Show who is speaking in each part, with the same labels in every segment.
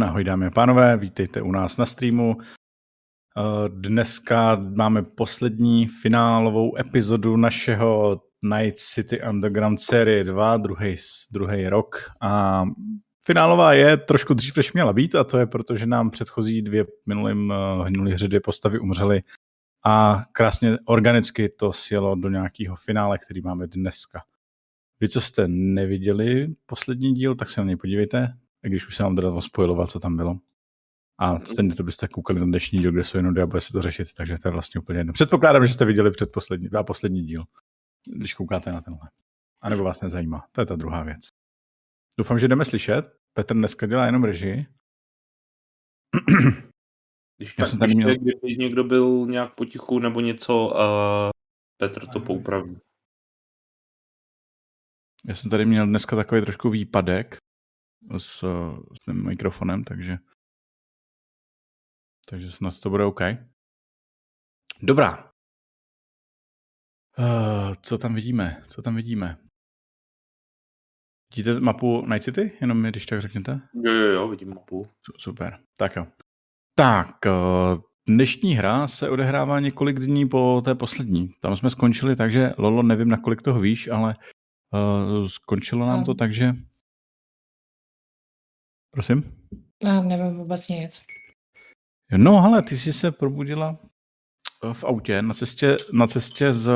Speaker 1: Ahoj dámy a pánové, vítejte u nás na streamu. Eh, Dneska máme poslední finálovou epizodu našeho Night City Underground série 2, druhý, druhý rok. A finálová je trošku dřív, než měla být, a to je proto, že nám předchozí dvě minulým eh, minulý hře dvě postavy umřely a krásně organicky to sjelo do nějakého finále, který máme dneska. Vy, co jste neviděli poslední díl, tak se na něj podívejte i když už jsem vám teda spojiloval, co tam bylo. A stejně to byste koukali na dnešní díl, kde jsou jenom dvě a bude se to řešit, takže to je vlastně úplně jedno. Předpokládám, že jste viděli předposlední, a poslední díl, když koukáte na tenhle. A nebo vás nezajímá. To je ta druhá věc. Doufám, že jdeme slyšet. Petr dneska dělá jenom režii.
Speaker 2: Když, Já tak, jsem tady měl... kdyby někdo byl nějak potichu nebo něco, a Petr to poupraví.
Speaker 1: Já jsem tady měl dneska takový trošku výpadek, s, s tím mikrofonem, takže takže snad to bude OK. Dobrá. Uh, co tam vidíme? Co tam vidíme? Vidíte mapu Night City? Jenom mi, když tak řekněte.
Speaker 2: Jo, jo, jo, vidím mapu.
Speaker 1: Super, tak jo. Tak, uh, dnešní hra se odehrává několik dní po té poslední. Tam jsme skončili, takže Lolo, nevím, nakolik toho víš, ale uh, skončilo nám to tak, že Prosím?
Speaker 3: Já No, nevím vůbec nic.
Speaker 1: No, ale ty jsi se probudila eh, v autě na cestě, na cestě z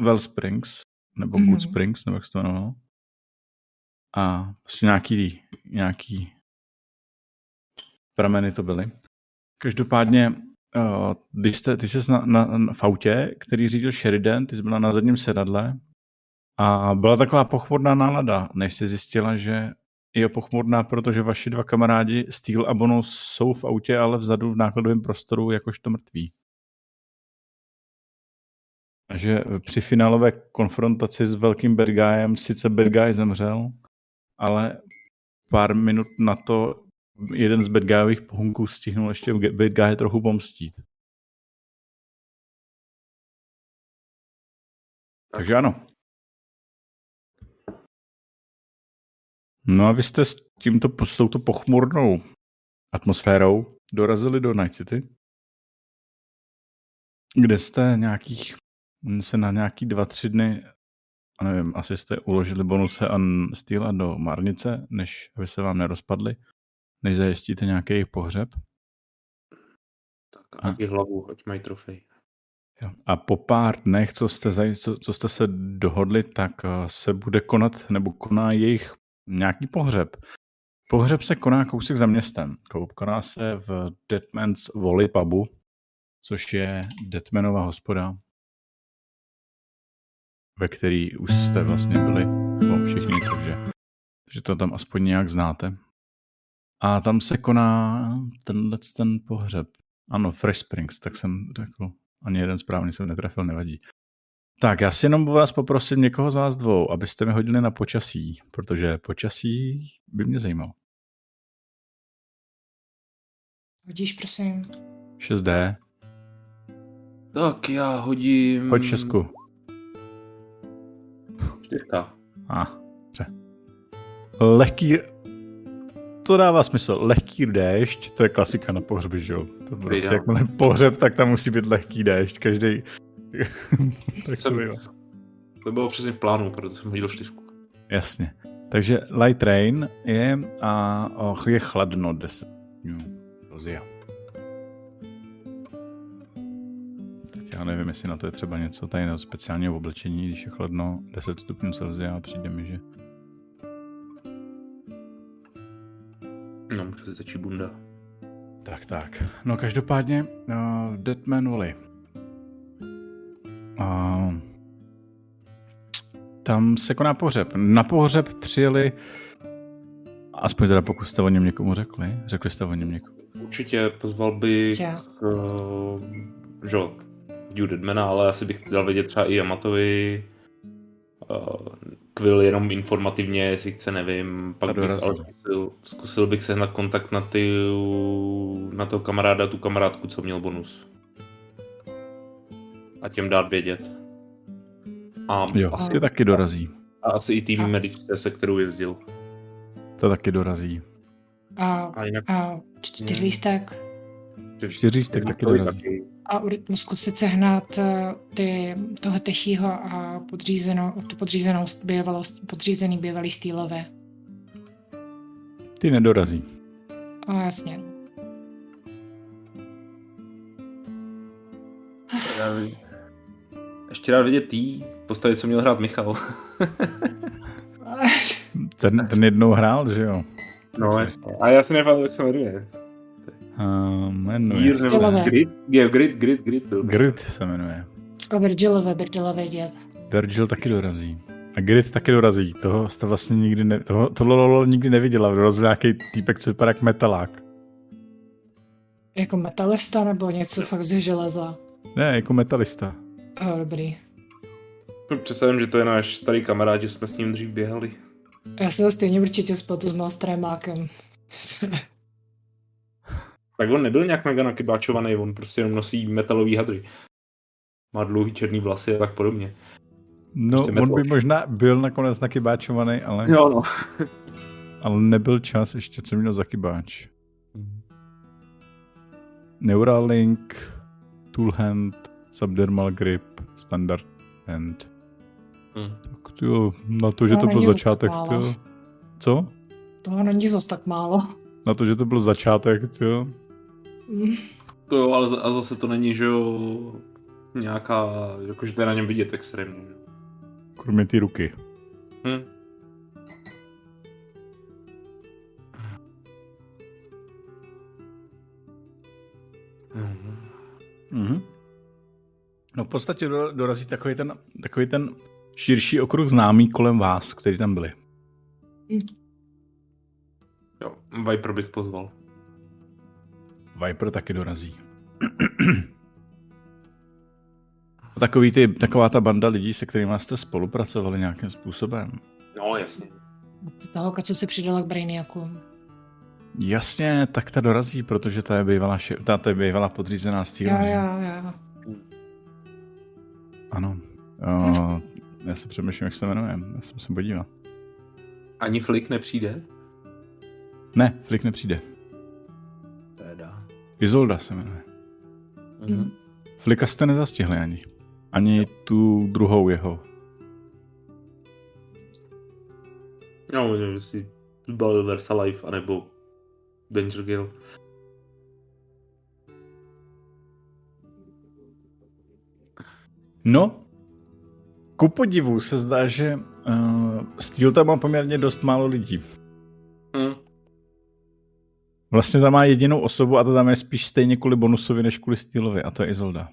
Speaker 1: Wellsprings, nebo mm-hmm. Good Springs, nebo jak se to jmenovalo. A prostě nějaký, nějaký prameny to byly. Každopádně, eh, když jste, ty jsi na, na, na, v autě, který řídil Sheridan, ty jsi byla na zadním sedadle a byla taková pochvodná nálada, než jsi zjistila, že je pochmurná, protože vaši dva kamarádi Steel a Bono jsou v autě, ale vzadu v nákladovém prostoru jakožto mrtví. A že při finálové konfrontaci s velkým bad guyem sice bad guy zemřel, ale pár minut na to jeden z bad guyových pohunků stihnul ještě bad guy trochu pomstít. Takže ano, No a vy jste s, tímto, s touto pochmurnou atmosférou dorazili do Night City, kde jste nějakých, se na nějaký dva, tři dny, a nevím, asi jste uložili bonuse a stýla do marnice, než aby se vám nerozpadly, než zajistíte nějaký jejich pohřeb.
Speaker 2: Tak a i hlavu, ať mají trofej.
Speaker 1: A po pár dnech, co jste, co, co jste se dohodli, tak eh, se bude konat, nebo koná jejich nějaký pohřeb. Pohřeb se koná kousek za městem. Koná se v Deadman's Volley pubu, což je Deadmanova hospoda, ve který už jste vlastně byli no, všichni, takže, takže to tam aspoň nějak znáte. A tam se koná tenhle ten pohřeb. Ano, Fresh Springs, tak jsem řekl. Ani jeden správný jsem netrefil, nevadí. Tak, já si jenom vás poprosím někoho z vás dvou, abyste mi hodili na počasí, protože počasí by mě zajímalo.
Speaker 3: Hodíš, prosím.
Speaker 1: 6D.
Speaker 2: Tak já hodím...
Speaker 1: Hoď šestku.
Speaker 2: Čtyřka.
Speaker 1: A, ah, dobře. Lehký... To dává smysl. Lehký déšť, to je klasika na pohřby, že jo? To prostě, jakmile pohřeb, tak tam musí být lehký déšť. Každý,
Speaker 2: tak jsem, to, to bylo přesně v plánu, protože jsem hodil čtyřku.
Speaker 1: Jasně. Takže light rain je a och, je chladno 10 dnů. Rozia. Teď já nevím, jestli na to je třeba něco tady nebo speciálního oblečení, když je chladno 10 stupňů Celsia a přijde mi, že...
Speaker 2: No, může se začít bunda.
Speaker 1: Tak, tak. No každopádně, uh, Deadman Valley. A tam se koná pohřeb. Na pohřeb přijeli, aspoň teda pokud jste o něm někomu řekli, řekli jste o něm někomu.
Speaker 2: Určitě pozval bych ja. uh, že Hugh Deadmana, ale asi bych dal vědět třeba i Yamatovi, uh, Quill jenom informativně, jestli chce, nevím, pak bych ale zkusil, zkusil, bych sehnat kontakt na, ty, na toho kamaráda, tu kamarádku, co měl bonus a těm dát vědět.
Speaker 1: A jo, asi, ty taky dorazí.
Speaker 2: A asi i tým medičce, se kterou jezdil.
Speaker 1: To taky dorazí.
Speaker 3: A,
Speaker 2: A jinak
Speaker 3: a čtyřlístek.
Speaker 1: Čtyřístek taky dorazí.
Speaker 3: A ur- zkusit sehnat eh, ty, toho techího a podřízenou, tu podřízenou st- bývalou, podřízený bývalý stýlové.
Speaker 1: Ty nedorazí.
Speaker 3: A jasně.
Speaker 2: Já vím. Ještě rád vidět tý postavy, co měl hrát Michal.
Speaker 1: Ten, ten jednou hrál, že jo?
Speaker 2: No jasně. A já si nepamatuji, jak se jmenuje.
Speaker 1: Uh, jmenuje
Speaker 2: Jír
Speaker 1: se...
Speaker 2: nebo
Speaker 3: Stylové.
Speaker 2: Grid? Jo, Grid, Grid, No, Grid byl.
Speaker 1: Grit se jmenuje.
Speaker 3: A Virgilové, Virgilové děd.
Speaker 1: Virgil taky dorazí. A Grit taky dorazí. Toho jste vlastně nikdy ne... Toho, tohle lolo nikdy neviděla. Dorazil nějaký týpek, co vypadá jak metalák.
Speaker 3: Jako metalista nebo něco fakt ze železa.
Speaker 1: Ne, jako metalista.
Speaker 3: Oh, dobrý.
Speaker 2: No, Představím, že to je náš starý kamarád, že jsme s ním dřív běhali.
Speaker 3: Já se ho stejně určitě spletu s Monstrem Mákem.
Speaker 2: Tak on nebyl nějak mega nakybáčovaný, on prostě jenom nosí metalový hadry. Má dlouhý černý vlasy a tak podobně.
Speaker 1: No,
Speaker 2: Prostě
Speaker 1: on by
Speaker 2: metalák.
Speaker 1: možná byl nakonec nakybáčovaný, ale,
Speaker 2: Jo, no.
Speaker 1: ale nebyl čas ještě, co měl za kybáč. Neuralink, Toolhand, Subdermal Grip, Standard Hand.
Speaker 2: Hmm.
Speaker 1: Tak to jo, na to, že
Speaker 3: No,
Speaker 1: to byl
Speaker 3: není zas tak
Speaker 1: začátek,
Speaker 3: málo.
Speaker 1: to jo. Co?
Speaker 3: Toho není zas tak málo.
Speaker 1: Na to, že to byl začátek, to jo.
Speaker 3: Mm.
Speaker 2: To jo, ale za- a zase to není, že jo, nějaká, jakože to je na něm vidět extrémně. že jo.
Speaker 1: Kromě ty ruky.
Speaker 2: Hm. Hm.
Speaker 1: Mm-hmm. No v podstatě do- dorazí takový ten, takový ten širší okruh známý kolem vás, který tam byli.
Speaker 2: Jo, Viper bych pozval.
Speaker 1: Viper taky dorazí. A Takový ty, taková ta banda lidí, se kterými jste spolupracovali nějakým způsobem.
Speaker 2: No, jasně.
Speaker 3: Ta holka, co se přidala k Brainiaku.
Speaker 1: Jasně, tak ta dorazí, protože ta je bývalá, šef, ta, ta je bývalá podřízená z
Speaker 3: Jo,
Speaker 1: týmu, že?
Speaker 3: jo, jo.
Speaker 1: Ano. O, já se přemýšlím, jak se jmenuje. Já se musím podívat.
Speaker 2: Ani Flick nepřijde?
Speaker 1: Ne, Flick nepřijde.
Speaker 2: Teda.
Speaker 1: Izolda se jmenuje.
Speaker 2: Mhm.
Speaker 1: Flika jste nezastihli ani. Ani tu druhou jeho.
Speaker 2: No, nevím, jestli byl Versa Life, anebo Danger Girl.
Speaker 1: No, ku podivu se zdá, že uh, Steel tam má poměrně dost málo lidí.
Speaker 2: Hm.
Speaker 1: Vlastně tam má jedinou osobu a ta tam je spíš stejně kvůli bonusovi než kvůli Steelovi a to je Izolda.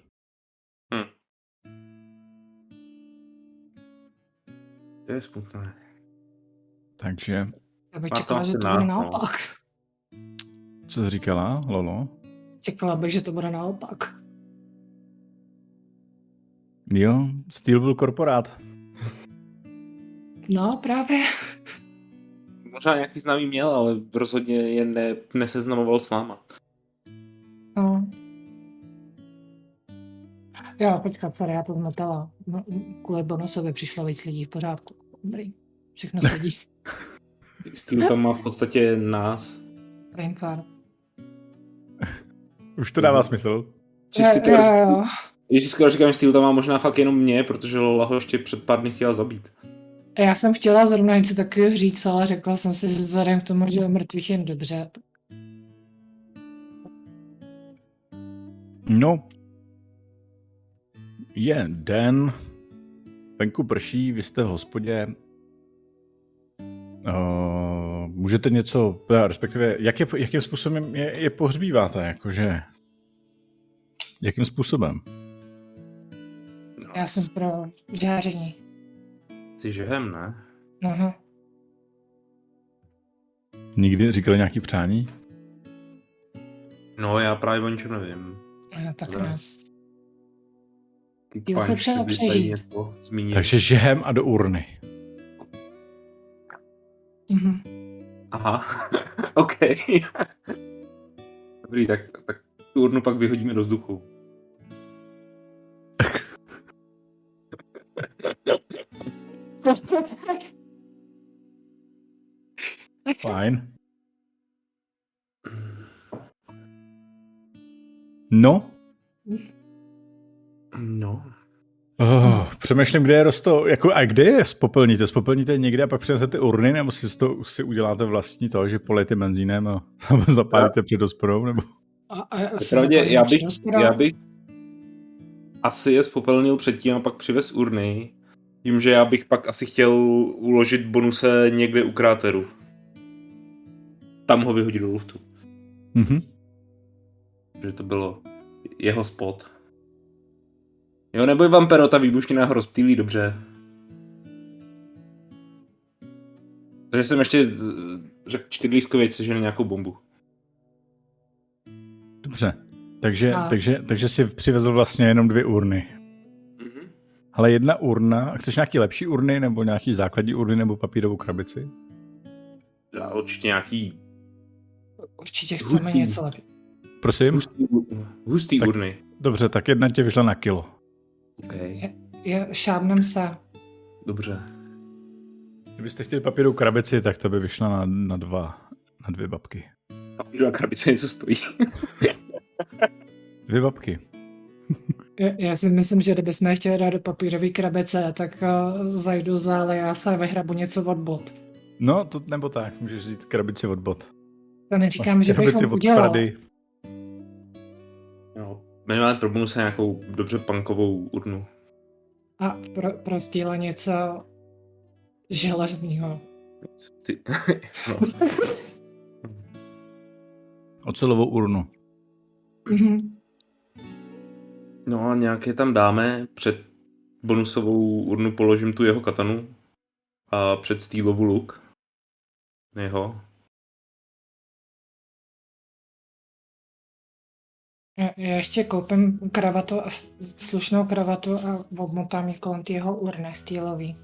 Speaker 2: To je smutné.
Speaker 1: Takže,
Speaker 3: Já bych
Speaker 2: Má to
Speaker 3: čekala, že
Speaker 2: asi
Speaker 3: to
Speaker 2: nás,
Speaker 3: bude
Speaker 2: no.
Speaker 3: naopak.
Speaker 1: co jsi říkala, Lolo?
Speaker 3: Čekala bych, že to bude naopak.
Speaker 1: Jo, Steel byl korporát.
Speaker 3: No, právě.
Speaker 2: Možná nějaký známý měl, ale rozhodně je ne, neseznamoval s náma.
Speaker 3: No. Jo, počkat, sorry, já to zmotala. No, kvůli bonusovi přišlo víc lidí v pořádku. Dobrý. Všechno sedí.
Speaker 2: Steel tam má v podstatě nás.
Speaker 3: Brainfart.
Speaker 1: Už to dává smysl.
Speaker 2: Čistě
Speaker 3: Jo, jo,
Speaker 2: teoreticky.
Speaker 3: jo.
Speaker 2: Ježíš, skoro říkám, Steel tam má možná fakt jenom mě, protože Lola ho ještě před pár dny chtěla zabít.
Speaker 3: Já jsem chtěla zrovna něco takového říct, ale řekla jsem si, že vzhledem k tomu, že je mrtvých jen dobře.
Speaker 1: No, je den, venku prší, vy jste v hospodě. Uh, můžete něco, eh, respektive, jak je, jakým způsobem je, je pohřbíváte, jakože? Jakým způsobem?
Speaker 2: No,
Speaker 3: Já jsem pro žáření.
Speaker 2: Jsi žehem, ne?
Speaker 3: Aha.
Speaker 1: Nikdy říkali nějaký přání?
Speaker 2: No, já právě o ničem nevím.
Speaker 3: No, tak
Speaker 2: Dobrá.
Speaker 3: ne.
Speaker 2: Ty
Speaker 3: Steel se
Speaker 2: fajn,
Speaker 3: přijel
Speaker 2: že bys tady
Speaker 3: přežít.
Speaker 2: něco Zmínil.
Speaker 1: Takže žehem a do urny.
Speaker 3: Mhm.
Speaker 2: Aha, OK. Dobrý, tak, tak tu urnu pak vyhodíme do vzduchu.
Speaker 1: Fajn. No,
Speaker 2: No.
Speaker 1: Oh, přemýšlím, kde je rosto, jako, a kde je spopelníte? Spopelníte někde a pak přinesete urny, nebo si, to, si uděláte vlastní to, že polejte benzínem a, nebo zapálíte před hospodou, nebo...
Speaker 3: A, a, a se
Speaker 2: Pravdě,
Speaker 3: zapomněl
Speaker 2: já bych,
Speaker 3: přirozprávat.
Speaker 2: já bych asi je spopelnil předtím a pak přivez urny. Tím, že já bych pak asi chtěl uložit bonuse někde u kráteru. Tam ho vyhodit do luftu.
Speaker 1: Mhm.
Speaker 2: Že to bylo jeho spot. Jo, neboj vám pero, ta výbušnina ho rozptýlí dobře. Takže jsem ještě z- řekl čtyřlískově, sežene nějakou bombu.
Speaker 1: Dobře. Takže,
Speaker 3: A-
Speaker 1: takže, takže si přivezl vlastně jenom dvě urny. Ale jedna urna, chceš nějaký lepší urny, nebo nějaký základní urny, nebo papírovou krabici?
Speaker 2: Já určitě nějaký
Speaker 3: Určitě chceme
Speaker 2: Hustý.
Speaker 3: něco lepšího.
Speaker 1: Prosím?
Speaker 2: hustý, hustý
Speaker 1: Tak-
Speaker 2: urny.
Speaker 1: Dobře, tak jedna tě vyšla na kilo.
Speaker 2: Okay.
Speaker 3: Je- Šábnem se.
Speaker 2: Dobře.
Speaker 1: Kdybyste chtěli papírovou krabici, tak ta by vyšla na, na dva, na dvě babky.
Speaker 2: Papírová krabice něco stojí.
Speaker 1: Dvě babky.
Speaker 3: Já- Já si myslím, že kdybychom je chtěli dát do papírové krabice, tak uh, zajdu za Lejása a vyhrabu něco od bot.
Speaker 1: No, to nebo tak, můžeš vzít krabici od bot.
Speaker 3: To neříkám, že
Speaker 1: krabici
Speaker 3: bychom udělali.
Speaker 1: Prady.
Speaker 2: Jo. Minimálně probunu se nějakou dobře punkovou urnu.
Speaker 3: A pro, prostíla něco železného.
Speaker 2: Ty... no.
Speaker 1: Ocelovou urnu.
Speaker 3: Mhm.
Speaker 2: no a nějaké tam dáme. Před bonusovou urnu položím tu jeho katanu. A před stýlovu luk. Jeho.
Speaker 3: Já- Já ještě koupím kravatu, a s- slušnou kravatu a obmotám ji kolem té jeho urny stýlový.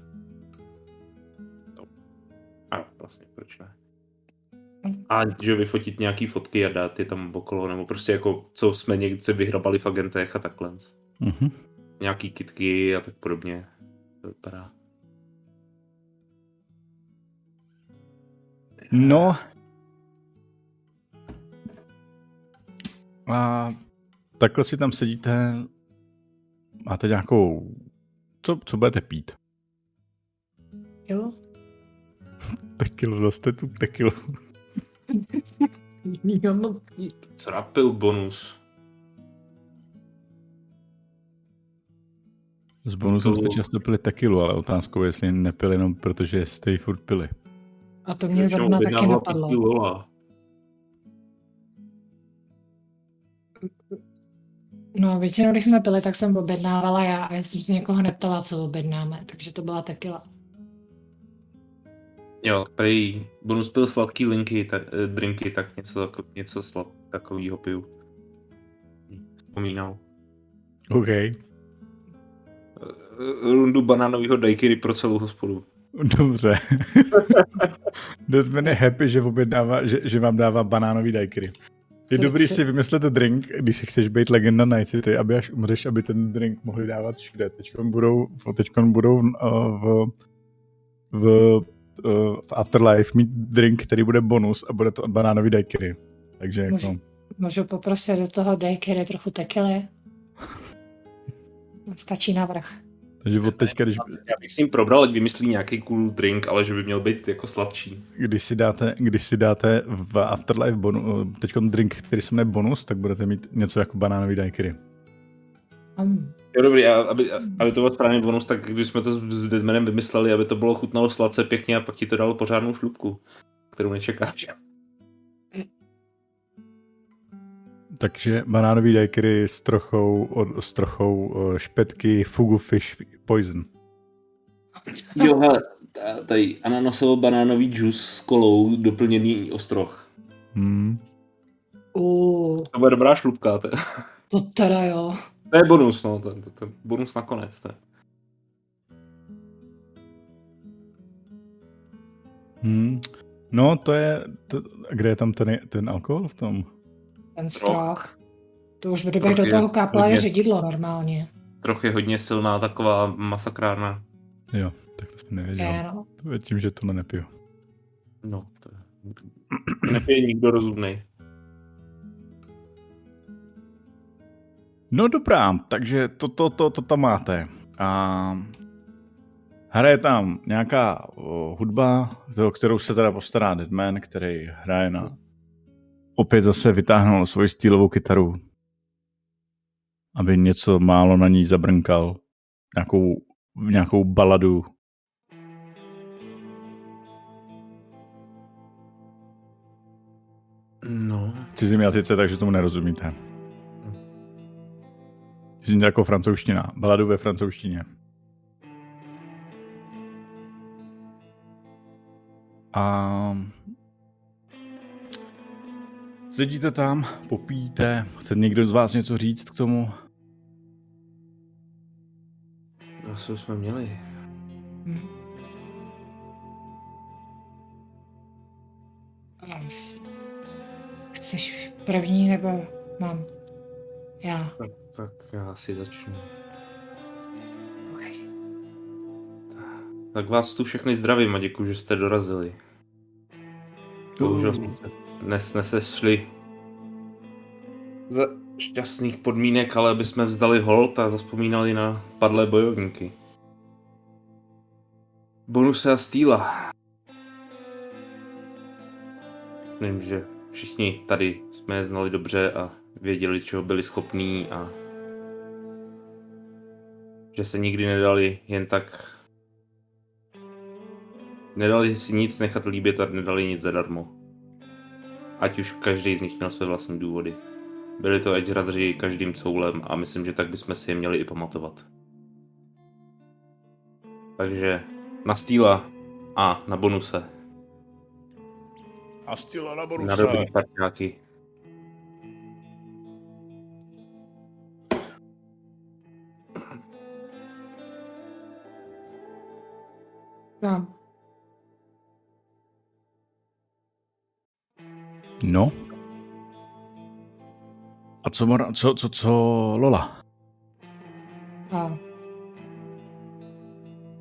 Speaker 2: A vlastně proč ne? A že vyfotit nějaký fotky a dát je tam okolo, nebo prostě jako co jsme někde se vyhrabali v agentech a takhle.
Speaker 1: Mhm.
Speaker 2: Nějaký kitky a tak podobně. To vypadá.
Speaker 1: No. A takhle si tam sedíte. Máte nějakou... Co, co budete pít?
Speaker 3: Jo?
Speaker 1: Tekilu, zase tu tekilu.
Speaker 3: Jo, no,
Speaker 2: Co rapil bonus?
Speaker 1: S bonusem jste
Speaker 2: Tekilu.
Speaker 1: často pili tekilu, ale otázkou je, jestli nepili jenom protože jste ji furt pili.
Speaker 3: A to mě zrovna taky
Speaker 2: Objednávala
Speaker 3: napadlo.
Speaker 2: pustí Lola.
Speaker 3: No, většinou, když jsme byli, tak jsem objednávala já a já jsem se někoho neptala, co objednáme, takže to byla tekila.
Speaker 2: Jo, prý bonus pil sladký linky, tak, eh, drinky, tak něco, tako, něco slad, takovýho piju. Vzpomínal.
Speaker 1: OK.
Speaker 2: Eh, Rundu banánového daikiry pro celou hospodu.
Speaker 1: Dobře. Deadman je happy, že, objednává, že, že vám dává banánový daiquiri. Je
Speaker 3: Co-
Speaker 1: dobrý
Speaker 3: co-
Speaker 1: si vymyslete drink, když chceš být legenda Night City, aby až umřeš, aby ten drink mohli dávat všude. Teďkon budou, teďkon budou v, v, v, eh, v Afterlife mít drink, který bude bonus a bude to banánový daiquiri. Takže jako,
Speaker 3: Můžu- Můžu poprosit do toho daycare trochu tekily? Stačí navrh.
Speaker 1: takže od teďka, když,
Speaker 2: Já bych si jim probral, ať vymyslí nějaký cool drink, ale že by měl být jako sladší.
Speaker 1: Když si dáte, když si dáte v Afterlife bonu, teď drink, který se jmenuje bonus, tak budete mít něco jako banánový daiquiri.
Speaker 3: Um,
Speaker 2: Jo, dobrý, a aby, a- aby to byl správný bonus, tak když jsme to s- s Deadmanem vymysleli, aby to bylo chutnalo sladce pěkně a pak ti to dalo pořádnou šlubku, kterou nečekáš.
Speaker 1: Takže banánový daiquiri s trochou, od, s trochou eh, špetky Fugu Fish Poison.
Speaker 2: Jo, hele, ta- tady ananasovo banánový džus s kolou doplněný ostroh.
Speaker 1: Hmm.
Speaker 3: uh,
Speaker 2: To bude dobrá šlubka, to,
Speaker 3: to teda jo.
Speaker 2: to je bonus, no, to, to, to je bonus nakonec. To. je.
Speaker 1: Hmm. No, to je, to, a kde je tam ten, ten alkohol v tom?
Speaker 3: Ten strach. To už by době
Speaker 2: Troch
Speaker 3: do
Speaker 2: je
Speaker 3: toho kápla je
Speaker 2: hodně.
Speaker 3: ředidlo normálně.
Speaker 2: Troch je hodně silná taková masakrárna.
Speaker 1: Jo, tak to jsem nevěděl.
Speaker 3: Je, no.
Speaker 1: To je tím, že tohle nepiju.
Speaker 2: No, to je- nepije nikdo rozumnej.
Speaker 1: No dobrá, takže to, to, to, to tam máte. A hraje tam nějaká o, hudba, o kterou se teda postará Deadman, který hraje na... Opět zase vytáhnul svoji stylovou kytaru, aby něco málo na ní zabrnkal. Nějakou, nějakou baladu,
Speaker 2: No.
Speaker 1: cizím jazyce, takže tomu nerozumíte. Zní to jako francouzština. Baladu ve francouzštině. A sedíte tam, popíte, chce někdo z vás něco říct k tomu?
Speaker 2: No, co jsme měli?
Speaker 3: Hm. A Chceš první nebo mám? Já.
Speaker 2: Tak, tak já si začnu.
Speaker 3: OK.
Speaker 2: Tak vás tu všechny zdravím a děkuji, že jste dorazili. Bohužel jsme se dnes nesešli za šťastných podmínek, ale aby jsme vzdali hold a zaspomínali na padlé bojovníky. Bonuse a Stýla. Vím, že všichni tady jsme je znali dobře a věděli, čeho byli schopní a že se nikdy nedali jen tak nedali si nic nechat líbit a nedali nic zadarmo. Ať už každý z nich měl své vlastní důvody. Byli to edgeradři každým coulem a myslím, že tak bychom si je měli i pamatovat. Takže na Stýla a na bonuse.
Speaker 1: A styla na
Speaker 2: Na dobrý partiáky.
Speaker 3: Dám.
Speaker 1: No. A co, Mora- co, co, co Lola?
Speaker 3: A,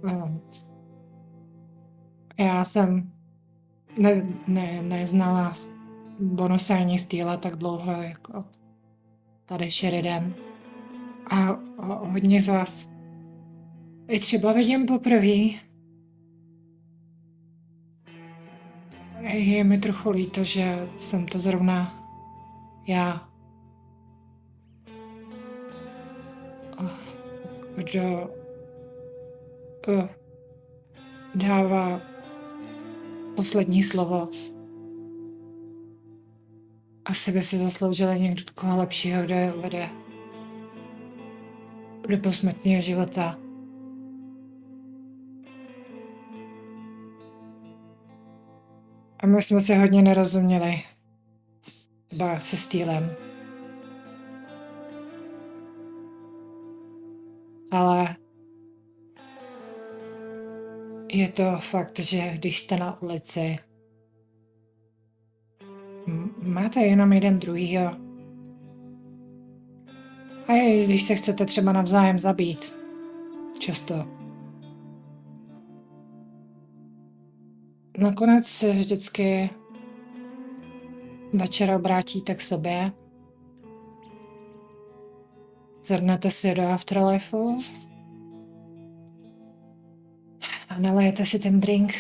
Speaker 3: a, já jsem ne, ne, neznala s- bonuse ani stýla tak dlouho jako tady Sheridan. A o, hodně z vás i třeba vidím poprvé. Je mi trochu líto, že jsem to zrovna já. A- kdo eh, dává poslední slovo. Asi by si zasloužila někdo koho lepšího, kdo je vede do posmrtního života. A my jsme se hodně nerozuměli. Třeba se stýlem. ale je to fakt, že když jste na ulici, m- máte jenom jeden druhýho. A i když se chcete třeba navzájem zabít, často. Nakonec se vždycky večer obrátíte k sobě, Zrnete si do Afterlifeu. A nalejete si ten drink.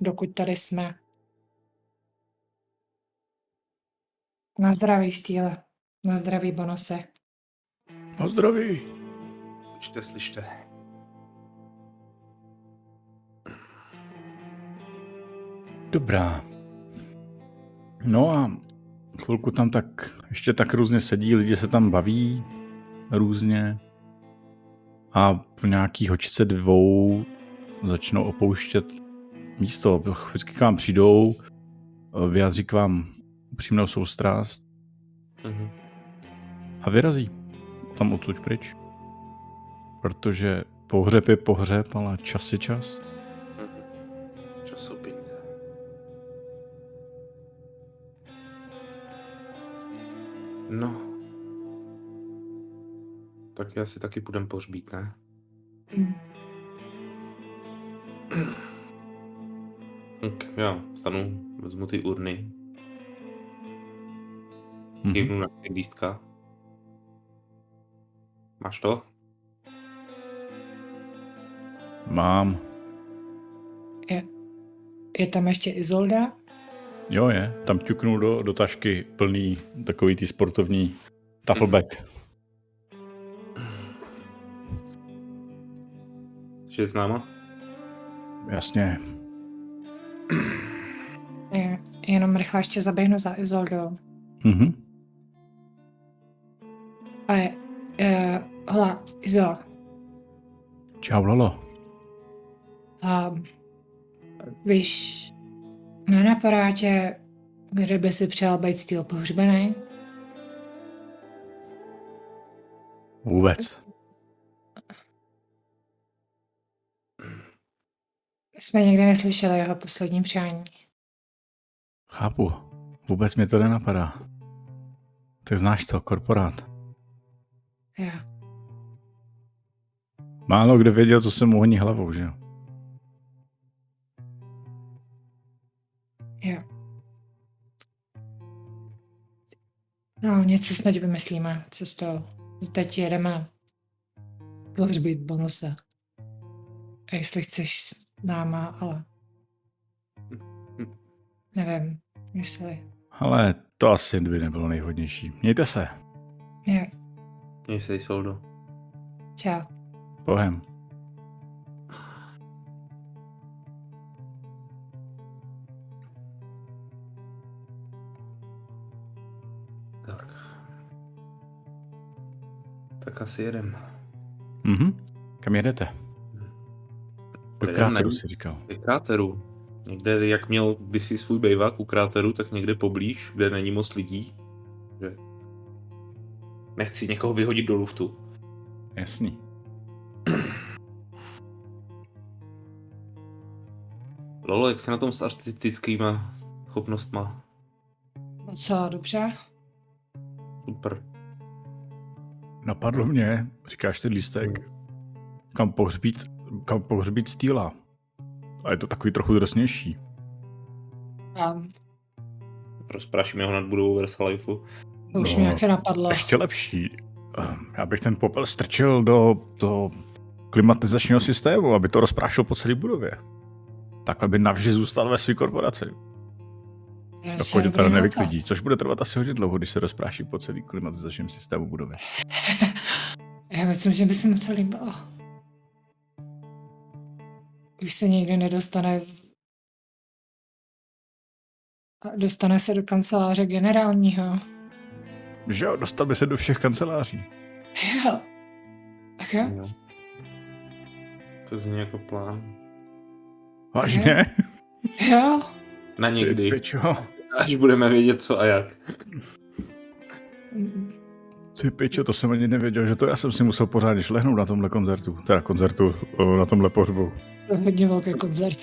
Speaker 3: Dokud tady jsme. Na zdraví stíle. Na zdraví bonuse.
Speaker 1: No zdraví.
Speaker 2: Slyšte, slyšte.
Speaker 1: Dobrá. No a chvilku tam tak, ještě tak různě sedí, lidi se tam baví různě a po nějaký hočce dvou začnou opouštět místo. Vždycky k vám přijdou, vyjádří k vám upřímnou soustrast
Speaker 2: Mhm.
Speaker 1: a vyrazí tam odsud pryč. Protože pohřeb je pohřeb, ale čas je čas.
Speaker 2: Mhm. Čas jsou peníze. No. Tak já si taky půjdem pohřbít, ne?
Speaker 3: Mm.
Speaker 2: Mhm. Tak já vstanu, vezmu ty urny.
Speaker 1: Mhm.
Speaker 2: Kývnu na ty lístka. Máš to?
Speaker 1: Mám.
Speaker 3: Je, je tam ještě Izolda?
Speaker 1: Jo, je. Tam ťuknul do, do tašky plný takový ty sportovní tafelback.
Speaker 2: Že je s náma?
Speaker 1: Jasně.
Speaker 3: Je, jenom rychle ještě zaběhnu za Izoldou.
Speaker 1: Mhm.
Speaker 3: A je, eh, je, hola, Izol,
Speaker 1: Čau, Lolo.
Speaker 3: a víš, nenapadá tě, kdyby si přál být stýl pohřbený?
Speaker 1: Vůbec.
Speaker 3: My jsme nikdy neslyšeli jeho poslední přání.
Speaker 1: Chápu. Vůbec mě to nenapadá. Tak znáš to, korporát.
Speaker 3: Jo.
Speaker 1: Málo kdo věděl, co se mu honí hlavou, že jo?
Speaker 3: No, něco snad vymyslíme cestou. Teď jedeme pohřbit bonusa. A jestli chceš s náma, ale... Nevím, jestli...
Speaker 1: Ale to asi by nebylo nejhodnější. Mějte se.
Speaker 3: Jo,
Speaker 2: Měj se, Soldo.
Speaker 3: čau.
Speaker 1: Bohem.
Speaker 2: Tak. Tak asi jedem.
Speaker 1: Mhm. Kam jedete? Do
Speaker 2: Jedem,
Speaker 1: kráteru
Speaker 2: ne?
Speaker 1: si říkal.
Speaker 2: Ke kráteru. Někde, jak měl kdysi svůj bejvák u kráteru, tak někde poblíž, kde není moc lidí. Že... Nechci někoho vyhodit do luftu.
Speaker 1: Jasný.
Speaker 2: Lolo, jak jsi na tom s artistickýma schopnostma?
Speaker 3: Docela No dobře.
Speaker 2: Super.
Speaker 1: Napadlo mě, říkáš ty lístek, kam pohřbít, kam pohřbít stýla. A je to takový trochu drsnější.
Speaker 3: A
Speaker 2: Rozprašíme ho nad budovou Versalifeu.
Speaker 3: to už
Speaker 1: No,
Speaker 3: no, mě nějaké napadlo.
Speaker 1: Ještě lepší. Ehm, Já bych ten popel strčil do, do klimatizačního systému, aby to rozprášil po celé budově. Takhle by navždy zůstal ve své korporaci.
Speaker 3: Já si
Speaker 1: Dokud to teda
Speaker 3: dobrý
Speaker 1: nevyklidí, což bude trvat asi hodně dlouho, když se rozpráší po celý klimatizačním systému budovy.
Speaker 3: nápad. Já myslím, že by se mu to líbilo. Už se nikdy nedostane z... a Dostane se do kanceláře generálního.
Speaker 1: Že jo, dostal by se do všech kanceláří.
Speaker 3: Jo. Tak jo.
Speaker 2: Jo. To zní jako plán.
Speaker 1: Vážně?
Speaker 3: Jo.
Speaker 2: Na
Speaker 1: Ty
Speaker 2: někdy,
Speaker 1: pičo,
Speaker 2: až budeme vědět co a jak.
Speaker 3: Mm,
Speaker 1: ty pičo, to jsem ani nevěděl, že to já jsem si musel pořádně šlehnout na tomhle koncertu. Teda koncertu, o, na tomhle pohřbu.
Speaker 3: To je hodně velký koncert.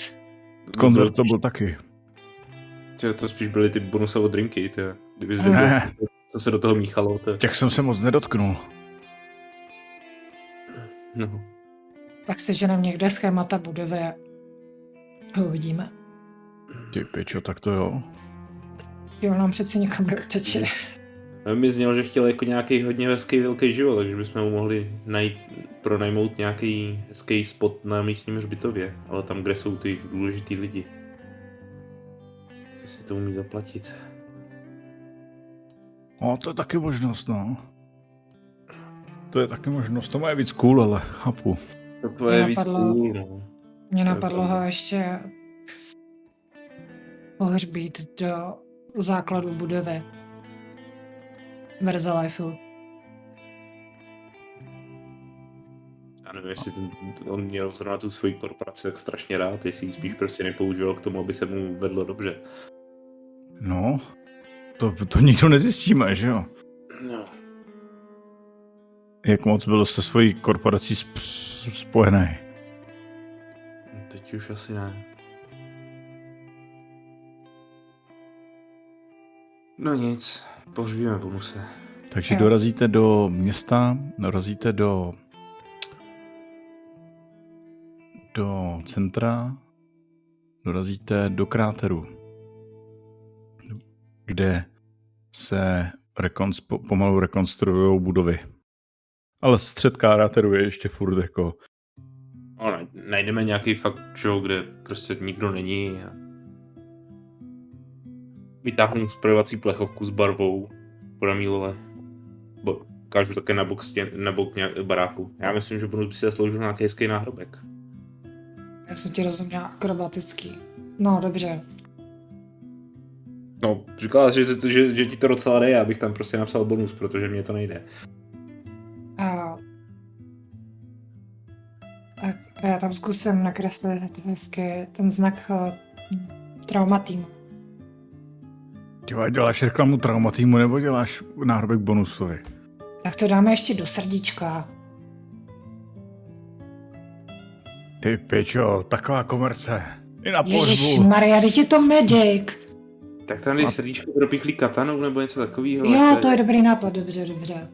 Speaker 1: Koncert to byl taky.
Speaker 2: Tyjo, No, to spíš byly ty bonusové drinky, tyjo. Kdyby jsi
Speaker 3: Ne.
Speaker 1: Ne,
Speaker 2: věděl, co se do toho míchalo, to
Speaker 1: těch jsem se moc nedotknul.
Speaker 2: no.
Speaker 3: Pak se ženem někde schémata budovy a uvidíme.
Speaker 1: Ty pičo, tak to jo.
Speaker 3: Jo, nám přece nikam neuteče.
Speaker 2: No, mi znělo, že chtěl jako nějaký hodně hezký velký život, takže bychom mu mohli najít, pronajmout nějaký hezký spot na místním hřbitově, ale tam, kde jsou ty důležitý lidi. Co si to umí zaplatit?
Speaker 1: O, to je taky možnost, no. To je taky možnost, to má víc cool, ale chápu.
Speaker 2: To tvoje je
Speaker 3: Mě
Speaker 2: víc
Speaker 3: napadlo-
Speaker 2: cool, no.
Speaker 3: Mě
Speaker 2: To je
Speaker 3: napadlo ho
Speaker 2: pravda.
Speaker 3: ještě pohřbít do základu budovy. Verze Lifeu.
Speaker 2: Já nevím, jestli ten, on měl zrovna tu svoji korporaci tak strašně rád, jestli ji spíš prostě nepoužíval k tomu, aby se mu vedlo dobře.
Speaker 1: No, to, to nikdo nezjistíme, že jo?
Speaker 2: No.
Speaker 1: Jak moc byl se svojí korporací sp- spojený.
Speaker 2: No, Teď už asi ne. No nic, pohřbíme bonuse.
Speaker 1: Takže
Speaker 3: Jo.
Speaker 1: dorazíte do města, dorazíte do do centra, dorazíte do kráteru, kde se rekon, pomalu rekonstruují budovy. Ale střed Kárateru je ještě furt jako...
Speaker 2: No, najdeme nějaký fakt show, kde prostě nikdo není. A... Vytáhnu sprojovací plechovku s barvou podamílové. Bo, kážu také na bok, stěn, na bok nějak, baráku. Já myslím, že budu si zasloužil nějaký hezký náhrobek.
Speaker 3: Já jsem ti rozuměla akrobatický. No, dobře.
Speaker 2: No, říkala jsi, že, že, že ti to docela jde, abych tam prostě napsal bonus, protože mě to nejde.
Speaker 3: A... Tak já tam zkusím nakreslit hezky ten znak uh, traumatýmu.
Speaker 1: Ty vole, děláš reklamu traumatýmu nebo děláš náhrobek bonusovi?
Speaker 3: Tak to dáme ještě do srdíčka.
Speaker 1: Ty pičo, taková komerce. I na
Speaker 3: Ježíš Maria, teď je to medic.
Speaker 2: Tak tam je A... srdíčko propichlý katanou nebo něco jako takového.
Speaker 3: Jo, to je dobrý nápad, dobře, dobře.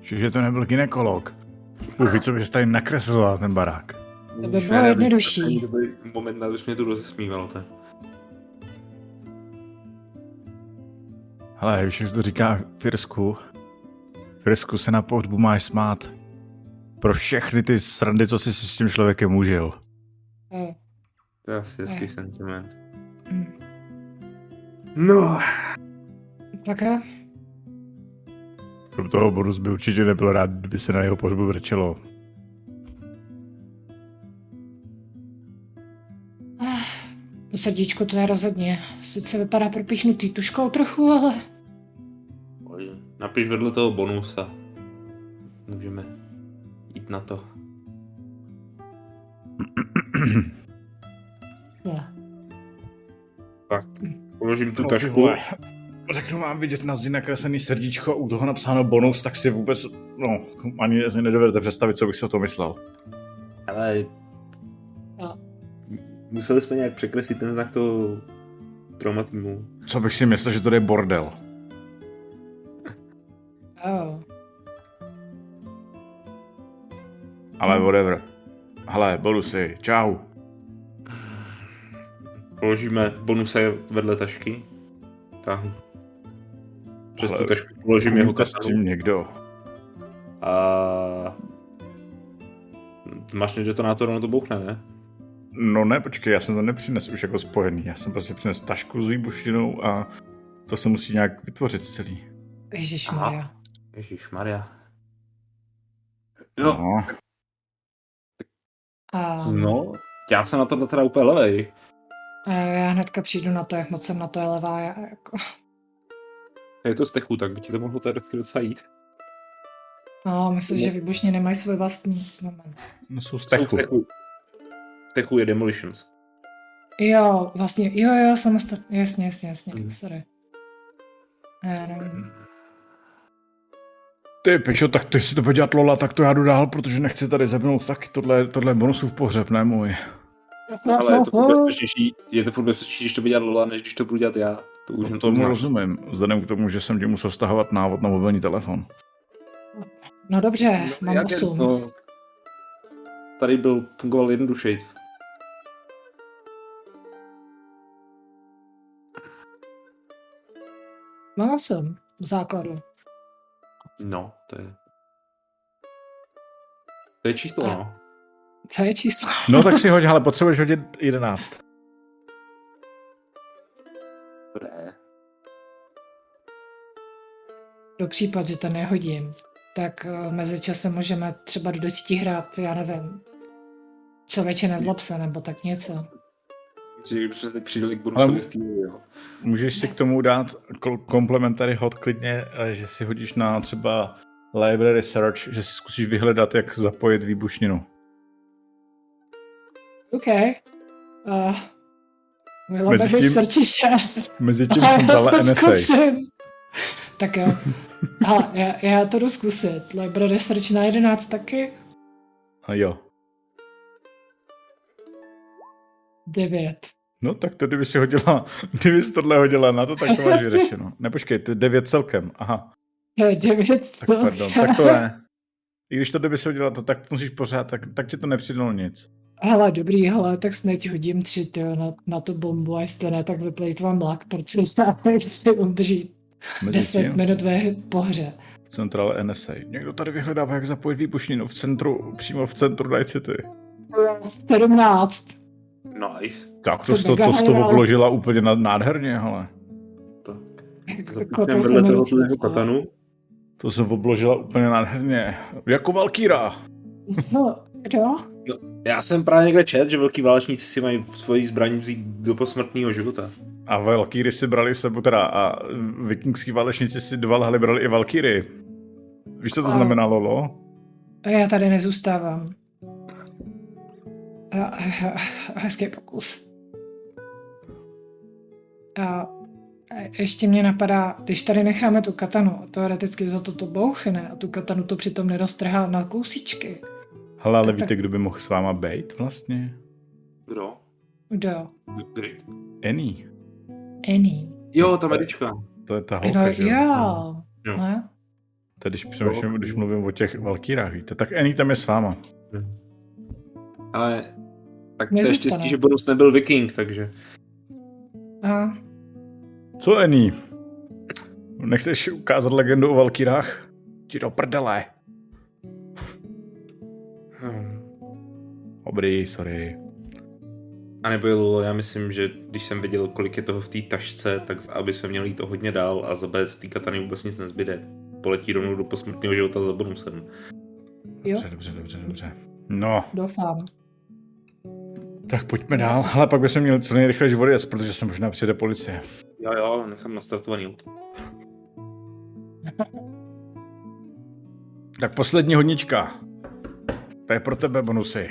Speaker 1: Že to nebyl ginekolog. Už ví, co bys tady nakreslila ten barák.
Speaker 3: To by bylo jednodušší.
Speaker 2: To byl moment, abys mě tu rozesmívalo. To.
Speaker 1: Hele, víš, jak to říká v Firsku? V Irsku se na pohřbu máš smát. Pro všechny ty srandy, co jsi si s tím člověkem užil.
Speaker 3: Mm.
Speaker 2: To je asi hezký sentiment.
Speaker 3: Mm.
Speaker 2: No,
Speaker 3: Tak
Speaker 1: Krom toho Borus by určitě nebyl rád, kdyby se na jeho pohřbu brečelo.
Speaker 3: To srdíčko to je rozhodně. Sice vypadá propichnutý tuškou trochu, ale...
Speaker 2: Pojď, napiš vedle toho bonusa. Můžeme jít na to.
Speaker 3: Já.
Speaker 2: Tak, položím tu
Speaker 1: No, ty
Speaker 2: tašku.
Speaker 1: vole. Řeknu vám vidět na zdi nakreslený srdíčko a u toho napsáno bonus, tak si vůbec, no, ani si nedovedete představit, co bych si o to myslel.
Speaker 2: Ale...
Speaker 3: Jo.
Speaker 2: Museli jsme nějak překreslit ten znak toho traumatýmu.
Speaker 1: Co bych si myslel, že to je bordel.
Speaker 3: Oh.
Speaker 1: Ale whatever. Hele, bonusy, čau.
Speaker 2: Položíme bonuse vedle tašky. Táhnu. Přes
Speaker 1: Ale-
Speaker 2: tu tašku položím jeho
Speaker 1: s
Speaker 2: kasadu.
Speaker 1: tím někdo.
Speaker 2: A... Máš někde to nátor, ono to bouchne, ne?
Speaker 1: No ne, počkej, já jsem to nepřines už jako spojený. Já jsem prostě přines tašku s výbuštinou a to se musí nějak vytvořit celý.
Speaker 3: Ježíš
Speaker 2: Aha.
Speaker 3: Maria.
Speaker 2: Ježíš Maria. No,
Speaker 3: A
Speaker 2: no, já jsem na tohle teda úplně levej.
Speaker 3: a já hnedka přijdu na to, jak moc jsem na to je levá. Já, jako,
Speaker 2: Je to z techu, tak by ti to mohlo teoreticky docela jít.
Speaker 3: no, myslím, že výbušně nemají svůj vlastní moment.
Speaker 1: no jsou z
Speaker 2: Jsou
Speaker 1: techu.
Speaker 2: V techu. V techu je Demolitions.
Speaker 3: Jo, vlastně, jo, jo, samostatně, jasně, jasně, jasně,
Speaker 2: Mm.
Speaker 3: sorry. Já nevím.
Speaker 1: Ty pičo, tak to jestli to bude dělat Lola, tak to já jdu dál, protože nechci tady zabnout taky. Tohle, tohle je bonusův pohřeb, ne můj.
Speaker 2: Ale
Speaker 3: Ehm.
Speaker 2: je to furt bezpečnější, je to furt bezpečnější, když to bude dělat Lola, než když to budu dělat já. To už
Speaker 1: No,
Speaker 2: no,
Speaker 1: tomu
Speaker 2: to
Speaker 1: rozumím, vzhledem k tomu, že jsem ti musel stahovat návod na mobilní telefon.
Speaker 3: No dobře, no, mám
Speaker 2: jak je
Speaker 3: osm.
Speaker 2: to? Tady byl, fungoval jednodušej.
Speaker 3: Mám osm v základu.
Speaker 2: No, to je... To je číslo,
Speaker 3: A-
Speaker 2: no.
Speaker 3: To je číslo.
Speaker 1: No tak si hoď, ale potřebuješ hodit 11.
Speaker 2: Ne.
Speaker 3: Pro případ, že to nehodím, tak eh, mezi časem můžeme třeba do desíti hrát, já nevím, člověče nezlob se, nebo tak něco.
Speaker 2: Že jsme se přidali k
Speaker 1: Ale-
Speaker 2: bonusovi stýlu, jo.
Speaker 1: Můžeš si k tomu dát kol- komplementary hod klidně, eh, že si hodíš na třeba library search, že si zkusíš vyhledat, jak zapojit výbušninu.
Speaker 3: OK. Eh, Uh, Milo,
Speaker 1: Mezi
Speaker 3: tak mi
Speaker 1: tím-
Speaker 3: srdčí šest.
Speaker 1: Mezi tím
Speaker 3: A
Speaker 1: jsem
Speaker 3: já
Speaker 1: dala
Speaker 3: to
Speaker 1: NSA.
Speaker 3: zkusím. Tak jo. A já, já to jdu zkusit. Library search na 11 taky.
Speaker 1: A jo.
Speaker 3: 9.
Speaker 1: No tak to kdyby si hodila, kdyby si tohle hodila na to, tak to máš vyřešeno. Ne, počkej, ty 9 celkem, aha.
Speaker 3: 9
Speaker 1: Tak pardon, tak to ne. I když to kdyby si hodila to, tak musíš pořád, tak, tak ti to nepřidalo nic.
Speaker 3: Hele, dobrý, hele, tak snad hodím tři tyjo, na, na tu bombu a jestli ne, tak vyplejt vám lak, protože já nechci umřít.
Speaker 1: Mezi tím-
Speaker 3: 10 minut ve po hře.
Speaker 1: Central NSA. Někdo tady vyhledává, jak zapojit výbušninu v centru, přímo v centru Night City.
Speaker 3: 17.
Speaker 2: Nice.
Speaker 1: Tak
Speaker 3: To
Speaker 1: to, to, to,
Speaker 3: mega
Speaker 1: to
Speaker 3: hajrál.
Speaker 1: obložila úplně na- nádherně, hele.
Speaker 2: Tak.
Speaker 3: Jako
Speaker 2: Zapíšeme
Speaker 3: to
Speaker 2: vedle
Speaker 3: jsem
Speaker 2: toho
Speaker 3: nemusela.
Speaker 2: svého katanu.
Speaker 1: To se obložila úplně nádherně. Jako Valkýra.
Speaker 3: No, jo.
Speaker 2: Já jsem právě někde čet, že velký válečníci si mají svoji zbraň vzít do posmrtného života.
Speaker 1: A Valkýry si brali sebou teda a vikingský válečníci si dva lhali brali i Valkýry. Víš, co to
Speaker 3: A-
Speaker 1: znamená, Lolo?
Speaker 3: A Já tady nezůstávám. A, a, a, hezký pokus. A, a ještě mě napadá, když tady necháme tu katanu, teoreticky za to to bouchne a tu katanu to přitom neroztrhá na kousíčky.
Speaker 1: Hele, ale
Speaker 3: Tak-
Speaker 1: víte, kdo by mohl s váma být vlastně?
Speaker 2: Kdo?
Speaker 3: Kdo?
Speaker 2: Brit.
Speaker 1: Annie.
Speaker 3: Annie.
Speaker 2: Jo, ta medička.
Speaker 1: To je ta holka,
Speaker 3: No,
Speaker 1: že jo?
Speaker 3: jo.
Speaker 2: Jo.
Speaker 3: Ne?
Speaker 1: To když přemýšlím, když mluvím o těch Valkýrách, víte, tak Annie tam je s váma.
Speaker 2: Ale tak to je
Speaker 3: Nezůstane.
Speaker 2: štěstí, že bonus nebyl viking, takže...
Speaker 3: A,
Speaker 1: Co Annie? Nechceš ukázat legendu o Valkýrách? Ti do prdele.
Speaker 2: Hmm.
Speaker 1: Dobrý, sorry.
Speaker 2: A nebo je Lulo, já myslím, že když jsem viděl, kolik je toho v té tašce, tak z A by jsme měli jít o hodně dál a za B z té katany vůbec nic nezbyde. Poletí rovnou do posmrtného života za bonusem.
Speaker 3: jo,
Speaker 1: Dobře, dobře, dobře, dobře. No,
Speaker 3: doufám.
Speaker 1: tak pojďme dál. Ale pak bychom měli co nejrychleji vodec, protože se možná přijde policie.
Speaker 2: Jo, jo, nechám nastartovaný auto.
Speaker 1: Tak poslední hodnička. To je pro tebe bonusy.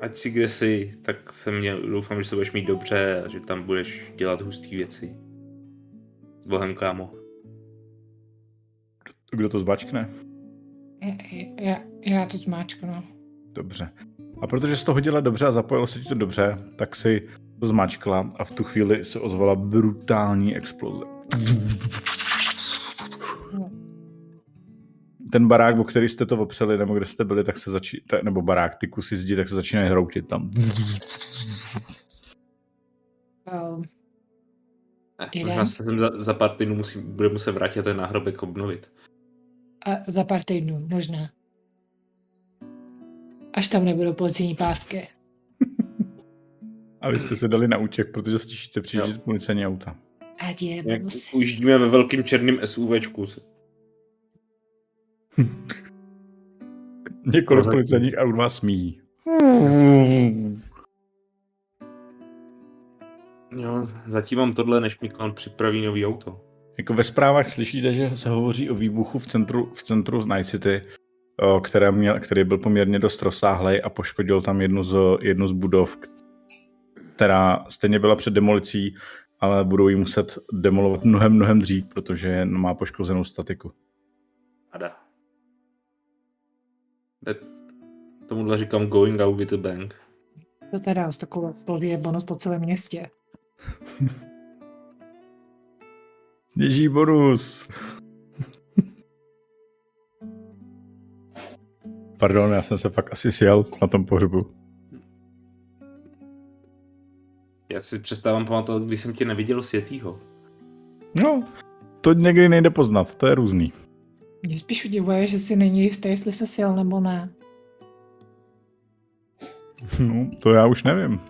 Speaker 2: Ať si kde jsi, tak se mě, doufám, že se budeš mít dobře a že tam budeš dělat hustý věci. S Bohem, kámo.
Speaker 1: Kdo to zbačkne?
Speaker 3: Já, já to zmáčku, no.
Speaker 1: Dobře. A protože jsi to hodila dobře a zapojilo se ti to dobře, tak si to zmačkla a v tu chvíli se ozvala brutální exploze. Ten barák, o který jste to opřeli, nebo kde jste byli, tak se začí, te- nebo barák, ty kusy zdi, tak se začínají hroutit tam.
Speaker 3: Um,
Speaker 2: Ne,
Speaker 3: Jeden.
Speaker 2: Eh, možná se sem za, za pár týdnů musí, bude muset vrátit a ten náhrobek obnovit.
Speaker 3: A za pár týdnů, možná. Až tam nebudou policejní pásky.
Speaker 1: A vy jste se dali na útěk, protože slyšíte přijíždět policejní auta.
Speaker 3: Ať je
Speaker 2: Jak
Speaker 3: bonus.
Speaker 2: ujíždíme ve velkým černým SUVčku.
Speaker 1: Několik
Speaker 2: Prozatím.
Speaker 1: policajních aut vás míjí.
Speaker 2: Jo, zatím mám tohle, než mi klon připraví nový auto.
Speaker 1: Jako ve zprávách slyšíte, že se hovoří o výbuchu v centru, v centru z Night City, o, které měl, který byl poměrně dost rozsáhlej a poškodil tam jednu z, jednu z budov, k- která stejně byla před demolicí, ale budou ji muset demolovat mnohem, mnohem dřív, protože má poškozenou statiku.
Speaker 2: Ada. That, tomuhle říkám going out with a bang.
Speaker 3: To teda z takovou odpověď je bonus po celém městě.
Speaker 1: Sněží bonus! Pardon, já jsem se fakt asi sjel na tom pohřbu.
Speaker 2: Já si přestávám pamatovat, když jsem tě neviděl světýho.
Speaker 1: No, to někdy nejde poznat, to je různý.
Speaker 3: Mě spíš udivuje, že si není jistý, jestli se sjel nebo ne.
Speaker 1: No, to já už nevím.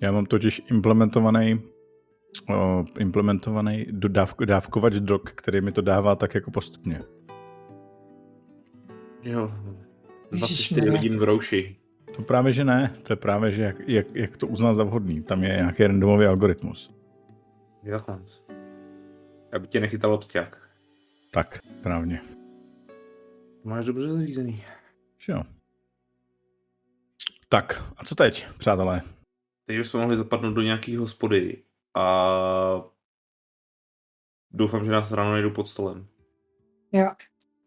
Speaker 1: Já mám totiž implementovaný o, implementovaný dodávko, dávkovač drog, který mi to dává tak jako postupně.
Speaker 2: Jo.
Speaker 3: Ježišmarja.
Speaker 2: 24 hodin v rouši.
Speaker 1: To právě, že ne. To je právě, že jak, jak, jak to uzná za vhodný. Tam je nějaký randomový algoritmus.
Speaker 2: Zaklánc. Aby tě nechytal obsťák.
Speaker 1: Tak, správně.
Speaker 2: Máš dobře zařízený.
Speaker 1: Že jo. Tak, a co teď, přátelé?
Speaker 2: Teď bychom mohli zapadnout do nějaký hospody a doufám, že nás ráno najdou pod stolem.
Speaker 3: Jo.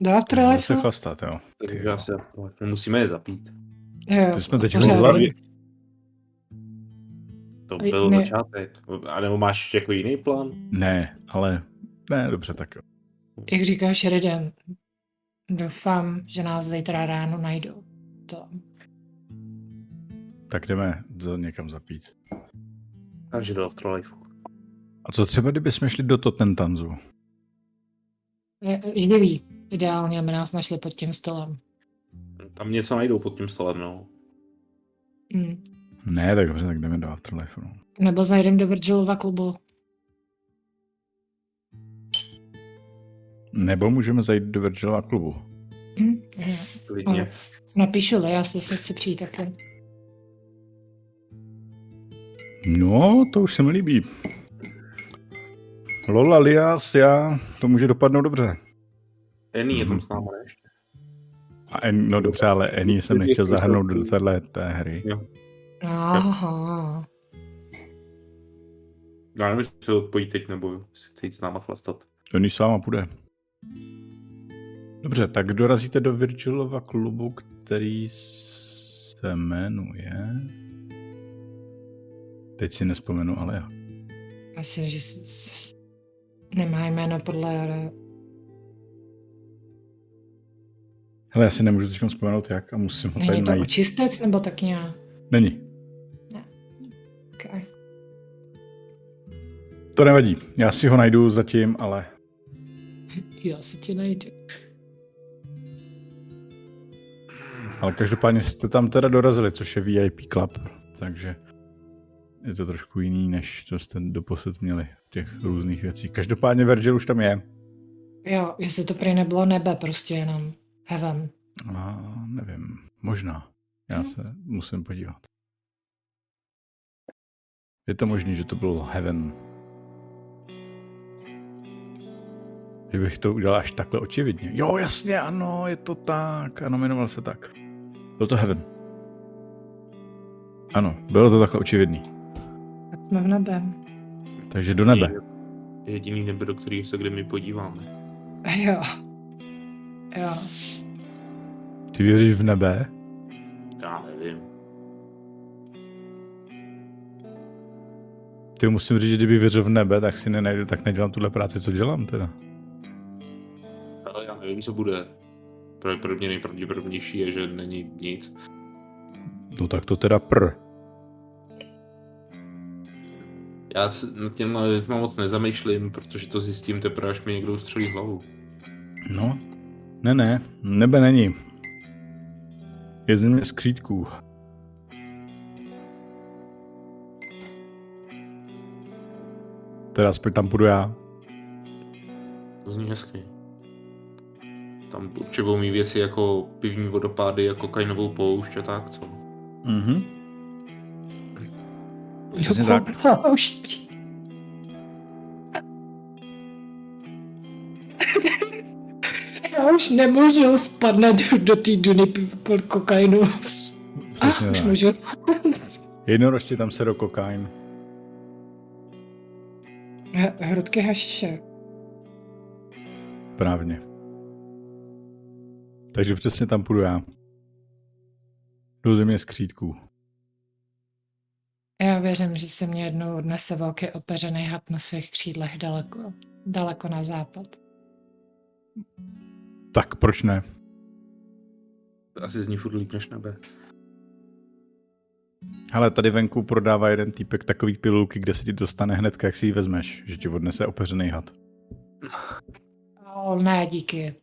Speaker 3: Do
Speaker 1: se
Speaker 3: afterlife?
Speaker 1: chlastat, jo.
Speaker 2: Takže
Speaker 1: Ty
Speaker 2: já
Speaker 1: jo.
Speaker 2: se my musíme je zapít.
Speaker 3: Jo.
Speaker 1: To jsme teď
Speaker 3: Pořád.
Speaker 1: hlavně.
Speaker 2: To
Speaker 3: Ej,
Speaker 2: byl
Speaker 3: ne.
Speaker 2: začátek. A nebo máš jako jiný plán?
Speaker 1: Ne, ale ne, dobře, tak jo.
Speaker 3: Jak říká Sheridan, Doufám, že nás zítra ráno najdou. To.
Speaker 1: Tak jdeme to někam zapít.
Speaker 2: Takže do Afterlife.
Speaker 1: A co třeba, kdyby jsme šli do Totentanzu?
Speaker 3: Je, neví. Ideálně by nás našli pod tím stolem.
Speaker 2: Tam něco najdou pod tím stolem, no.
Speaker 3: Mm.
Speaker 1: Ne, tak dobře, tak jdeme do Afterlife. No.
Speaker 3: Nebo zajdem do Virgilova klubu.
Speaker 1: Nebo můžeme zajít do Virgilova klubu.
Speaker 3: Mm. jo.
Speaker 2: Klidně.
Speaker 3: Ale- Napíšu Leas, jestli chci přijít taky.
Speaker 1: No, to už se mi líbí. Lola, Lias, já, to může dopadnout dobře.
Speaker 2: Eny je tam
Speaker 1: Mhm.
Speaker 2: s námi ne? ještě.
Speaker 1: A en, no dobře, ale Eni jsem nechtěl zahrnout do téhle té hry.
Speaker 3: Aha.
Speaker 2: Já nevím, jestli se odpojí teď, nebo si chce jít s náma chlastat.
Speaker 1: Oni s váma půjde. Dobře, tak dorazíte do Virgilova klubu, který se jmenuje... Teď si nespomenu, ale já.
Speaker 3: Myslím, že s- s- nemá jméno podle...
Speaker 1: Hele, já si nemůžu teď vzpomenout jak a musím ho tady
Speaker 3: Není to
Speaker 1: najít.
Speaker 3: očistec nebo tak nějak?
Speaker 1: Není.
Speaker 3: Okay.
Speaker 1: To nevadí. Já si ho najdu zatím, ale
Speaker 3: Já si tě najdu.
Speaker 1: Ale každopádně jste tam teda dorazili, což je VIP club, takže je to trošku jiný, než co jste doposud měli těch různých věcí. Každopádně Virgil už tam je.
Speaker 3: Jo, jestli to prý nebylo nebe, prostě jenom heaven.
Speaker 1: A nevím, možná. Já se musím podívat. Je to možný, že to bylo Heaven. Že bych to udělal až takhle očividně. Jo, jasně, ano, je to tak. Ano, jmenoval se tak. Byl to Heaven. Ano, bylo to takhle očividný.
Speaker 3: Tak jsme v nebe.
Speaker 1: Takže do nebe.
Speaker 2: Jediný nebe, do kterého se kdy my podíváme.
Speaker 3: Jo. Jo.
Speaker 1: Ty věříš v nebe?
Speaker 2: Já nevím.
Speaker 1: Ty musím říct, že kdyby věřil v nebe, tak si nenajdu, tak nedělám tuhle práci, co dělám teda.
Speaker 2: Ale já nevím, co bude. Pravděpodobně nejpravděpodobnější je, že není nic.
Speaker 1: No tak to teda pr.
Speaker 2: Já se nad těma věcma moc nezamýšlím, protože to zjistím teprve, až mi někdo střelí hlavu.
Speaker 1: No, ne, ne, nebe není. Je země skřítků. Teda aspoň tam půjdu já.
Speaker 2: To zní hezky. Tam určitě budou mít věci jako pivní vodopády, jako kajnovou poušť a tak, co?
Speaker 1: Mhm. Přesně
Speaker 3: Do
Speaker 1: tak.
Speaker 3: poušti. Já už nemůžu spadnout do, do té duny p- p- kokainu.
Speaker 1: Přesně
Speaker 3: Ah, už
Speaker 1: tak.
Speaker 3: můžu.
Speaker 1: Jednorožci tam se do kokain.
Speaker 3: H- Hrudky hašiše.
Speaker 1: Právně. Takže přesně tam půjdu já. Do země skřítků.
Speaker 3: Já věřím, že se mě jednou odnese velký opeřený had na svých křídlech daleko, daleko na západ.
Speaker 1: Tak proč ne?
Speaker 2: Asi zní furt líp než nebe.
Speaker 1: Hele, tady venku prodává jeden týpek takový pilulky, kde se ti dostane hned, jak si ji vezmeš, že ti odnese opeřený had.
Speaker 3: O, ne, díky.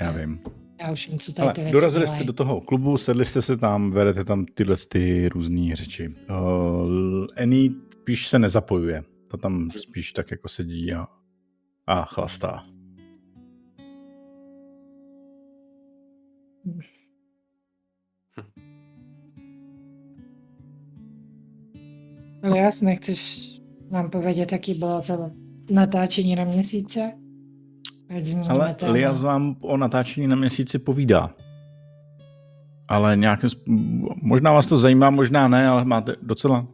Speaker 1: Já vím.
Speaker 3: Já už vím, co tady
Speaker 1: Ale
Speaker 3: ty věci
Speaker 1: dorazili
Speaker 3: dělají.
Speaker 1: jste do toho klubu, sedli jste se tam, vedete tam tyhle ty různé řeči. Uh, Annie spíš se nezapojuje. Ta tam spíš tak jako sedí a, a chlastá.
Speaker 3: No jasně, chceš nám povědět, jaký bylo to natáčení na měsíce? Ať zmíníme
Speaker 1: Ale
Speaker 3: téma.
Speaker 1: Lias vám o natáčení na měsíci povídá. Ale nějakým... sp- Možná vás to zajímá, možná ne, ale máte docela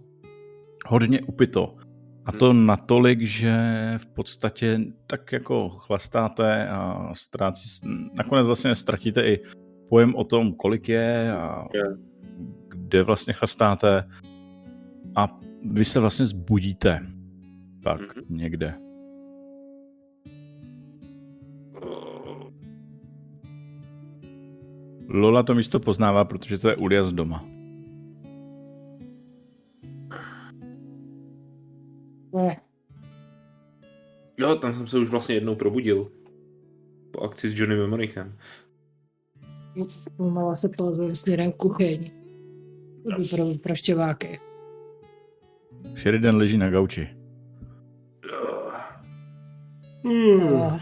Speaker 1: hodně upito. A to natolik, že v podstatě tak jako chlastáte a ztrácí, nakonec vlastně ztratíte i pojem o tom, kolik je a
Speaker 2: Je.
Speaker 1: kde vlastně chlastáte a vy se vlastně zbudíte tak
Speaker 2: Mhm.
Speaker 1: někde. Lola to místo poznává, protože to je Ulia z doma.
Speaker 3: Ne.
Speaker 2: Jo, tam jsem se už vlastně jednou probudil. Po akci s Johnny Memorichem.
Speaker 3: Pomalu se plazujeme směrem kuchyň. Jdu pro, pro štěváky.
Speaker 1: Sheridan leží na gauči.
Speaker 2: Hmm.
Speaker 3: A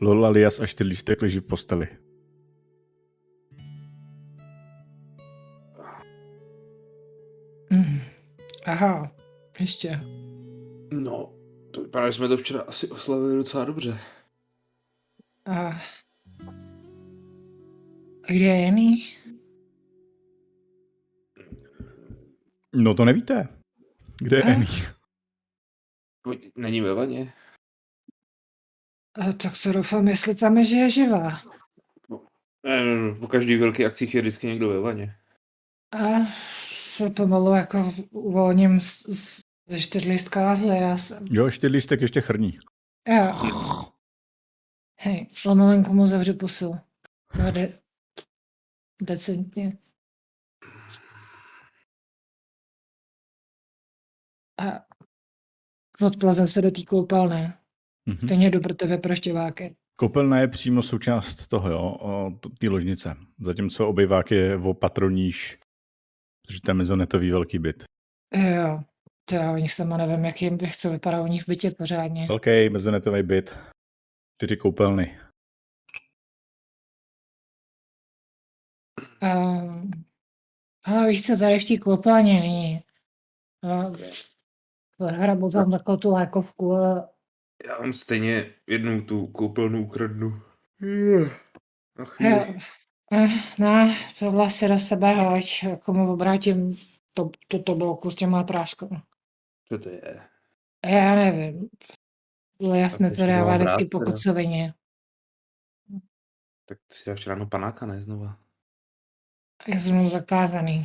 Speaker 1: Lola, Lias a čtyři lístek leží v posteli.
Speaker 3: Mm. Aha, ještě.
Speaker 2: No, to vypadá, že jsme to včera asi oslavili docela dobře.
Speaker 3: A... Kde je jiný?
Speaker 1: No to nevíte. Kde je
Speaker 3: Eh?
Speaker 1: Annie?
Speaker 2: Pojď, Není ve vaně?
Speaker 3: A, Eh, tak to doufám, jestli tam je, že je živá.
Speaker 2: Ne, ne, ne, po každý velký akcích je vždycky někdo ve vaně.
Speaker 3: A se pomalu jako uvolním z, z, ze čtyřlistka a zle. Já jsem...
Speaker 1: Jo, čtyři lístek ještě chrní.
Speaker 3: Já. Hej, pomalinku mu zavřu pusu. No, de, decentně. A odplazem se do té koupelny.
Speaker 1: Mhm.
Speaker 3: Stejně do brteve pro štěváky.
Speaker 1: Koupelna je přímo součást toho, jo, o, t- té ložnice. Zatímco obyvák je o patroníž, protože tam je zonetový velký byt.
Speaker 3: Jo, to já o nich sama nevím, jak jim bych, co vypadá u nich v bytě pořádně.
Speaker 1: Velký mezonetový byt. Čtyři koupelny.
Speaker 3: Um, ale víš co, tady v té koupelně není. No, Hrabu tam takovou tu lékovku, ale
Speaker 2: Já vám stejně jednou tu koupelnu ukradnu. Na
Speaker 3: Jo,
Speaker 2: chvíli.
Speaker 3: eh, ne, tohle si do sebe hoď, komu obrátím to, tu tobolku s těma práškama.
Speaker 2: Co to je?
Speaker 3: Já nevím. Bylo jasné,
Speaker 2: to
Speaker 3: to
Speaker 2: si
Speaker 3: dává
Speaker 2: dám
Speaker 3: vždycky
Speaker 2: brát,
Speaker 3: po
Speaker 2: teda.
Speaker 3: kocovině.
Speaker 2: Tak si dáš ráno panáka, ne znova?
Speaker 3: Já jsem jenom zakázaný.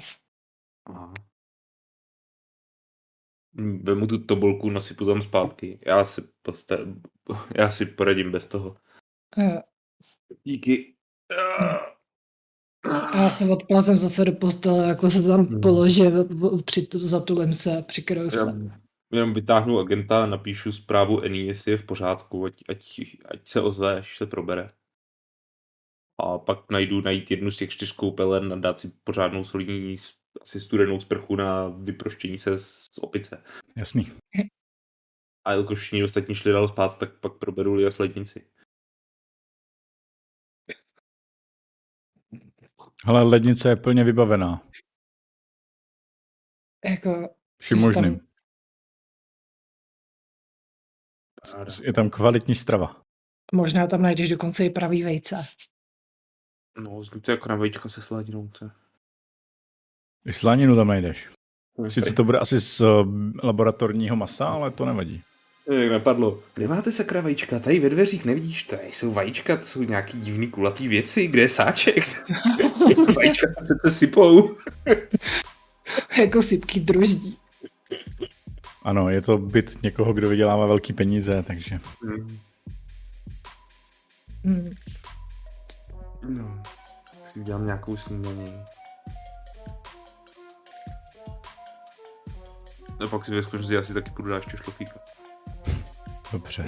Speaker 2: Aha. Mm, Vemu tu tobolku, nasypu tam zpátky. Já si, posta- já si poradím bez toho.
Speaker 3: Eh,
Speaker 2: Díky. Ah.
Speaker 3: A já se odplazem zase do postele, jako se tam
Speaker 2: Mhm.
Speaker 3: položím, při, zatulím se, přikryju se.
Speaker 2: Jenom, jenom vytáhnu agenta, napíšu zprávu Eni, jestli je v pořádku, ať, ať, ať se ozve, až se probere. A pak najdu najít jednu z těch čtyř koupelen a dát si pořádnou solidní, asi studenou sprchu na vyproštění se z opice.
Speaker 1: Jasný.
Speaker 2: A jelikož všichni ostatní šli dál spát, tak pak proberu Lia s lednici.
Speaker 1: Hele, lednice je plně vybavená.
Speaker 3: Jako,
Speaker 1: Vším
Speaker 3: Jsi tam-
Speaker 1: možným. S- Je tam kvalitní strava.
Speaker 3: možná tam najdeš dokonce i pravý vejce.
Speaker 2: No, zní to jako na vajíčka se sladinou. To... je-
Speaker 1: I slaninu tam najdeš. Sice to bude asi z eh, laboratorního masa, ale to nevadí.
Speaker 2: To Jak napadlo. Nemáte sakra vajíčka, tady ve dveřích nevidíš, to nejsou vajíčka, to jsou nějaký divný kulatý věci, kde je sáček? vajíčka se přece sypou.
Speaker 3: jako sypky druždí.
Speaker 1: Ano, je to byt někoho, kdo vydělává velký peníze, takže...
Speaker 3: Hmm.
Speaker 2: No, si udělám nějakou snídaní. A No, pak si ve skutečnosti asi taky půjdu dát ještě šlofíka.
Speaker 1: Dobře.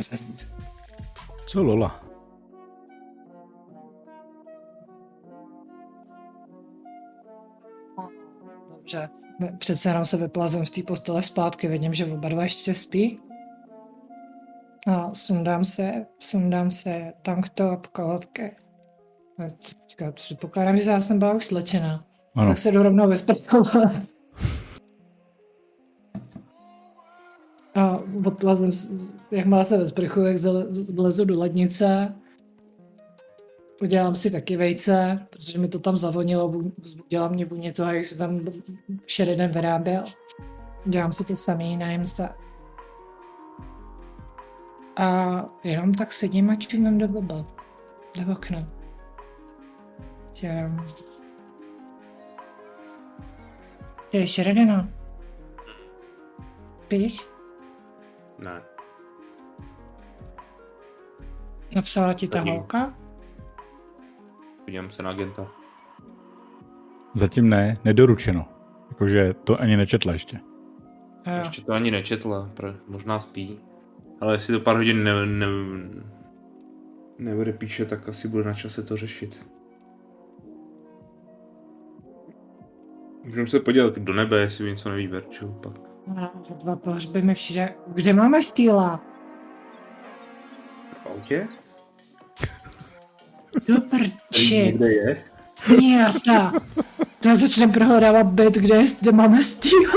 Speaker 1: Co Lola?
Speaker 3: Dobře. Přece jenom se vyplazem z té postele zpátky, vidím, že oba dva ještě spí. A sundám se, sundám se tanktop, kalotky. A t- teďka Předpokládám, že já jsem byla už slečená.
Speaker 1: Ano,
Speaker 3: Tak se jdu rovnou vysprchovat. A odplazem, s- jak má se vesprchu, jak zale- zlezu do lednice. Udělám si taky vejce, protože mi to tam zavonilo, bu- udělám mě buně toho, jak se tam Sheridan vyráběl. Dělám si to samý, najím se. A jenom tak sedím a čumím do blba. Do okna. Že... Že je Sheridana. Píš?
Speaker 2: Ne.
Speaker 3: Napsala ti ta
Speaker 2: Nevím.
Speaker 3: holka?
Speaker 2: Podívám se na agenta.
Speaker 1: Zatím ne, nedoručeno. Jakože to ani nečetla ještě.
Speaker 2: Jo. Ještě to ani nečetla, možná spí. Ale jestli to pár hodin ne, ne, neodepíše, tak asi bude na čase to řešit. Můžeme se podívat do nebe, jestli něco neví Verču pak.
Speaker 3: No, dva pohřby mi všude. Kde máme stýla?
Speaker 2: V autě?
Speaker 3: Do prčic.
Speaker 2: Kde je?
Speaker 3: Mierda. To já začnem prohledávat byt, kde, je, kde máme stýl.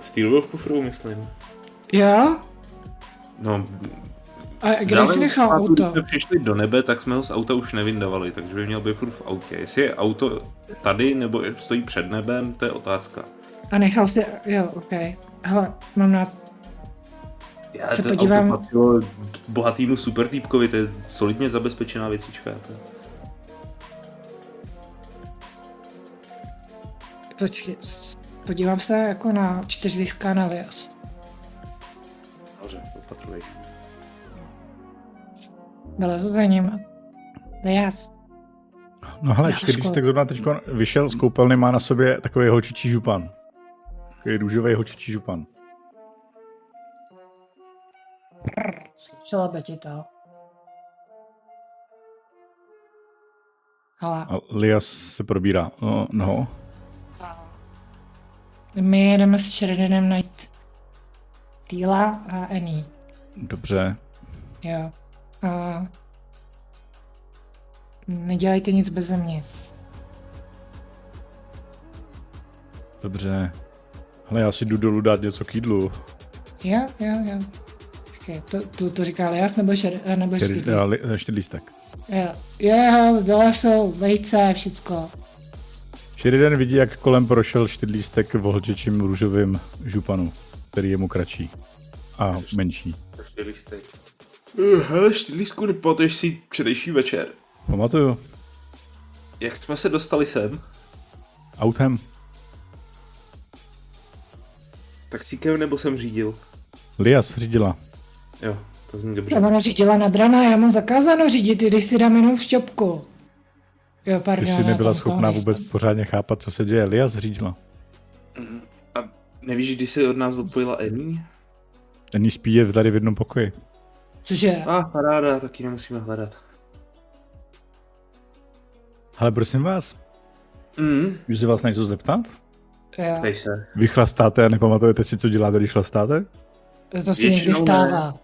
Speaker 2: Stýl byl v kufru, myslím.
Speaker 3: Jo?
Speaker 2: No,
Speaker 3: a kde jsi nechal auto?
Speaker 2: Když přišli do nebe, tak jsme ho z auta už nevindavali, takže by měl být furt v autě. Jestli je auto tady, nebo stojí před nebem, to je otázka.
Speaker 3: A nechal jsi, jo, ok. Hele, mám na...
Speaker 2: Já se podívám... Auto patřilo bohatýmu supertýpkovi, to je solidně zabezpečená věcička. To.
Speaker 3: Počkej, podívám se jako na čtyřlichká na Vios.
Speaker 2: Dobře, opatruješ.
Speaker 3: Vylezu za ním. Vyjaz.
Speaker 1: No hele, čtyřistek zrovna teď vyšel z koupelny, má na sobě takový holčičí župan. Takový růžový holčičí župan.
Speaker 3: Slyšela by ti to. Hele.
Speaker 1: A Lias se probírá. No, no.
Speaker 3: My jedeme s Sheridanem najít Týla a Annie.
Speaker 1: Dobře.
Speaker 3: Jo. A nedělejte nic bez mě.
Speaker 1: Dobře. Hele, já si jdu dolů dát něco k jídlu.
Speaker 3: Jo, jo, jo. Počkej, to, to, to říká Lias nebo, šer, nebo
Speaker 1: e, čtyřlístek?
Speaker 3: Jo, jo, dole jsou vejce, všecko.
Speaker 1: Sheridan vidí, jak kolem prošel čtyřlístek v holčičím růžovým županu, který je mu kratší a menší.
Speaker 2: Čtyřlístek. Uh, hele, Štýlísku, nepamatuješ si včerejší večer?
Speaker 1: Pamatuju.
Speaker 2: Jak jsme se dostali sem?
Speaker 1: Autem.
Speaker 2: Taxíkem nebo jsem řídil?
Speaker 1: Lias řídila.
Speaker 2: Jo, to zní dobře.
Speaker 3: Já ona řídila nad rana, já mám zakázáno řídit, když si dám jenom v šťopku. Jo, pardon.
Speaker 1: Když jsi nebyla schopná vůbec pořádně chápat, co se děje. Lias řídila.
Speaker 2: Mm, A nevíš, když se od nás odpojila Ení?
Speaker 1: Ení spí je tady v jednom pokoji.
Speaker 3: Cože?
Speaker 2: A ah, ráda, taky nemusíme hledat.
Speaker 1: Ale prosím vás,
Speaker 2: mm.
Speaker 1: můžu se vás na něco zeptat?
Speaker 2: Ptej se.
Speaker 1: Vy chlastáte a nepamatujete si, co děláte, když chlastáte?
Speaker 3: To si někdy stává.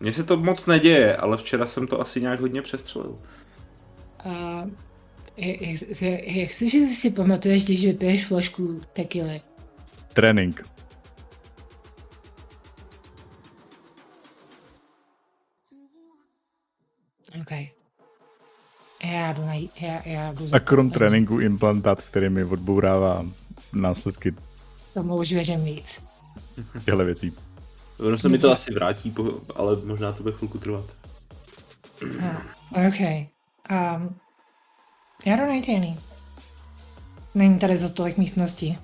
Speaker 2: Mně se to moc neděje, ale včera jsem to asi nějak hodně přestřelil.
Speaker 3: A jak, jak, jak si, že si pamatuješ, když vypiješ fložku tekily?
Speaker 1: Trénink.
Speaker 3: OK. Já jdu, na, já, já jdu
Speaker 1: A krom tréninku implantát, který mi odbourává následky.
Speaker 3: Tomu už věřím víc.
Speaker 1: Těhle věcí.
Speaker 2: Ono se mi to asi vrátí, ale možná to bude chvilku trvat.
Speaker 3: Ah, OK. Um, já jdu najít jiný. Není tady za tolik místností.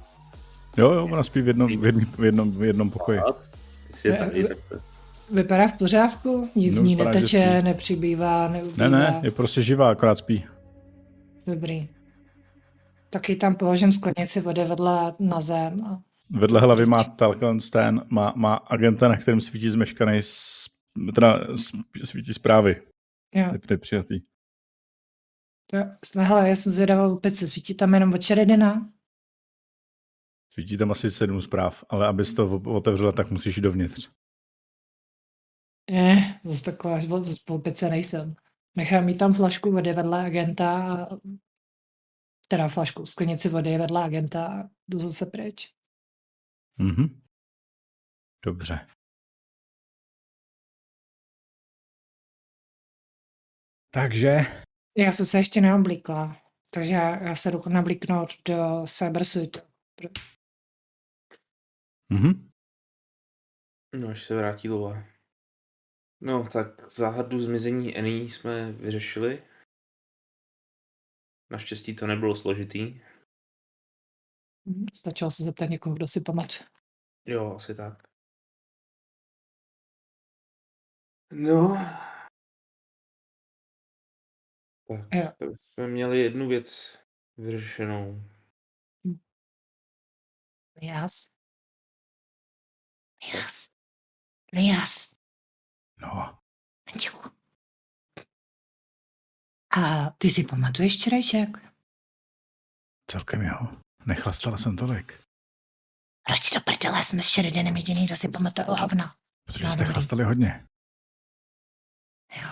Speaker 1: Jo, jo, ona spí v jednom, v jednom, v jednom, v jednom pokoji.
Speaker 2: Jestli je tady, tak to...
Speaker 3: Vypadá v pořádku? Nic no, ní neteče, nepřibývá, neubývá.
Speaker 1: Ne, ne, je prostě živá, akorát spí.
Speaker 3: Dobrý. Taky tam položím sklenici vody vedle na zem. A...
Speaker 1: Vedle hlavy má Talkenstein, má, má agenta, na kterém svítí zmeškaný, teda svítí zprávy.
Speaker 3: Jo.
Speaker 1: Nepřijatý.
Speaker 3: Jo, hele, já jsem zvědavá opět se svítí tam jenom od Šeredina.
Speaker 1: Svítí tam asi sedm zpráv, ale abys to otevřela, tak musíš jít dovnitř.
Speaker 3: Ne, zase taková spolupece nejsem. Nechám jí tam flašku vody vedle agenta, teda flašku, sklenici vody vedle agenta a jdu zase pryč.
Speaker 1: Mhm. Dobře. Takže?
Speaker 3: Já jsem se ještě neoblíkla, takže já, já se jdu nablíknout do Cybersuitu.
Speaker 1: Mhm.
Speaker 2: No, až se vrátí Lola. No, tak záhadu zmizení Annie jsme vyřešili. Naštěstí to nebylo složitý.
Speaker 3: Stačilo Mhm. se zeptat někoho, kdo si pamatuje.
Speaker 2: Jo, asi tak. No.
Speaker 3: Jo.
Speaker 2: Tak, to jsme měli jednu věc vyřešenou.
Speaker 3: Lias. Lias. Lias.
Speaker 1: No,
Speaker 3: Antiku. A ty si pamatuješ včerejšek?
Speaker 1: celkem jo. Nechlastala jsem tolik.
Speaker 3: Proč to prdele jsme s Sheridanem jediný, kdo si pamatuje o hovna?
Speaker 1: Protože
Speaker 3: No,
Speaker 1: jste
Speaker 3: dobrý.
Speaker 1: chlastali hodně.
Speaker 3: Jo.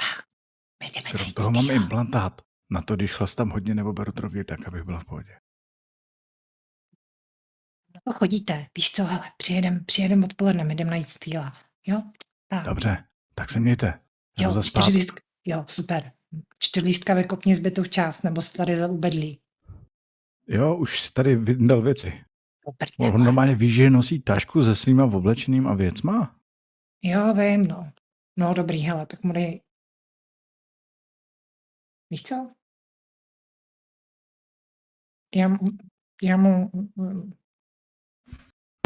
Speaker 3: Tak, my jdeme
Speaker 1: Krom
Speaker 3: najít
Speaker 1: toho mám
Speaker 3: Steela.
Speaker 1: implantát. Na to, když chlastám hodně nebo beru drogy, tak abych byla v pohodě.
Speaker 3: No, chodíte, víš co, hele, přijedem, přijedem odpoledne, my jdem najít Steela. Jo, tak.
Speaker 1: Dobře, tak se mějte. Jdu
Speaker 3: Jo,
Speaker 1: zaspát.
Speaker 3: čtyři lístka, jo, super. Čtyři lístka vykopni zbytou část, nebo se tady zaubedlí.
Speaker 1: jo, už tady vyndal věci.
Speaker 3: To prdele.
Speaker 1: On normálně ví, že nosí tašku se svýma oblečeným a věcma.
Speaker 3: Jo, vím, no. No dobrý, hele, tak mu dej. Víš co? Já, mu- já mu...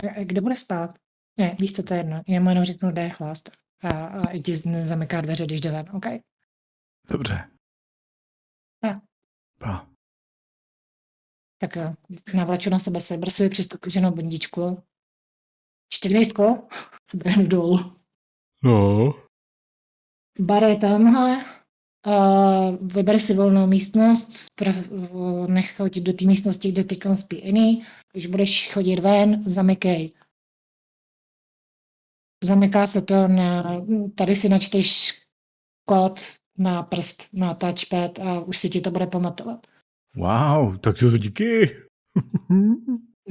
Speaker 3: Eh, Kde bude spát? Ne, víš co, to je jedno. Já mu jenom řeknu, kde je chlast. A, a i ti zamyká dveře, když jde ven, OK?
Speaker 1: Dobře.
Speaker 3: Pa.
Speaker 1: Pa.
Speaker 3: Tak jo, navlaču na sebe se, brzy přistupu ženou bundičku. Čtyřlístku? Běhnu dolů.
Speaker 1: No.
Speaker 3: Bar je tamhle. Uh, vyber si volnou místnost, pr- uh, nech chodit do té místnosti, kde teď spí jiný. Když budeš chodit ven, zamykej. Zamyká se to na... Tady si načteš kód na prst, na touchpad a už si ti to bude pamatovat.
Speaker 1: Wow, tak to díky.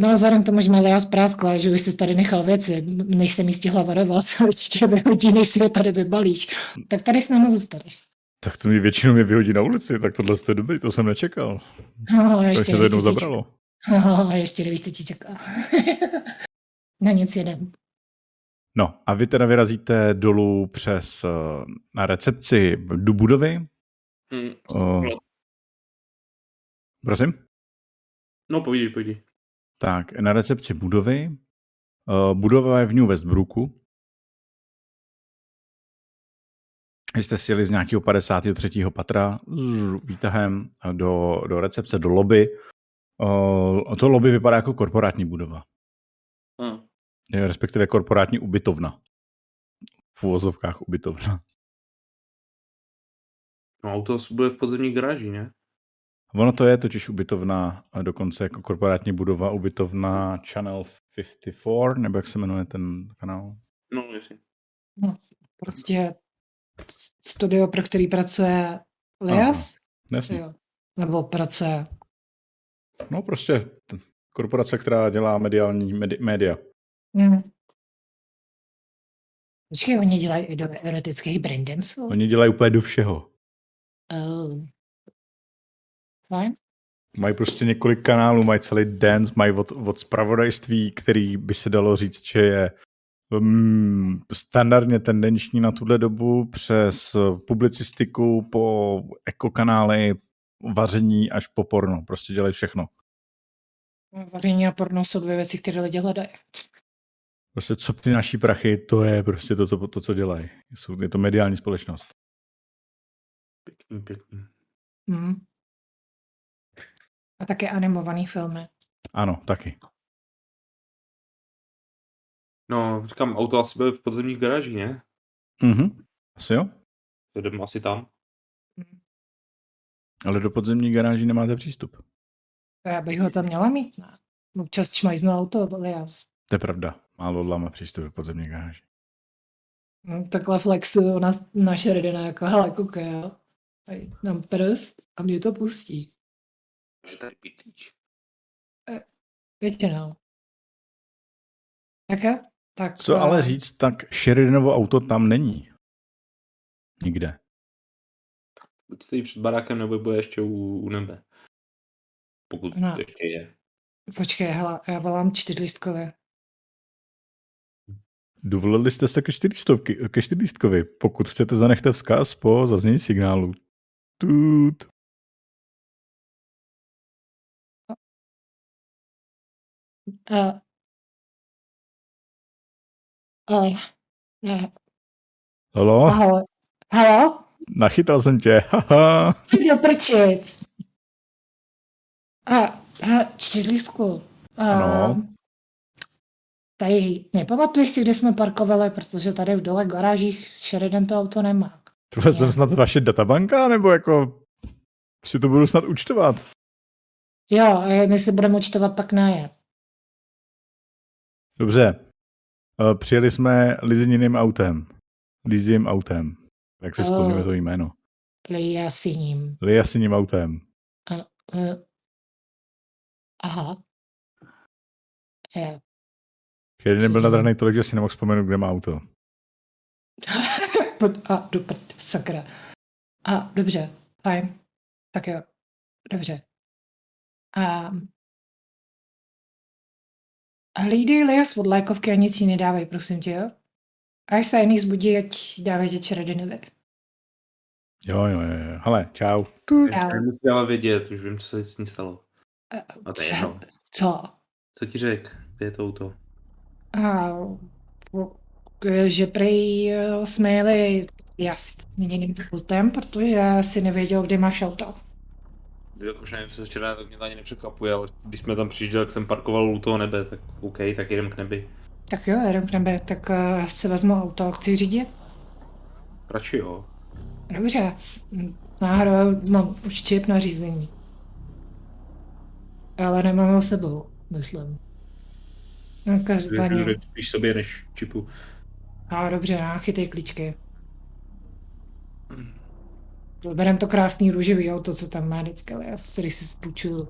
Speaker 3: No, vzhledem k tomu, že Melia zpráskla, že už jsi tady nechal věci, než jsem jí stihla varovat, určitě vyhodí, než si je tady vybalíš. Tak tady s námi zůstaneš.
Speaker 1: tak to mě většinou mě vyhodí na ulici, tak tohle je dobrý, to jsem nečekal.
Speaker 3: No,
Speaker 1: To ještě to
Speaker 3: než
Speaker 1: jednou
Speaker 3: ti čeká.
Speaker 1: zabralo.
Speaker 3: Oh, ještě nevíš, co ti čeká. Na nic jedem.
Speaker 1: No a vy teda vyrazíte dolů přes eh, na recepci do budovy.
Speaker 2: Hm.
Speaker 1: Eh, Prosím?
Speaker 2: No, povídej, povídej.
Speaker 1: Tak, na recepci budovy. Eh, Budova je v New Westbrooku. Vy jste sjeli z nějakého 53. patra s výtahem do, do recepce, do lobby. Eh, To lobby vypadá jako korporátní budova,
Speaker 2: Hm.
Speaker 1: eh, respektive korporátní ubytovna. V úvozovkách ubytovna.
Speaker 2: No, auto bude v podzemní garáži, ne?
Speaker 1: Ono to je totiž ubytovna, a dokonce jako korporátní budova, ubytovna Channel 54, nebo jak se jmenuje ten kanál?
Speaker 2: No, jasně.
Speaker 3: Prostě s- studio, pro který pracuje Lias?
Speaker 1: Jasně.
Speaker 3: Jo. Nebo pracuje...
Speaker 1: No prostě t- korporace, která dělá mediální medi- média.
Speaker 3: Hmm. Počkej, oni dělají i do erotických brandinců?
Speaker 1: Oni dělají úplně do všeho.
Speaker 3: Oh. Fajn.
Speaker 1: Mají prostě několik kanálů, mají celý dance, mají od, od spravodajství, který by se dalo říct, že je um, standardně tendenční na tuhle dobu přes eh, publicistiku po ekokanály, vaření až po porno. Prostě dělají všechno.
Speaker 3: Vaření a porno jsou dvě věci, které lidi hledají.
Speaker 1: Prostě co ty naší prachy, to je prostě to, to, to co dělají. Jsou- Je to mediální společnost.
Speaker 2: Pěkný, pěkný.
Speaker 3: Hmm. A také animovaný filmy.
Speaker 1: Ano, taky.
Speaker 2: No, říkám, auto asi bude v podzemní garáži, ne?
Speaker 1: Mhm. Asi jo?
Speaker 2: Jedeme asi tam.
Speaker 1: Ale do podzemní garáží nemáte přístup.
Speaker 3: A já bych ho tam měla mít, ne? Občas šmajznu auto, Lias.
Speaker 1: To je pravda. Málo lidí má přístup do podzemní garáže.
Speaker 3: No, takhle flexuju na, na Sheridana, jako hele, koukej, jo. Tady Dám prst a mě to pustí.
Speaker 2: Že tady pitlíč.
Speaker 3: Většinou. no. Tak jo? Tak,
Speaker 1: Co
Speaker 3: eh,
Speaker 1: ale říct, tak Sheridanovo auto tam není. Nikde.
Speaker 2: Buď stojí před barákem, nebo bude ještě u, u nebe. Pokud
Speaker 3: No.
Speaker 2: ještě je.
Speaker 3: Počkej, hele, já volám čtyřlistkové.
Speaker 1: Dovolili jste se ke, čtyřstovky, ke čtyřlístkovi. Pokud chcete, zanechte vzkaz po zaznění signálu. Tut.
Speaker 3: Uh, uh, ne,
Speaker 1: Halo? Oh.
Speaker 3: ahoj, Halo?
Speaker 1: Nachytal jsem tě, haha.
Speaker 3: Do prčic. A, a čtyřlístku.
Speaker 1: Ano.
Speaker 3: Tady, nepamatuješ si, kde jsme parkovali, protože tady v dole garážích s Sheridan to auto nemá.
Speaker 1: Tohle jsem snad vaše databanka, nebo jako si to budu snad účtovat?
Speaker 3: Jo, a my si budeme účtovat pak nájem.
Speaker 1: Dobře. Eh, Přijeli jsme Lizininým autem. Lizím autem. Jak se
Speaker 3: Oh.
Speaker 1: splníme to jméno?
Speaker 3: Leia si ním.
Speaker 1: Liasiním autem.
Speaker 3: Eh, Aha. Eh. Jo.
Speaker 1: Který nebyl
Speaker 3: Liziním.
Speaker 1: nadraný tolik, že si nemohl vzpomenout, kde má auto.
Speaker 3: Pod- A do prd, sakra. A dobře, fajn. Tak jo, dobře. A hlídej Lias od lékovky a nic jí nedávej, prosím tě, jo? A až se jiný zbudí, ať dávej tě čeredinovi.
Speaker 1: Jo, jo, jo. jo. Hele, čau.
Speaker 3: Čau.
Speaker 2: Já musím dala vědět, už vím, co se s ní stalo. A to je jedno.
Speaker 3: Co?
Speaker 2: Co ti řek? Kde je to auto?
Speaker 3: A, k- že prej eh, jsme jeli jasným kultem, protože si nevěděl, kde máš auto.
Speaker 2: Jakož nevím, co se včera, tak mě to ani nepřekvapuje, ale když jsme tam přijížděli, jak jsem parkoval u toho nebe, tak OK, tak jdem k nebi.
Speaker 3: Tak jo, jenom k nebe, tak eh, si vezmu auto, chci řídit.
Speaker 2: Radši jo.
Speaker 3: Dobře, hm, náhodou mám už čip na řízení. Ale nemám ho s sebou, myslím. No, každopádně,
Speaker 2: Že- že Spíš sobě než čipu.
Speaker 3: a dobře, nachytej klíčky. Vyberem to krásný růžový auto, co tam má vždycky, ale já si si spůjčuju.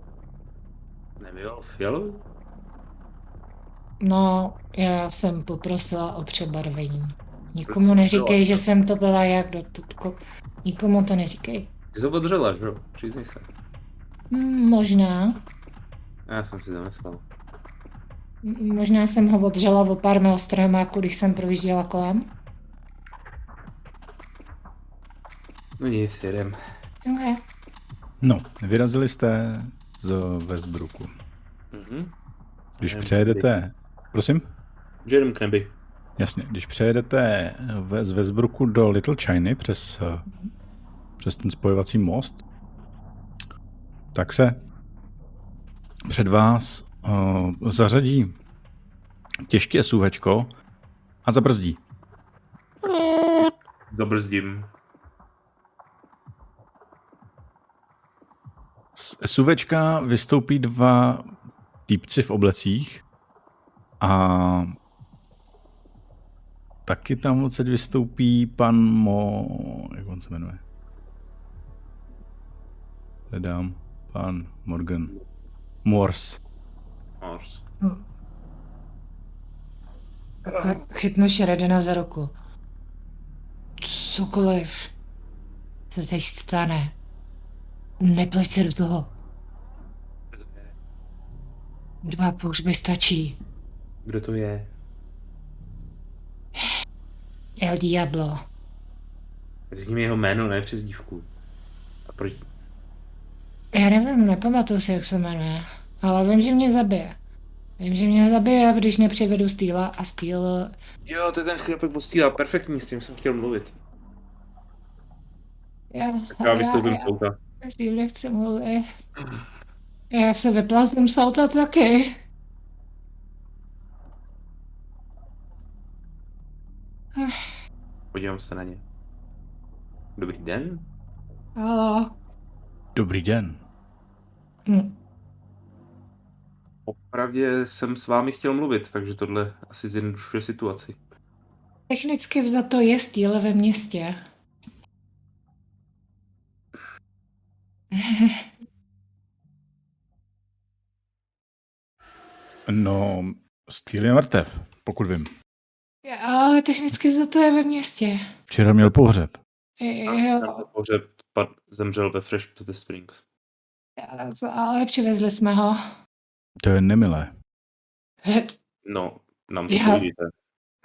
Speaker 2: Nebyl fialový?
Speaker 3: No, já jsem poprosila o přebarvení. Nikomu neříkej, že jsem to byla jak do tutku. Nikomu to neříkej.
Speaker 2: Ty jsi ho odřela, že jo? Přiznej se.
Speaker 3: Hm, možná.
Speaker 2: Já jsem si zamyslel.
Speaker 3: M- Možná jsem ho odřela o pár mil stromáků, když jsem projížděla kolem.
Speaker 2: No nic, jedem.
Speaker 3: Okay.
Speaker 1: No, vyrazili jste z Westbrooku.
Speaker 2: Mhm.
Speaker 1: Když
Speaker 2: Jdem k
Speaker 1: přejedete... Prosím?
Speaker 2: nebi. Že jdem k nebi.
Speaker 1: Jasně, když přejedete ve, z Westbrooku do Little Chiny přes, eh, přes ten spojovací most, tak se před vás uh, zařadí těžké SUVčko a zabrzdí.
Speaker 2: Zabrzdím.
Speaker 1: Z SUVčka vystoupí dva týpci v oblecích a taky tam odsaď vystoupí pan Mo... Jak on se jmenuje? Hledám. Pan Morgan. Morse.
Speaker 2: Mars.
Speaker 3: Hm. Ch- Chytnu Šeredina za ruku. Cokoliv se teď stane, nepleť se do toho. Dva pohřby stačí.
Speaker 2: Kdo to je?
Speaker 3: El Diablo.
Speaker 2: Řekni mi jeho jméno, ne přes dívku. A proč?
Speaker 3: Já nevím, nepamatuju si, jak se jmenuje, ale vím, že mě zabije. Vím, že mě zabije, když nepřivedu Stýla a eh, Stýl...
Speaker 2: Jo, to je ten chlapek od Steela, perfektní, s tím jsem chtěl mluvit.
Speaker 3: Já,
Speaker 2: Já vystoupím z
Speaker 3: já,
Speaker 2: auta.
Speaker 3: já s tím nechci mluvit. Já se vyplazím z auta taky.
Speaker 2: Podívám se na ně. Dobrý den.
Speaker 3: Halo.
Speaker 1: Dobrý den.
Speaker 3: Hm,
Speaker 2: Opravdě jsem s vámi chtěl mluvit, takže tohle asi zjednodušuje situaci.
Speaker 3: Technicky vzato je Stýl ve městě.
Speaker 1: No, Steel je mrtev, pokud vím.
Speaker 3: Já, Ale technicky vzato je ve městě.
Speaker 1: Včera měl pohřeb.
Speaker 2: No,
Speaker 3: Jo,
Speaker 2: Pohřeb pad, zemřel ve Fresh to the Springs.
Speaker 3: ale přivezli jsme ho.
Speaker 1: To je nemilé.
Speaker 2: No, nám to
Speaker 3: Já-
Speaker 2: povíte.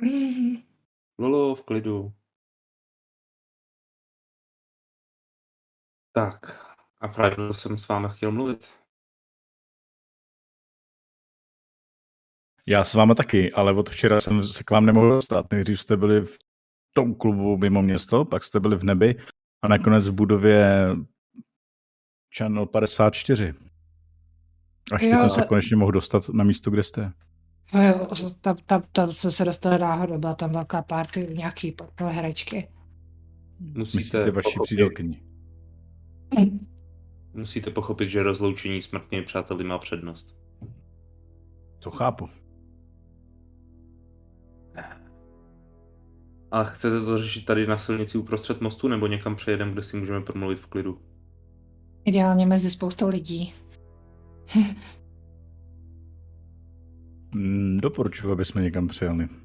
Speaker 3: Hm,
Speaker 2: Lolo, v klidu. Tak, a právě proto jsem s vámi chtěl mluvit.
Speaker 1: Já s váma taky, ale od včera jsem se k vám nemohl dostat. Nejdřív jste byli v tom klubu mimo město, pak jste byli v nebi a nakonec v budově Channel 54. Až teď
Speaker 3: Jo,
Speaker 1: jsem se
Speaker 3: ale-
Speaker 1: konečně mohl dostat na místo, kde jste.
Speaker 3: Jo, jo, tam, tam, tam jsme se dostali náhodou, byla tam velká party, nějaký pro- pro herečky.
Speaker 2: Musíte
Speaker 3: Hmm.
Speaker 1: Myslíte vaši
Speaker 2: pochopit-
Speaker 1: přítelkyni.
Speaker 3: Hm.
Speaker 2: Musíte pochopit, že rozloučení smrtně přáteli má přednost.
Speaker 1: To chápu.
Speaker 2: A chcete to řešit tady na silnici uprostřed mostu, nebo někam přejedem, kde si můžeme promluvit v klidu?
Speaker 3: Ideálně mezi spoustou lidí.
Speaker 1: Mm, Doporučuji, aby jsme někam přijeli.
Speaker 2: No.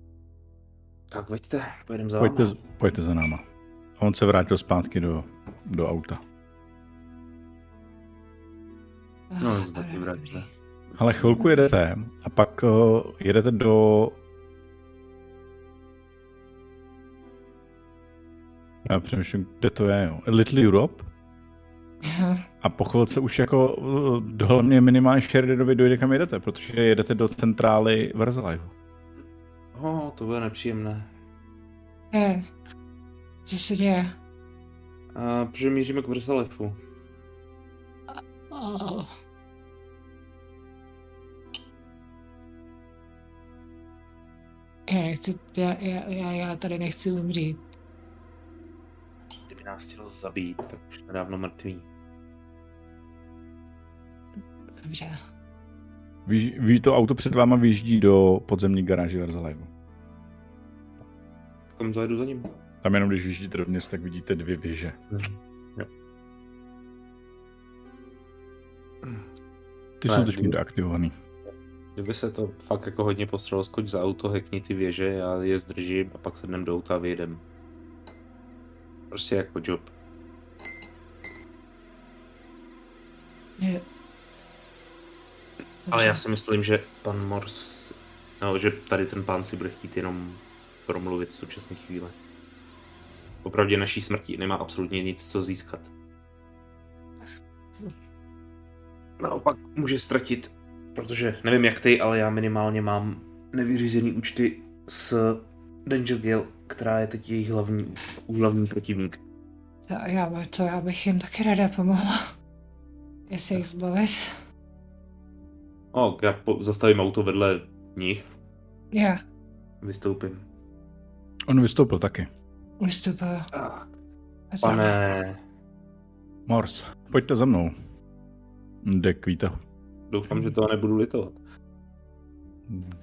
Speaker 2: Tak veďte, pojedeme za
Speaker 1: Pojďte, pojďte za náma. A on se vrátil zpátky do, do auta.
Speaker 2: No,
Speaker 3: Ah,
Speaker 2: to taky
Speaker 3: dobrý,
Speaker 2: vrátíme.
Speaker 3: dobrý.
Speaker 1: Ale chvilku jedete a pak eh, jedete do... Já přemýšlím, kde to je. Jo. Little Europe?
Speaker 3: Aha.
Speaker 1: A po chvilce už jako eh, hlavně minimálně Sheridanovi dojde, kam jedete, protože jedete do centrály Verzalive.
Speaker 2: Oh, to bude nepříjemné.
Speaker 3: Eh, Co se děje?
Speaker 2: A protože míříme k Vrsalefu.
Speaker 3: Oh. Já, nechci, já, já, já, já tady nechci umřít.
Speaker 2: Kdyby nás chtělo zabít, tak už jsme dávno mrtví.
Speaker 3: Dobře.
Speaker 1: Víž, ví, to auto před váma vyjíždí do podzemní garáže Verzalive.
Speaker 2: Tak tam zajedu za ním.
Speaker 1: Tam jenom když vyjíždíte dovnitř, tak vidíte dvě věže. Ty
Speaker 2: Ne,
Speaker 1: jsou teď
Speaker 2: kdyby-
Speaker 1: aktivovaný.
Speaker 2: Kdyby se to fakt jako hodně postřelo, skoč za auto, hekni ty věže, já je zdržím a pak sednem do auta a vyjedem. Prostě jako job.
Speaker 3: Je-
Speaker 2: Ale
Speaker 3: Dobře.
Speaker 2: já si myslím, že pan Mors, no, že tady ten pán si bude chtít jenom promluvit v současné chvíli. Popravdě naší smrti nemá absolutně nic co získat. Naopak může ztratit, protože nevím jak ty, ale já minimálně mám nevyřízený účty s Danger Gale, která je teď jejich hlavní, hlavní protivník.
Speaker 3: To, já, by- to já bych jim taky ráda pomohla. Jestli jich zbavit.
Speaker 2: O, já po- zastavím auto vedle nich,
Speaker 3: Já
Speaker 2: vystoupím.
Speaker 1: On vystoupil taky.
Speaker 3: vystupuju.
Speaker 2: Tak, pane,
Speaker 1: Mors, pojďte za mnou. Jde k výtahu.
Speaker 2: Doufám, že toho nebudu litovat.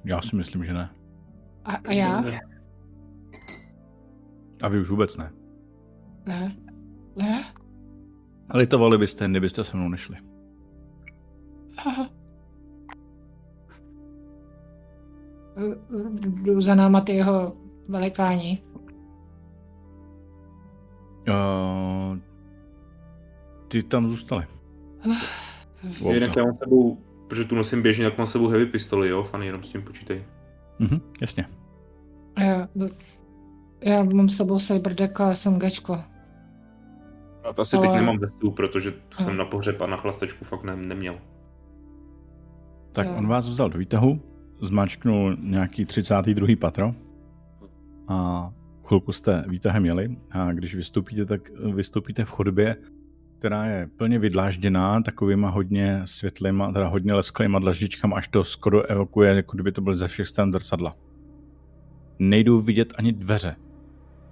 Speaker 1: Já si myslím, že ne.
Speaker 3: A, a já?
Speaker 1: A vy už vůbec ne.
Speaker 3: Ne. Ne?
Speaker 1: Litovali byste, kdybyste se mnou nešli.
Speaker 3: Aha. Jdu za náma ty jeho velikáni.
Speaker 1: Uh, ty tam zůstali.
Speaker 2: No, Jinak já mám s sebou, protože tu nosím běžně, tak mám s sebou heavy pistoli, jo, fany, jenom s tím počítej.
Speaker 1: Mhm, jasně.
Speaker 3: Já, já mám s sebou sebrdek a SMGčko.
Speaker 2: A to asi
Speaker 3: Ale-
Speaker 2: teď nemám vestu, protože tu
Speaker 3: Hm.
Speaker 2: jsem na pohřeb a na chlastačku fakt ne, neměl.
Speaker 1: Tak
Speaker 3: Jo.
Speaker 1: on vás vzal do výtahu, zmáčknul nějaký 32. patro a chvilku jste výtahem jeli a když vystoupíte, tak vystoupíte v chodbě, která je plně vydlážděná takovýma hodně světlýma, teda hodně lesklýma dlaždičkama, až to skoro evokuje, jako kdyby to byly ze všech stran zrcadla. Nejdou vidět ani dveře.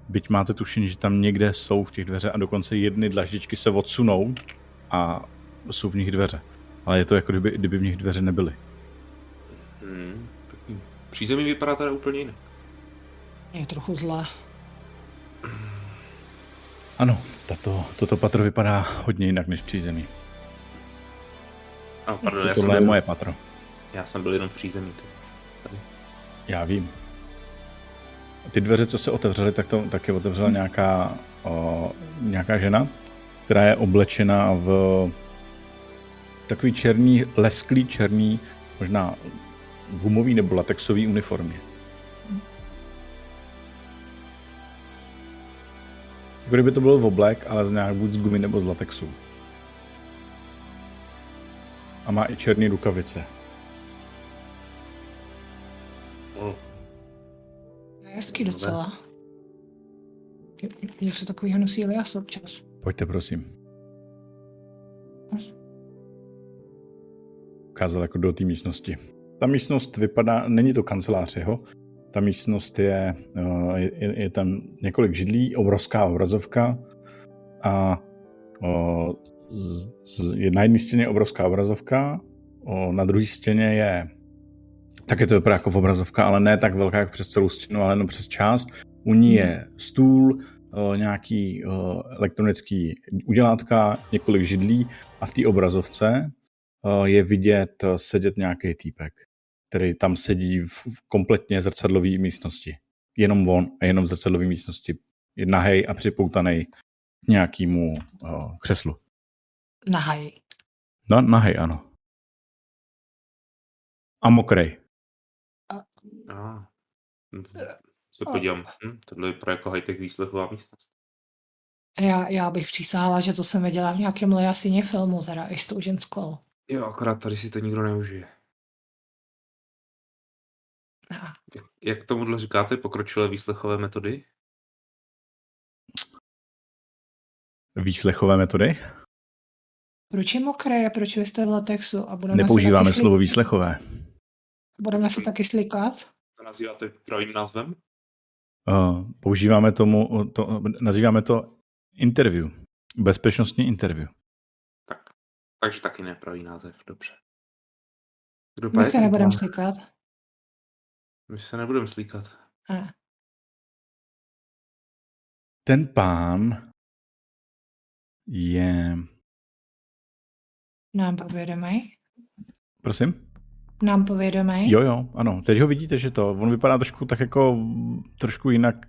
Speaker 1: Byť máte tušení, že tam někde jsou v těch dveře a dokonce jedny dlaždičky se odsunou a jsou v nich dveře. Ale je to jako kdyby, kdyby v nich dveře nebyly.
Speaker 2: Hmm. pěkný. Přízemí vypadá teda úplně jinak.
Speaker 3: Je trochu zlá.
Speaker 1: Ano, tato, toto patro vypadá hodně jinak než přízemí.
Speaker 2: A pardon, já jsem,
Speaker 1: Tohle je
Speaker 2: byl,
Speaker 1: moje patro.
Speaker 2: já jsem byl jenom v přízemí. To.
Speaker 1: Já vím. Ty dveře, co se otevřely, tak to taky otevřela nějaká, o, nějaká žena, která je oblečena v takový černý, lesklý černý, možná gumový nebo latexový uniformě. Jako kdyby to byl v oblek, ale z nějak buď z gumy nebo z latexu. A má i černé rukavice.
Speaker 2: O,
Speaker 3: Hezky docela. něco takového nosí Elias občas.
Speaker 1: Pojďte, prosím. Ukázal jako do té místnosti. Ta místnost vypadá, není to kancelář jeho, ta místnost je, eh, je, je tam několik židlí, obrovská obrazovka a o, z, z, je na jedné stěně obrovská obrazovka, o, na druhé stěně je také to vypadá jako v obrazovka, ale ne tak velká jak přes celou stěnu, ale jenom přes část. U ní je stůl, o, nějaký o, elektronický udělátka, několik židlí a v té obrazovce o, je vidět sedět nějaký týpek, který tam sedí v, v kompletně zrcadlové místnosti. Jenom on a jenom v zrcadlové místnosti. Je nahej a připoutaný k nějakému eh, křeslu.
Speaker 3: Nahaj.
Speaker 1: No, nahej, ano. A mokrej.
Speaker 2: A. Se podívám. Hm, tohle vypadá jako high-tech výslechová místnost.
Speaker 3: Já, já bych přísahala, že to jsem viděla v nějakém Leasině filmu, teda i s tou ženskou.
Speaker 2: Jo, akorát tady si to nikdo neužije.
Speaker 3: A,
Speaker 2: Jak, jak tomuhle říkáte, pokročilé výslechové metody?
Speaker 1: Výslechové metody?
Speaker 3: No, proč je mokré, proč vy jste v latexu a budeme
Speaker 1: Nepoužíváme
Speaker 3: se taky
Speaker 1: slovo výslechové.
Speaker 3: budeme se taky slikat?
Speaker 2: To nazýváte pravým názvem?
Speaker 1: Uh, používáme tomu, to, eh, nazýváme to interview. Bezpečnostní interview.
Speaker 2: Tak. Takže taky nepravý název, dobře. Kdo
Speaker 3: My
Speaker 2: pak je
Speaker 3: se
Speaker 2: ten
Speaker 3: nebudeme
Speaker 2: pán?
Speaker 3: slikat.
Speaker 2: My se nebudeme slíkat.
Speaker 3: Ne.
Speaker 1: Ten pán je...
Speaker 3: Nám povědomej.
Speaker 1: Prosím?
Speaker 3: Nám povědomej.
Speaker 1: Jo, jo, ano. Teď ho vidíte, že to. On vypadá trošku tak jako, trošku jinak,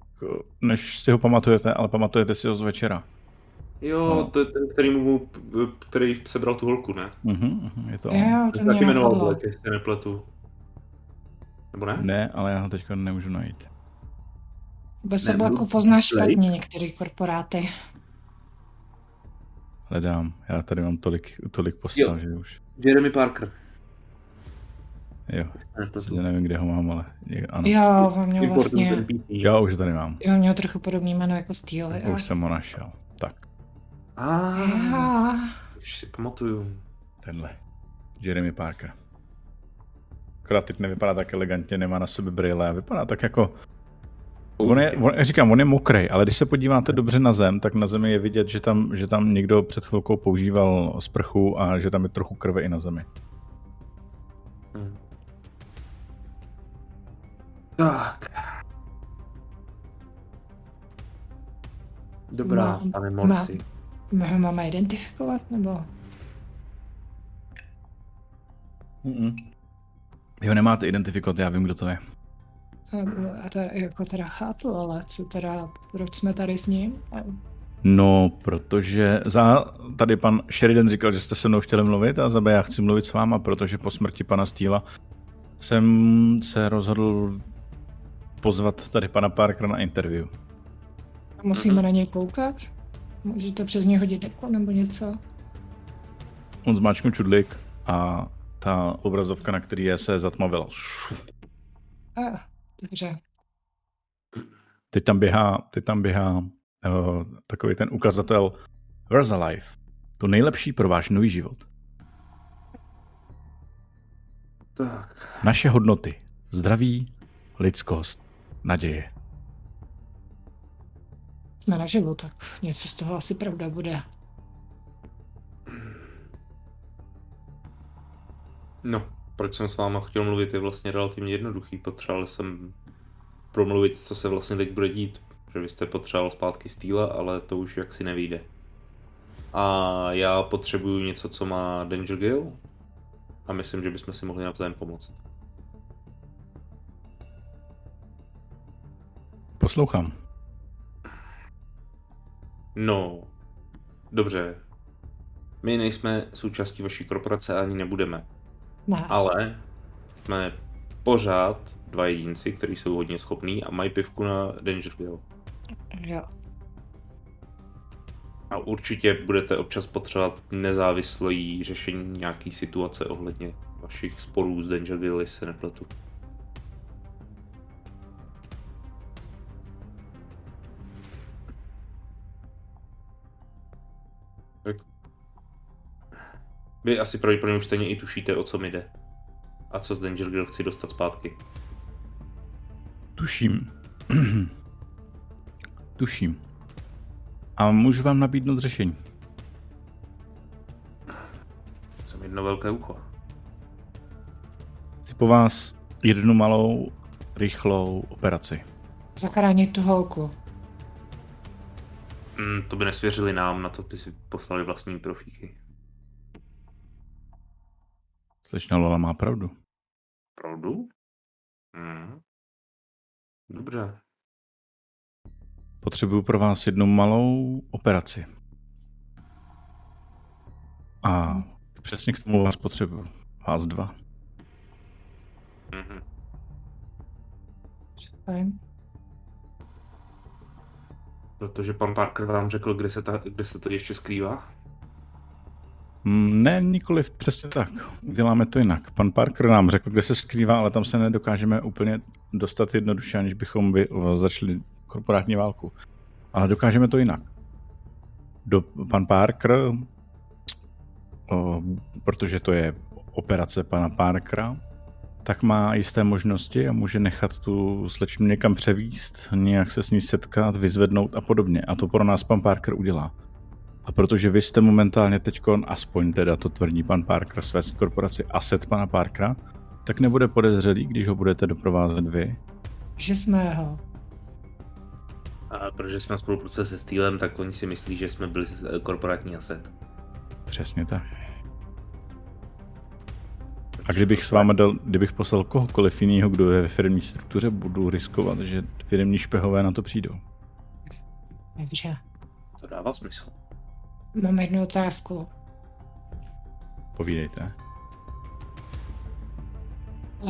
Speaker 1: než si ho pamatujete, ale pamatujete si ho z večera.
Speaker 2: Jo,
Speaker 1: No.
Speaker 2: to je ten, který, mu, který sebral tu holku, ne?
Speaker 1: Uh-huh, je to on.
Speaker 2: To
Speaker 3: jo No, to
Speaker 2: se taky
Speaker 3: mě
Speaker 2: jmenoval
Speaker 3: napadlo.
Speaker 2: Black, jestli se nepletu. Nebo ne?
Speaker 1: Ne, ale já ho teďka nemůžu najít.
Speaker 3: Bez
Speaker 2: Ne,
Speaker 3: oblaku
Speaker 2: Blake.
Speaker 3: poznáš špatně některé korporáty.
Speaker 1: Hledám. Já tady mám tolik, tolik postav,
Speaker 2: Jo.
Speaker 1: že už.
Speaker 2: Jeremy Parker.
Speaker 1: Jo,
Speaker 2: Se nepletu.
Speaker 1: já nevím, kde ho mám, ale je- ano.
Speaker 3: Jo, on měl
Speaker 2: Important
Speaker 3: vlastně...
Speaker 2: ten PT.
Speaker 1: Já už ho tady mám.
Speaker 3: Jo, měl trochu podobný jméno jako Steel. Jo.
Speaker 1: Už jsem ho našel. Tak,
Speaker 2: Ah,
Speaker 3: Já.
Speaker 2: už si pamatuju.
Speaker 1: tenhle. Jeremy Parker. Akorát teď nevypadá tak elegantně, nemá na sobě brýle a vypadá tak jako... On je, on, říkám, on je mokrý, ale když se podíváte dobře na zem, tak na zemi je vidět, že tam, že tam někdo před chvilkou používal sprchu a že tam je trochu krve i na zemi.
Speaker 2: Hm. Tak. Dobrá,
Speaker 3: Mám-
Speaker 2: pane Morsi.
Speaker 3: My ho máme identifikovat, nebo?
Speaker 1: Mm-mm. Jo, nemáte identifikovat, já vím, kdo to je.
Speaker 3: A- A teda, jako teda chápu, ale co teda, proč jsme tady s ním? A-
Speaker 1: No, protože za tady pan Sheridan říkal, že jste se mnou chtěli mluvit a za B já chci mluvit s váma, protože po smrti pana Stýla jsem se rozhodl pozvat tady pana Parkera na interview.
Speaker 3: A
Speaker 1: Mhm.
Speaker 3: musíme na něj koukat? Můžete přes něj hodit deko nebo něco?
Speaker 1: On zmáčknul čudlik a ta obrazovka, na který je, se zatmavila.
Speaker 3: A, dobře.
Speaker 1: Teď tam běhá, teď tam běhá uh, takový ten ukazatel Where's Alive? To nejlepší pro váš nový život.
Speaker 2: Tak.
Speaker 1: Naše hodnoty. Zdraví, lidskost, naděje.
Speaker 3: Jsme naživu, tak něco z toho asi pravda bude.
Speaker 2: No, proč jsem s váma chtěl mluvit, je vlastně relativně jednoduchý. Potřeboval jsem promluvit, co se vlastně teď bude dít. Že vy jste potřeboval zpátky Steela, ale to už jaksi nevyjde. A já potřebuju něco, co má Danger Gill. A myslím, že bychom si mohli navzájem pomoct.
Speaker 1: Poslouchám.
Speaker 2: No, dobře. My nejsme součástí vaší korporace a ani nebudeme.
Speaker 3: Ne.
Speaker 2: ale jsme pořád dva jedinci, kteří jsou hodně schopní a mají pivku na Dangerville.
Speaker 3: Jo.
Speaker 2: A určitě budete občas potřebovat nezávislé řešení nějaký situace ohledně vašich sporů s Dangerville, jestli se nepletu. Tak. Vy asi pro pro už stejně i tušíte, o co mi jde. A co z Danger Girl chci dostat zpátky.
Speaker 1: Tuším. Tuším. A můžu vám nabídnout řešení.
Speaker 2: Jsem jedno velké ucho.
Speaker 1: Chci po vás jednu malou, rychlou operaci.
Speaker 3: Zachránit tu holku.
Speaker 2: Mm, to by nesvěřili nám, na to by si poslali vlastní profíky.
Speaker 1: Slečna Lola má pravdu.
Speaker 2: Pravdu? Mm. Dobře.
Speaker 1: Potřebuju pro vás jednu malou operaci. A přesně k tomu vás potřebuju. Vás dva.
Speaker 2: Mhm.
Speaker 3: Fajn.
Speaker 2: Protože pan Parker vám řekl, kde se, ta, kde se to ještě skrývá?
Speaker 1: Mm, Ne, nikoliv přesně tak. Děláme to jinak. Pan Parker nám řekl, kde se skrývá, ale tam se nedokážeme úplně dostat jednoduše, aniž bychom vy, eh, začali korporátní válku. Ale dokážeme to jinak. Do, pan Parker, o, protože to je operace pana Parkera, tak má jisté možnosti a může nechat tu slečnu někam převíst, nějak se s ní setkat, vyzvednout a podobně. A to pro nás pan Parker udělá. A protože vy jste momentálně teďkon, aspoň teda to tvrdí pan Parker své korporaci Asset pana Parkera, tak nebude podezřelý, když ho budete doprovázet vy.
Speaker 3: Že jsme ho.
Speaker 2: A protože jsme spolupracovali se Steelem, tak oni si myslí, že jsme byli eh, korporátní aset.
Speaker 1: Přesně tak. A kdybych s váma dal, kdybych poslal kohokoliv jiného, kdo je ve firmní struktuře, budu riskovat, že firmní špehové na to přijdou.
Speaker 3: Dobře.
Speaker 2: To dává smysl.
Speaker 3: Mám jednu otázku.
Speaker 1: Povídejte.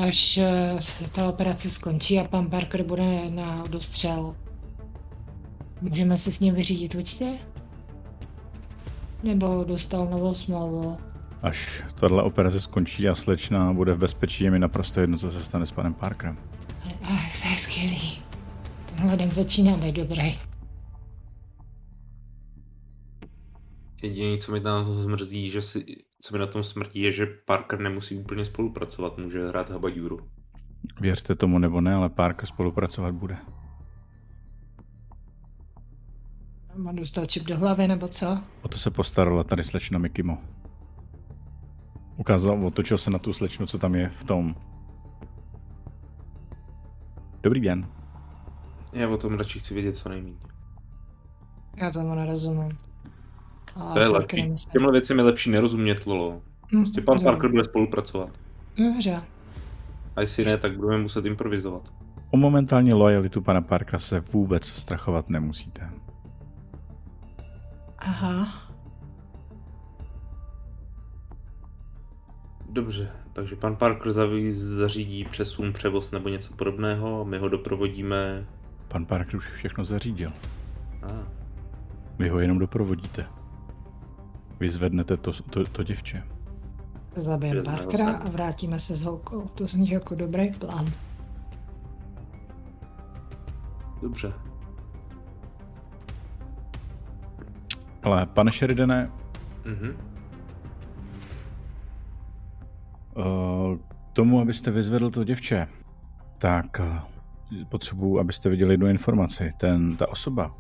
Speaker 3: Až eh, se ta operace skončí a pan Parker bude na dostřel, můžeme si s ním vyřídit účty? Nebo dostal novou smlouvu?
Speaker 1: Až tahle operace skončí a slečna bude v bezpečí, je mi naprosto jedno, co se stane s panem Parkerem.
Speaker 3: Ach, to je skvělý. Tenhle den začíná být dobrý.
Speaker 2: Jediné, co mi na tom zmrzí, že si, co mi na tom smrdí, je, že Parker nemusí úplně spolupracovat, může hrát habajuru.
Speaker 1: Věřte tomu nebo ne, ale Parker spolupracovat bude.
Speaker 3: Mám dostal čip do hlavy nebo co?
Speaker 1: O to se postarala tady slečna Mikimo. Ukázal, otočil se na tu slečnu, co tam je v tom. Dobrý den.
Speaker 2: Já o tom radši chci vědět co nejméně.
Speaker 3: Já tomu nerozumím. Ale
Speaker 2: To je
Speaker 3: fakt
Speaker 2: lepší.
Speaker 3: nemyslím.
Speaker 2: Těmhle věcem je lepší nerozumět, Lolo. Prostě pan
Speaker 3: Mm,
Speaker 2: Parker bude spolupracovat.
Speaker 3: No, Dobře.
Speaker 2: A jestli ne, tak budeme muset improvizovat.
Speaker 1: O momentální lojalitu pana Parkera se vůbec strachovat nemusíte.
Speaker 3: Aha.
Speaker 2: Dobře, takže pan Parker zaví, zařídí přesun, převoz nebo něco podobného a my ho doprovodíme.
Speaker 1: Pan Parker už všechno zařídil.
Speaker 2: A,
Speaker 1: Vy ho jenom doprovodíte. Vy zvednete to, to, to děvče.
Speaker 3: Zabijem
Speaker 2: Dobře,
Speaker 3: Parkera
Speaker 2: dobře.
Speaker 3: a vrátíme se s holkou. To zní jako dobrý plán.
Speaker 2: dobře.
Speaker 1: Ale pane Sheridane,
Speaker 2: Mhm.
Speaker 1: Eh, K tomu, abyste vyzvedl to děvče, tak eh, potřebuju, abyste viděli jednu informaci. Ten, ta osoba,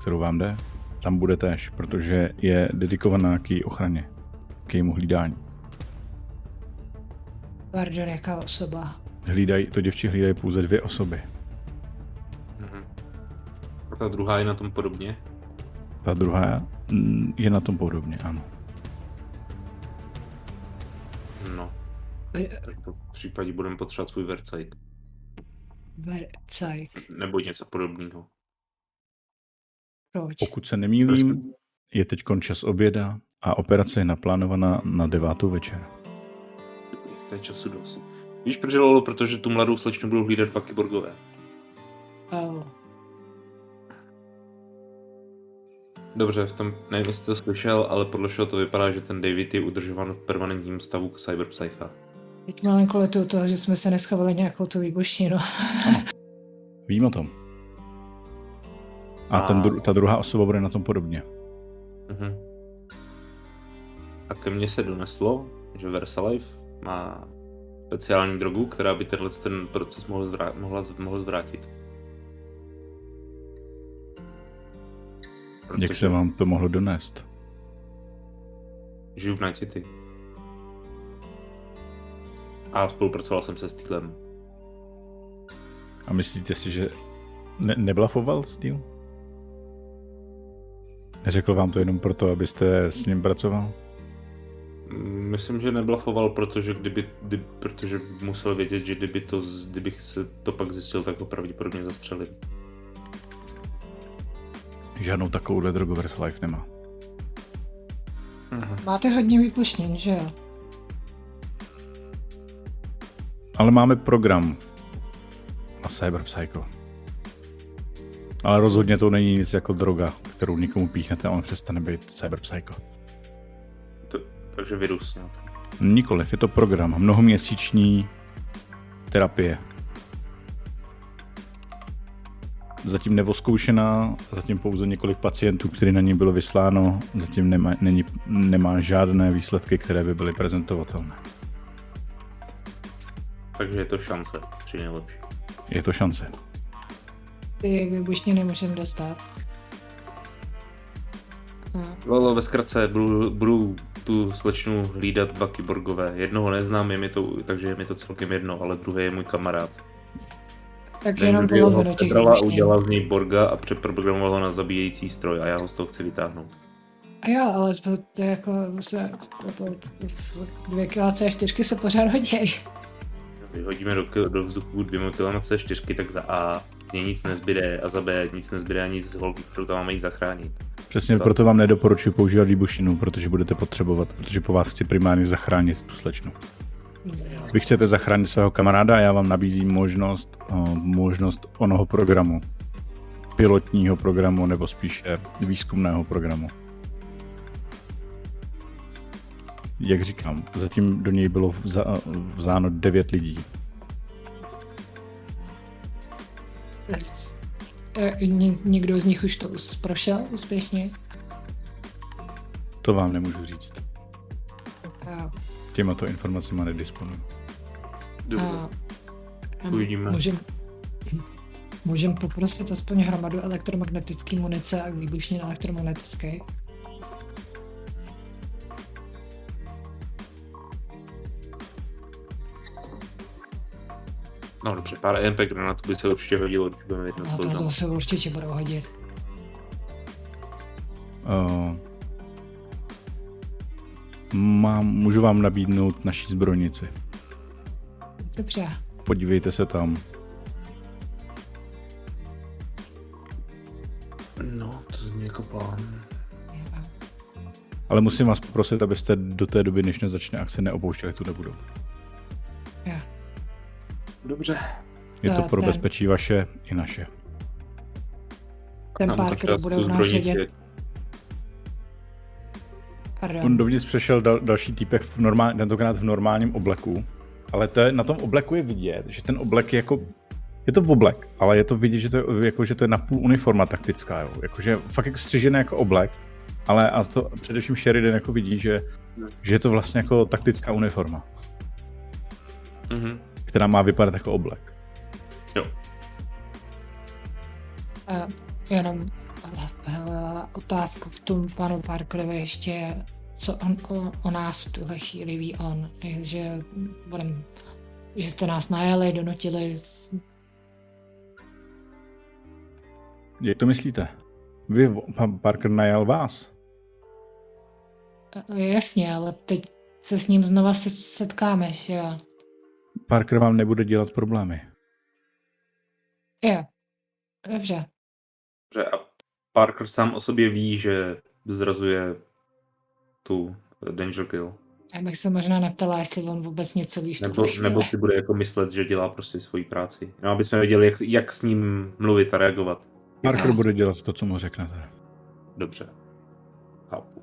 Speaker 1: kterou vám jde, tam bude též, protože je dedikovaná k její ochraně, k jejímu hlídání.
Speaker 3: Pardon, jaká osoba.
Speaker 1: Hlídají, to děvče hlídají pouze dvě osoby.
Speaker 2: mhm. A ta druhá je na tom podobně.
Speaker 1: Ta druhá mm, je na tom podobně, ano.
Speaker 2: No,
Speaker 3: Ver-
Speaker 2: tak to v případě budeme potřebovat svůj vercajk.
Speaker 3: Vercajk.
Speaker 2: Nebo něco podobného.
Speaker 3: Proč?
Speaker 1: Pokud se nemýlím, je teď čas oběda a operace je naplánovaná na devátou večer.
Speaker 2: To je času dost. Víš, proč Lolo? Protože tu mladou slečnu budou hlídat dva kyborgové.
Speaker 3: Oh.
Speaker 2: Dobře, v tom, nevím, jestli to slyšel, ale podle všeho to vypadá, že ten David je udržován v permanentním stavu k cyberpsycha.
Speaker 3: Teď malinko letu toho, že jsme se neschovali nějakou tu výbušninu.
Speaker 1: Vím o tom. A ten, dru- ta druhá osoba bude na tom podobně.
Speaker 2: Mhm. A ke mně se doneslo, že Versalife má speciální drogu, která by tenhle ten proces mohl, zvrát, mohla, mohl zvrátit.
Speaker 1: Protože Jak se vám to mohlo donést?
Speaker 2: Žiju v Night City. A spolupracoval jsem se Steelem.
Speaker 1: A myslíte si, že ne- neblafoval Steel? Neřekl vám to jenom proto, abyste s ním pracoval?
Speaker 2: Myslím, že neblafoval, protože, kdyby, kdy, protože musel vědět, že kdyby to, kdybych se to pak zjistil, tak ho pravděpodobně zastřelím.
Speaker 1: Žádnou takovouhle drogu Verslife nemá.
Speaker 3: Aha. Máte hodně vypuštěn, že jo?
Speaker 1: Ale máme program na Cyberpsycho. Ale rozhodně to není nic jako droga, kterou někomu píchnete a on přestane být Cyberpsycho.
Speaker 2: To, takže virus nějak.
Speaker 1: Nikoliv, je to program, mnohoměsíční terapie. Zatím nevoskoušená, zatím pouze několik pacientů, který na ní bylo vysláno, zatím nemá, není, nemá žádné výsledky, které by byly prezentovatelné.
Speaker 2: Takže je to šance, tři nejlepší.
Speaker 1: Je to šance.
Speaker 3: Ty vybušně nemůžem dostat.
Speaker 2: Lolo, ve zkratce, budu, budu tu slečnu hlídat dva kyborgové. Jednoho neznám, je mi to, takže je mi to celkem jedno, ale druhý je můj kamarád.
Speaker 3: Tak Ten jenom bylo do těch vybušněn.
Speaker 2: udělala z něj Borga a přeprogramovala ho na zabíjející stroj a já ho z toho chci vytáhnout.
Speaker 3: A jo, ale to, to jako se, dvě kila C4 se pořád hodí
Speaker 2: vyhodíme do, do vzduchu dvěma kilama C4, tak za A mě nic nezbyde a za B nic nezbyde ani z holky, kterou tam máme jít zachránit.
Speaker 1: Přesně tak. proto vám nedoporučuji používat výbušinu, protože budete potřebovat, protože po vás chci primárně zachránit tu slečnu. Vy chcete zachránit svého kamaráda a já vám nabízím možnost, eh, možnost onoho programu. Pilotního programu nebo spíše výzkumného programu. jak říkám, zatím do něj bylo vzáno devět lidí.
Speaker 3: Ně, někdo z nich už to prošel úspěšně?
Speaker 1: To vám nemůžu říct. A... Těma to informacemi nedisponuju.
Speaker 2: A... Uvidíme.
Speaker 3: Můžem, můžem poprosit aspoň hromadu elektromagnetické munice a výbušně elektromagnetické?
Speaker 2: No dobře, pár EMP granátů by se určitě hodilo, když budeme jedno
Speaker 3: no, to, to se určitě budou hodit.
Speaker 1: Uh, mám, můžu vám nabídnout naší zbrojnici.
Speaker 3: Dobře.
Speaker 1: Podívejte se tam.
Speaker 2: No, to zní jako plán.
Speaker 1: Ale musím vás poprosit, abyste do té doby, než nezačne akce, neopouštěli tu budovu.
Speaker 2: Dobře.
Speaker 1: Je to pro ten. bezpečí vaše i naše.
Speaker 3: Ten Parker bude v nás sedět. Pardon.
Speaker 1: On dovnitř přešel dal, další týpek, v normál, tentokrát v normálním obleku, ale to je, na tom obleku je vidět, že ten oblek je jako je to v oblek, ale je to vidět, že to je, jako, že to je napůl uniforma taktická, jo. Jakože fakt jako střižené jako oblek, ale a to především Sheridan jako vidí, že, hmm. že je to vlastně jako taktická uniforma.
Speaker 2: Mhm
Speaker 1: která má vypadat jako oblek.
Speaker 2: Jo.
Speaker 3: Uh, jenom uh, otázku k tomu panu Parkerovi ještě, co on o, o nás v tuhle chvíli ví on, že, budem, že jste nás najeli, donutili. Z...
Speaker 1: Jak to myslíte? Vy, pan Parker najal vás?
Speaker 3: Uh, jasně, ale teď se s ním znova se, setkáme, že jo?
Speaker 1: Parker vám nebude dělat problémy.
Speaker 3: Jo, dobře.
Speaker 2: Dobře, a Parker sám o sobě ví, že zrazuje tu eh, Danger Kill.
Speaker 3: Já bych se možná neptala, jestli on vůbec něco ví v
Speaker 2: nebo, nebo si bude jako myslet, že dělá prostě svoji práci. No, aby jsme věděli, jak, jak s ním mluvit a reagovat.
Speaker 1: Parker a. bude dělat to, co mu řeknete.
Speaker 2: Dobře. Chápu.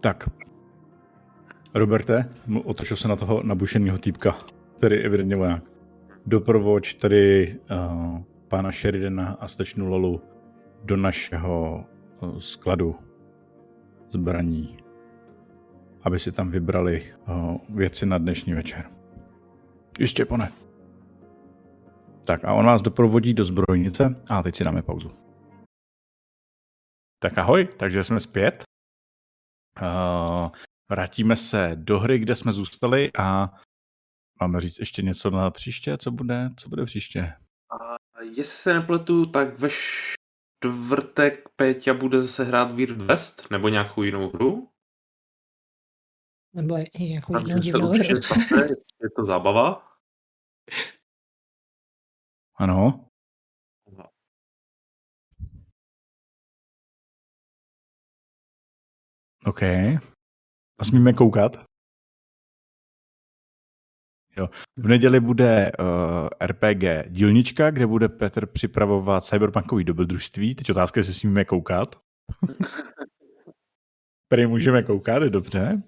Speaker 1: Tak. Roberte, otočil se na toho nabušeného týpka, který je evidentně voják. eh, Doprovoč tady uh, pána Sheridana a slečnu Lolu do našeho eh, skladu zbraní, aby si tam vybrali eh, věci na dnešní večer. Jistě, pane. Tak a on vás doprovodí do zbrojnice a teď si dáme pauzu. Tak ahoj, takže jsme zpět. Uh, vrátíme se do hry, kde jsme zůstali a máme říct ještě něco na příště, co bude, co bude příště?
Speaker 2: A jestli se nepletu, tak ve čtvrtek Péťa bude zase hrát Weird West nebo nějakou jinou hru.
Speaker 3: Nebo jako nějakou jinou divnou hru.
Speaker 2: Je to zábava.
Speaker 1: Ano. OK. A smíme koukat? Jo. V neděli bude uh, RPG dílnička, kde bude Petr připravovat cyberpunkový dobrodružství. Teď otázka, jestli smíme koukat. Prý můžeme koukat, je dobře.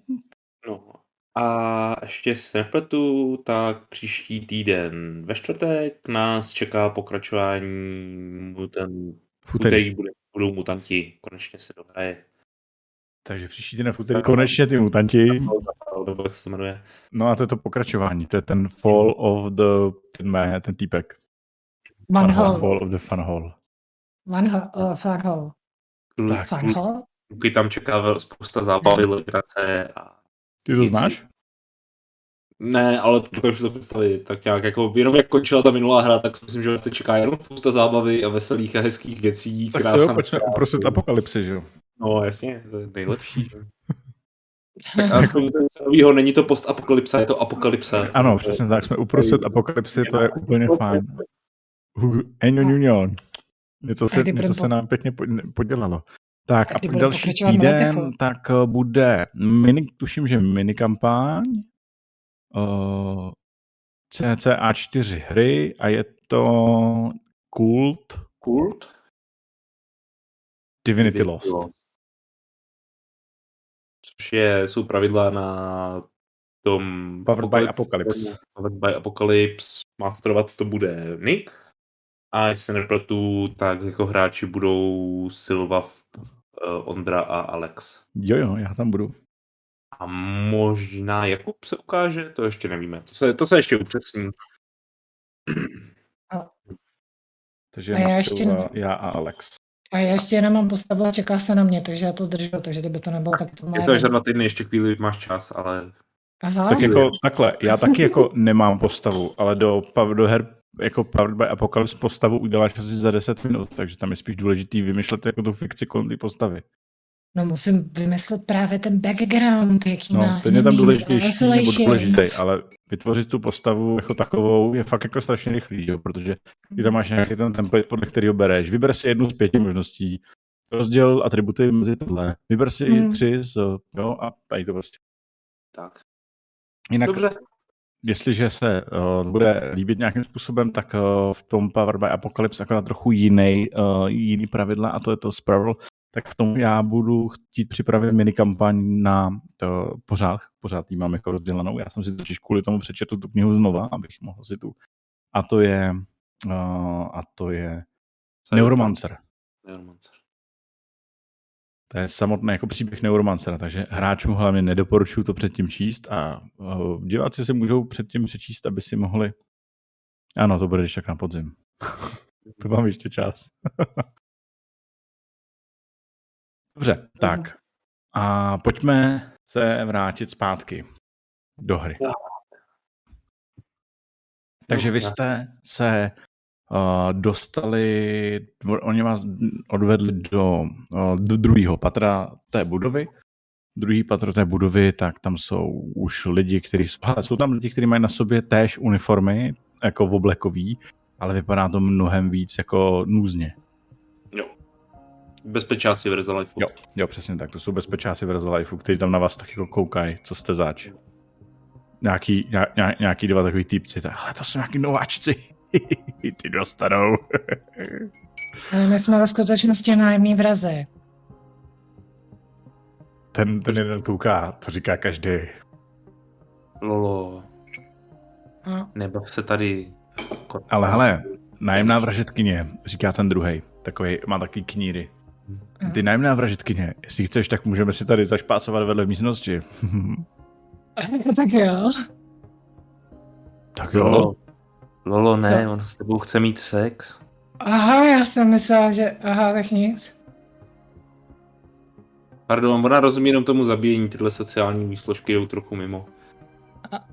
Speaker 2: No. A ještě se nepletu, tak příští týden ve čtvrtek nás čeká pokračování mutant... Futerí. Bude, budou mutanti, konečně se dohraje.
Speaker 1: Takže příští týden v úterý konečně ty mutanti.
Speaker 2: Jak se jmenuje.
Speaker 1: No a to je to pokračování, to je ten Fall of the, ten, mé, ten týpek.
Speaker 3: Van Hall.
Speaker 1: Fall of the Fun Hall.
Speaker 3: Van Hall, uh, Fun Hall.
Speaker 2: Tak.
Speaker 3: Fun Hall?
Speaker 2: Luky tam čeká spousta zábavy, legrace a...
Speaker 1: Ty to znáš?
Speaker 2: Ne, ale dokážu to představit. Tak nějak jako, jenom jak končila ta minulá hra, tak si myslím, že vlastně čeká jenom spousta zábavy a veselých a hezkých věcí.
Speaker 1: Tak to jo, pojďme uprostřed apokalypsy, že jo?
Speaker 2: No jasně, to je nejlepší. tak aspoň novýho, není to postapokalypsa, je to apokalypsa.
Speaker 1: Ano, přesně tak, jsme uprostřed apokalypsy, to je úplně fajn. Union Union. Něco se, něco se nám pěkně podělalo. Tak a další týden tak eh, bude mini, tuším, že mini kampaň uh, CCA4 hry a je to Kult.
Speaker 2: Kult?
Speaker 1: Divinity Lost.
Speaker 2: Což je, jsou pravidla na tom...
Speaker 1: Powered by Apocalypse.
Speaker 2: Powered by Apocalypse. Masterovat to bude Nick. A jestli nepletu, tak jako hráči budou Silva, eh, Ondra a Alex.
Speaker 1: Jo, jo, já tam budu.
Speaker 2: A možná Jakub se ukáže, to ještě nevíme. To se, to se ještě upřesní.
Speaker 3: A,
Speaker 1: takže a já, ještě... já a Alex.
Speaker 3: A já ještě nemám postavu a čeká se na mě, takže já to zdržu, takže kdyby to nebylo, tak to má.
Speaker 2: Je to až za dva týdny, ještě chvíli máš čas, ale...
Speaker 3: Aha.
Speaker 1: Tak jako takhle, já taky jako nemám postavu, ale do, do her jako Powered by Apocalypse postavu uděláš asi za 10 minut, takže tam je spíš důležitý vymýšlet jako tu fikci kolem té postavy.
Speaker 3: No musím vymyslet právě ten background, jaký
Speaker 1: no,
Speaker 3: má.
Speaker 1: ten je tam důležitější, nebo důležitý, ale vytvořit tu postavu jako takovou je fakt jako strašně rychlý, jo, protože ty tam máš nějaký ten template, podle kterého bereš. Vyber si jednu z pěti možností, rozděl atributy mezi tohle, vyber si hmm. tři z, jo, a tady to prostě.
Speaker 2: Tak.
Speaker 1: Jinak,
Speaker 2: Dobře.
Speaker 1: Jestliže se uh, bude líbit nějakým způsobem, tak uh, v tom Power by Apocalypse akorát trochu jiný, uh, jiný pravidla a to je to Sprawl, tak v tom já budu chtít připravit minikampaň na to, pořád, pořád ji mám jako rozdělanou. Já jsem si totiž kvůli tomu přečetl tu knihu znova, abych mohl si tu. A to je, uh, a to je Neuromancer.
Speaker 2: Neuromancer.
Speaker 1: To je samotný jako příběh Neuromancera, takže hráčům hlavně nedoporučuju to předtím číst a uh, diváci si můžou předtím přečíst, aby si mohli... Ano, to bude ještě tak na podzim. to mám ještě čas. Dobře, tak. A pojďme se vrátit zpátky do hry. Takže vy jste se uh, dostali, oni vás odvedli do, uh, do druhého patra té budovy. Druhý patro té budovy, tak tam jsou už lidi, kteří jsou, hele, jsou tam lidi, kteří mají na sobě též uniformy, jako v oblekový, ale vypadá to mnohem víc jako nůzně.
Speaker 2: Jo. Bezpečáci v Rezalifeu.
Speaker 1: Jo, jo, přesně tak. To jsou bezpečáci v Rezalifeu, kteří tam na vás tak jako koukají, co jste zač. Nějaký, nějak, nějaký dva takový týpci, tak, ale to jsou nějaký nováčci. Ty dostanou.
Speaker 3: Eh, My jsme ve skutečnosti nájemní vraze.
Speaker 1: Ten, ten jeden kouká, to říká každý.
Speaker 2: Lolo,
Speaker 3: A No.
Speaker 2: nebav se tady.
Speaker 1: Ale hele, nájemná vražetkyně, říká ten druhý. takový, má taky kníry. Ty nájemná vražitkyně, jestli chceš, tak můžeme si tady zašpásovat vedle místnosti.
Speaker 3: tak jo.
Speaker 1: Tak jo. Lolo,
Speaker 2: Lolo ne, no. on s tebou chce mít sex.
Speaker 3: Aha, já jsem myslela, že... Aha, tak nic.
Speaker 2: Pardon, ona rozumí jenom tomu zabíjení, tyhle sociální výsložky jdou trochu mimo.
Speaker 3: A-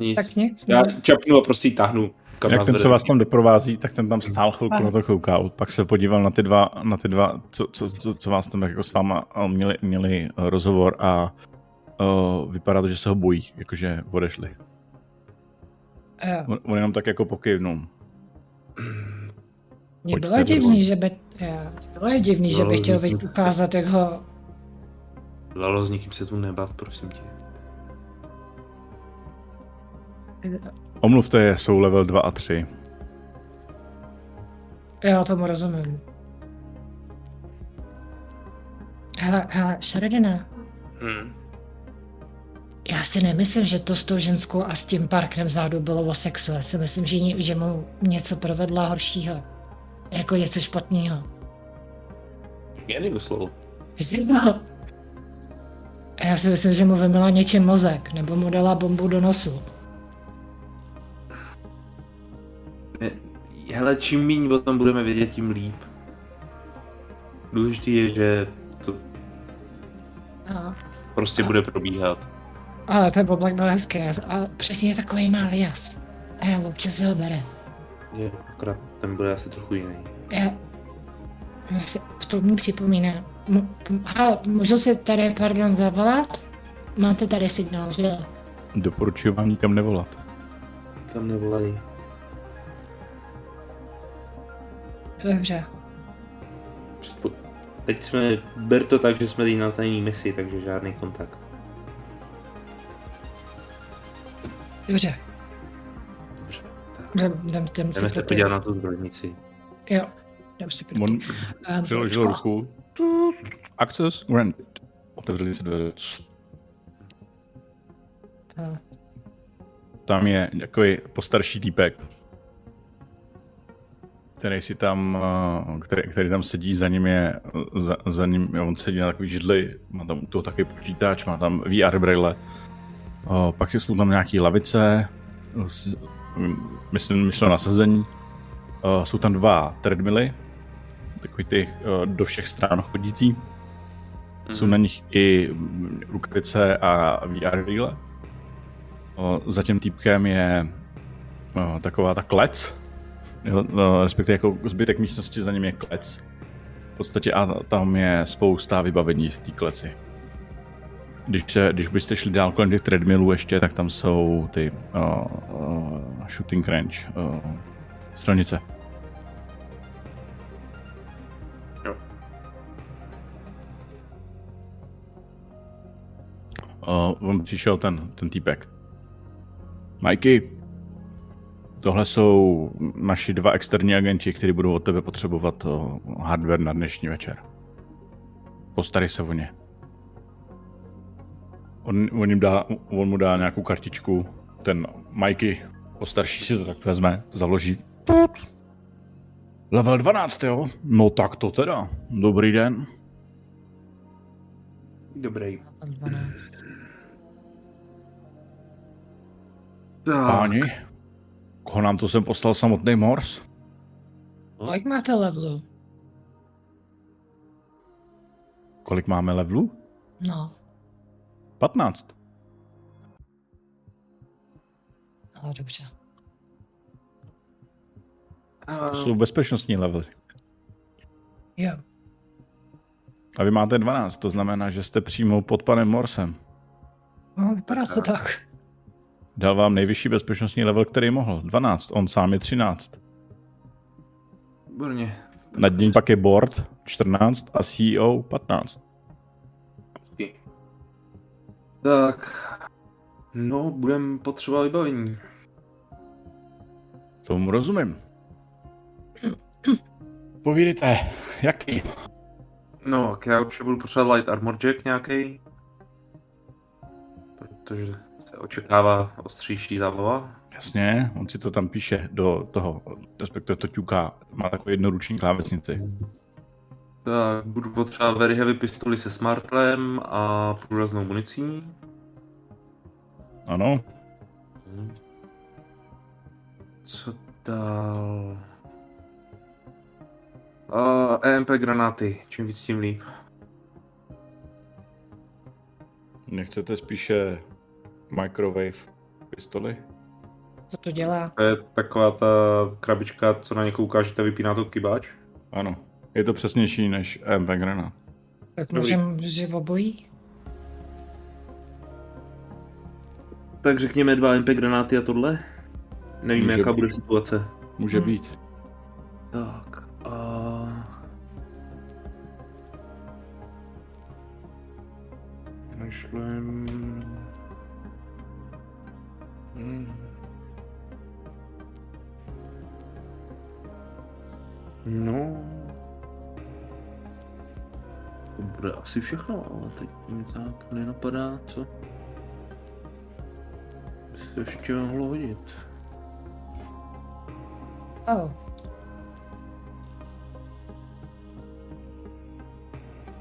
Speaker 2: Nic.
Speaker 3: Tak nic. no.
Speaker 2: Já čapnu a prostě ji tahnu. kam
Speaker 1: Jak
Speaker 2: nás
Speaker 1: ten, co
Speaker 2: vede.
Speaker 1: vás tam doprovází, tak ten tam stál chvilku na to koukal, pak se podíval na ty dva, na ty dva co, co, co, co vás tam jako s váma eh, měli, měli eh, rozhovor a uh, vypadá to, že se ho bojí, jakože odešli.
Speaker 3: Jo.
Speaker 1: On, on jenom tak jako pokývnul.
Speaker 3: Mně
Speaker 1: Pojďte,
Speaker 3: bylo divný,
Speaker 1: prosím.
Speaker 3: že by... Jo. Bylo je divný, že by
Speaker 2: Bylo
Speaker 3: chtěl
Speaker 2: divný.
Speaker 3: veď ukázat, jak ho...
Speaker 2: Lolo, s nikým se tu nebav, prosím tě.
Speaker 1: Omluvte je, jsou level 2 a 3.
Speaker 3: Já tomu rozumím. Hele, hele, Sheridaná,
Speaker 2: Hmm.
Speaker 3: já si nemyslím, že to s tou ženskou a s tím parkrem vzadu bylo o sexu. Já si myslím, že, ni- že mu něco provedla horšího. Jako něco špatného.
Speaker 2: Genius, Lolo.
Speaker 3: Zjedno. A Já si myslím, že mu vymila něčím mozek, nebo mu dala bombu do nosu.
Speaker 2: Ne- Hele, čím míň o tom budeme vědět, tím líp. Důležitý je, že to
Speaker 3: A,
Speaker 2: prostě bude probíhat.
Speaker 3: ale ten boblak byl hezký já- a přesně takový má Lias. A já občas ho bere.
Speaker 2: Je, akorát ten bude asi trochu jiný.
Speaker 3: Já, já si, to mi připomíná. M- m- hele, můžu si tady, pardon, zavolat? Máte tady signál, že jo?
Speaker 1: Doporučuji vám nikam nevolat.
Speaker 2: Kam nevolají.
Speaker 3: Dobře.
Speaker 2: Předpo- Teď jsme, ber to tak, že jsme teď na tajný misi, takže žádný kontakt.
Speaker 3: Dobře.
Speaker 2: Dobře, tak.
Speaker 3: Jdem, jdem, jdem si
Speaker 2: Jdeme se
Speaker 3: pro ty-
Speaker 2: podívat na tu zbrojnici.
Speaker 3: Jo. Jdem si pro ty-
Speaker 1: On
Speaker 3: Ehm,
Speaker 1: přiložil
Speaker 3: počko.
Speaker 1: ruku. Access granted. Otevřeli se dveře.
Speaker 3: Ehm,
Speaker 1: Tam je takový postarší týpek, který si tam, eh, který, který tam sedí, za ním je, za, za ním, on sedí na takový židli, má tam u toho taky počítač, má tam VR brýle. O, Pak jsou tam nějaký lavice, s- m- myslím, myslím na sezení. O, Jsou tam dva treadmily, takový ty eh, do všech stran chodící. Jsou na nich i mm, rukavice a VR brýle. O, Za tím týpkem je o, taková ta klec, jo, no, respektive jako zbytek místnosti za ním je klec. V podstatě a tam je spousta vybavení v té kleci. Když, se, když byste šli dál kolem těch treadmillů ještě, tak tam jsou ty o, o, shooting range o, stranice.
Speaker 2: Jo.
Speaker 1: O, on přišel ten, ten týpek. Mikey, Tohle jsou naši dva externí agenti, kteří budou od tebe potřebovat o, hardware na dnešní večer. Postarej se o ně. On, on, jim dá, on mu dá nějakou kartičku, ten Mikey, postarší si to tak vezme, založí. Tut. Level 12, jo? No tak to teda. Dobrý den.
Speaker 2: Dobrý.
Speaker 3: Level 12.
Speaker 1: Páni, koho nám to sem poslal samotný Morse?
Speaker 3: Kolik máte levelu?
Speaker 1: Kolik máme levelů?
Speaker 3: No,
Speaker 1: 15.
Speaker 3: ale no, dobře.
Speaker 1: To jsou bezpečnostní levely.
Speaker 3: Jo.
Speaker 1: A vy máte 12, to znamená, že jste přímo pod panem Morsem.
Speaker 3: No, vypadá to tak.
Speaker 1: Dal vám nejvyšší bezpečnostní level, který mohl. 12, on sám je 13.
Speaker 2: Výborně.
Speaker 1: Nad ním pak je board 14 a E CEO 15.
Speaker 2: Tak. No, budeme potřebovat vybavení.
Speaker 1: Tomu rozumím. Povídejte, jaký?
Speaker 2: No, tak já určitě budu potřebovat light armor jack nějaký. Protože se očekává ostřejší zábava.
Speaker 1: Jasně, on si to tam píše do toho, respektive to ťuká, má takovou jednoruční klávesnici.
Speaker 2: Tak, budu potřebovat very heavy pistoli se smartlem a průraznou municí.
Speaker 1: Ano,
Speaker 2: Co dál? Uh, EMP granáty, čím víc tím líp.
Speaker 1: nechcete spíše microwave pistoli?
Speaker 3: Co to dělá?
Speaker 2: To je taková ta krabička, co na někoho ukážete, vypíná to kybáč.
Speaker 1: Ano, je to přesnější než MP granát.
Speaker 3: Tak
Speaker 2: Dobrý.
Speaker 3: můžem že obojí?
Speaker 2: Tak řekněme dva EMP granáty a tohle. Nevíme,
Speaker 1: Může
Speaker 2: jaká
Speaker 1: být.
Speaker 2: bude situace.
Speaker 1: Může
Speaker 3: Hmm.
Speaker 1: být.
Speaker 2: Tak a... Myšlím... Hmm. No... To bude asi všechno, ale teď mi tak nenapadá, co by se ještě mohlo hodit.
Speaker 3: Oh,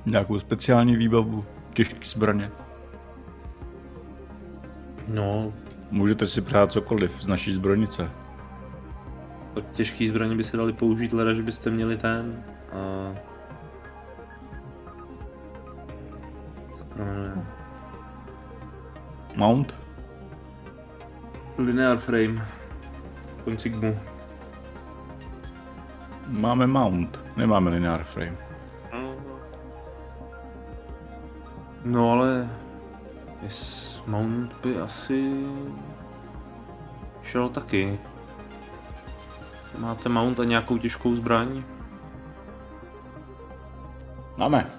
Speaker 1: Nějakou speciální výbavu, těžké zbraně.
Speaker 2: No,
Speaker 1: Můžete si přát cokoliv z naší zbrojnice.
Speaker 2: Od těžký zbraně by se dali použít, leda, že byste měli ten. A... Co to jmenuje?
Speaker 1: Mount?
Speaker 2: Linear frame. Konsigmu.
Speaker 1: Máme mount, nemáme linear frame.
Speaker 2: No ale... Yes, mount by asi... Šel taky. Máte mount a nějakou těžkou zbraň?
Speaker 1: Máme.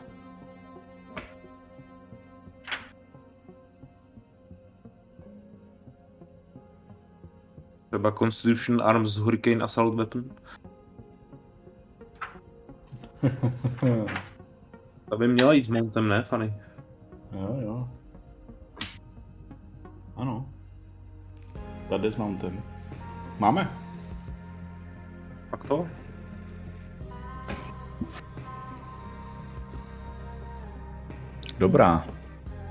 Speaker 2: Třeba Constitution Arms Hurricane Assault Weapon? Ta by měla jít s mountem, ne, Fanny?
Speaker 1: jo, jo. Ano. Tady s mountem. Máme?
Speaker 2: Tak to?
Speaker 1: Dobrá.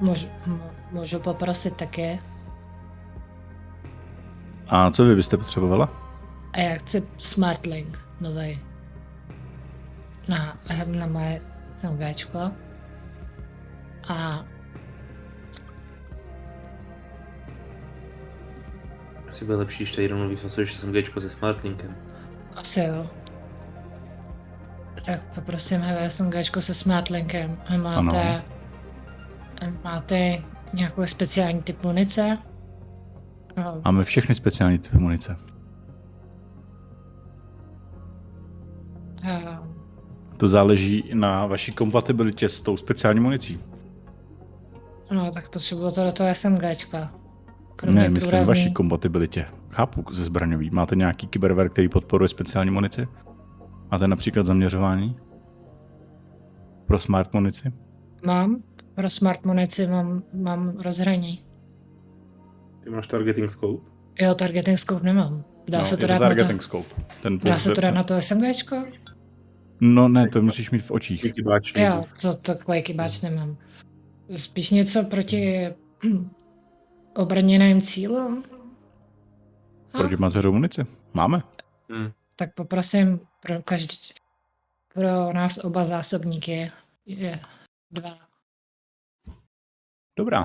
Speaker 3: můžu, m- můžu poprosit také.
Speaker 1: A co vy byste potřebovala?
Speaker 3: A já chci Smartlink nový. Na, na moje SMGčko. A
Speaker 2: Asi bude lepší, když tady rovnou vyfasuješ SMGčko se Smartlinkem.
Speaker 3: asi jo. Tak poprosím HVSMGčko se Smartlinkem. A Máte, máte nějakou speciální typ munice? No, A-
Speaker 1: Máme všechny speciální typy munice.
Speaker 3: a-
Speaker 1: To záleží na vaší kompatibilitě s tou speciální municí.
Speaker 3: No, tak potřebuju to do toho SMGčka.
Speaker 1: ne, myslím vaší kompatibilitě. Chápu, ze zbraňový. Máte nějaký kyberware, který podporuje speciální munici? Máte například zaměřování? Pro smart munici?
Speaker 3: Mám? Pro smart munici mám, mám rozhraní.
Speaker 2: Ty máš targeting scope?
Speaker 3: Jo, targeting scope nemám. Dá,
Speaker 1: No,
Speaker 3: no, se, to
Speaker 1: je
Speaker 3: dát na to,
Speaker 1: targeting scope. Ten
Speaker 3: dá
Speaker 1: pouze-
Speaker 3: se to dát na to SMGčko?
Speaker 1: No ne, to musíš mít v očích.
Speaker 2: Jaký báčný.
Speaker 3: Jo, to takový kybáč nemám. Spíš něco proti hm, obrněným cílům. A,
Speaker 1: Proč máte řadu munici? Máme.
Speaker 2: Hm.
Speaker 3: tak poprosím pro každý, pro nás oba zásobníky je dva.
Speaker 1: Dobrá.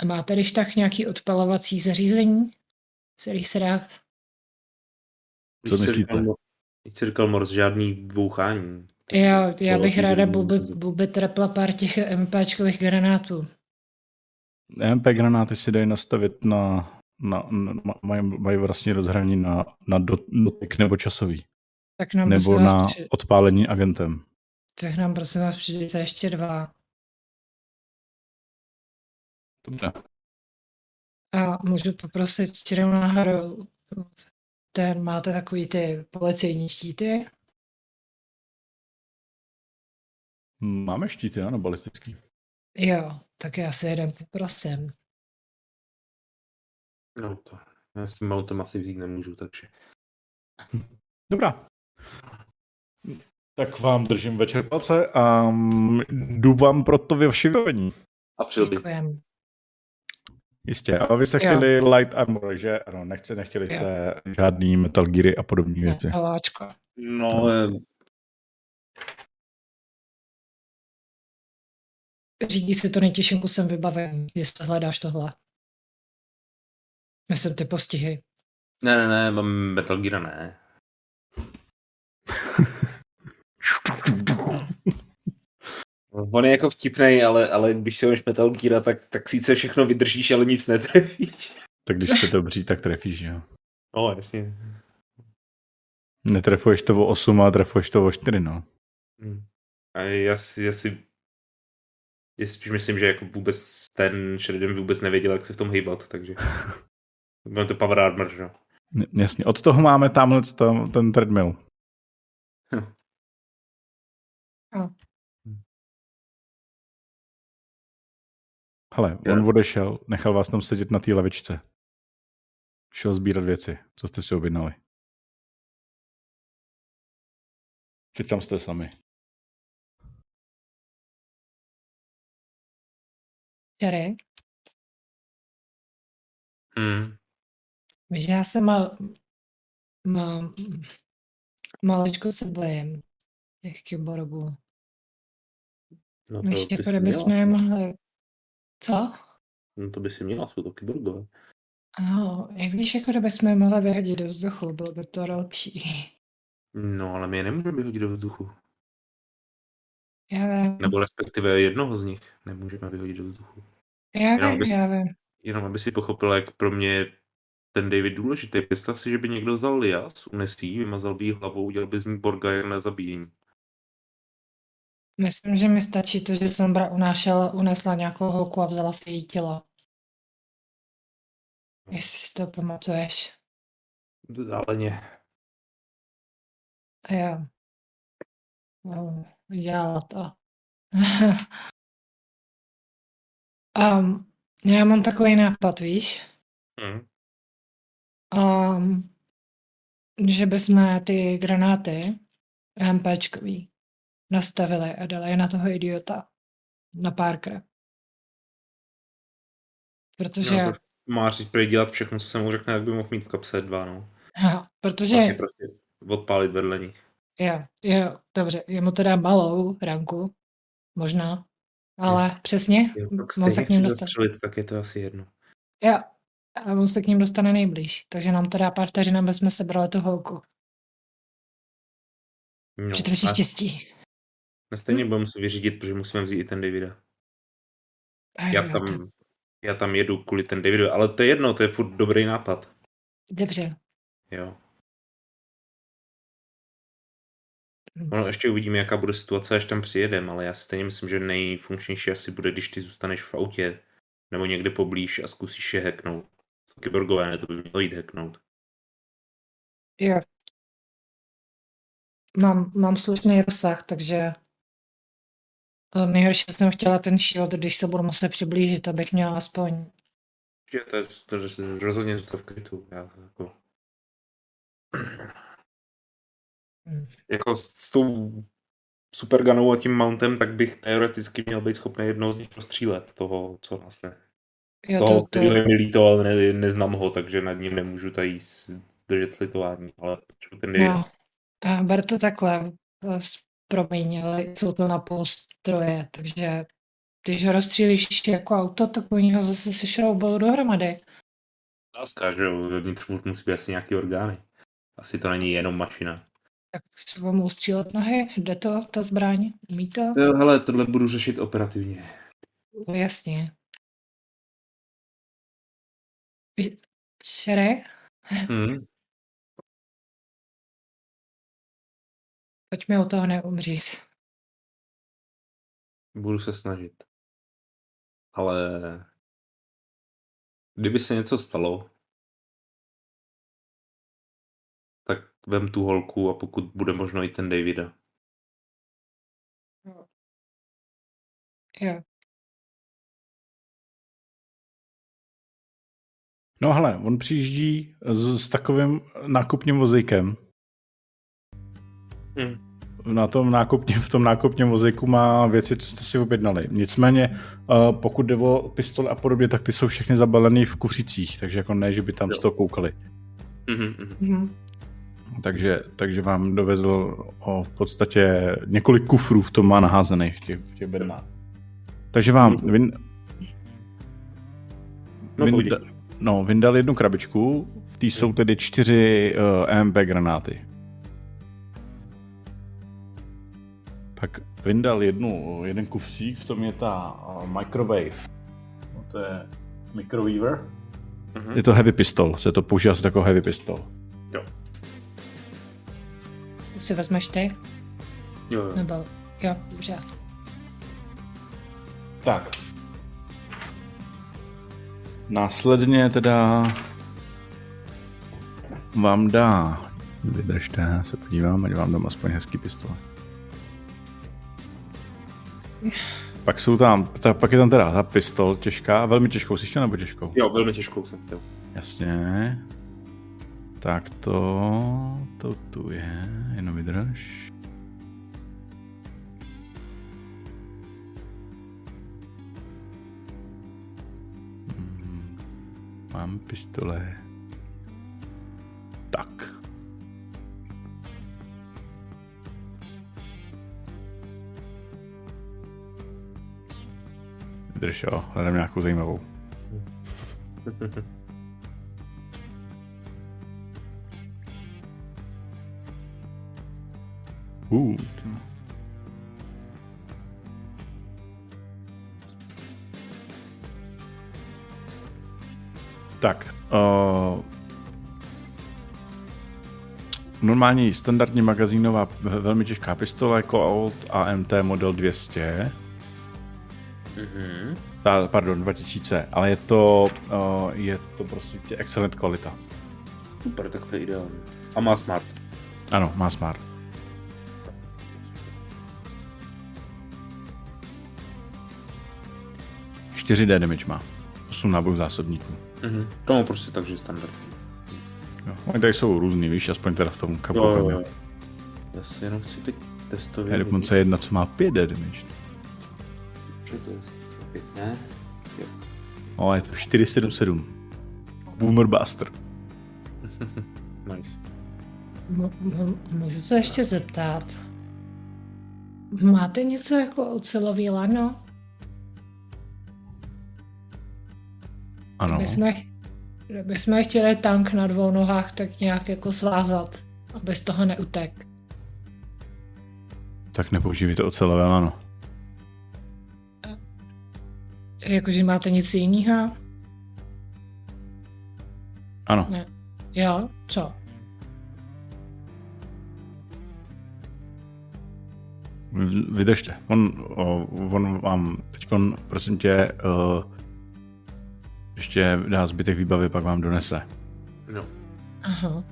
Speaker 3: A máte když tak nějaký odpalovací zařízení, který se dá...
Speaker 1: Co
Speaker 2: Když si
Speaker 1: myslíte?
Speaker 2: říkal Mor- Když si říkal Morse, žádný bouchání.
Speaker 3: Já, já
Speaker 2: Odpalovací
Speaker 3: bych ráda
Speaker 2: zařízení.
Speaker 3: buby, buby trepla pár těch MPčkových granátů.
Speaker 1: MP granáty si dají nastavit na, na, na ma- mají, mají vlastně rozhraní na, na dot- dotek nebo časový.
Speaker 3: Tak nám,
Speaker 1: Nebo
Speaker 3: prosím,
Speaker 1: na
Speaker 3: vás, při...
Speaker 1: odpálení agentem.
Speaker 3: tak nám prosím vás přidejte ještě dva.
Speaker 1: Dobře.
Speaker 3: A můžu poprosit čirou náhodou, ten máte takový ty policejní štíty?
Speaker 1: Máme štíty, ano, balistický.
Speaker 3: Jo, tak já si jeden poprosím.
Speaker 2: No to, já s tím autem asi vzít nemůžu, takže.
Speaker 1: Dobrá. Tak vám držím večer palce a mm, jdu vám pro to vaše vybavení.
Speaker 2: A přilby.
Speaker 3: Děkujem.
Speaker 1: Jistě. A vy jste
Speaker 3: Jo.
Speaker 1: chtěli light armor, že? Ano, nechce, nechtěli
Speaker 3: Jo.
Speaker 1: jste žádný Metal Geary a podobné věci.
Speaker 3: Haláčko.
Speaker 2: No, eh,
Speaker 3: Řídí se to nejtěžším kusem vybavení, jestli hledáš tohle. Myslím ty postihy.
Speaker 2: ne, ne, ne, mám Metal Gear, ne. On je jako vtipnej, ale, ale když si máš Metal Gear, tak, tak sice všechno vydržíš, ale nic netrefíš.
Speaker 1: Tak když jste dobří, tak trefíš, jo.
Speaker 2: No, jasně.
Speaker 1: Netrefuješ to o 8, ale trefuješ to o 4, no.
Speaker 2: Hm. A já si, já si já si spíš myslím, že jako vůbec ten Shredden vůbec nevěděl, jak se v tom hýbat, takže byl to Power Armor, že? jo?
Speaker 1: N- Jasně, od toho máme tamhle tam, ten treadmill.
Speaker 3: Ano.
Speaker 1: Hele, on
Speaker 2: Jo.
Speaker 1: odešel, nechal vás tam sedět na té lavičce. Šel sbírat věci, co jste si objednali. Teď tam jste sami.
Speaker 3: Čery,
Speaker 2: Hm.
Speaker 3: víš, já se mal, mal, maličko se bojím těch kyborgů.
Speaker 2: No, to
Speaker 3: Víš,
Speaker 2: by
Speaker 3: jako
Speaker 2: si
Speaker 3: kdybychom
Speaker 2: měla.
Speaker 3: je mohli... Co?
Speaker 2: No, to by si měla, jsou to kyborgové.
Speaker 3: Ano, jak víš, jako kdybychom je mohli vyhodit do vzduchu, bylo by to lepší.
Speaker 2: No, ale my je nemůžeme vyhodit do vzduchu.
Speaker 3: Já vím,
Speaker 2: Nebo respektive jednoho z nich nemůžeme vyhodit do vzduchu.
Speaker 3: já
Speaker 2: jenom
Speaker 3: vím,
Speaker 2: bys-
Speaker 3: já vím.
Speaker 2: Jenom aby si pochopil, jak pro mě je ten David důležitý. Představ si, že by někdo vzal Lias, unesl ji, vymazal by jí hlavou, udělal by z ní Borga na zabíjení.
Speaker 3: Myslím, že mi stačí to, že Sombra unášela, unesla nějakou holku a vzala si její tělo. Jestli si to pamatuješ.
Speaker 2: Vzdáleně.
Speaker 3: A já no, dělala to. um, já mám takový nápad, víš?
Speaker 2: Hm.
Speaker 3: Um, že bychom ty granáty MPčkový nastavili a dali je na toho idiota. Na Parkera. Protože,
Speaker 2: No, to má říct, prý dělat všechno, co se mu řekne, jak by mohl mít v kapse dva, no.
Speaker 3: ha, protože
Speaker 2: Že... prostě odpálit vedle nich.
Speaker 3: Jo, jo, dobře, je mu teda malou ranku, možná, ale přesně,
Speaker 2: Jo, tak
Speaker 3: on se
Speaker 2: stejně
Speaker 3: k ním
Speaker 2: chce
Speaker 3: dostane.
Speaker 2: zastřelit, tak je to asi jedno.
Speaker 3: Jo, a on se k ním dostane nejblíž, takže nám to dá pár vteřin, aby jsme sebrali tu holku.
Speaker 2: No,
Speaker 3: Při troši
Speaker 2: a-
Speaker 3: štěstí. Hm?
Speaker 2: a stejně budeme muset vyřídit, protože musíme vzít i ten Davida.
Speaker 3: A
Speaker 2: Já
Speaker 3: jo, to-
Speaker 2: tam, já tam jedu kvůli ten Davidu, ale to je jedno, to je furt dobrý nápad.
Speaker 3: Dobře,
Speaker 2: Jo.
Speaker 3: Hm.
Speaker 2: Ono ještě uvidíme, jaká bude situace, až tam přijedem, ale já si stejně myslím, že nejfunkčnější asi bude, když ty zůstaneš v autě nebo někde poblíž a zkusíš je hacknout. To Kyborgové, ne, to by mělo jít hacknout.
Speaker 3: jo. Mám, mám slušný rozsah, takže eh, nejhorší jsem chtěla ten shield, když se budu muset přiblížit, abych měla aspoň,
Speaker 2: Že to je, to je rozhodně zůstat v krytu. Já to jako...
Speaker 3: Hm.
Speaker 2: jako s, s tou superganou a tím mountem, tak bych teoreticky měl být schopný jednoho z nich prostřílet, toho, co nás ne.
Speaker 3: jo,
Speaker 2: toho,
Speaker 3: to, to,
Speaker 2: který je mi líto, ale ne, neznám ho, takže nad ním nemůžu tady s- držet litování, ale potřebuji ten David.
Speaker 3: No, a ber to takhle, s- promiň, ale jsou to na polstroje, takže když ho rozstřílíš jako auto, tak oni ho zase sešroubou dohromady.
Speaker 2: Láska, že jo, vevnitř mu- musí být asi nějaký orgány. Asi to není jenom mašina.
Speaker 3: Tak třeba mu střílet nohy, jde to, ta zbraň, umí to?
Speaker 2: Jo, hele, tohle budu řešit operativně.
Speaker 3: No, Jasně. Vy- Šere,
Speaker 2: Hm.
Speaker 3: pojďme u toho neumřít.
Speaker 2: Budu se snažit. Ale kdyby se něco stalo, tak vem tu holku a pokud bude možno i ten Davida.
Speaker 3: Jo,
Speaker 1: No hele, on přijíždí s, s takovým nákupním vozíkem.
Speaker 2: Hm.
Speaker 1: Na tom nákupně, v tom nákupním vozíku má věci, co jste si objednali. Nicméně, eh, pokud jde o pistole a podobně, tak ty jsou všechny zabalený v kufřících, takže jako ne, že by tam
Speaker 2: Jo.
Speaker 1: z toho koukali.
Speaker 2: Mhm, mhm.
Speaker 3: Mhm.
Speaker 1: Takže, takže vám dovezl o, v podstatě několik kufrů v tom má naházených těch, těch bedmách. Takže vám
Speaker 2: Mhm.
Speaker 1: vyn,
Speaker 2: No,
Speaker 1: vynda-
Speaker 2: povídej.
Speaker 1: no, vyndal jednu krabičku, v té jsou tedy čtyři uh, EMP granáty. Pak vyndal jednu, jeden kufřík, v tom je ta uh, microwave. No, to je microweaver.
Speaker 2: Mhm.
Speaker 1: Je to heavy pistol, se to používá se jako heavy pistol.
Speaker 3: To si vezmeš ty?
Speaker 2: Jo, jo.
Speaker 3: Nebo jo, dobře.
Speaker 1: Tak. Následně teda vám dá... Vydržte, já se podívám, ať vám dám aspoň hezký pistole. Pak jsou tam, ta, pak je tam teda ta pistol těžká, velmi těžkou, jsi chtěl nebo těžkou?
Speaker 2: Jo, velmi těžkou jsem chtěl.
Speaker 1: Jasně. Tak to, to tu je, jenom vydrž. Mm, Mám pistole. Tak. Vydrž, jo, hledám nějakou zajímavou. Uh. Tak. Uh, normální standardní magazínová ve- velmi těžká pistole Colt AMT model 200.
Speaker 2: Mhm.
Speaker 1: Ta, pardon, 2000, ale je to, uh, je to prostě excelent kvalita.
Speaker 2: Super, tak to je ideální. A má smart.
Speaker 1: Ano, má smart. Čtyři D damage má. 8 nábojů zásobníků.
Speaker 2: Mhm. To mám prostě takže standardní.
Speaker 1: Jo. Oni tady jsou různý, víš, aspoň teda v tom kapu.
Speaker 2: Jo, jo, jo. Já si jenom chci teď testovat.
Speaker 1: Je dokonce jedna, co má 5 D damage.
Speaker 2: Že to je pěkné. Jo.
Speaker 1: O, No, je to 477. Boomer Buster.
Speaker 2: Nice.
Speaker 3: M- m- můžu se ještě zeptat? Máte něco jako ocelový lano?
Speaker 1: Ano.
Speaker 3: My jsme, my jsme chtěli tank na dvou nohách tak nějak jako svázat, aby z toho neutek.
Speaker 1: Tak nepoužívejte ocelové lano.
Speaker 3: Jakože máte něco jiného?
Speaker 1: Ano.
Speaker 3: Ne. Jo, co?
Speaker 1: V- Vydržte. On, o, on vám teď, prosím tě, uh, ještě dá zbytek výbavy, pak vám donese.
Speaker 2: No.
Speaker 3: Aha.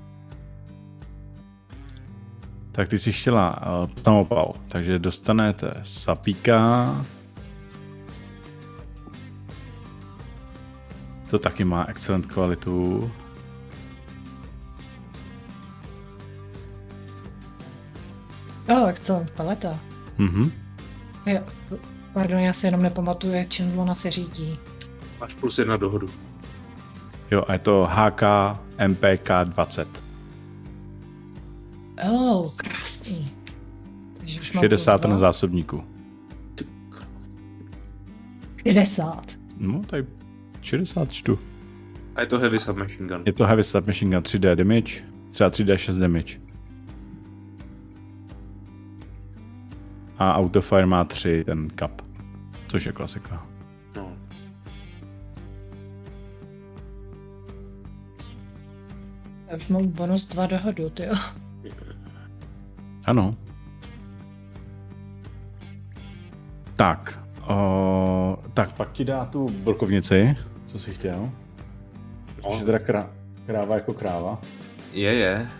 Speaker 1: Tak ty si chtěla uh, samopal, takže dostanete sapíka. To taky má excellent kvalitu.
Speaker 3: Jo, excelent paleta.
Speaker 1: Mhm.
Speaker 3: Jo, pardon, já si jenom nepamatuju, čím ona se řídí.
Speaker 2: Máš plus jedna dohodu.
Speaker 1: Jo, a je to HK MPK20.
Speaker 3: Oh, krásný. Takže už mám plus
Speaker 1: 60 na
Speaker 3: dva.
Speaker 1: zásobníku.
Speaker 3: 60.
Speaker 1: No, tady 60 čtu.
Speaker 2: A je to heavy submachine gun.
Speaker 1: Je to Heavy Submachine Gun 3D damage, třeba 3D 6 damage. A Autofire má 3 ten cup, což je klasika.
Speaker 2: No.
Speaker 3: Já už mám bonus 2 dohodu, ty jo.
Speaker 1: Ano. Tak, o, tak pak ti dá tu brokovnici, co jsi chtěl. Což je
Speaker 2: no.
Speaker 1: teda krá, kráva jako kráva.
Speaker 2: Je, je.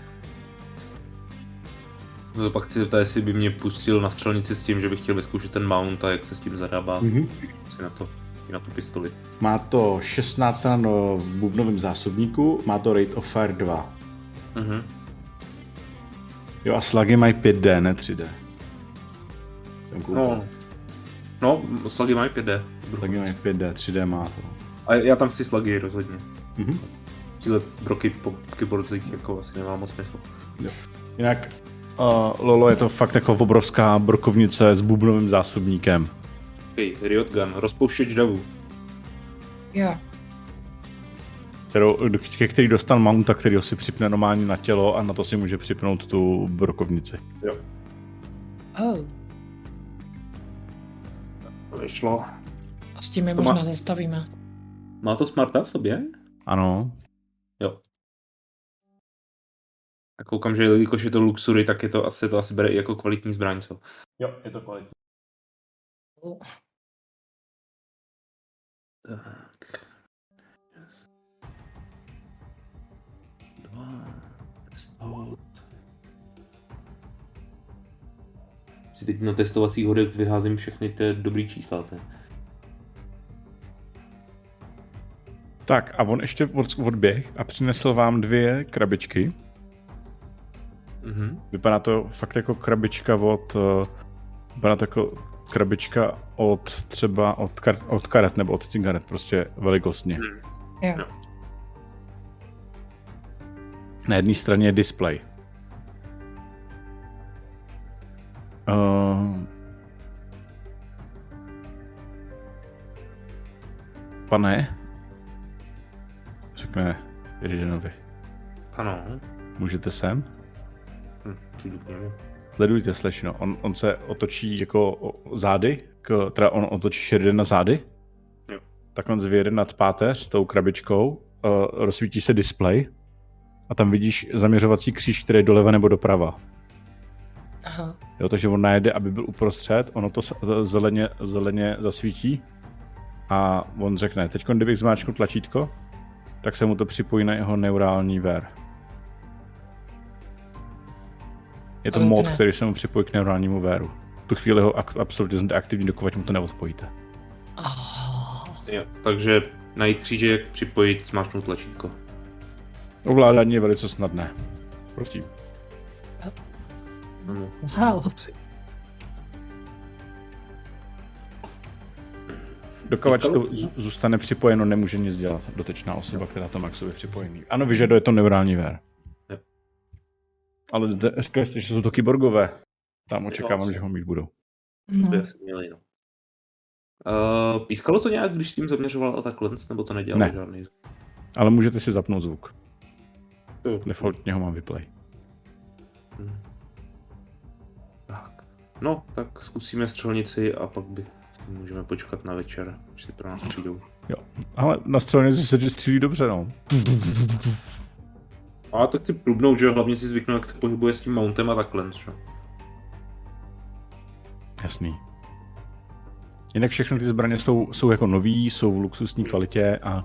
Speaker 2: No to pak chci zeptat, jestli by mě pustil na střelnici s tím, že bych chtěl vyzkoušet ten mount a jak se s tím zarábá.
Speaker 1: Mhm.
Speaker 2: Si na to. na tu pistoli.
Speaker 1: Má to 16 stran v bubnovém zásobníku, má to Rate of Fire 2.
Speaker 2: Mhm.
Speaker 1: Jo a slagy mají 5D, ne 3D. Jsem koukal.
Speaker 2: No, no, slagy mají 5D.
Speaker 1: Slagy mají 5D, 3D má to.
Speaker 2: A já tam chci slagy rozhodně.
Speaker 1: Mhm.
Speaker 2: Tyhle broky po kyborcích jako asi nemá moc smysl.
Speaker 1: Jinak uh, Lolo je to fakt jako obrovská brokovnice s bubnovým zásobníkem.
Speaker 2: Hej, Riot Gun, rozpouštěč davů.
Speaker 3: Jo,
Speaker 1: kterou, ke který dostal mounta, který ho si připne normálně na tělo a na to si může připnout tu brokovnici.
Speaker 3: oh,
Speaker 2: Vyšlo.
Speaker 3: a s tím je
Speaker 2: To má-
Speaker 3: možná zastavíme.
Speaker 2: Má to smarta v sobě?
Speaker 1: Ano.
Speaker 2: A koukám, že jelikož je to luxury, tak je to asi, to asi bere i jako kvalitní zbraň, co?
Speaker 1: Jo, je to kvalitní.
Speaker 2: Tak. Dva. Stot. Si teď na testovacích hodech vyházím všechny ty dobrý čísla. Ten.
Speaker 1: Tak a on ještě od- odběh a přinesl vám dvě krabičky.
Speaker 2: Mhm.
Speaker 1: Vypadá to fakt jako krabička od... eh, Vypadá to jako krabička od třeba od, kar, od karet nebo od cigaret, prostě velikostně.
Speaker 3: Jo.
Speaker 2: Jo.
Speaker 1: Na jedné straně je display. Uh, pane? Řekne Ridenovi.
Speaker 2: Ano.
Speaker 1: Můžete sem?
Speaker 2: Hm, přijdu k němu.
Speaker 1: Sledujte, slečno. On, on se otočí jako o- zády, k, teda on otočí Sheridan na zády.
Speaker 2: Jo.
Speaker 1: Tak on zvěde nad páteř tou krabičkou, uh, rozsvítí se display a tam vidíš zaměřovací kříž, který je doleva nebo doprava.
Speaker 3: Aha.
Speaker 1: Jo, takže on najede, aby byl uprostřed, ono to s- zeleně, zeleně zasvítí a on řekne, teď kdybych zmáčknul tlačítko, tak se mu to připojí na jeho neurální ver. Je to
Speaker 3: Ale to
Speaker 1: mod,
Speaker 3: ne.
Speaker 1: který se mu připojí k neurálnímu veru. V tu chvíli ho ak- absolutně zdeaktivní, dokud mu to neodpojíte.
Speaker 3: Oh.
Speaker 2: Jo. Takže najít křížek, připojit, smáčknout tlačítko.
Speaker 1: Ovládání je velice snadné. Prosím.
Speaker 2: Ano.
Speaker 3: Wow.
Speaker 1: Dokud to z- zůstane připojeno, nemůže nic dělat dotečná osoba, která to má k sobě připojený. Ano, vyžaduje to neurální ver.
Speaker 2: Jo.
Speaker 1: Ale d- říkali jste, že jsou to kyborgové. Tam očekávám,
Speaker 2: asi.
Speaker 1: že ho mít budou.
Speaker 2: To by
Speaker 3: No.
Speaker 2: asi měli, no. Uh, pískalo to nějak, když s tím zaměřoval a takhle, nebo to nedělalo
Speaker 1: Ne.
Speaker 2: žádný zvuk?
Speaker 1: Ale můžete si zapnout zvuk. Defaultně ho mám vyplay.
Speaker 2: Hm. Tak. No, tak zkusíme střelnici a pak by si můžeme počkat na večer, až si pro nás přijdou.
Speaker 1: Ale na střelnici se střílí dobře, no.
Speaker 2: A tak ty plubnou, že jo, hlavně si zvyknu, jak se pohybuje s tím mountem a takhle, že? jo.
Speaker 1: Jasný. Jinak všechny ty zbraně jsou, jsou jako nový, jsou v luxusní kvalitě a,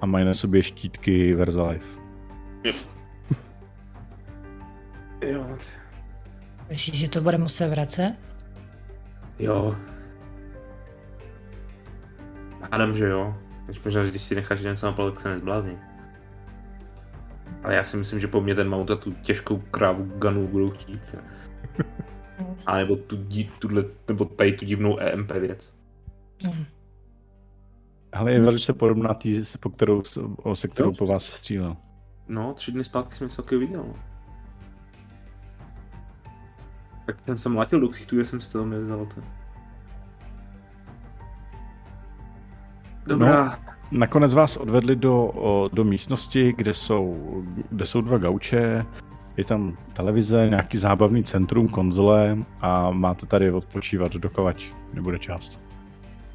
Speaker 1: a mají na sobě štítky Verzalife.
Speaker 2: Jo, no,
Speaker 3: Myslíš, že to bude muset vracet?
Speaker 2: jo. Hádám, že jo. Když možná, že když si necháš něco na pole, tak se nezblázní. Ale já si myslím, že po mně ten mount a tu těžkou krávu ganu budou chtít. A nebo tu, dí- tuhle, nebo tady tu divnou EMP věc.
Speaker 3: Mm.
Speaker 1: Ale je velice podobná tý, po kterou, o- se kterou po vás střílel.
Speaker 2: No, tři dny zpátky jsem něco takového viděl. no. Tak jsem se mlátil do ksichtu, že jsem si to nevzal. To. Dobrá.
Speaker 1: Nakonec vás odvedli do, o, do místnosti, kde jsou, kde jsou dva gauče, je tam televize, nějaký zábavný centrum, konzole a máte tady odpočívat dokavať, nebude část.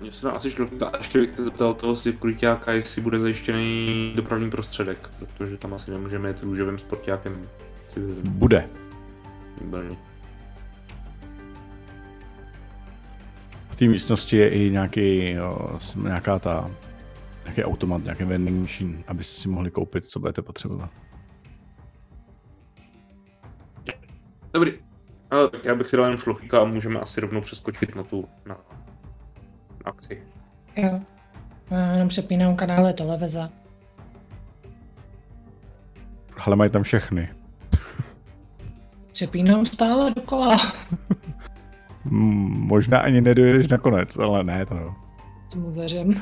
Speaker 2: Mně se tam asi šlo, a ještě bych se zeptal toho sekuritáka, jestli bude zajištěný dopravní prostředek, protože tam asi nemůžeme jet růžovým sportákem civilním.
Speaker 1: Bude.
Speaker 2: Výborně.
Speaker 1: V té místnosti je i nějaký, o, s- nějaká ta, nějaký automat, nějaký vending machine, abyste si mohli koupit, co budete potřebovat.
Speaker 2: Dobrý. Ale tak já bych si dal jenom šlofíka a můžeme asi rovnou přeskočit na tu na, na akci.
Speaker 3: Jo. Já jenom přepínám kanály televize.
Speaker 1: Ale mají tam všechny.
Speaker 3: Přepínám stále dokola.
Speaker 1: Mm, Možná ani nedojedeš nakonec, ale ne to. jo.
Speaker 3: Tomu věřím.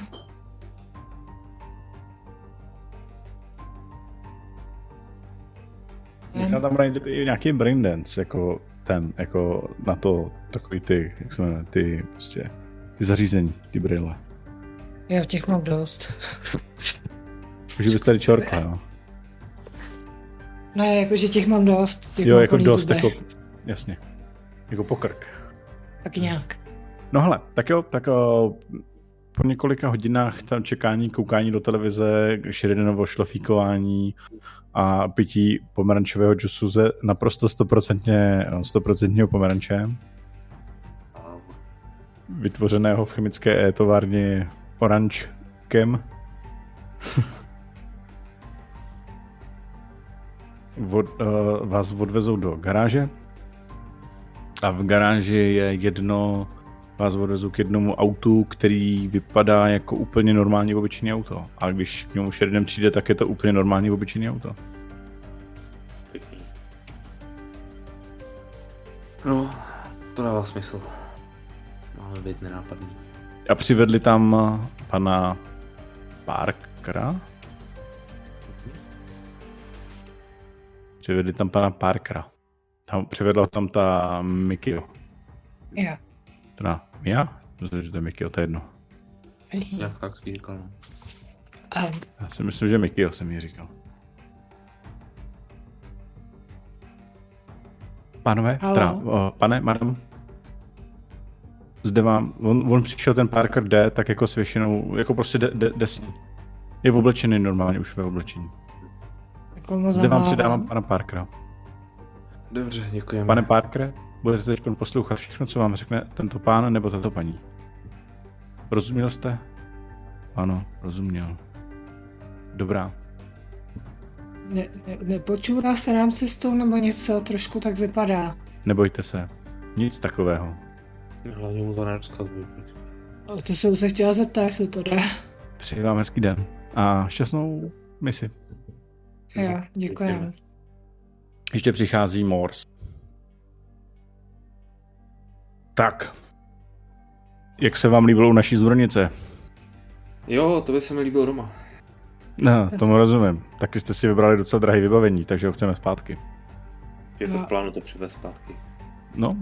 Speaker 1: Možná tam najde i nějaký brain dance, jako ten, jako na to takový ty, jak se jmenuje, ty prostě, ty zařízení, ty brýle.
Speaker 3: Jo, těch mám dost.
Speaker 1: Takže bys tady čorkla, jo.
Speaker 3: Ne, No, jakože těch mám dost. Těch
Speaker 1: Jo,
Speaker 3: mám
Speaker 1: jako
Speaker 3: plný
Speaker 1: dost,
Speaker 3: zuby.
Speaker 1: jako, jasně. Jako pokrk.
Speaker 3: Tak nějak.
Speaker 1: No hele, tak jo, tak o, po několika hodinách tam čekání, koukání do televize, Sheridanovo šlofíkování a pití pomerančového džusu ze naprosto stoprocentně, eh, stoprocentního pomeranče, vytvořeného v chemické továrně oranžkem. Od, uh, vás odvezou do garáže a v garáži je jedno vás odvezou k jednomu autu, který vypadá jako úplně normální obyčejné auto. A když k němu Sheridan přijde, tak je to úplně normální obyčejné auto.
Speaker 2: Pěkný. No, to dává smysl. Máme být nenápadný.
Speaker 1: A přivedli tam eh, pana Parkera? Přivedli tam pana Parkera. Tam, přivedla tam ta Mikio.
Speaker 3: Jo.
Speaker 1: Teda já? Myslím, že to je Mikio, to je jedno.
Speaker 2: Jak tak si říkal, no.
Speaker 3: A
Speaker 1: Já si myslím, že Mikio jsem jí říkal. Pánové,
Speaker 3: Halo?
Speaker 1: teda, o, pane, madam, zde vám, on, on přišel ten Parker D, tak jako s většinou, jako prostě jde, jde, jde s ní. Je v oblečený normálně, už ve oblečení.
Speaker 3: jako mu
Speaker 1: Zde vám
Speaker 3: zamávám.
Speaker 1: přidávám pana Parkera.
Speaker 2: Dobře, děkujeme.
Speaker 1: Pane Parkere, budete teď poslouchat všechno, co vám řekne tento pán nebo tato paní. Rozuměl jste? Ano, rozuměl. Dobrá.
Speaker 3: Ne, ne, nepočůrá se nám cestou nebo něco, trošku tak vypadá.
Speaker 1: Nebojte se. Nic takového.
Speaker 2: Hlavně mu to nerozkazuj. prosím.
Speaker 3: O, to jsem se chtěla zeptat, jestli to jde.
Speaker 1: Přeji vám hezký den a šťastnou misi. No,
Speaker 3: Jo, děkujem.
Speaker 1: Ještě přichází Morse. Tak. Jak se vám líbilo u naší zbrojnice?
Speaker 2: Jo, to by se mi líbilo doma.
Speaker 1: No, tomu rozumím. Taky jste si vybrali docela drahé vybavení, takže ho chceme zpátky.
Speaker 2: Je to
Speaker 3: No.
Speaker 2: v plánu to přivez zpátky.
Speaker 1: No,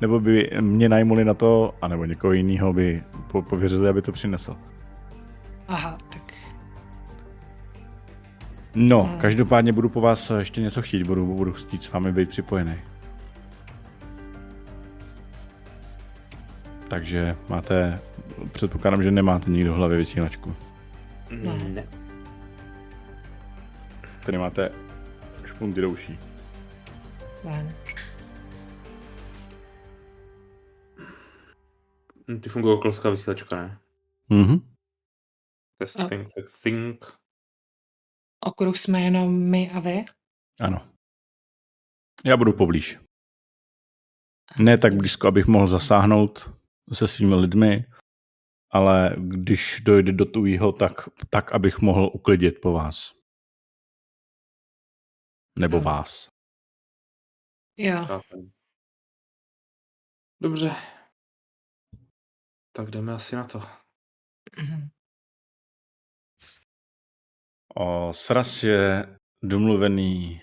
Speaker 1: nebo by mě najmuli na to, anebo někoho jiného by po- pověřili, aby to přinesl.
Speaker 3: Aha, tak
Speaker 1: No,
Speaker 3: Hmm.
Speaker 1: každopádně budu po vás ještě něco chtít, budu, budu chtít s vámi být připojený. Takže máte, předpokládám, že nemáte nikdo v hlavě vysílačku.
Speaker 3: Ne.
Speaker 2: Ne.
Speaker 1: Tady máte špunty douší.
Speaker 3: fajn.
Speaker 2: Hm, Ty funguje okolská vysílačka, ne?
Speaker 1: Mhm.
Speaker 2: Testing, testing.
Speaker 3: Okruh jsme jenom my a vy.
Speaker 1: Ano. Já budu poblíž. Ne tak blízko, abych mohl zasáhnout se svými lidmi, ale když dojde do tujího, tak, tak abych mohl uklidit po vás. Nebo
Speaker 3: Ano.
Speaker 1: vás.
Speaker 3: Jo,
Speaker 2: Chápem. No. Dobře. Tak jdeme asi na to.
Speaker 3: mhm.
Speaker 1: O, sraz je domluvený.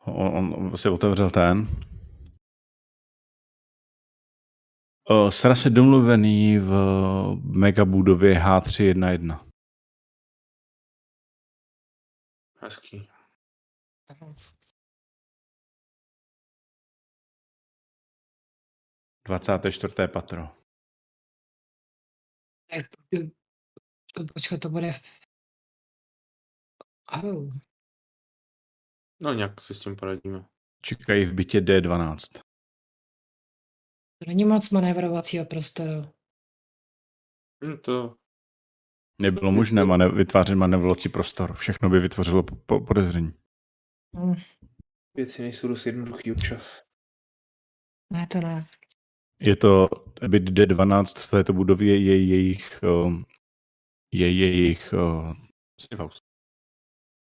Speaker 1: On, on si otevřel ten. O, sraz je domluvený v megabudově H311.
Speaker 2: Hezký.
Speaker 3: Aha.
Speaker 1: 24. patro.
Speaker 3: Tak to- to- Počkat, to bude... Oh,
Speaker 2: No nějak si s tím poradíme.
Speaker 1: Čekají v bytě D12.
Speaker 3: to není moc manévrovacího prostoru.
Speaker 2: Hm, to
Speaker 1: Nebylo možné manev- vytvářet manevrovací prostor. Všechno by vytvořilo po- po- podezření.
Speaker 3: Hm,
Speaker 2: věci nejsou dost jednoduchý občas.
Speaker 3: ne, to ne.
Speaker 1: Je to bit D12 v této budově, je jejich um, je jejich um,
Speaker 2: Safe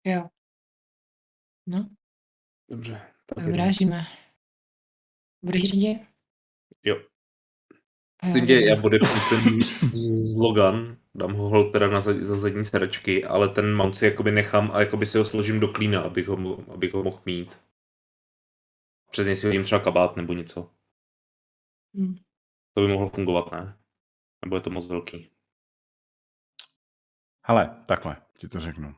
Speaker 3: Jo. No,
Speaker 2: Dobře. Tak jdeme.
Speaker 3: vyrážíme. Budeš řídit?
Speaker 2: Jo.
Speaker 3: Eh,
Speaker 2: Myslím, že já podepíšem z Logan, dám ho hol teda na za, za zadní sedačky, ale ten mount si jakoby nechám a jakoby si ho složím do klína, abych ho, mo- abych ho mohl mít. Přes něj si hodím třeba kabát nebo něco.
Speaker 3: hm.
Speaker 2: To by mohlo fungovat, ne? Nebo je to moc velký.
Speaker 1: Hele, takhle ti to řeknu.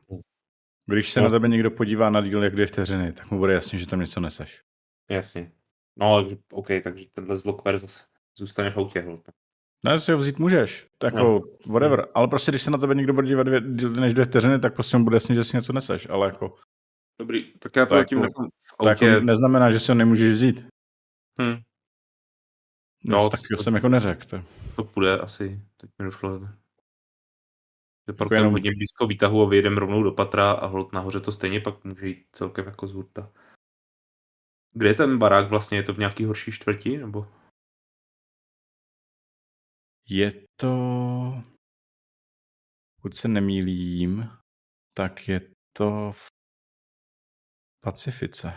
Speaker 1: Když se
Speaker 2: No.
Speaker 1: na tebe někdo podívá na díl jak dvě vteřiny, tak mu bude jasně, že tam něco neseš.
Speaker 2: Jasně. No, takže- OK, takže tenhle zlokver zase zůstane v autě. hol.
Speaker 1: Ne, No, si ho vzít můžeš, to
Speaker 2: No.
Speaker 1: jako whatever, ale prostě když se na tebe někdo bude dívat dvě, díl než dvě vteřiny, tak prostě mu bude jasně, že si něco neseš, ale jako,
Speaker 2: Dobrý, tak já
Speaker 1: to zatím nechám to jako neznamená, že si ho nemůžeš vzít.
Speaker 2: Hm,
Speaker 1: No,
Speaker 2: No,
Speaker 1: tak
Speaker 2: to-
Speaker 1: jsem jako neřekl. To.
Speaker 2: to půjde asi, teď mi došlo. Že
Speaker 1: Jako
Speaker 2: parkujeme
Speaker 1: jenom-
Speaker 2: hodně blízko výtahu a vyjedeme rovnou do patra a hold nahoře to stejně pak může jít celkem jako z hurta. Kde je ten barák vlastně? Je to v nějaký horší čtvrti? Nebo
Speaker 1: Je to, pokud se nemýlím, tak je to v Pacifice.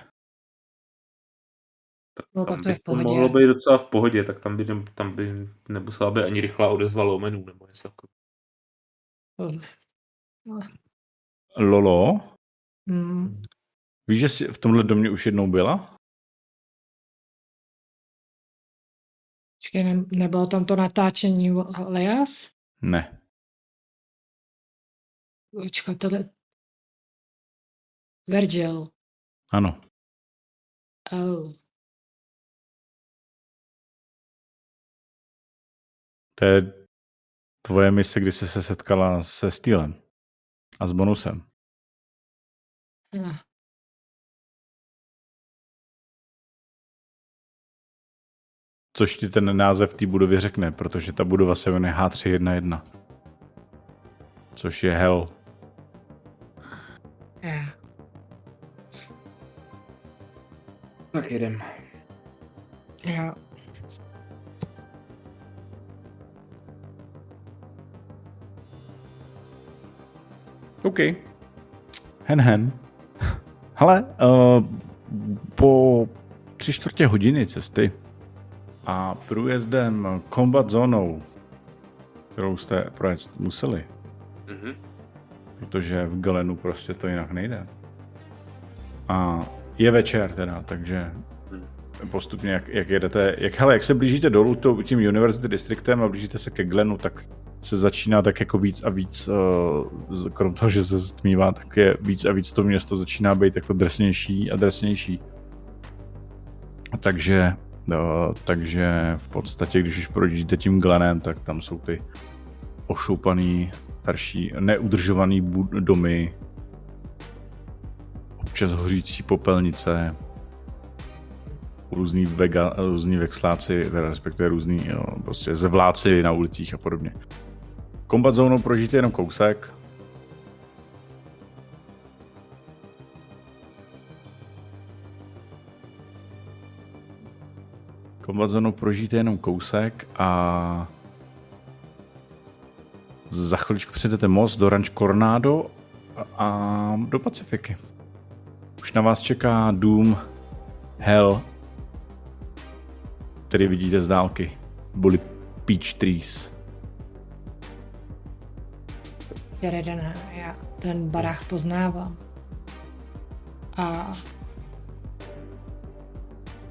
Speaker 3: No, tak
Speaker 2: tam
Speaker 3: to je
Speaker 2: by
Speaker 3: v pohodě.
Speaker 2: mohlo být docela v pohodě, tak tam by, ne, tam by nemusela být ani rychlá odezva lomenů nebo něco takového.
Speaker 1: Lolo,
Speaker 3: Hm.
Speaker 1: víš, že jsi v tomhle domě už jednou byla?
Speaker 3: Počkej, ne, nebylo tam to natáčení hm, o- Elias?
Speaker 1: Ne.
Speaker 3: Počkej, tohle... Virgil.
Speaker 1: Ano.
Speaker 3: Oh.
Speaker 1: To je tvoje mise, kdy jsi se setkala se Steelem a s bonusem.
Speaker 3: Ah.
Speaker 1: Což ti ten název té budovy řekne, protože ta budova se jmenuje H311. Což je hell.
Speaker 3: Eh.
Speaker 2: Tak jedem.
Speaker 3: Jo.
Speaker 1: OK. Hen hen. Hele, uh, po tři čtvrtě hodiny cesty a průjezdem combat zónou, kterou jste projet museli,
Speaker 2: Mhm.
Speaker 1: protože v Galenu prostě to jinak nejde. A je večer teda, takže
Speaker 2: Hmm.
Speaker 1: postupně, jak, jak jedete, jak, hele, jak se blížíte dolů to, tím University Districtem a blížíte se ke Glenu, tak se začíná tak jako víc a víc, eh, z- krom toho, že se stmívá, tak je víc a víc to město začíná být jako drsnější a drsnější. Takže, no, takže v podstatě, když už projíždíte tím Glenem, tak tam jsou ty ošoupaný, starší, neudržovaný bud- domy, občas hořící popelnice, různý, vega, různý vexláci, teda respektive různý jo, prostě zvláci na ulicích a podobně. Combat zónou prožijte jenom kousek. Combat zónou prožijte jenom kousek a za chviličku předete most do Ranch Coronado a- a do Pacifiky. Už na vás čeká Doom, Hell, který vidíte z dálky. Byly Peach Trees.
Speaker 3: Jaredena, já ten barák poznávám. A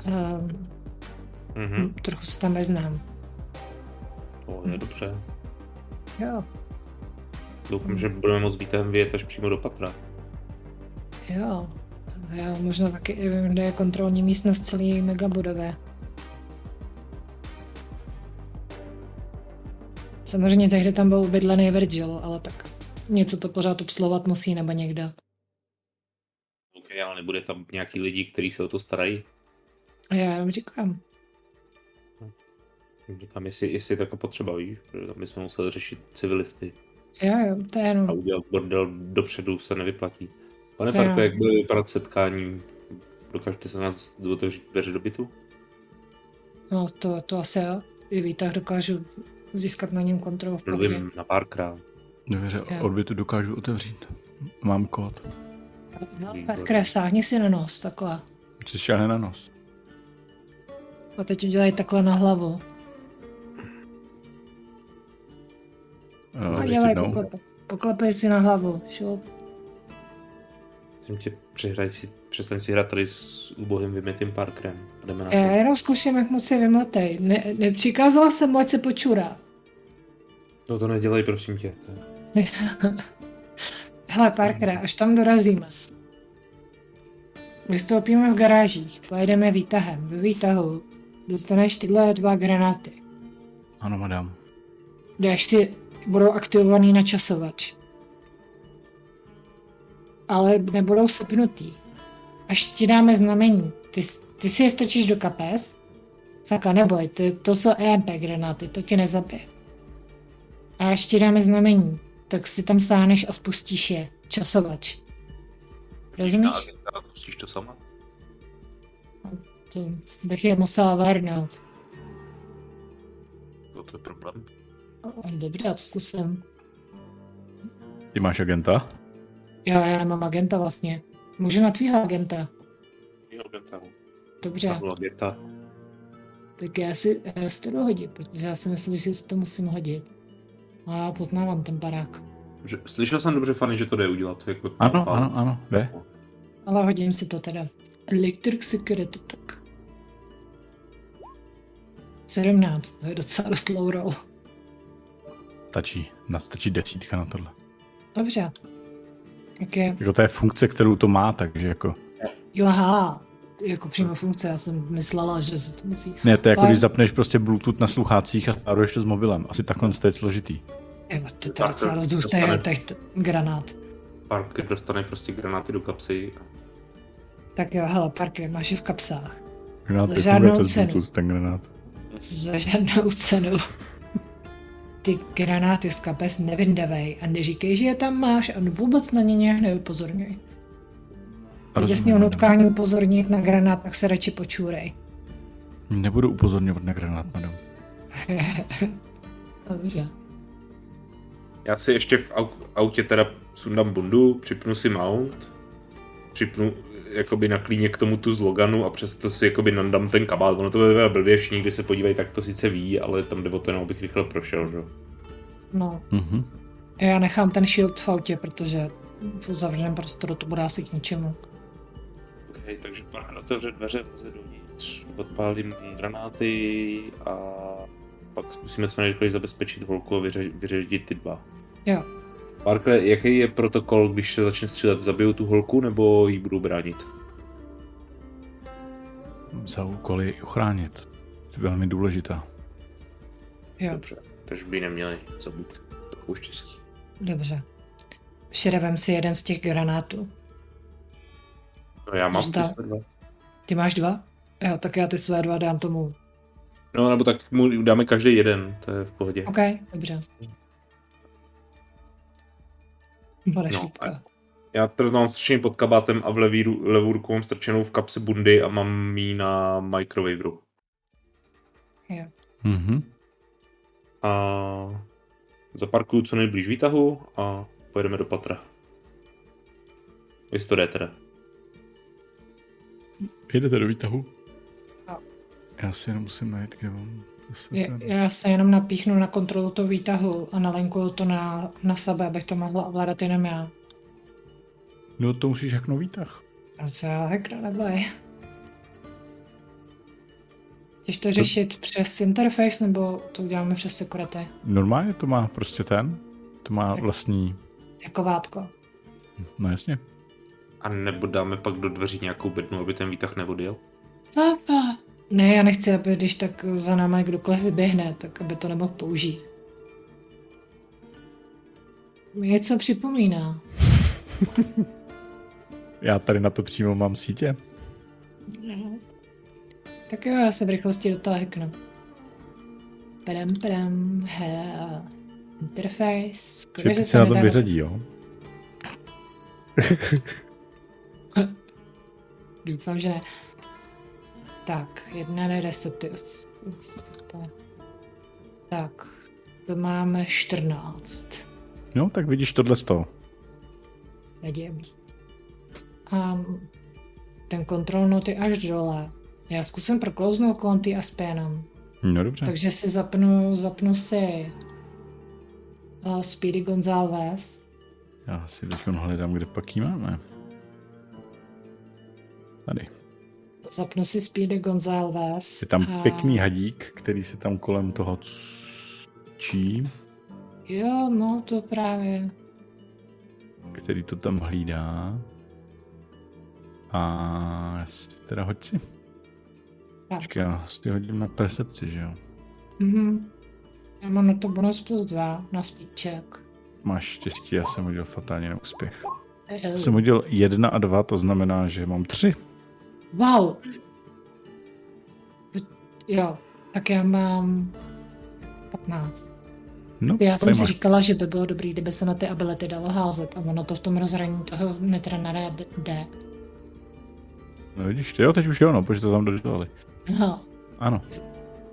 Speaker 3: um,
Speaker 2: Mhm.
Speaker 3: trochu se tam neznám.
Speaker 2: To je dobře.
Speaker 3: Jo, Mhm.
Speaker 2: Doufám, že budeme moc výtahem vyjet až přímo do patra.
Speaker 3: jo. Já možná taky i vím, kde je kontrolní místnost celé megabudovy. Samozřejmě tehdy tam byl bydlený Virgil, ale tak něco to pořád obslovat musí nebo někdo.
Speaker 2: OK, ale nebude tam nějaký lidi, kteří se o to starají.
Speaker 3: A já jenom říkám,
Speaker 2: Říkám, jestli, jestli je to jako potřeba, víš, protože tam bychom museli řešit civilisty
Speaker 3: jo, jo, to je jenom
Speaker 2: a udělat bordel dopředu se nevyplatí. Pane
Speaker 3: To jo.
Speaker 2: Parko, jak bude vypadat setkání? Dokážete se nás otevřít dveře do bytu?
Speaker 3: No, to, to asi jo. i výtah dokážu získat na něm kontrolu v pohodě.
Speaker 2: Mluvím No, na párkrát.
Speaker 1: Dveře
Speaker 3: Jo.
Speaker 1: odbytu dokážu otevřít. Mám kód.
Speaker 3: No, Parkere, sáhni si na nos, takhle.
Speaker 1: Jsi šáhne na nos.
Speaker 3: A teď udělej takhle na hlavu.
Speaker 1: Eh,
Speaker 3: A
Speaker 1: jestli
Speaker 3: dělej,
Speaker 1: no.
Speaker 3: poklepe, poklepej si na hlavu. Šup.
Speaker 2: Prosím tě, přihraj si, přestaň si hrát tady s ubohým vymětým parkrem. Jdeme na
Speaker 1: No.
Speaker 2: to.
Speaker 3: Já jenom zkouším, jak moc je vymletej. Ne, nepřikázala jsem, mu, ať se počurá.
Speaker 2: No to nedělej, prosím tě. To je-
Speaker 3: Hele, Parkere,
Speaker 1: Mhm.
Speaker 3: až tam dorazíme. Vystoupíme v garážích, pojedeme výtahem. Ve výtahu dostaneš tyhle dva granáty.
Speaker 1: Ano, madam.
Speaker 3: Dáš si, budou aktivovaný na časovač. Ale nebudou sepnutý. Až ti dáme znamení, ty, ty si je stočíš do kapes? Saka, neboj, to, to jsou EMP granáty, to tě nezabije. A až ti dáme znamení, tak si tam sáhneš a spustíš je. Časovač. Rozumíš?
Speaker 2: Tak, tak, Pustíš to sama?
Speaker 3: To bych je musela varnout.
Speaker 2: No to je problém.
Speaker 3: Dobře, já to zkusím.
Speaker 1: Ty máš agenta?
Speaker 3: Jo, já nemám agenta vlastně. Můžu na tvýho agenta.
Speaker 2: Jo, jdem tam.
Speaker 3: Dobře.
Speaker 2: Tam byla věta.
Speaker 3: Tak já si já si to dohodím, protože já si myslím, že si to musím hodit. A já poznávám ten barák.
Speaker 2: Že, slyšel jsem dobře, Fanny, že to jde udělat. Jako
Speaker 1: Ano, ano, ano, jde.
Speaker 3: Ale hodím si to teda. Electric Security, tak. 17, to je docela dost low roll.
Speaker 1: Stačí, nastačí desítka na tohle.
Speaker 3: Dobře. Tak je,
Speaker 1: Jako to je funkce, kterou to má, takže jako...
Speaker 3: jo aha, jako přímo funkce, já jsem myslela, že se to musí.
Speaker 1: Ne, to je jako
Speaker 3: Pan-
Speaker 1: když zapneš prostě Bluetooth na sluchácích a spáruješ to s mobilem. Asi takhle to je složitý.
Speaker 3: Jo, to je
Speaker 2: Tak,
Speaker 3: docela
Speaker 2: to-
Speaker 3: dost
Speaker 2: to
Speaker 3: hustý
Speaker 2: stane.
Speaker 3: tak t- granát.
Speaker 2: Parker dostane prostě granáty do kapsy.
Speaker 3: Tak jo, hele, parky, máš je v kapsách.
Speaker 1: Granát,
Speaker 3: Za
Speaker 1: jak
Speaker 3: žádnou
Speaker 1: funguje to s
Speaker 3: cenu.
Speaker 1: Bluetooth, ten granát.
Speaker 3: Za žádnou cenu. Ty granáty z kapes nevyndavej a neříkej, že je tam máš a vůbec na ně nějak neupozorňuj. Když je s ním
Speaker 1: madam.
Speaker 3: nutkání upozornit na granát, tak se radši počůrej.
Speaker 1: Nebudu upozorňovat na granát, madam.
Speaker 3: Dobře.
Speaker 2: Já si ještě v au- autě teda sundám bundu, připnu si mount, připnu jakoby na klíně k tomu tu z Loganu a přesto si jakoby nandám ten kabát. Ono to bude blbě, všichni, když se podívají, tak to sice ví, ale tam jde o to, jenom abych rychle prošel, že? jo.
Speaker 3: No,
Speaker 1: Mhm.
Speaker 3: já nechám ten shield v autě, protože v uzavřeném prostoru to bude asi k ničemu.
Speaker 2: OK, takže pán otevře dveře, vleze dovnitř, podpálím granáty a pak zkusíme co nejrychleji zabezpečit volku a vyře- vyřadit ty dva.
Speaker 3: Jo.
Speaker 2: Parkle, jaký je protokol, když se začne střílet? Zabiju tu holku nebo ji budu bránit?
Speaker 1: Za úkol je i ochránit. To je velmi důležitá.
Speaker 3: Jo,
Speaker 2: Dobře, takže by ji neměli zabít. Trochu štěstí.
Speaker 3: dobře. Všede vem si jeden z těch granátů.
Speaker 2: No já mám
Speaker 3: Zda-
Speaker 2: plus dva.
Speaker 3: Ty máš dva? Jo, tak já ty své dva dám tomu.
Speaker 2: No nebo tak mu dáme každý jeden, to je v pohodě.
Speaker 3: OK, dobře. Bude
Speaker 2: No,
Speaker 3: šlípka.
Speaker 2: Já teda mám strčený pod kabátem a v levý, ru- levou rukou mám strčenou v kapse bundy a mám ji na microwaveru.
Speaker 1: Mhm.
Speaker 2: A zaparkuju co nejblíž výtahu a pojedeme do patra. Jestli to jde teda.
Speaker 1: Jedete do výtahu?
Speaker 3: Jo.
Speaker 1: Já si jenom musím najít, kde mám. zase
Speaker 3: No. Je-
Speaker 1: ten-
Speaker 3: Já se jenom napíchnu na kontrolu toho výtahu a nalenkuju to na, na sebe, abych to mohla ovládat jenom já.
Speaker 1: No to musíš jak no výtah.
Speaker 3: A co já hekno neboj. Chceš to řešit přes interface, nebo to uděláme přes security?
Speaker 1: Normálně to má prostě ten. To má vlastní...
Speaker 3: Jako vátko.
Speaker 1: No jasně.
Speaker 2: A nebo dáme pak do dveří nějakou bednu, aby ten výtah neodjel?
Speaker 3: Lava. Ne, já nechci, aby když tak za náma kdokoliv vyběhne, tak aby to nemohl použít. Mě něco připomíná.
Speaker 1: Já tady na to přímo mám sítě.
Speaker 3: Tak jo, já se v rychlosti do toho heknu. Pram, pram, hele. Interface. Škoda,
Speaker 1: Že se na tom
Speaker 3: nedá-
Speaker 1: vyřadí, jo?
Speaker 3: Doufám, že ne. Tak, jedna jde deset. ty os- Super. Tak, to máme 14.
Speaker 1: No, tak vidíš tohle z toho.
Speaker 3: Vidím. A ten kontrol noty až dole. Já zkusím proklouznout konty a s pénem.
Speaker 1: No dobře.
Speaker 3: Takže si zapnu, zapnu si uh, Speedy González.
Speaker 1: Já si teď hledám, kde pak ji máme. Tady.
Speaker 3: Zapnu si Speedy González.
Speaker 1: Je tam pěkný hadík, který se tam kolem toho čí,
Speaker 3: Jo, no to právě.
Speaker 1: který to tam hlídá. A jestli teda hoď si.
Speaker 3: Tak.
Speaker 1: Počkej, já si hodím na percepci, že jo?
Speaker 3: Mhm. Já mám na to bonus plus 2 na spíček.
Speaker 1: Máš štěstí, já jsem hodil fatálně na úspěch.
Speaker 3: Eh,
Speaker 1: Já jsem hodil jedna a dva, to znamená, že mám tři.
Speaker 3: Wow! Jo, tak já mám 15.
Speaker 1: No,
Speaker 3: Já jsem
Speaker 1: tady
Speaker 3: si
Speaker 1: máš-
Speaker 3: říkala, že by bylo dobrý, kdyby se na ty ability dalo házet a ono to v tom rozhraní toho netrenera d- jde.
Speaker 1: No vidíš, jo, teď už jo, no, protože to tam dodali.
Speaker 3: Aha,
Speaker 1: Ano,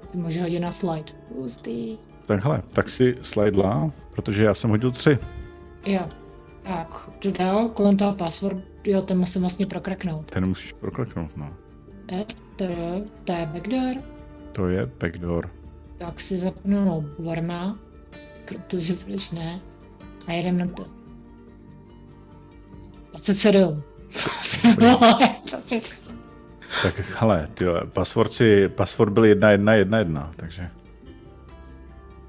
Speaker 3: si můžu hodit na slide. Hustý.
Speaker 1: takhle, tak si slidla, protože já jsem hodil tři.
Speaker 3: Jo, tak jdu dál, kolem toho password, jo, ten musím vlastně prokraknout.
Speaker 1: Ten musíš prokleknout, no.
Speaker 3: E, to, je- to je backdoor.
Speaker 1: To je backdoor.
Speaker 3: Tak si zapnu no, Warma, protože proč ne? A jedem na to. 27. Co ty-
Speaker 1: Tak hele, ty password, si, password byl 1111, takže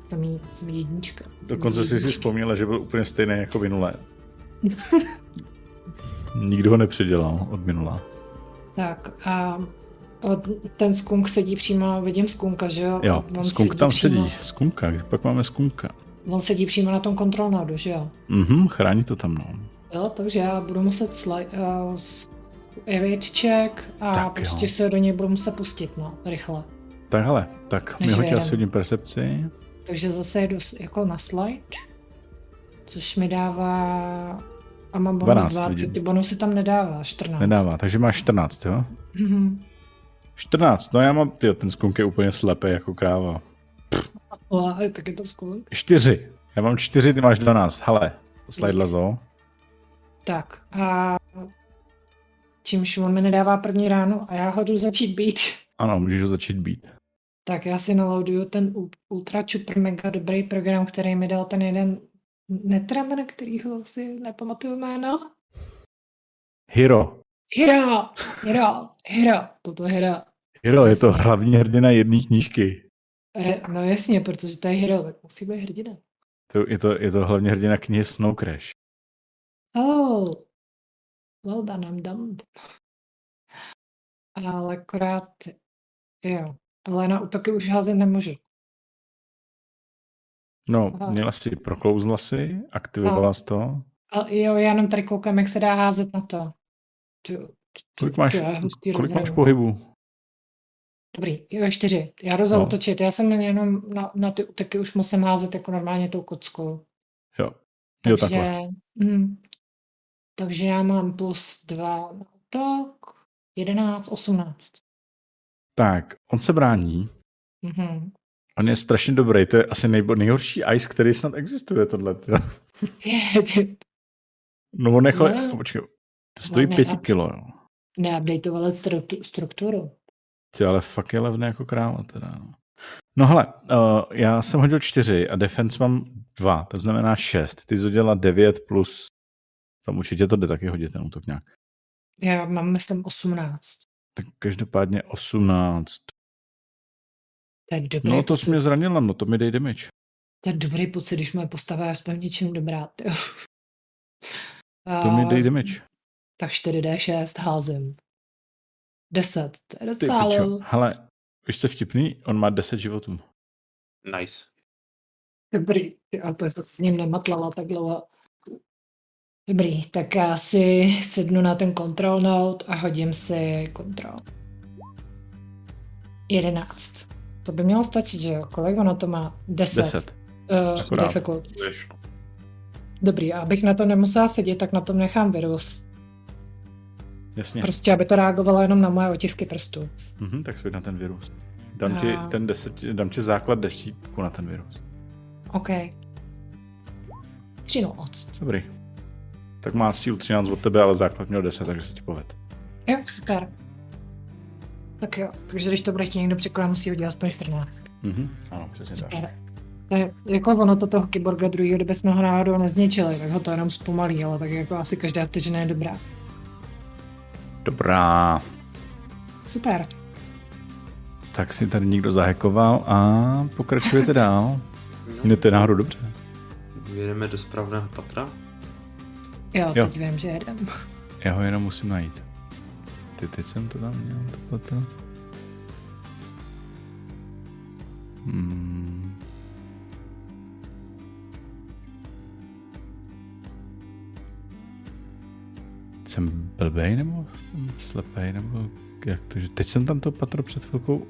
Speaker 3: jsem, jí- jsem jednička. Jsem
Speaker 1: dokonce si si
Speaker 3: jednička.
Speaker 1: vzpomněla, že byl úplně stejný jako minulé. Nikdo ho nepředělal od minulá.
Speaker 3: Tak a od, ten skunk sedí přímo, vidím skunka, že jo?
Speaker 1: Jo,
Speaker 3: On no.
Speaker 1: skunk tam
Speaker 3: přímo,
Speaker 1: sedí. Skunka, kde pak máme skunka?
Speaker 3: On sedí přímo na tom kontrolnodu, že jo?
Speaker 1: Mhm, chrání to tam, no.
Speaker 3: Jo, takže já budu muset sli- uh, evit check a
Speaker 1: Tak jo.
Speaker 3: prostě se do něj budu muset pustit, no, rychle.
Speaker 1: Tak hele, tak mi
Speaker 3: Než
Speaker 1: hoď
Speaker 3: vyjedeme.
Speaker 1: asi hodím percepci.
Speaker 3: Takže zase jedu s- jako na slide, což mi dává... A mám bonus
Speaker 1: 12
Speaker 3: 2, ty,
Speaker 1: vidím.
Speaker 3: ty bonusy tam nedává, 14.
Speaker 1: Nedává, takže máš 14, jo?
Speaker 3: Mhm.
Speaker 1: 14, no já mám, tyjo, ten skunk je úplně slepý jako kráva.
Speaker 3: O, tak je to skvělé.
Speaker 1: 4, já mám 4, ty máš 12, hele, slidla zo.
Speaker 3: Tak a čímž on mi nedává první ránu a já ho jdu začít být,
Speaker 1: Ano, můžeš ho začít být.
Speaker 3: tak já si naloaduju ten u- ultra super mega dobrý program, který mi dal ten jeden netramen, kterýho si nepamatuju jméno.
Speaker 1: Hiro,
Speaker 3: Hero, hero, hero, toto hero.
Speaker 1: Hiro, je to hlavní hrdina jedné knížky.
Speaker 3: Eh, No jasně, protože to je hero, tak musí být hrdina.
Speaker 1: To, je, to, je to hlavně hrdina knihy Snow Crash.
Speaker 3: Oh, well done, I'm done. Ale akorát, jo, ale na útoky už házet nemůžu.
Speaker 1: No,
Speaker 3: Aha.
Speaker 1: měla si, proklouzla si, aktivovala jsi to.
Speaker 3: A jo, já jenom tady koukám, jak se dá házet na to. Tu, tu,
Speaker 1: Kolik
Speaker 3: tu-
Speaker 1: máš,
Speaker 3: tu je hustý
Speaker 1: kolik máš
Speaker 3: rozhraní.
Speaker 1: pohybu?
Speaker 3: Dobrý, jo, čtyři. Já jdu
Speaker 1: No.
Speaker 3: zautočit. Já jsem jenom na, na ty útoky už musím házet jako normálně tou kockou.
Speaker 1: Jo, jo
Speaker 3: Takže,
Speaker 1: takhle.
Speaker 3: mm, takže já mám plus dva na útok, jedenáct, osmnáct.
Speaker 1: Tak, on se brání,
Speaker 3: Mhm.
Speaker 1: on je strašně dobrý, to je asi nejbo, nejhorší ice, který snad existuje tohle. tyjo. No on nechal,
Speaker 3: Ne.
Speaker 1: počkej, to stojí
Speaker 3: ne,
Speaker 1: pěti
Speaker 3: ne.
Speaker 1: kilo, jo.
Speaker 3: Neupdateovala struktu, strukturu.
Speaker 1: Ty ale fakt je levné jako kráva teda. no. No hele, uh, já jsem hodil čtyři a defense mám dva, to znamená šest. Ty jsi udělala devět plus, tam určitě to jde taky hodit ten útok nějak.
Speaker 3: Já mám, myslím, 18.
Speaker 1: Tak každopádně 18.
Speaker 3: To je dobrý
Speaker 1: No to
Speaker 3: pocit.
Speaker 1: jsi mě zranila, no to mi dej damage.
Speaker 3: To je dobrý pocit, když moje postava je aspoň v něčem dobrá. tyjo.
Speaker 1: To mi dej
Speaker 3: A,
Speaker 1: damage.
Speaker 3: Tak 4D6 házím. 10, to je
Speaker 1: Ty
Speaker 3: docela
Speaker 1: pičo.
Speaker 3: low.
Speaker 1: Hele, už jste vtipný, on má 10 životů.
Speaker 2: Nice.
Speaker 3: Dobrý, ty, ale to jsem s ním nematlala tak dlouho. Dobrý, tak já si sednu na ten control note a hodím si control. 11. To by mělo stačit, že jo? Kolik ono to má? 10.
Speaker 1: 10.
Speaker 3: Uh,
Speaker 1: Akorát.
Speaker 3: difficult.
Speaker 2: Budeš, no.
Speaker 3: Dobrý, a abych na to nemusela sedět, tak na tom nechám virus.
Speaker 1: Jasně.
Speaker 3: Prostě, aby to reagovalo jenom na moje otisky prstů.
Speaker 1: Mhm, tak si na ten virus. Dám ti, ten deset, dám ti základ desítku na ten virus.
Speaker 3: OK. 13.
Speaker 1: Dobrý. Tak má sílu 13 od tebe, ale základ měl 10, takže se ti poved.
Speaker 3: Jo, super. Tak jo, takže když to bude ještě někdo překonat, musí udělat aspoň 14.
Speaker 1: Mhm. Ano, přesně tak.
Speaker 3: Super. To je, jako ono to toho kyborga druhého, kdyby jsme ho náhodou nezničili, tak ho to jenom zpomalí, ale tak jako asi každá vteřina je dobrá.
Speaker 1: Dobrá.
Speaker 3: Super.
Speaker 1: Tak si tady někdo zahekoval a pokračujete dál. Jdete nahoru dobře.
Speaker 2: Jedeme do správného patra?
Speaker 3: Jo,
Speaker 1: Jo.
Speaker 3: jo. teď vím, že jedem.
Speaker 1: Já ho jenom musím najít. Ty, teď jsem to tam měl, tohle to. Hmm. Jsem blbej nebo jsem slepej nebo jak to, že teď jsem tam to patro před chvilkou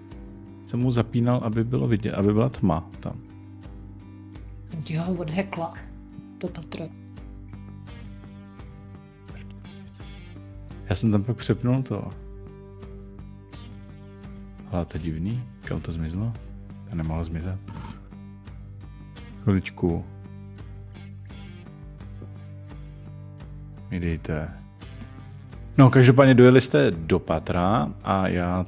Speaker 1: jsem mu zapínal, aby bylo vidět, aby byla tma tam.
Speaker 3: Jsem ti ho odhekla. To patro.
Speaker 1: Já jsem tam pak přepnul to. Ale to je divný. Kam to zmizlo? To nemohlo zmizet. Chviličku. Mi dejte. No, každopádně dojeli jste do Patra a já...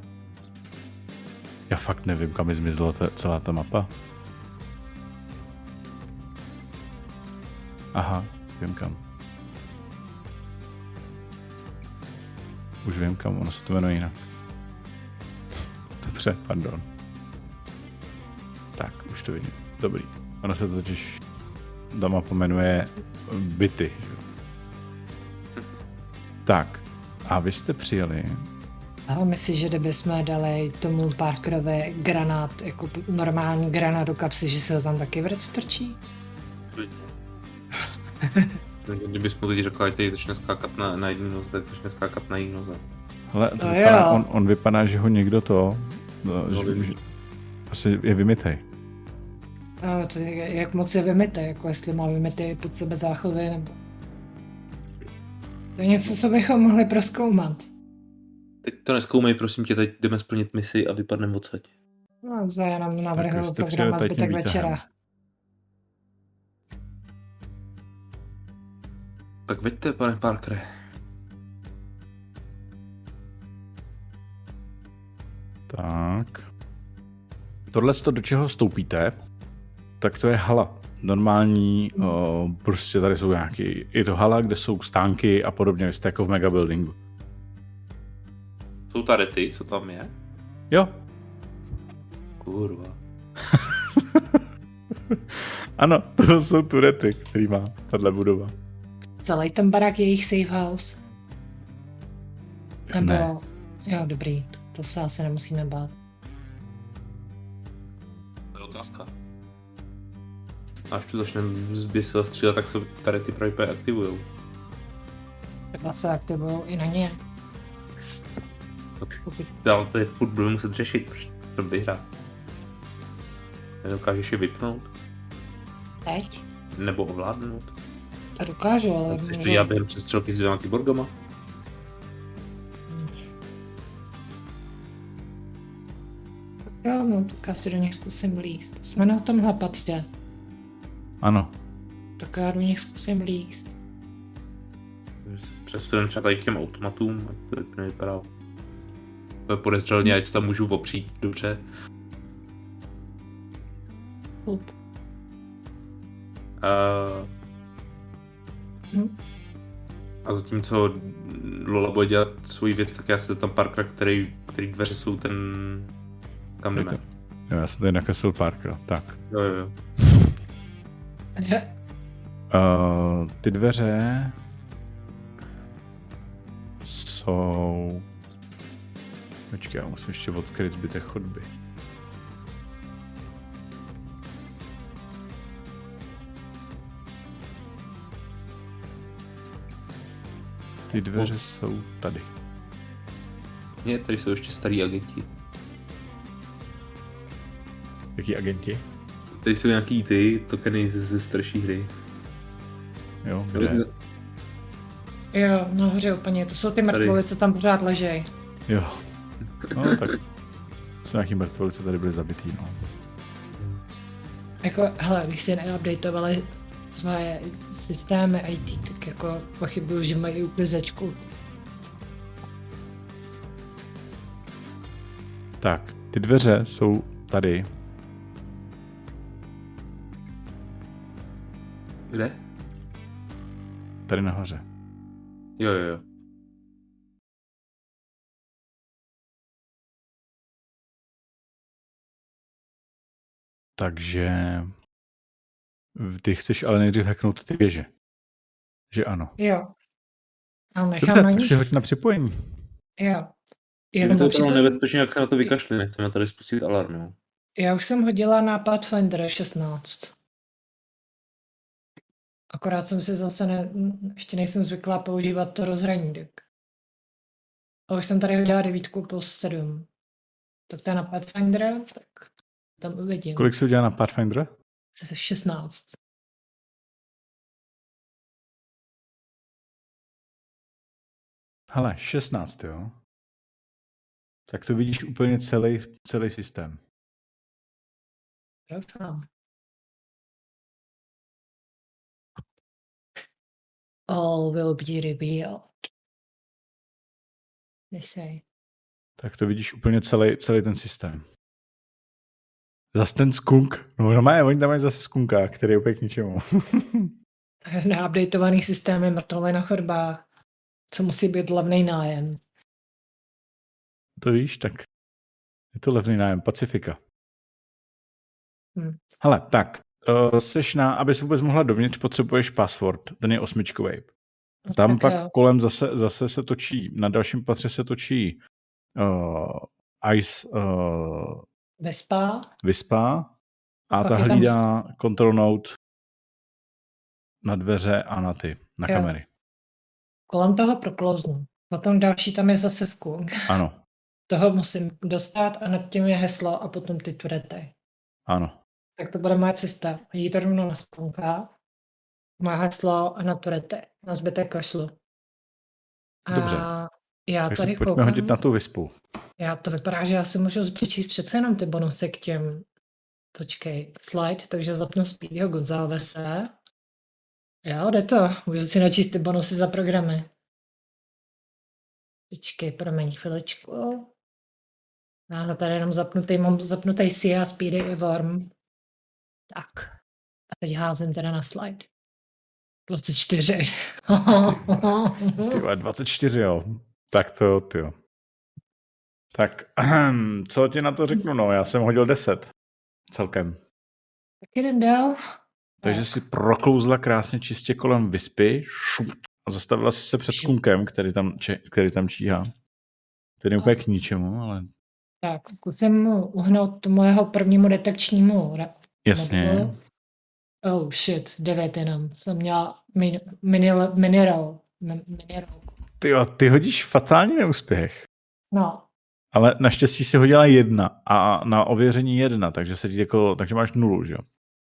Speaker 1: Já fakt nevím, kam mi zmizela ta, celá ta mapa. Aha, vím kam. Už vím kam, ono se to jmenuje jinak. Dobře, pardon. Tak, už to vidím. Dobrý. Ono se to totiž doma pomenuje byty. že jo? Tak, a vy jste přijeli.
Speaker 3: Ale myslím, že kdyby jsme dali tomu Parkerovi granát, jako p- normální granát do kapsy, že se ho tam taky vrc strčí?
Speaker 2: Takže Kdybys mu teď řekla, že teď začne skákat na, na jedný noze, tak začne skákat na jiný noze.
Speaker 1: Hele, to
Speaker 3: No
Speaker 1: vypadá,
Speaker 3: jo.
Speaker 1: on, on vypadá, že ho někdo to... No,
Speaker 2: Volí.
Speaker 1: že, že, prostě je vymitej.
Speaker 3: No, to je, jak moc je vymete, jako jestli má vymete pod sebe záchovy, nebo... To je něco, co bychom mohli proskoumat.
Speaker 2: Teď to neskoumej, prosím tě, teď jdeme splnit misi a vypadneme odsaď.
Speaker 3: No, za já nám
Speaker 1: Tak
Speaker 3: navrhl
Speaker 1: jste
Speaker 3: program na
Speaker 1: přijeli
Speaker 3: zbytek
Speaker 1: tím výtahem.
Speaker 3: večera.
Speaker 2: Tak veďte, pane Parkere.
Speaker 1: Tak. Tohle, to, do čeho vstoupíte, tak to je hala. Normální, o, prostě tady jsou nějaký, je to hala, kde jsou stánky a podobně, vy jste jako v megabuildingu.
Speaker 2: Jsou tady ty, co tam je?
Speaker 1: Jo,
Speaker 2: Kurva.
Speaker 1: ano, to jsou turety, který má tahle budova.
Speaker 3: Celý ten barák je jejich safe house. Nebo...
Speaker 1: Ne.
Speaker 3: Ne. Jo, dobrý, to se asi nemusíme bát.
Speaker 2: To je otázka. Až tu začneme zběsile střílet, tak se tady ty pravipé aktivujou.
Speaker 3: Takhle se aktivují i na ně.
Speaker 2: Tak.
Speaker 3: Pokud
Speaker 2: Dál to je furt budu muset řešit, protože to vyhrá. Nedokážeš je vypnout?
Speaker 3: teď
Speaker 2: Nebo ovládnout?
Speaker 3: to dokážu, ale
Speaker 2: Chceš to
Speaker 3: můžu-
Speaker 2: dělat během přestřelky s dvěma kyborgama?
Speaker 3: Jo, no, tak si do nich zkusím líst. Jsme na tomhle patře,
Speaker 1: Ano,
Speaker 3: tak já do nich zkusím líst.
Speaker 2: Přesuneme třeba tady k těm automatům, ať to tak nevypadá. To je podezřelně, ať se tam můžu opřít, dobře.
Speaker 3: Hlup.
Speaker 2: A-
Speaker 3: Hm.
Speaker 2: A zatímco Lola bude dělat svoji věc, tak já se tam Parkera, který, který dveře jsou ten... Kam
Speaker 1: je
Speaker 2: jdeme?
Speaker 1: to. Jo, já jsem tady nakreslil Parkera, tak.
Speaker 2: Jo, jo, jo.
Speaker 1: Uh, ty dveře jsou... Počkej, já musím ještě odkryt zbytek chodby. Ty dveře jsou tady.
Speaker 2: Ne, tady jsou ještě starý agenti.
Speaker 1: Jaký agenti?
Speaker 2: Tady jsou nějaký ty tokeny ze, ze starší hry.
Speaker 1: Jo, kde?
Speaker 3: Jo, nahoře úplně, to jsou ty mrtvoly, co tam pořád ležejí.
Speaker 1: Jo. No, tak Jsou nějaký mrtvoly, co tady byli zabitý, no.
Speaker 3: Jako, hele, když si neupdateovali své systémy IT, tak jako pochybuju, že mají uklizečku.
Speaker 1: Tak, ty dveře jsou tady.
Speaker 2: Kde?
Speaker 1: Tady nahoře.
Speaker 2: Jo, jo, jo.
Speaker 1: Takže ty chceš ale nejdřív hacknout ty věže. Že ano.
Speaker 3: Jo. A nechám
Speaker 1: Dobře,
Speaker 3: na
Speaker 1: tak
Speaker 3: nich.
Speaker 1: si hoď na připojení.
Speaker 3: Jo.
Speaker 2: Jenom to je
Speaker 3: připomínám-
Speaker 2: opravdu nebezpečné, jak se na to vykašli, nechceme tady spustit alarm, jo.
Speaker 3: Já už jsem hodila na Pathfinder 16. Akorát jsem si zase ne, ještě nejsem zvyklá používat to rozhraní dek. A už jsem tady hodila devítku plus 7. Tak to je na Pathfinder, tak tam uvidím.
Speaker 1: Kolik se udělá na Pathfinder?
Speaker 3: To je 16.
Speaker 1: Hele, 16, jo. Tak to vidíš úplně celý, celý systém.
Speaker 3: Doufám. All will be revealed. They say.
Speaker 1: Tak to vidíš úplně celý, celý ten systém. Zas ten skunk. No normálně, oni tam mají zase skunka, který je úplně k ničemu.
Speaker 3: Neupdateovaný systémy mrtvoly na chodbách, co musí být levný nájem.
Speaker 1: to víš, tak je to levný nájem Pacifika.
Speaker 3: Hm.
Speaker 1: Hele, tak. Uh, seš na, abys vůbec mohla dovnitř, potřebuješ password. Ten je osmičkový.
Speaker 3: No
Speaker 1: Tam
Speaker 3: tak
Speaker 1: pak
Speaker 3: jo.
Speaker 1: kolem zase, zase se točí, na dalším patře se točí uh, Ice uh,
Speaker 3: Vespa,
Speaker 1: Vyspa a
Speaker 3: Pak
Speaker 1: ta
Speaker 3: je tam s-
Speaker 1: hlídá control note na dveře a na ty, na
Speaker 3: Jo.
Speaker 1: kamery.
Speaker 3: kolem toho proklouznu. Potom další tam je zase skunk.
Speaker 1: Ano,
Speaker 3: Toho musím dostat a nad tím je heslo a potom ty turety.
Speaker 1: ano.
Speaker 3: Tak to bude moje cesta. Jít to rovnou na skunka, má heslo a na turety. Na zbytek kašlu.
Speaker 1: Dobře.
Speaker 3: A já
Speaker 1: Tak se
Speaker 3: tady
Speaker 1: pojďme
Speaker 3: koukám.
Speaker 1: hodit na tu vyspu.
Speaker 3: Já to vypadá, že já si můžu zvětšit přece jenom ty bonusy k těm, počkej, slide, takže zapnu Speedyho Gonzalvese. Jo, jde to, můžu si načíst ty bonusy za programy. Počkej, promiň chviličku. Já to tady jenom zapnutý, mám zapnutý Sia, Speedy i Worm. Tak, a teď házím teda na slide. 24.
Speaker 1: Ty vole, 24, jo. Tak to jo, ty jo. Tak, ahem, co ti na to řeknu? No, já jsem hodil 10 celkem.
Speaker 3: tak jeden dál.
Speaker 1: Takže
Speaker 3: Tak.
Speaker 1: si proklouzla krásně čistě kolem vyspy šup, a zastavila si se před
Speaker 3: Šup.
Speaker 1: skunkem, který tam, če, který tam číhá. Který je úplně k ničemu, ale
Speaker 3: Tak, zkusím mu uhnout tomu jeho prvnímu detekčnímu ra-
Speaker 1: jasně.
Speaker 3: mobilu. Oh shit, devět jenom. Jsem měla min, mini, mini, roll. Mi- mini roll.
Speaker 1: Ty, jo, ty hodíš fatální neúspěch.
Speaker 3: No,
Speaker 1: Ale naštěstí si hodila jedna a na ověření jedna, takže se ti jako, takže máš nulu, že jo?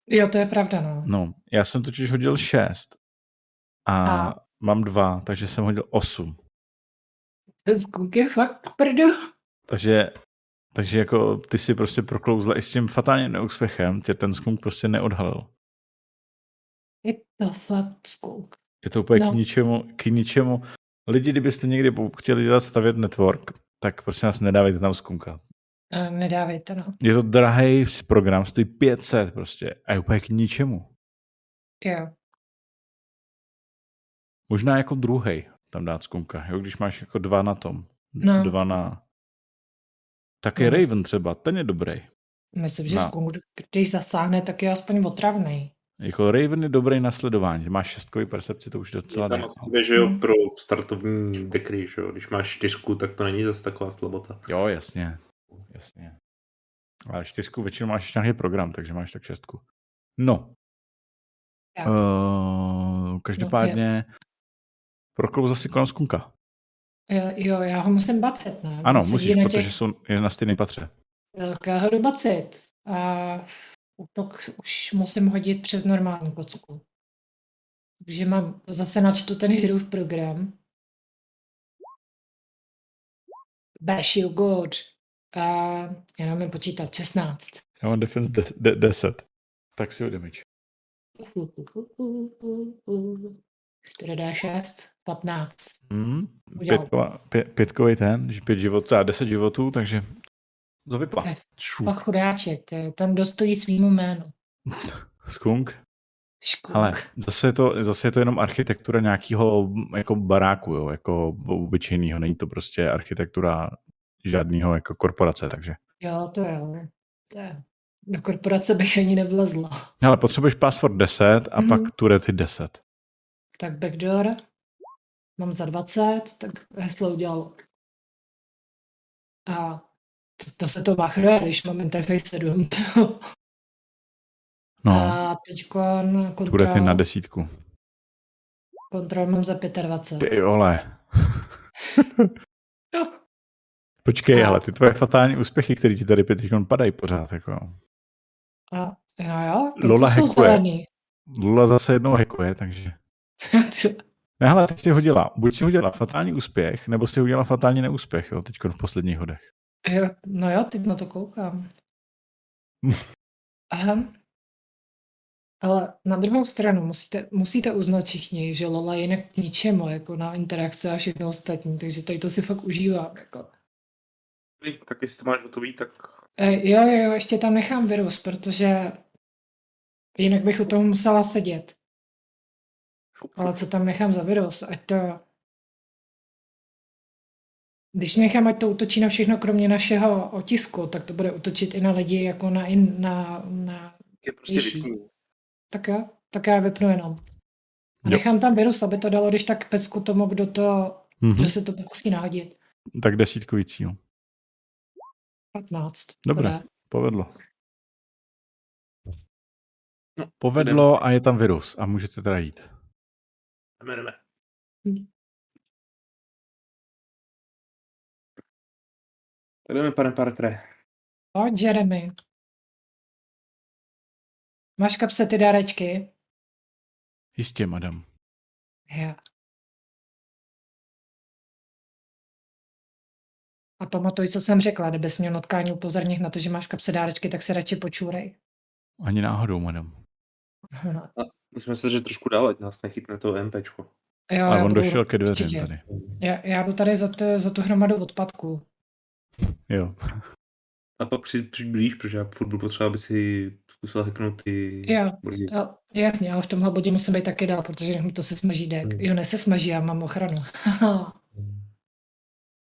Speaker 3: jo, to je pravda, no.
Speaker 1: No, já jsem totiž hodil šest a,
Speaker 3: A?
Speaker 1: a mám dva, takže jsem hodil osm.
Speaker 3: Ten skuk je fakt k prdu.
Speaker 1: Takže, takže jako ty si prostě proklouzla i s tím fatálním neúspěchem, tě ten skunk prostě neodhalil.
Speaker 3: Je to fakt skuk.
Speaker 1: Je to úplně no.
Speaker 3: No.
Speaker 1: k ničemu, k ničemu. Lidi, kdybyste někdy po- chtěli dělat stavět network, tak prostě nás nedávejte tam skunka.
Speaker 3: Eh, Nedávejte, no.
Speaker 1: Je to drahý program, stojí 500 prostě a je úplně k ničemu.
Speaker 3: Jo.
Speaker 1: Možná jako druhý tam dát skunka, jo, když máš jako dva na tom.
Speaker 3: No.
Speaker 1: Dva na... Tak je
Speaker 3: No,
Speaker 1: Raven třeba, ten je dobrý.
Speaker 3: Myslím, že
Speaker 1: No.
Speaker 3: no. skuk, když zasáhne, tak je aspoň otravný.
Speaker 1: Jako Raven je dobrý na sledování, máš šestkový percepci, to už docela
Speaker 2: Je tam
Speaker 1: jde.
Speaker 2: asi dvě, že jo,
Speaker 3: Mhm.
Speaker 2: pro startovní dekry, že jo. Když máš čtyřku, tak to není zase taková slabota.
Speaker 1: Jo, jasně, jasně. Ale čtyřku většinou máš ještě nějaký program, takže máš tak šestku. No. Eh.
Speaker 3: Tak.
Speaker 1: Uh, každopádně no, proklouza si kolem skunka.
Speaker 3: No, Jo, eh, jo, já ho musím bacet, ne?
Speaker 1: Ano,
Speaker 3: Sedí
Speaker 1: musíš,
Speaker 3: na těch-
Speaker 1: protože jsou je na stejném patře.
Speaker 3: Tak já ho jdu bacit. A útok už musím hodit přes normální kocku. Takže mám, zase načtu ten hru v program. Bash you good. Uh, já nevím počítat, 16.
Speaker 1: Já mám defense de- de- 10. Tak si ho damage.
Speaker 3: 4 d 6, 15.
Speaker 1: Hmm.
Speaker 3: Udělal.
Speaker 1: Pětkova, pě, pětkový ten, že pět životů, a deset životů, takže to vypla.
Speaker 3: To je
Speaker 1: Šup.
Speaker 3: Pak chudáček, to je- ten dostojí svýmu jménu.
Speaker 1: Skunk.
Speaker 3: Škuk.
Speaker 1: Ale zase je to, zase je to jenom architektura nějakého jako baráku, jo, jako obyčejného. Není to prostě architektura žádného jako korporace, takže.
Speaker 3: Jo, to jo. To je. Do korporace bych ani nevlezla.
Speaker 1: Ale potřebuješ password 10 a
Speaker 3: Mhm.
Speaker 1: pak turety 10.
Speaker 3: Tak backdoor. Mám za 20, tak heslo udělal. A to, to se to machruje, když mám interface 7.
Speaker 1: No,
Speaker 3: A teď
Speaker 1: turety na
Speaker 3: kontrol,
Speaker 1: desítku.
Speaker 3: kontrol mám za 25.
Speaker 1: Ty ole.
Speaker 3: Jo.
Speaker 1: Počkej,
Speaker 3: A-
Speaker 1: ale ty tvoje fatální úspěchy, které ti tady teď padají pořád, jako.
Speaker 3: A, no jo, tak
Speaker 1: Lola
Speaker 3: to jsou
Speaker 1: hackuje.
Speaker 3: zelený.
Speaker 1: Lula zase jednou hekuje, takže. Ne, hele, ty jsi hodila. Buď si hodila fatální úspěch, nebo si hodila fatální neúspěch, jo, teď v posledních hodech.
Speaker 3: Jo, no jo, teď na to koukám. Aha. Ale na druhou stranu musíte, musíte uznat všichni, že Lola je jinak k ničemu, jako na interakce a všechno ostatní, takže tady to si fakt užívám. Jako.
Speaker 2: Tak jestli to máš hotový, tak
Speaker 3: E, jo, jo, jo, ještě tam nechám virus, protože jinak bych u toho musela sedět.
Speaker 2: šup,
Speaker 3: Ale co tam nechám za virus, ať to... Když nechám, ať to útočí na všechno, kromě našeho otisku, tak to bude útočit i na lidi, jako na, in, na, na
Speaker 2: je prostě
Speaker 3: Ježí.
Speaker 2: vypnu.
Speaker 3: Tak jo, tak já vypnu jenom. A
Speaker 1: Jo.
Speaker 3: nechám tam virus, aby to dalo, když tak pecku tomu, kdo to,
Speaker 1: Mhm.
Speaker 3: kdo se to pokusí nahodit.
Speaker 1: Tak desítkový cíl.
Speaker 3: 15.
Speaker 1: Dobré.
Speaker 3: Dobrá.
Speaker 1: Povedlo.
Speaker 2: No,
Speaker 1: Povedlo a je tam virus a můžete teda jít.
Speaker 2: Jdeme, jdeme.
Speaker 3: Hm.
Speaker 2: Tak jdeme, pane Parkere.
Speaker 3: Pojď, Jeremy. Máš v kapse ty dárečky?
Speaker 1: Jistě, madam.
Speaker 3: Jo. A pamatuj, co jsem řekla, kdybys měl na utkání upozornit na to, že máš v kapse dárečky, tak se radši počůrej.
Speaker 1: Ani náhodou, madam.
Speaker 3: No.
Speaker 2: Musíme se držet trošku dál, ať nás nechytne to MPčko.
Speaker 3: Jo,
Speaker 1: Ale
Speaker 3: já
Speaker 1: on
Speaker 3: budu-
Speaker 1: došel ke dveřím
Speaker 3: určitě.
Speaker 1: tady.
Speaker 3: Já, já jdu tady za, t, za tu hromadu odpadků.
Speaker 1: Hm. Jo.
Speaker 2: A pak při, přiblíž, protože já furt budu potřeba, aby si zkusil hacknout ty...
Speaker 3: Jo.
Speaker 2: lidi.
Speaker 3: Jo, jasně, ale v tomhle bodě musím být taky dál, protože jinak mi to se smaží dek.
Speaker 1: Hm.
Speaker 2: Hmm.
Speaker 3: Jo, ne se smaží, já mám ochranu.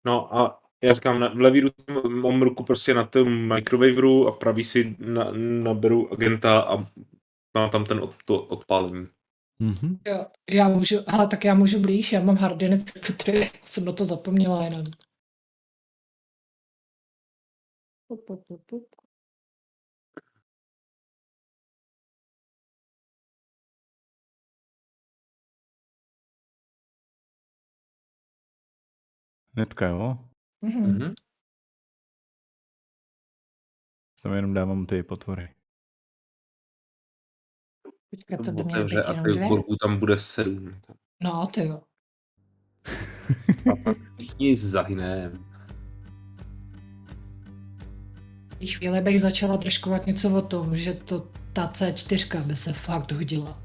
Speaker 2: No a já říkám, na, v levý ruce mám ruku prostě na tom microwaveru a v pravý si na, naberu agenta a mám tam ten od, to odpálení.
Speaker 1: Mhm.
Speaker 3: jo, já můžu, ale tak já můžu blíž, já mám hardinec, který jsem na to zapomněla jenom. Pup, pup, pup, pup.
Speaker 1: Netka, jo.
Speaker 3: Mhm.
Speaker 2: Mm-hmm.
Speaker 1: Tam jenom dávám ty potvory.
Speaker 3: Počkat, to by měly být jenom
Speaker 2: a ty
Speaker 3: dvě.
Speaker 2: borků tam bude sedm.
Speaker 3: No, ty jo.
Speaker 2: Všichni zahyne.
Speaker 3: V té chvíli bych začala držkovat něco o tom, že to ta C4 by se fakt hodila.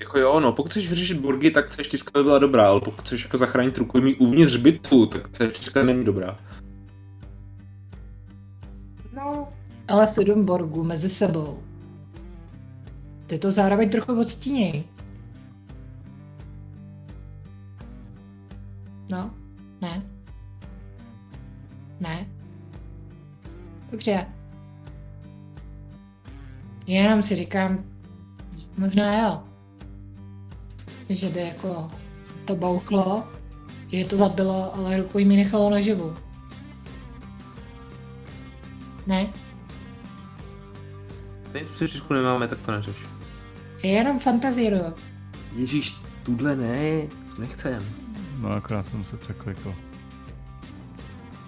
Speaker 2: Jako jo, no, pokud chceš vyřešit burgy, tak C4 by byla dobrá, ale pokud chceš jako zachránit rukojmí uvnitř bytu, tak C4 není dobrá.
Speaker 3: No. Ale sedm borgů mezi sebou. Ty to zároveň trochu odstíněj. No, ne. Ne. Dobře. Jenom si říkám, možná jo. Že by jako to bouchlo, je to zabilo, ale rukou mi nechalo naživu. Ne?
Speaker 2: Ne, tu C4 nemáme, tak to neřeš.
Speaker 3: Jenom fantazíruju.
Speaker 2: Ježíš, tuhle ne, nechcem.
Speaker 1: No akorát jsem se překlikl.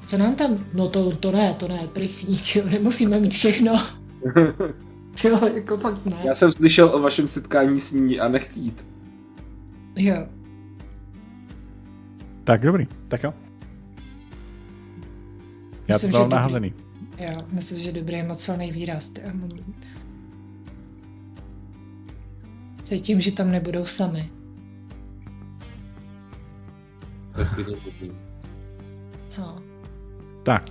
Speaker 3: Co nám tam? No to, to ne, to ne, prsní, tyjo, nemusíme mít všechno. Tyjo, jako fakt ne.
Speaker 2: Já jsem slyšel o vašem setkání s ní a nechtít.
Speaker 3: Jo.
Speaker 1: Tak dobrý. Tak jo. Já to
Speaker 3: že
Speaker 1: dal
Speaker 3: dobrý.
Speaker 1: naházený.
Speaker 3: Jo, myslím, že dobrý je moc silný výraz. ty, um. Cítím, že tam nebudou sami.
Speaker 2: Tak klidně pojď.
Speaker 3: No.
Speaker 1: Tak,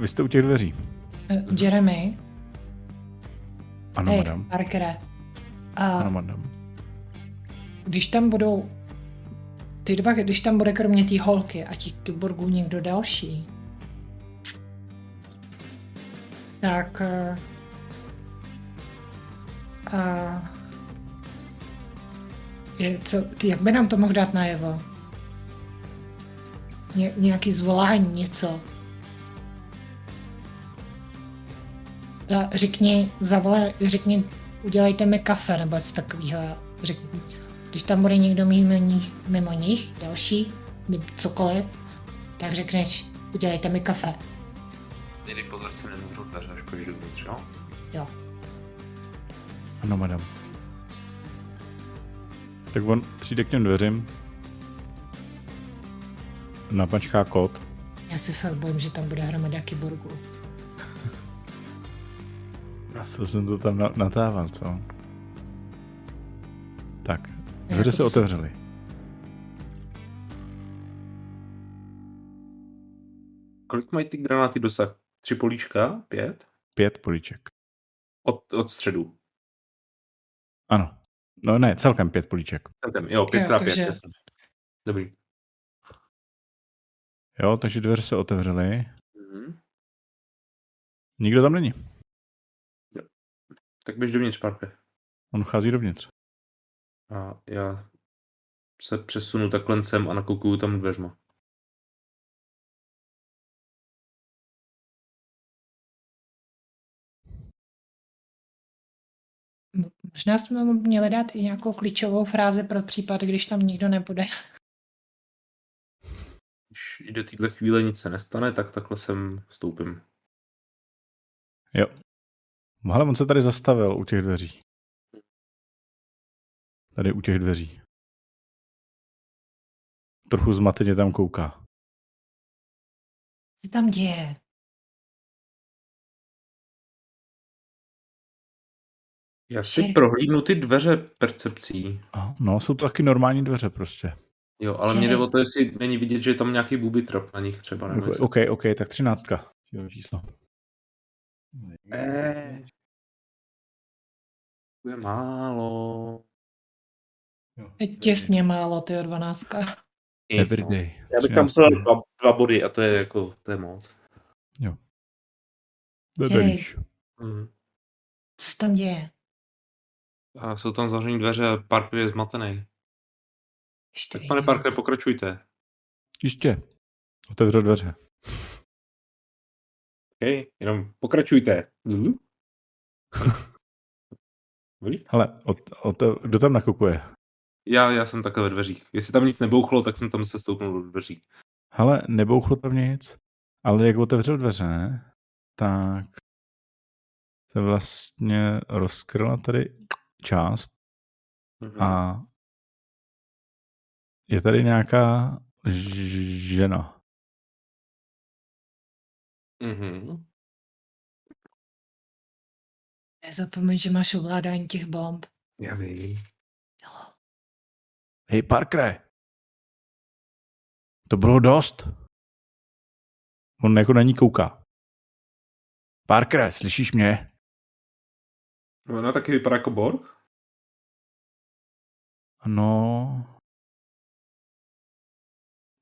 Speaker 1: vy jste u těch dveří.
Speaker 3: Eh, Jeremy,
Speaker 1: Ano,
Speaker 3: hej,
Speaker 1: madam.
Speaker 3: Parkere. A
Speaker 1: Ano, madam.
Speaker 3: když tam budou ty dva, když tam bude kromě té holky a těch kyborgů někdo další, tak eh, a je, co, ty, jak by nám to mohl dát najevo? Ně, nějaký zvolání, něco. A řekni, zavolej, řekni, udělejte mi kafe nebo něco takového. Řekni, když tam bude někdo mimo, ní- mimo nich, další, nebo cokoliv, tak řekneš, udělejte mi kafe.
Speaker 2: Měli pozor, se nezavřou dveře, až půjdeš dovnitř, jo?
Speaker 3: Jo.
Speaker 1: Ano, madam. Tak on přijde k těm dveřím. Napačká kód.
Speaker 3: Já se fakt bojím, že tam bude hromada kyborgů.
Speaker 1: Co jsem to tam na- natával, co? Tak,
Speaker 3: Já jako
Speaker 1: dveře
Speaker 3: to
Speaker 1: se
Speaker 3: si-
Speaker 1: otevřely.
Speaker 2: Kolik mají ty granáty dosah? Tři políčka? Pět?
Speaker 1: Pět políček.
Speaker 2: Od, od středu.
Speaker 1: Ano. No ne, celkem pět políček.
Speaker 2: Celkem, jo, pět
Speaker 3: Jo,
Speaker 2: krát pět,
Speaker 3: takže-
Speaker 2: jasně. Dobrý.
Speaker 1: Jo, takže dveře se otevřely.
Speaker 2: Mhm.
Speaker 1: Nikdo tam není.
Speaker 2: Tak běž dovnitř, Parker.
Speaker 1: On vchází dovnitř.
Speaker 2: A já se přesunu takhle sem a nakoukuju tam dveřma.
Speaker 3: Možná jsme mu měli dát i nějakou klíčovou frázi pro případ, když tam nikdo nebude.
Speaker 2: Když jde téhle chvíle nic se nestane, tak takhle sem vstoupím.
Speaker 1: Hele, No on se tady zastavil u těch dveří. Tady u těch dveří. Trochu zmateně tam kouká.
Speaker 3: Co se tam děje?
Speaker 2: Já si
Speaker 3: Šer-
Speaker 2: prohlídnu ty dveře percepcí.
Speaker 1: Aha, No, jsou to taky normální dveře prostě.
Speaker 2: Jo, ale mě jde
Speaker 3: Šer-
Speaker 2: o to, jestli není vidět, že je tam nějaký bubitrap na nich třeba. Nebo něco.
Speaker 1: OK, OK, tak třináctka. Cílové číslo.
Speaker 3: Eh,
Speaker 2: Ne. To je málo.
Speaker 3: Je Těsně málo, ty 12.
Speaker 2: Nic, no.
Speaker 1: Everyday.
Speaker 2: Já bych tam
Speaker 1: Třináctka.
Speaker 2: vzal dva, dva body a to je jako, to je moc.
Speaker 1: To je
Speaker 3: Hej.
Speaker 1: níž.
Speaker 2: Mm.
Speaker 3: Co se tam děje?
Speaker 2: A jsou tam zavřené dveře a Parker je zmatený.
Speaker 3: Ještě
Speaker 2: Tak
Speaker 3: vím.
Speaker 2: pane Parker, pokračujte.
Speaker 1: Jistě. Otevřel dveře.
Speaker 2: OK, jenom pokračujte.
Speaker 1: Hele, od, od, kdo tam nakupuje?
Speaker 2: Já, já jsem takhle ve dveřích. Jestli tam nic nebouchlo, tak jsem tam se stoupnul do dveří.
Speaker 1: Hele, nebouchlo tam nic, ale jak otevřel dveře, tak se vlastně rozkryla tady část
Speaker 2: Mhm.
Speaker 1: a je tady nějaká ž- žena.
Speaker 2: Mhm.
Speaker 3: Nezapomeň, že máš ovládání těch bomb.
Speaker 2: Já vím.
Speaker 3: Jo.
Speaker 1: Hej, Parkere! To bylo dost. On jako na ní kouká. Parkere, slyšíš mě?
Speaker 2: No, ona taky vypadá jako Borg?
Speaker 1: No.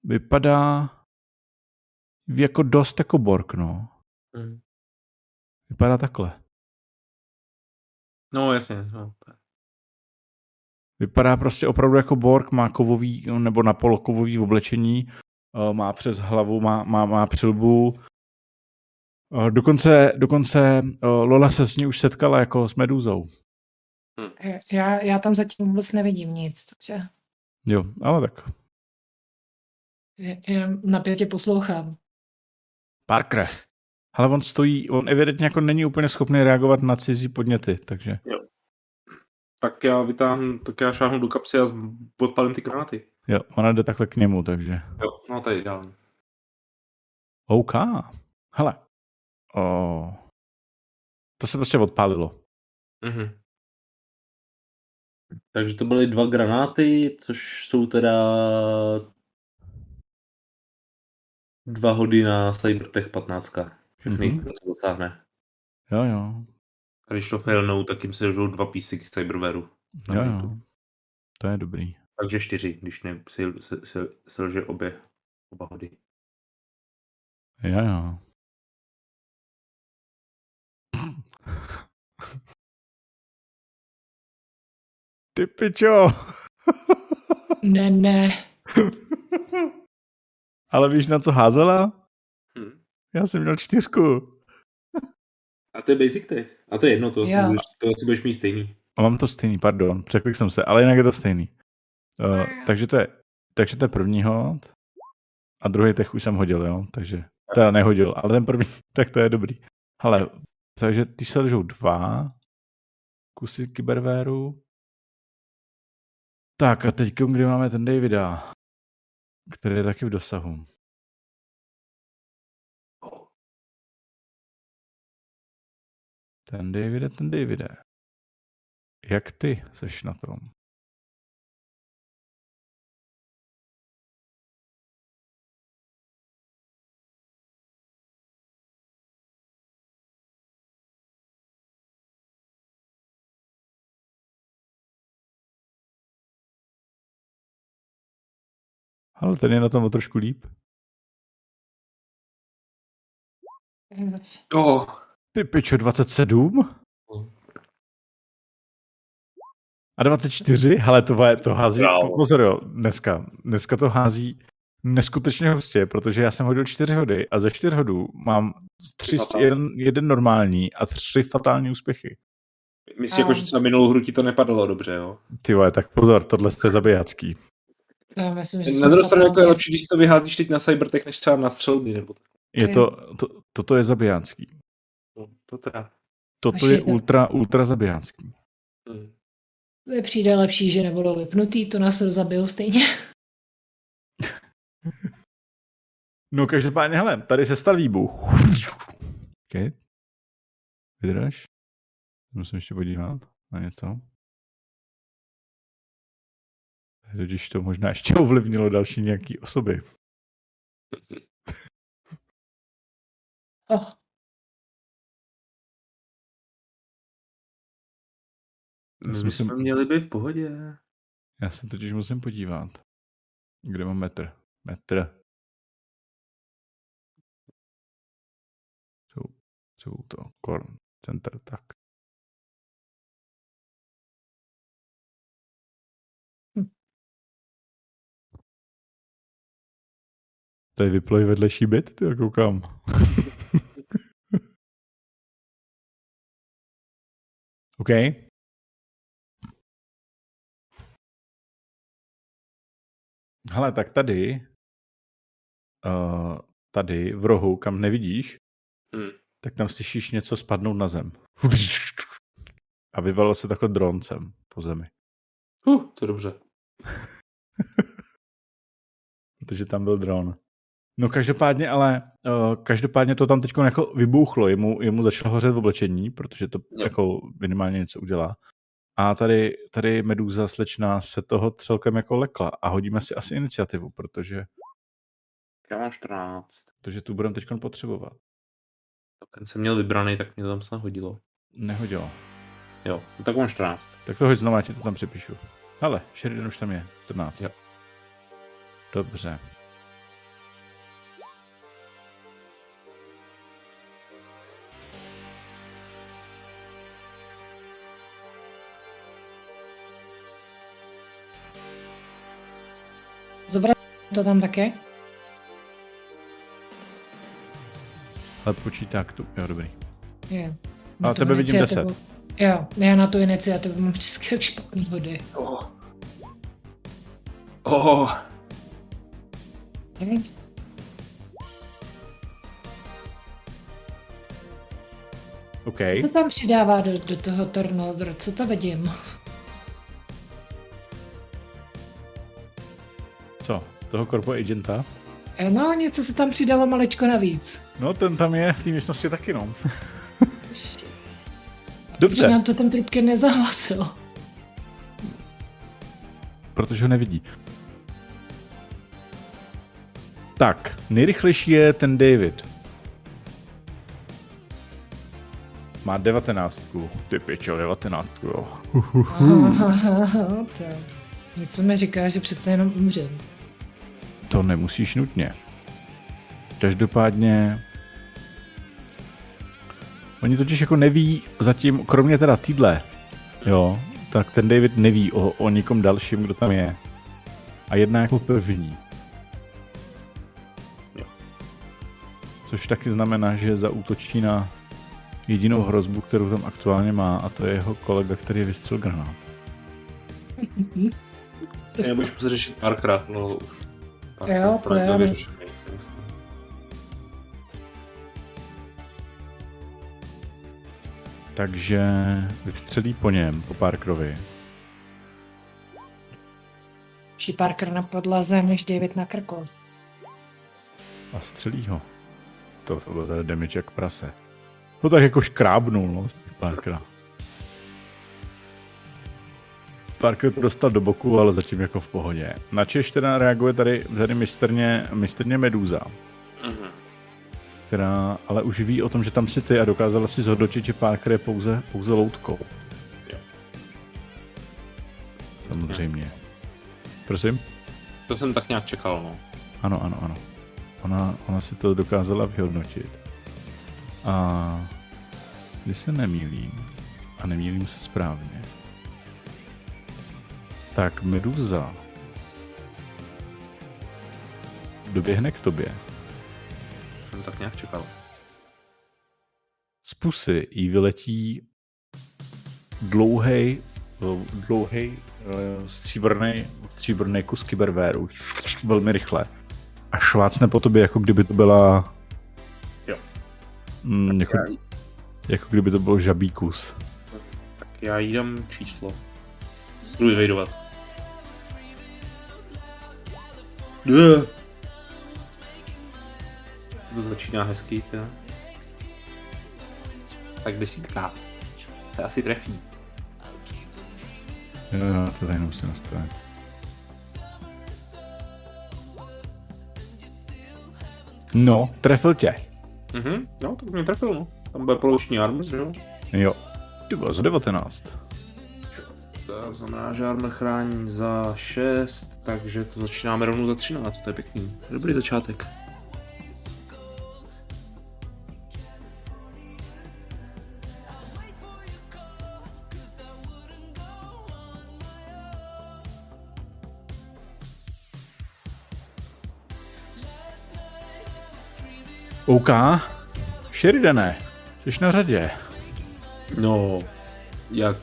Speaker 1: Vypadá jako dost jako Borg, no.
Speaker 2: Mhm.
Speaker 1: Vypadá takhle.
Speaker 2: No, jasně. No.
Speaker 1: Vypadá prostě opravdu jako Borg, má kovový nebo na polokovový oblečení, eh, má přes hlavu, má, má, má přilbu. Eh, Dokonce, dokonce eh, Lola se s ní už setkala jako s Meduzou.
Speaker 3: Eh, Já, já tam zatím vůbec nevidím nic, takže
Speaker 1: Jo, ale tak.
Speaker 3: je- jenom napětě poslouchám.
Speaker 1: Parkere. Ale on stojí, on evidentně jako není úplně schopný reagovat na cizí podněty, takže
Speaker 2: Tak já vytáhnu, tak já šáhnu do kapsy a z- odpalím ty granáty.
Speaker 1: jo, ona jde takhle k němu, takže.
Speaker 2: Jo, no to je ideální.
Speaker 1: OK. Hele, o, to se prostě odpálilo.
Speaker 2: Mhm. Takže to byly dva granáty, což jsou teda dva hody na Cybertech 15. Všechny,
Speaker 1: Mhm.
Speaker 2: mm-hmm. to dosáhne.
Speaker 1: Jo, jo,
Speaker 2: A když to failnou, tak jim se dožijou dva písy k Cyberwareu.
Speaker 1: jo, jo. To je dobrý.
Speaker 2: Takže čtyři, když ne, sil, sil, sil, silže obě, oba hody.
Speaker 1: Jo, jo. Ty pičo.
Speaker 3: Ne, ne.
Speaker 1: Ale víš, na co házela?
Speaker 2: Hm.
Speaker 1: Já jsem měl čtyřku.
Speaker 2: A to je basic tech. A to je jedno, to, asi
Speaker 3: Jo.
Speaker 2: budeš, to asi budeš mít stejný.
Speaker 1: A mám to stejný, pardon, překlik jsem se, ale jinak je to stejný. Uh, takže, to je, takže to je první hod. A druhý tech už jsem hodil, jo? Takže, teda nehodil, ale ten první, tak to je dobrý. Hele, takže ty se lžou dva kusy kybervéru. Tak a teď, kdy máme ten Davida, který je taky v dosahu. Ten Davide, ten Davide. Jak ty seš na tom? Ale ten je na tom o trošku líp.
Speaker 3: Eh,
Speaker 2: Oh.
Speaker 1: Ty pičo, 27? A 24? Hele, to, je- to hází,
Speaker 2: Králo.
Speaker 1: pozor jo, dneska, dneska to hází neskutečně hustě, protože já jsem hodil čtyři hody a ze čtyř hodů mám tři,
Speaker 2: fatální.
Speaker 1: jeden, jeden normální a tři fatální úspěchy.
Speaker 2: Myslím, jako,
Speaker 3: Ano.
Speaker 2: že třeba minulou hru ti to nepadalo dobře, jo?
Speaker 1: Ty vole, tak pozor, tohle jste zabijácký.
Speaker 3: to já myslím, že
Speaker 2: Na
Speaker 3: jsme
Speaker 2: druhou stranu jako je
Speaker 3: fatální.
Speaker 2: lepší, když si to vyházíš teď na Cybertech, než třeba na střelby, nebo tak.
Speaker 1: Je to, to, toto je zabijácký.
Speaker 2: No, to teda.
Speaker 1: Toto
Speaker 3: Až
Speaker 1: je
Speaker 3: jedno.
Speaker 1: ultra, ultra zabijácký.
Speaker 2: Hm.
Speaker 3: Mně přijde lepší, že nebudou vypnutý, to nás zabijou stejně.
Speaker 1: No každopádně, hele, tady se stal výbuch. Okay. Vydrž. Musím ještě podívat na něco. Tady Totiž to možná ještě ovlivnilo další nějaký osoby.
Speaker 3: Oh,
Speaker 1: Já si
Speaker 2: My
Speaker 1: musím-
Speaker 2: jsme měli být v pohodě.
Speaker 1: Já se totiž musím podívat. Kde mám metr? Metr. Jsou, jsou to korn center, tak.
Speaker 3: Hm.
Speaker 1: Tady vyploj vedlejší byt, ty já koukám. OK. Hele, tak tady, uh, tady v rohu, kam nevidíš,
Speaker 2: Hmm.
Speaker 1: tak tam slyšíš něco spadnout na zem. A vyvalo se takhle droncem po zemi.
Speaker 2: Huh, to je dobře.
Speaker 1: protože tam byl dron. No každopádně, ale uh, každopádně to tam teď jako vybouchlo, jemu, jemu začalo hořet v oblečení, protože to
Speaker 2: Jo.
Speaker 1: jako minimálně něco udělá. A tady, tady Meduza slečná se toho celkem jako lekla a hodíme si asi iniciativu, protože,
Speaker 2: Já mám 14.
Speaker 1: protože tu budeme teď potřebovat.
Speaker 2: Tak ten jsem měl vybraný, tak mě to tam snad hodilo.
Speaker 1: Nehodilo.
Speaker 2: Jo, no tak mám 14.
Speaker 1: Tak to hoď znovu, já ti to tam přepíšu. Ale, Sheridan už tam je, 14.
Speaker 2: Jo.
Speaker 1: Dobře.
Speaker 3: zobrat to tam také?
Speaker 1: Ale počítá k tu. Jo, dobrý.
Speaker 3: Jo.
Speaker 1: A
Speaker 3: Na tu
Speaker 1: tebe vidím
Speaker 3: iniciativu- Jo, já na tu iniciativu mám vždycky tak špatný hody.
Speaker 2: Oh. Oh.
Speaker 3: Nevím.
Speaker 1: OK.
Speaker 3: Co tam přidává do, do toho Tornodr? Co to vidím?
Speaker 1: Co? Toho korpo agenta?
Speaker 3: No, něco se tam přidalo maličko navíc.
Speaker 1: No, ten tam je v té místnosti taky, no.
Speaker 3: Ještě- Že
Speaker 1: Dobře,
Speaker 3: nám to ten trubky nezahlasil.
Speaker 1: protože ho nevidí. Tak, nejrychlejší je ten David. Má devatenáctku. Ty pěčo, devatenáctku, jo. Hmm.
Speaker 3: Aha, to. Něco mi říká, že přece jenom umřem.
Speaker 1: To nemusíš nutně. Každopádně... Oni totiž jako neví, zatím, kromě teda týdle, jo, tak ten David neví o, o nikom dalším, kdo tam je. A jedná jako první.
Speaker 2: Jo.
Speaker 1: Což taky znamená, že zaútočí na jedinou hrozbu, kterou tam aktuálně má, a to je jeho kolega, který vystřel granát.
Speaker 3: To-
Speaker 2: Nebo už musel řešit párkrát, no už.
Speaker 3: Jo,
Speaker 2: pro to
Speaker 3: právě.
Speaker 2: vyřešený, si myslím.
Speaker 1: Takže vystřelí po něm, po Parkerovi.
Speaker 3: Ší Parker na podlaze, než David na krku.
Speaker 1: A střelí ho. To, to byl teda damage jak prase. To tak jako škrábnul, no, párkrát. Parker to dostal do boku, ale zatím jako v pohodě. Na Češ teda reaguje tady, tady mistrně, mistrně Meduza,
Speaker 2: Mhm.
Speaker 1: která ale už ví o tom, že tam si ty a dokázala si zhodnotit, že Parker je pouze, pouze loutkou.
Speaker 2: Jo.
Speaker 1: Samozřejmě. Prosím?
Speaker 2: To jsem tak nějak čekal, no.
Speaker 1: Ano, ano, ano. Ona, ona si to dokázala vyhodnotit. A když se nemýlím, a nemýlím se správně, tak Meduza doběhne k tobě.
Speaker 2: Jsem tak nějak čekal.
Speaker 1: Z pusy jí vyletí dlouhej, dlouhej eh, stříbrný, stříbrný kus kybervéru. Velmi rychle. A švácne po tobě, jako kdyby to byla...
Speaker 2: Jo.
Speaker 1: Mm, jako, jako kdyby to byl žabý kus.
Speaker 2: Tak já jí dám číslo. Budu vyvejdovat. Dě. To začíná hezký, jo. Tak desítka. To asi trefí.
Speaker 1: Jo, jo, to tady musím nastavit. No, trefil tě.
Speaker 2: Mhm, no, tak mě trefil, no. Tam bude poloviční armor, že jo?
Speaker 1: Jo. Ty bylo za 19.
Speaker 2: To znamená, že armor chrání za 6, takže to začínáme rovnou za 13, to je pěkný. Dobrý začátek.
Speaker 1: OK. Sheridane, jsi na řadě.
Speaker 2: No, jak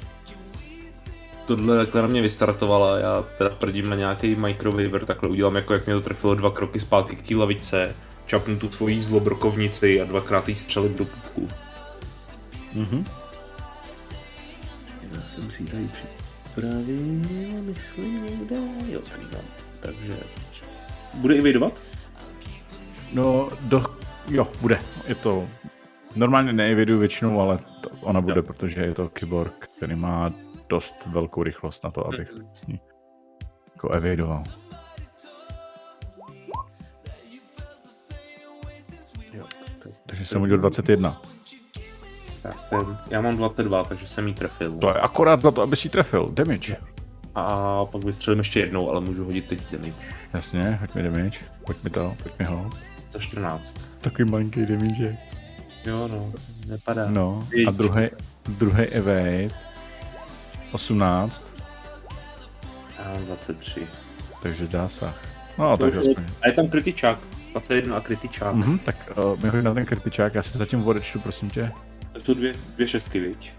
Speaker 2: tohle takhle na mě vystartovala, já teda prdím na nějaký microwaver, takhle udělám jako jak mě to trefilo dva kroky zpátky k té lavičce, čapnu tu svoji zlobrokovnici a dvakrát jí střelím do pupku.
Speaker 1: Mhm.
Speaker 2: Já jsem si ji tady připravil, myslím někde, jo, tady mám. Takže, bude evidovat?
Speaker 1: No, do... jo, bude. Je to... Normálně neeviduju většinou, ale to ona bude,
Speaker 2: Jo.
Speaker 1: protože je to kyborg, který má dost velkou rychlost na to, abych s ní jako evidoval.
Speaker 2: Jo, tak,
Speaker 1: Takže jsem udělal 21.
Speaker 2: tak, em, já mám 22, takže jsem jí trefil.
Speaker 1: To je akorát na to, aby si ji trefil. Damage.
Speaker 2: A pak vystřelím ještě jednou, ale můžu hodit teď damage.
Speaker 1: Jasně, hoď mi damage. Pojď mi to, pojď mi ho.
Speaker 2: Za 14.
Speaker 1: Takový malinký damage.
Speaker 2: Jo, no, nepadá.
Speaker 1: No, a druhý, druhý evade. 18,
Speaker 2: Já mám 23.
Speaker 1: takže dá sah. No,
Speaker 2: To
Speaker 1: takže
Speaker 2: už je-
Speaker 1: aspoň.
Speaker 2: A je tam kritičák. 21 a kritičák. Mm-hmm.
Speaker 1: Mhm, tak uh, mi hoď na ten kritičák, já si zatím odečtu, prosím tě.
Speaker 2: To jsou dvě, dvě šestky, viď?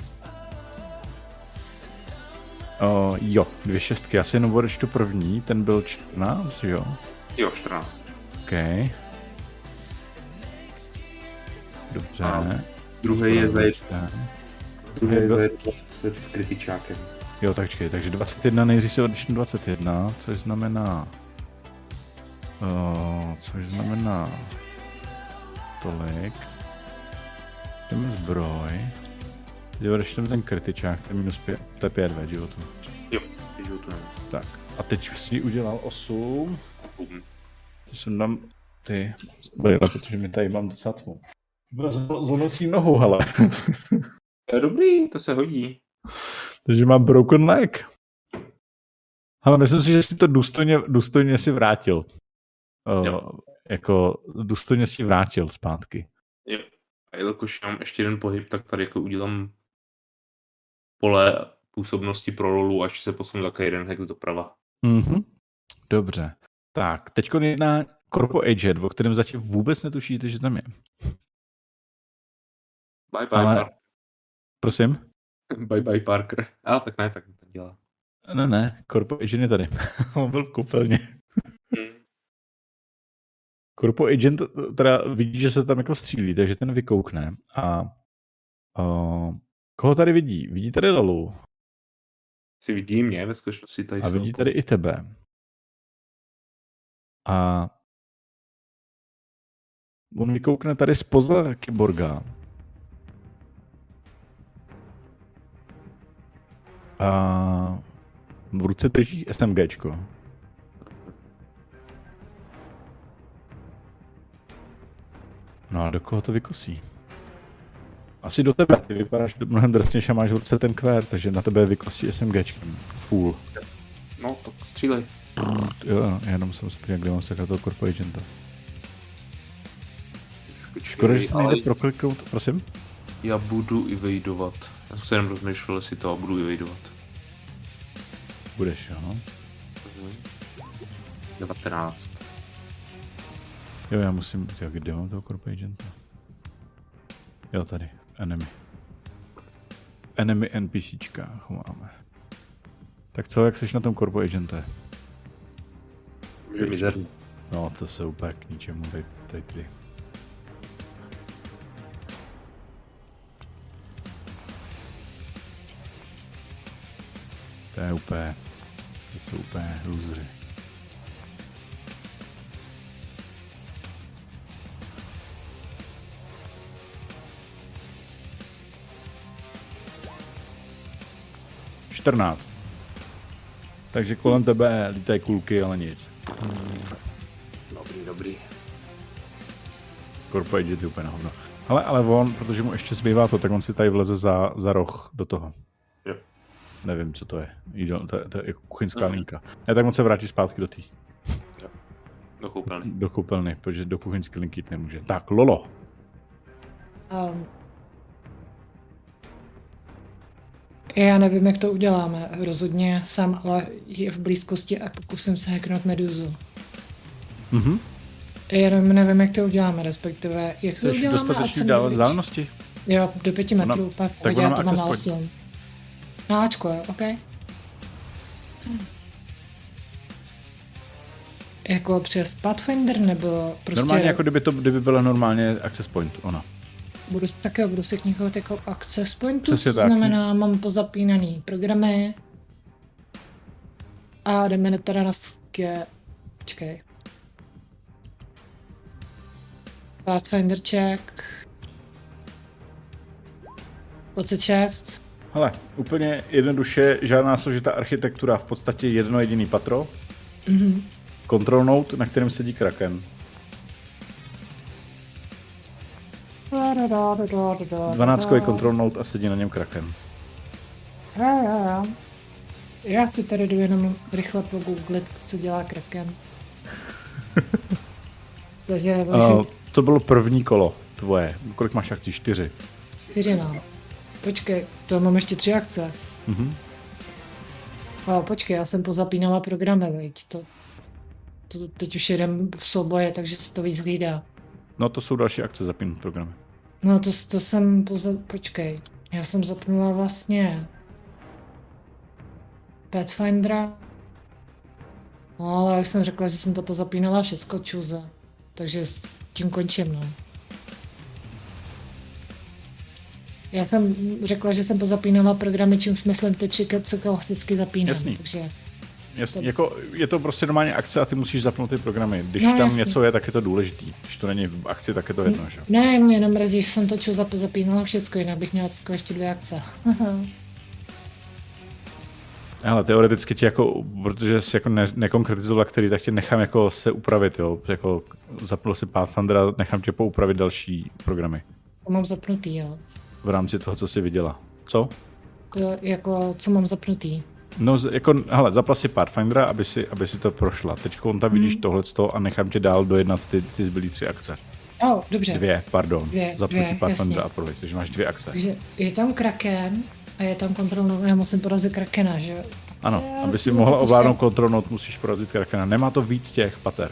Speaker 1: Uh, jo, dvě šestky, já si jenom odečtu první, ten byl 14, jo.
Speaker 2: Jo, 14.
Speaker 1: OK. Dobře.
Speaker 2: Ano, Druhý je za, jed-
Speaker 1: Dobře.
Speaker 2: druhý je za 20 s kritičákem.
Speaker 1: Jo, tak čekej, takže 21, nejdřív si odečtu 21, což znamená Uh, což znamená tolik. Jdeme zbroj. Jo, když tam ten kritičák, to je minus 5, to je 5 životu.
Speaker 2: Jo, životu.
Speaker 1: Tak, a teď si udělal 8.
Speaker 2: Mm.
Speaker 1: Ty jsem dám ty brýle, protože mi tady mám docela tmu. Zlomil si nohu, hele.
Speaker 2: Dobrý, to se hodí.
Speaker 1: Takže má broken leg. Ale myslím si, že si to důstojně, důstojně si vrátil. O, jo. Jako důstojně si vrátil zpátky.
Speaker 2: Jo. A jelikož mám ještě jeden pohyb, tak tady jako udělám pole působnosti pro lolu, až se posunu také jeden hex doprava.
Speaker 1: Mhm. Dobře. Tak, teď jedná Corpo Agent, o kterém zatím vůbec netušíte, že tam je.
Speaker 2: Bye bye, Ale... Parker.
Speaker 1: Prosím?
Speaker 2: Bye bye, Parker. A ah, tak ne, tak to dělá.
Speaker 1: Ne, ne, Corpo Agent je tady. On byl v koupelně. hmm. Corpo Agent teda vidí, že se tam jako střílí, takže ten vykoukne. A uh, koho tady vidí? Vidí tady Lolu.
Speaker 2: Si vidí mě ve skutečnosti tady.
Speaker 1: A vidí tady i tebe. A on vykoukne tady spoza kyborga. A v ruce drží SMGčko. No a do koho to vykosí? Asi do tebe, ty vypadáš mnohem drsnější a máš v ruce ten kvér, takže na tebe vykosí SMGčkem. Full.
Speaker 2: No, tak střílej.
Speaker 1: Jo, jenom jsem spíš, kde mám sakra toho Corpo Agenta. Škoda, že se nejde ale... prokliknout, prosím?
Speaker 2: Já budu i vejdovat. Já jsem se jenom rozmýšlel, jestli to a budu i vejdovat.
Speaker 1: Budeš, jo?
Speaker 2: 19.
Speaker 1: Jo, já musím, jo, kde mám toho Corp Agenta? Jo, tady, enemy. Enemy NPCčkách máme. Tak co, jak seš na tom Corpo Agente?
Speaker 2: Je mizerný.
Speaker 1: No, to se úplně k ničemu, tady, tady, tady. To je úplně, to jsou úplně losery. Čtrnáct. Takže kolem tebe lítají kulky, ale nic.
Speaker 2: Dobrý, dobrý.
Speaker 1: Korpo je ty úplně na hovno. Ale, ale on, protože mu ještě zbývá to, tak on si tady vleze za, za roh do toho.
Speaker 2: Jo.
Speaker 1: Nevím, co to je. Jídlo, to, to je jako kuchyňská no. linka. Já tak on se vrátí zpátky do té.
Speaker 2: Do koupelny.
Speaker 1: Do koupelny, protože do kuchyňské linky jít nemůže. Tak, Lolo.
Speaker 3: Um. Já nevím, jak to uděláme. Rozhodně sám, ale je v blízkosti a pokusím se hacknout meduzu.
Speaker 1: Mhm.
Speaker 3: Jenom nevím, jak to uděláme, respektive jak to
Speaker 1: Jsi
Speaker 3: uděláme
Speaker 1: dostatečně
Speaker 3: co Prostě-
Speaker 1: dál
Speaker 3: nejvíc.
Speaker 1: dálnosti.
Speaker 3: Jo, do pěti
Speaker 1: Ona-
Speaker 3: metrů, pak
Speaker 1: tak ona
Speaker 3: já
Speaker 1: má
Speaker 3: to mám na
Speaker 1: access point.
Speaker 3: osm. Na Ačko, jo, OK.
Speaker 1: Hm.
Speaker 3: Jako přes Pathfinder nebo prostě...
Speaker 1: Normálně, jako kdyby, to, kdyby byla normálně access point, ona.
Speaker 3: Budu, tak jo, budu se k nich jako access pointu,
Speaker 1: Přesně
Speaker 3: to
Speaker 1: tak.
Speaker 3: znamená, mám pozapínaný programy. A jdeme teda na ske... Počkej. Pathfinder check. 26.
Speaker 1: Hele, úplně jednoduše, žádná složitá architektura, v podstatě jedno jediný patro,
Speaker 3: Mhm.
Speaker 1: control note, na kterém sedí kraken. 12 je control note a sedí na něm kraken.
Speaker 3: Jo, jo, jo. Já si tady jdu jenom rychle pogooglit, co dělá Kraken. Takže
Speaker 1: Uh,
Speaker 3: uh,
Speaker 1: to bylo první kolo tvoje. Kolik máš akcí? Čtyři.
Speaker 3: čtyři no. Počkej, to mám ještě tři akce.
Speaker 1: Mhm.
Speaker 3: O, počkej, já jsem pozapínala programy, veď. To, to, teď už jedem v souboje, takže se to víc hlídá.
Speaker 1: No to jsou další akce zapínat programy.
Speaker 3: No to, to jsem poza... Počkej, já jsem zapnula vlastně Pathfindera. No ale jak jsem řekla, že jsem to pozapínala všecko čuze. Takže s tím končím, no. Já jsem řekla, že jsem pozapínala programy, čímž myslím ty tři, co klasicky zapínám.
Speaker 1: Jasný.
Speaker 3: Takže
Speaker 1: Jasně, jako je to prostě normálně akce a ty musíš zapnout ty programy. Když
Speaker 3: No,
Speaker 1: tam
Speaker 3: jasně. Mm.
Speaker 1: něco je, tak je to důležitý. Když to není v akci, tak je to jedno, že? jo?
Speaker 3: Ne, mě jenom mrzí, že jsem to čus zap- zapínala všecko, jinak bych měla teďko ještě dvě akce.
Speaker 1: Hele, teoreticky ti jako, protože jsi jako ne, nekonkretizoval který, tak tě nechám jako se upravit, jo. Jako zapnul si Pathfindera, nechám tě poupravit další programy
Speaker 3: to mám zapnutý, jo.
Speaker 1: v rámci toho, co jsi viděla. Co?
Speaker 3: Jo, Jako, co mám zapnutý.
Speaker 1: No, z- jako, hele, zapla si Pathfindera, aby si, aby si to prošla. Teď on tam
Speaker 3: Hmm.
Speaker 1: vidíš tohleto a nechám tě dál dojednat ty, ty zbylý tři akce.
Speaker 3: Jo, dobře.
Speaker 1: Dvě, pardon.
Speaker 3: Dvě,
Speaker 1: Zapnutí
Speaker 3: dvě,
Speaker 1: Pathfindera a
Speaker 3: jasně.
Speaker 1: prodej, takže máš dvě akce.
Speaker 3: Takže je tam kraken a je tam kontrolnou, já musím porazit krakena, že jo.
Speaker 1: Ano,
Speaker 3: Já
Speaker 1: aby
Speaker 3: si
Speaker 1: si
Speaker 3: to
Speaker 1: mohla
Speaker 3: pokusím.
Speaker 1: ovládnout kontrolnout, musíš porazit Krakena. Nemá to víc těch pater.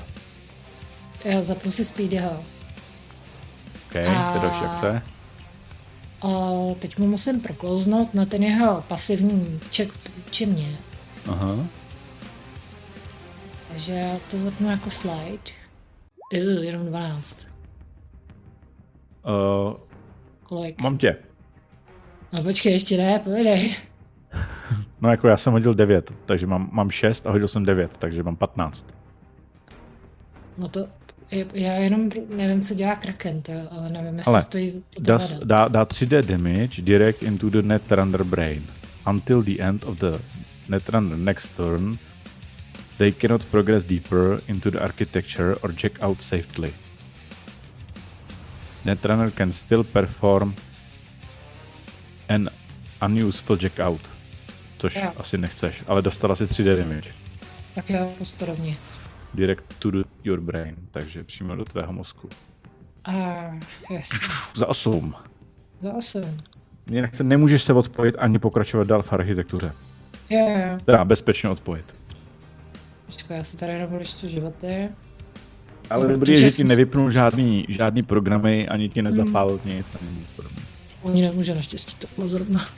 Speaker 3: Já zapnu si speedyho.
Speaker 1: OK, to je další akce.
Speaker 3: A teď mu musím proklouznout na ten jeho pasivní ček či mě.
Speaker 1: Aha.
Speaker 3: Takže já to zapnu jako slide. Uu, jenom 12.
Speaker 1: Uh,
Speaker 3: Kolik?
Speaker 1: mám tě.
Speaker 3: No počkej, ještě ne, povídej.
Speaker 1: No jako já jsem hodil 9, takže mám, mám 6 a hodil jsem 9, takže mám 15.
Speaker 3: No to, je- já jenom nevím, co dělá Kraken, to, jo, ale nevím, jestli
Speaker 1: Ale
Speaker 3: stojí za to
Speaker 1: Das,
Speaker 3: hledat.
Speaker 1: dá, dá 3D damage direct into the Netrunner brain. Until the end of the Netrunner next turn, they cannot progress deeper into the architecture or check out safely. Netrunner can still perform an unuseful checkout. Což
Speaker 3: Jo.
Speaker 1: asi nechceš, ale dostala si 3D damage.
Speaker 3: Tak jo, postorovně.
Speaker 1: Direct to the, your brain, takže přímo do tvého mozku.
Speaker 3: A jasně,
Speaker 1: Za 8.
Speaker 3: za 8.
Speaker 1: Jinak se nemůžeš se odpojit ani pokračovat dál v architektuře.
Speaker 3: Jo, jo, jo.
Speaker 1: Teda bezpečně odpojit.
Speaker 3: Počkej, Prostě já si tady jenom čtu životy.
Speaker 1: Ale
Speaker 3: No,
Speaker 1: dobrý je,
Speaker 3: protože
Speaker 1: že ti
Speaker 3: jsem-
Speaker 1: nevypnul žádný, žádný programy, ani
Speaker 3: Hmm.
Speaker 1: ti nezapálil nic, ani nic podobného.
Speaker 3: Oni nemůže naštěstí to bylo zrovna.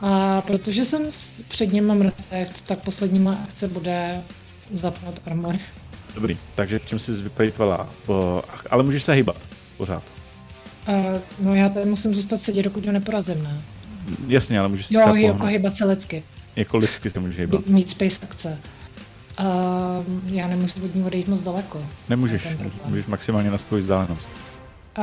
Speaker 3: A protože jsem s- před ním mám respekt, tak poslední má akce bude zapnout armor.
Speaker 1: Dobrý, takže tím jsi vyplejtvala, po- ach, ale můžeš se hýbat, pořád.
Speaker 3: A, no já tady musím zůstat sedět, dokud ho neporazím, ne?
Speaker 1: Jasně, ale můžeš se
Speaker 3: Jo,
Speaker 1: třeba
Speaker 3: jako
Speaker 1: pohnout.
Speaker 3: hybat se lidsky.
Speaker 1: Jako lidsky se můžeš hýbat.
Speaker 3: Mít space akce. A, já nemůžu od ní odejít moc daleko.
Speaker 1: Nemůžeš,
Speaker 3: Ten problém.
Speaker 1: můžeš maximálně na svoji vzdálenost.
Speaker 3: A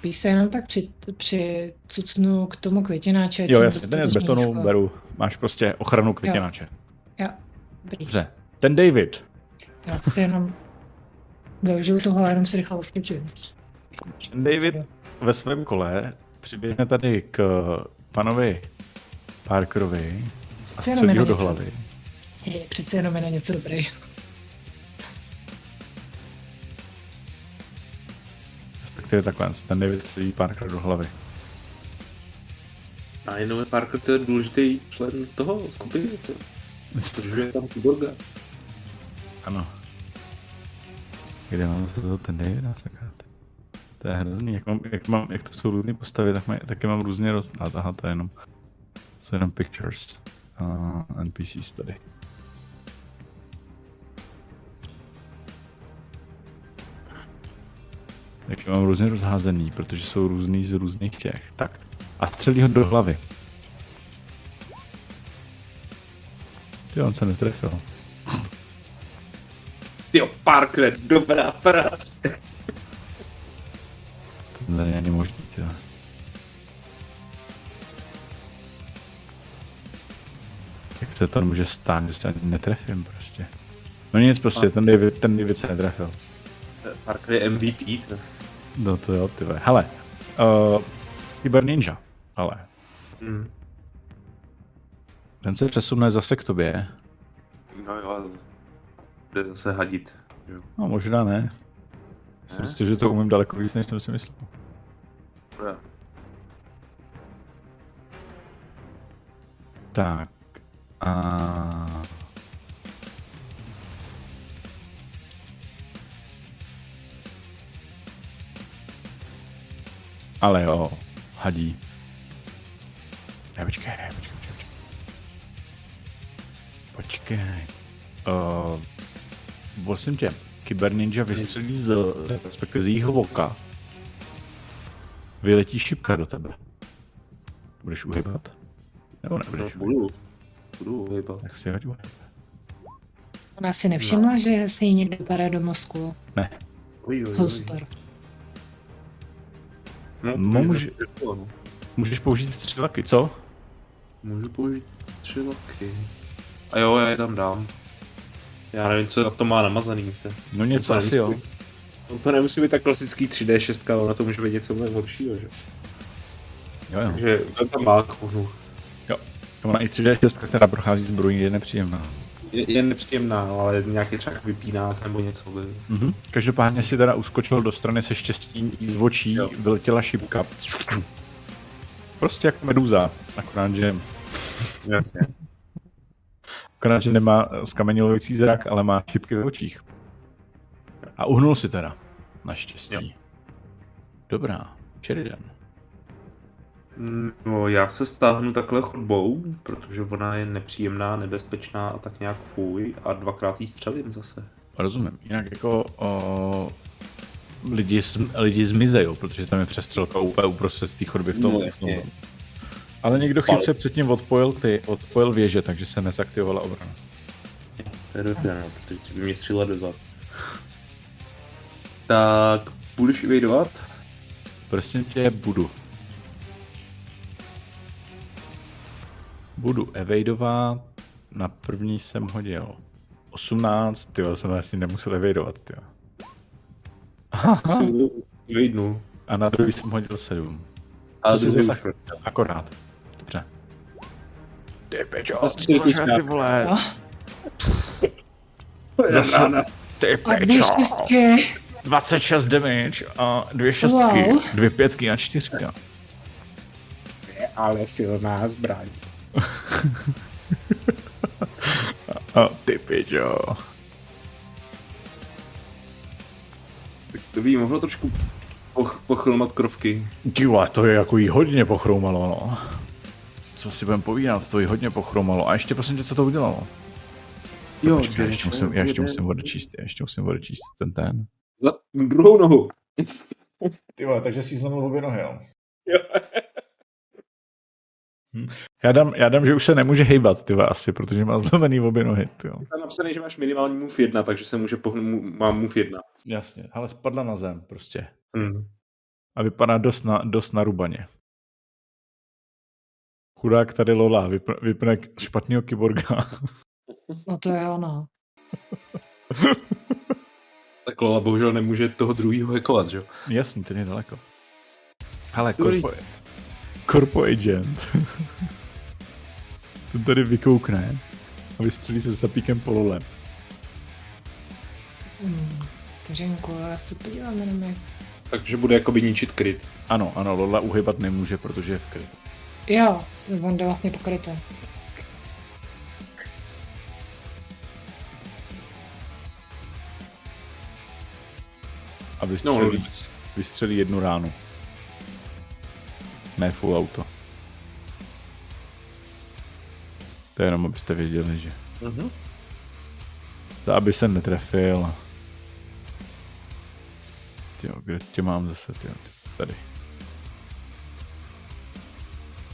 Speaker 3: píš se jenom tak při, při cucnu k tomu květináče. ať
Speaker 1: Jo,
Speaker 3: jsem
Speaker 1: jasně, ten je z
Speaker 3: dostatečně
Speaker 1: betonu,
Speaker 3: nízko.
Speaker 1: beru. Máš prostě ochranu květináče.
Speaker 3: Jo, dobrý.
Speaker 1: Dobře. Ten David,
Speaker 3: Já si jenom využiju toho a jenom si rychle odskočím.
Speaker 1: David ve svém kole přiběhne tady k panovi Parkerovi a
Speaker 3: Přece jenom
Speaker 1: střelí
Speaker 3: je na
Speaker 1: ho do
Speaker 3: něco.
Speaker 1: hlavy.
Speaker 3: Je, přece jenom je na něco dobrý.
Speaker 1: Respektive takhle, ten David střelí Parker do hlavy.
Speaker 2: Najednou je Parker to je důležitý člen toho skupiny. to. Protože je tam Kyborga.
Speaker 1: Ano. Kde mám za to ten Davida, sakra? ty? To je hrozný, jak, mám, jak, mám, jak to jsou různé postavy, tak mají, taky mám různě roz... A aha, to je jenom, jsou jenom pictures. Uh, NPCs tady. Taky mám různě rozházený, protože jsou různý z různých těch. Tak. A střelí ho do hlavy. Ty, on se netrefil.
Speaker 2: Jo, Parker, dobrá práce.
Speaker 1: To není ani možný, ty. jo. Jak se to může stát, že se ani netrefím prostě. No nic prostě, ten David, ten David se netrefil.
Speaker 2: Parker je MVP. To.
Speaker 1: No to jo, ty vole. Hele, uh, Kyber Ninja, ale.
Speaker 2: Hmm.
Speaker 1: Ten se přesune zase k tobě.
Speaker 2: No jo, bude zase hadit. Jo.
Speaker 1: No možná ne. Myslím
Speaker 2: Ne?
Speaker 1: si, že to umím daleko víc, než jsem si myslel.
Speaker 2: Dobrá.
Speaker 1: Tak. A... Ale jo, hadí. Ne, počkej, ne, počkej, počkej. počkej. Počkej. Uh, prosím tě, Kyber Ninja vystřelí z, respektive z jejího oka. Vyletí šipka do tebe. Budeš uhybat? Nebo
Speaker 2: No,
Speaker 1: nebudeš?
Speaker 2: budu. budu hýbat.
Speaker 1: Tak si hoď. vole.
Speaker 3: Ona si nevšimla, že se jí někde bere do mozku.
Speaker 1: Ne.
Speaker 2: Oj, oj,
Speaker 3: Oh,
Speaker 2: oj.
Speaker 3: super.
Speaker 1: No,
Speaker 2: to je
Speaker 1: může-
Speaker 2: tak jako,
Speaker 1: Můžeš použít tři laky, co?
Speaker 2: Můžu použít tři loky. A jo, já je tam dám. Já nevím, co to má namazaný. To,
Speaker 1: No něco asi jo.
Speaker 2: No to nemusí být tak klasický 3D6, ono to může být něco mnohem horšího, že?
Speaker 1: Jo, jo.
Speaker 2: Takže tam tam má kůru.
Speaker 1: To Ona i 3D6, která prochází z bruní, je nepříjemná.
Speaker 2: Je, je nepříjemná, no, ale nějaký třeba vypínák nebo něco by.
Speaker 1: Mhm. Každopádně si teda uskočil do strany se štěstím jí z očí,
Speaker 2: Jo.
Speaker 1: vyletěla šipka. Prostě jako meduza, akorát že,
Speaker 2: Jasně.
Speaker 1: akorát, že nemá skamenilovaný zrak, ale má šipky ve očích. A uhnul si teda, naštěstí.
Speaker 2: Jo.
Speaker 1: Dobrá, Sheridan.
Speaker 2: No, já se stáhnu takhle chodbou, protože ona je nepříjemná, nebezpečná a tak nějak fuj a dvakrát jí střelím zase.
Speaker 1: Rozumím. Jinak jako o, lidi, sm- lidi zmizejí, protože tam je přestřelka úplně uprostřed té chodby v tom.
Speaker 2: No,
Speaker 1: v tom.
Speaker 2: jasně.
Speaker 1: Ale někdo chytře předtím odpojil, ty, odpojil věže, takže se nezaktivovala obrana.
Speaker 2: To je dobře, no, protože ti by mě střílela dozad. Tak, budeš evadeovat?
Speaker 1: Prosím tě, budu. Budu evadovat. Na první jsem hodil 18, ty jsem vlastně nemusel evadovat, ty.
Speaker 2: No. Evadenu.
Speaker 1: A na druhý jsem hodil 7.
Speaker 2: A
Speaker 1: To jsi
Speaker 2: druhý
Speaker 1: zase-
Speaker 2: už
Speaker 1: Akorát. Dobře. Ty pečo,
Speaker 2: To je
Speaker 1: bože,
Speaker 2: čtyřka.
Speaker 1: ty vole.
Speaker 3: No.
Speaker 1: Zase, ty
Speaker 3: A dvě
Speaker 1: pečo.
Speaker 3: šestky.
Speaker 1: 26 damage a dvě šestky,
Speaker 3: Wow.
Speaker 1: dvě pětky a čtyřka.
Speaker 4: ale silná zbraň.
Speaker 1: A ty pečo.
Speaker 2: Tak to by jí mohlo trošku poch- pochromat krovky.
Speaker 1: Ty vole, to je jako jí hodně pochroumalo, no. Co si budem povídat, to jí hodně pochroumalo. A ještě prosím tě, co to udělalo?
Speaker 2: Jo,
Speaker 1: Počkej, já ještě musím, já ještě musím odečíst, já ještě musím odečíst ten ten.
Speaker 2: Za druhou nohu.
Speaker 1: Ty vole, takže si zlomil obě nohy, jo? Hm. Já dám, já dám, že už se nemůže hejbat, ty vole, asi, protože má zlomený obě nohy, ty jo.
Speaker 2: Tam napsané, že máš minimální move 1, takže se může pohnout, mám move 1.
Speaker 1: Jasně, ale spadla na zem prostě.
Speaker 2: Hmm.
Speaker 1: A vypadá dost, na, dost narubaně. Chudák tady Lola vypne, vypne k- špatného kyborga.
Speaker 3: No to je ono.
Speaker 2: Tak Lola bohužel nemůže toho druhého hekovat, že jo?
Speaker 1: Jasný, ten je daleko. Hele,
Speaker 2: Dobrý.
Speaker 1: korpo, korpo agent. ten tady vykoukne a vystřelí se zapíkem pololem.
Speaker 3: Hmm. Vteřinku, já se podívám jenom jak...
Speaker 2: Takže bude jakoby ničit kryt.
Speaker 1: Ano, ano, Lola uhybat nemůže, protože je v krytu.
Speaker 3: Jo, on jde vlastně pokryto.
Speaker 1: A vystřelí, no, vystřelí jednu ránu. Ne full auto. To je jenom, abyste věděli, že
Speaker 2: Mhm.
Speaker 1: za aby se netrefil. Tyjo, kde tě mám zase, tyjo, tady.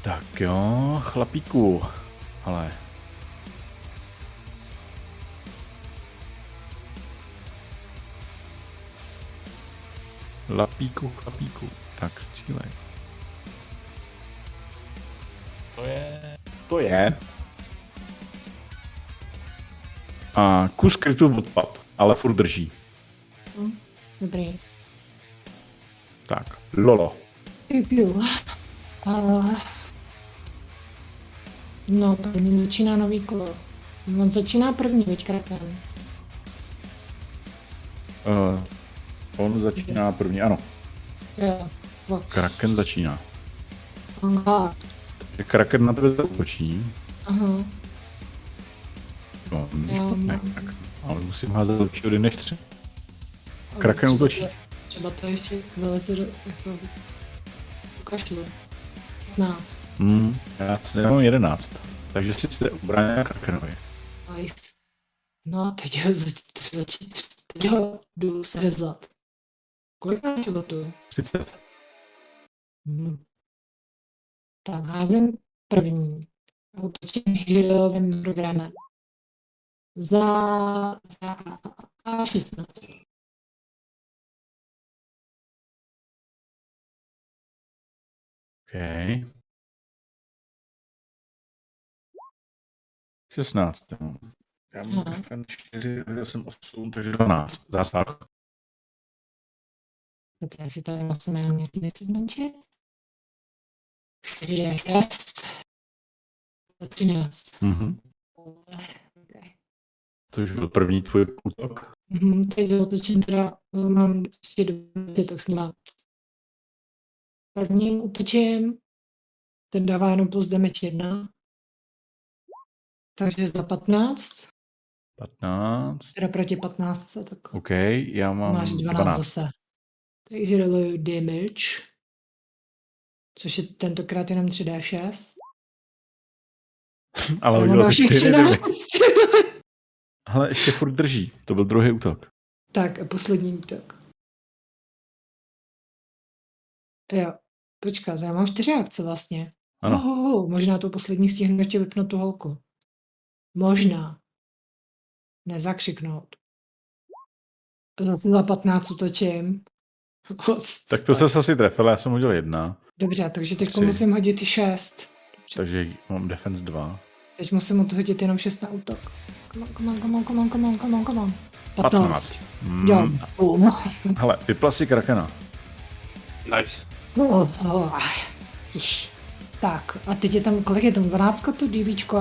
Speaker 1: Tak jo, chlapíku, ale... Lapíku, chlapíku, tak střílej. To je... To je. A kus krytu odpad, ale furt drží.
Speaker 3: Hm? Dobrý.
Speaker 1: Tak, Lolo.
Speaker 3: Piu, piu. Uh, no, první začíná nový kolo. On začíná první, veď kraken.
Speaker 1: Uh, on začíná první, ano.
Speaker 3: Jo, ok.
Speaker 1: Kraken začíná.
Speaker 3: On guard.
Speaker 1: Takže Kraken na tebe zautočí.
Speaker 3: Aha.
Speaker 1: No, není
Speaker 3: Jo,
Speaker 1: špatný,
Speaker 3: no.
Speaker 1: tak. Ale musím házet lepší hody než tři. Kraken
Speaker 3: Třeba
Speaker 1: útočí.
Speaker 3: to- Třeba to ještě vyleze do, jako, ukašlu. 15.
Speaker 1: Hmm, já, si- já mám jedenáct. Takže si se ubrání Krakenovi.
Speaker 3: Nice. No, teď ho zač- začít, teď ho jdu srezat. Kolik mám životu?
Speaker 1: 30.
Speaker 3: Hm. Tak házím první. útočím hýlovým programem. Za, za A16.
Speaker 1: OK. 16. Já mám
Speaker 3: Aha.
Speaker 1: FN4, hodil jsem 8, takže 12. Zásah.
Speaker 3: Tak já si tady musím jenom něco- něco zmenšit. 4 je 6. Za 13.
Speaker 1: Mhm.
Speaker 3: Okay.
Speaker 1: To už byl první tvůj útok.
Speaker 3: Mhm, teď zautočím teda, eh, mám ještě dvě, tak s nima. Prvním útočím, ten dává jenom plus damage 1. Takže za 15,
Speaker 1: 15.
Speaker 3: teda proti 15, tak
Speaker 1: OK, já mám
Speaker 3: máš 12, 12 zase. Takže doluju damage, což je tentokrát jenom 3d6.
Speaker 1: Ale
Speaker 3: Já mám
Speaker 1: hodil si
Speaker 3: dalších
Speaker 1: 4
Speaker 3: 13.
Speaker 1: demy. Hele, ještě furt drží. To byl druhý útok.
Speaker 3: tak a poslední útok. Jo, počkat, já mám čtyři akce vlastně.
Speaker 1: Ano.
Speaker 3: Oh, oh, oh, možná to poslední stihnu ještě vypnout tu holku. Možná. Nezakřiknout. Zase za 15 utočím. Hoc,
Speaker 1: Tak to se asi trefil, já jsem hodil jedna,
Speaker 3: Dobře, takže teď
Speaker 1: Tři.
Speaker 3: musím hodit 6.
Speaker 1: takže mám defense 2.
Speaker 3: Teď musím odhodit jenom 6 na útok. Come on, come on, come on, come on, come on, come on, come on. 15.
Speaker 1: 15. Mm.
Speaker 3: Jo, Oh, no. bum.
Speaker 1: Hele, vypla si krakena.
Speaker 2: Nice.
Speaker 3: No, no, aj, iš. Tak, a teď je tam, kolik je tam, 12 to DVčko?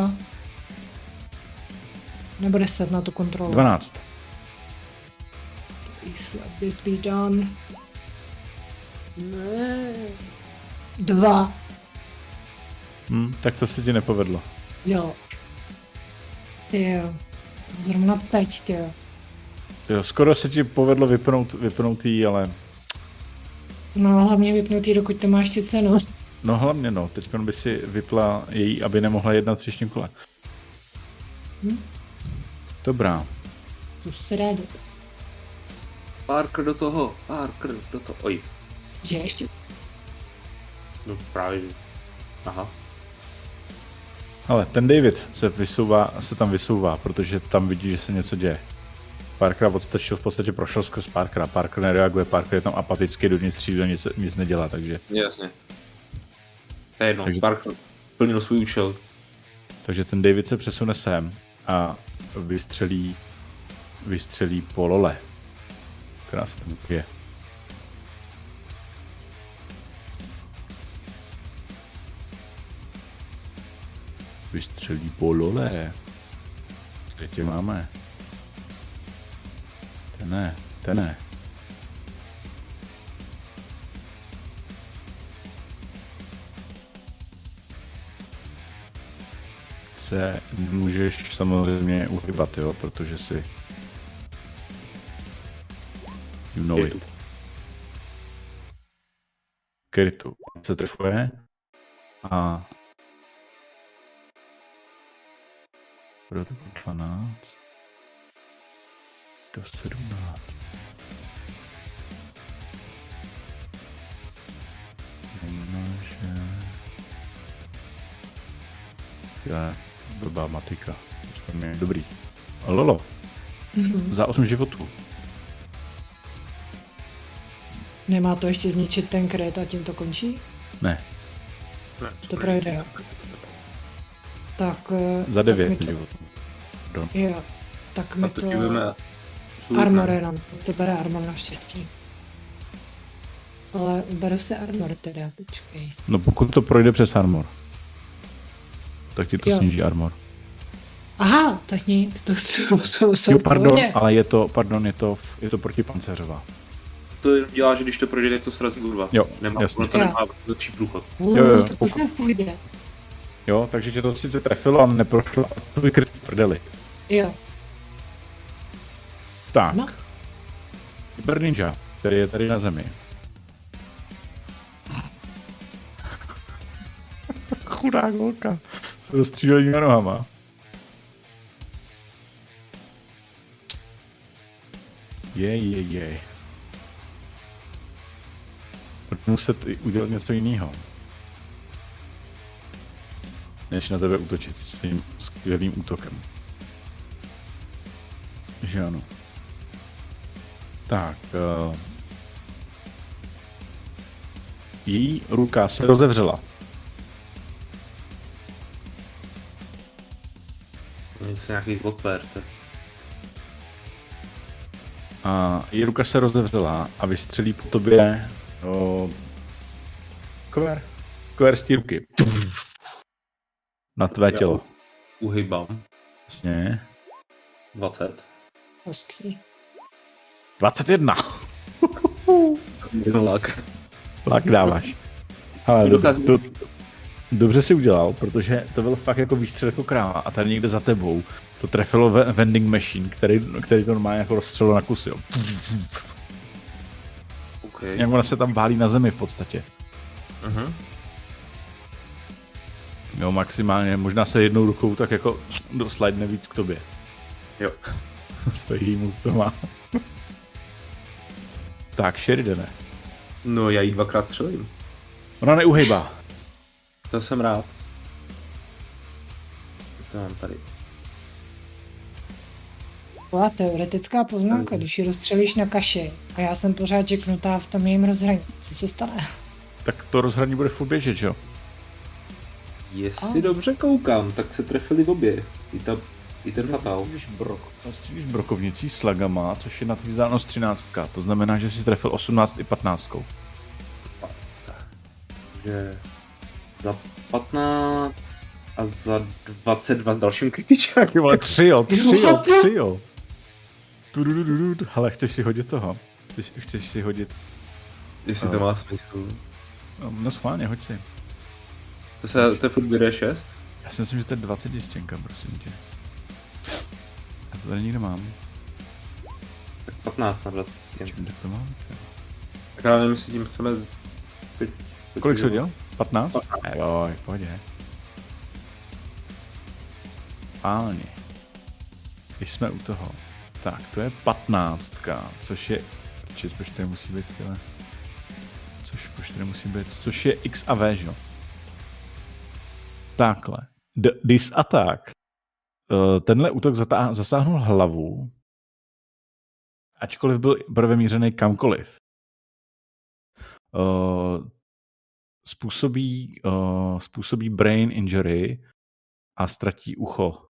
Speaker 3: Nebo 10 na tu kontrolu?
Speaker 1: 12.
Speaker 3: Please let this be done. Dva.
Speaker 1: Hm, tak to se ti nepovedlo.
Speaker 3: Jo. Jo. Zrovna teď, ty jo.
Speaker 1: Jo, skoro se ti povedlo vypnout, vypnout jí, ale
Speaker 3: No hlavně vypnutý, dokud to má ještě cenu.
Speaker 1: no hlavně no, teď by si vypla její, aby nemohla jednat v příštím kole.
Speaker 3: Hm.
Speaker 1: Dobrá.
Speaker 3: To už se dá dělat.
Speaker 2: Parker do toho, Parker do toho. Oj,
Speaker 3: Že ještě?
Speaker 2: no právě. že- Aha.
Speaker 1: Ale ten David se, vysouvá, se tam vysouvá, protože tam vidí, že se něco děje. Parker odstačil, v podstatě prošel skrz Parkera. Parker nereaguje, Parker je tam apatický, dovnitř třídy nic, nic nedělá, takže,
Speaker 2: Jasně. To je jedno,
Speaker 1: Takže-
Speaker 2: Parker plnil svůj účel.
Speaker 1: takže ten David se přesune sem a vystřelí, vystřelí po lole. Krásný tam je. Vystřelí po lole. Kde tě máme? Ten ne, ten ne. se můžeš samozřejmě uhybat, jo, protože si you know
Speaker 2: Krytu.
Speaker 1: it. Krytu se trefuje a Pro to bylo 12 do 17. Znamená, že... Já, blbá matika. To mi je Dobrý. Lolo,
Speaker 3: Mhm.
Speaker 1: za 8 životů.
Speaker 3: Nemá to ještě zničit ten kret a tím to končí?
Speaker 1: Ne,
Speaker 3: To projde, jo. Tak... eh,
Speaker 1: za
Speaker 3: tak mi
Speaker 1: 9
Speaker 3: to-
Speaker 1: životů. Pardon.
Speaker 3: Jo, tak
Speaker 2: A
Speaker 3: mi
Speaker 2: to
Speaker 3: to...
Speaker 2: ti budeme...
Speaker 3: Armor jenom, to bere armor naštěstí. Ale beru si armor teda, počkej.
Speaker 1: No pokud to projde přes armor, tak ti to
Speaker 3: Jo.
Speaker 1: sníží armor.
Speaker 3: Aha, tak nic, to jsou, jsou, jsou
Speaker 1: Jo,
Speaker 3: v
Speaker 1: pardon,
Speaker 3: pohodě.
Speaker 1: ale je to, pardon, je to, je to protipancéřová.
Speaker 2: To jenom dělá, že když to projde, tak to srazí kurva.
Speaker 1: Jo,
Speaker 2: nemá,
Speaker 1: jasně.
Speaker 2: Ono to
Speaker 3: Jo.
Speaker 2: nemá lepší průchod.
Speaker 3: Uh,
Speaker 1: jo, jo,
Speaker 3: tak to
Speaker 1: pokud-
Speaker 3: se půjde.
Speaker 1: Jo, takže tě to sice trefilo, ale neprošlo a to vykryt v prdeli.
Speaker 3: Jo,
Speaker 1: Tak.
Speaker 3: No.
Speaker 1: No. Hyper Ninja, který je tady na zemi. Chudák holka. S rozstřílenýma nohama. Je, je, je. Budu muset i udělat něco jiného. než na tebe útočit svým skvělým útokem. Že ano. Tak. Uh, její ruka se rozevřela.
Speaker 2: Měl jsi nějaký zlotvér, tak
Speaker 1: A její ruka se rozevřela a vystřelí po tobě do... Kover. Kover z té ruky. Na tvé
Speaker 2: Jo.
Speaker 1: tělo.
Speaker 2: uhybám.
Speaker 1: Jasně.
Speaker 2: 20.
Speaker 3: Hezký.
Speaker 1: 21.
Speaker 2: Lak.
Speaker 1: Lak dáváš. Ale dobře,
Speaker 2: Dochází-
Speaker 1: to, dobře si udělal, protože to byl fakt jako výstřel jako kráva a tady někde za tebou to trefilo ve- vending machine, který, který to normálně jako rozstřelilo na kusy. Jo.
Speaker 2: OK.
Speaker 1: Jak ona se tam válí na zemi v podstatě.
Speaker 2: Mhm.
Speaker 1: Jo, maximálně, možná se jednou rukou tak jako doslidne víc k tobě.
Speaker 2: Jo.
Speaker 1: To je jímu, co má. tak, Sheridane.
Speaker 2: No já jí dvakrát střelím.
Speaker 1: Ona neuhybá.
Speaker 2: To jsem rád. To mám tady.
Speaker 3: Byla teoretická
Speaker 1: Mhm.
Speaker 3: poznámka, když ji rozstřelíš na kaši a já jsem pořád žeknutá v tom jejím rozhraní. Co se stane?
Speaker 1: Tak to rozhraní bude furt běžet, že jo?
Speaker 2: Jestli dobře koukám, tak se trefili v obě. I, ta, i ten fatal.
Speaker 1: Střílíš, brok, no, střílíš brokovnicí s lagama, což je na tvý vzdálenost 13. To znamená, že jsi trefil 18 i 15.
Speaker 2: že za 15 a za 22 s dalším kritičákem.
Speaker 1: Ty vole, tři jo, tři jo, tři jo. Tududududu. Hele, chceš si hodit toho? Chceš, chceš si hodit?
Speaker 2: Jestli to má smysl.
Speaker 1: No schválně, hoď si.
Speaker 2: To, se, to je furt D6?
Speaker 1: Já si myslím, že to je 20 distěnka, prosím tě. Já to tady nikde mám.
Speaker 2: Tak 15 na 20 s tím.
Speaker 1: Čím tak to mám? ty?
Speaker 2: Tak já nevím, jestli tím chceme... Teď, teď
Speaker 1: Kolik jsi hodil? 15? Ne, Jo, v pohodě. Pálně. Když jsme u toho. Tak, to je patnáctka, což je... Čis po 4 musí být, tyhle. Což po 4 musí být, což je X a V, že jo? Takhle. D- dis attack. Eh, Tenhle útok zatá- zasáhnul hlavu, ačkoliv byl prvě mířený kamkoliv. Eh, způsobí, uh, způsobí brain injury a ztratí ucho.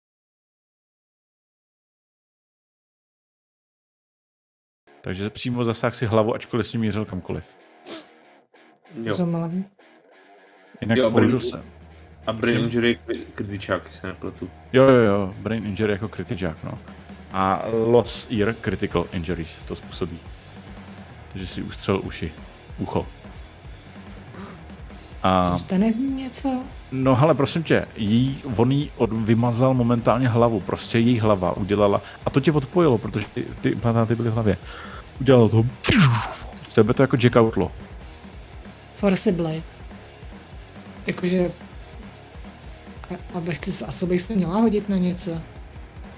Speaker 1: Takže přímo zasáh si hlavu, ačkoliv si mířil kamkoliv.
Speaker 2: Jo.
Speaker 3: Zomlem.
Speaker 1: Jinak
Speaker 2: Jo,
Speaker 1: jo,
Speaker 2: brain-
Speaker 1: poružil se.
Speaker 2: A Brain Injury kritičák, jestli se nepletu.
Speaker 1: Jo, jo, jo, brain injury jako kritičák, no. A loss ear critical injuries to způsobí. Takže si ustřel uši, ucho. A
Speaker 3: Zůstane z ní něco?
Speaker 1: No ale prosím tě, jí, on jí od, vymazal momentálně hlavu, prostě její hlava udělala, a to tě odpojilo, protože ty, ty implantáty byly v hlavě. Udělalo to, tebe to jako Jack Outlaw.
Speaker 3: Forcibly. Jakože... A- A bez ty asi bych se měla hodit na něco.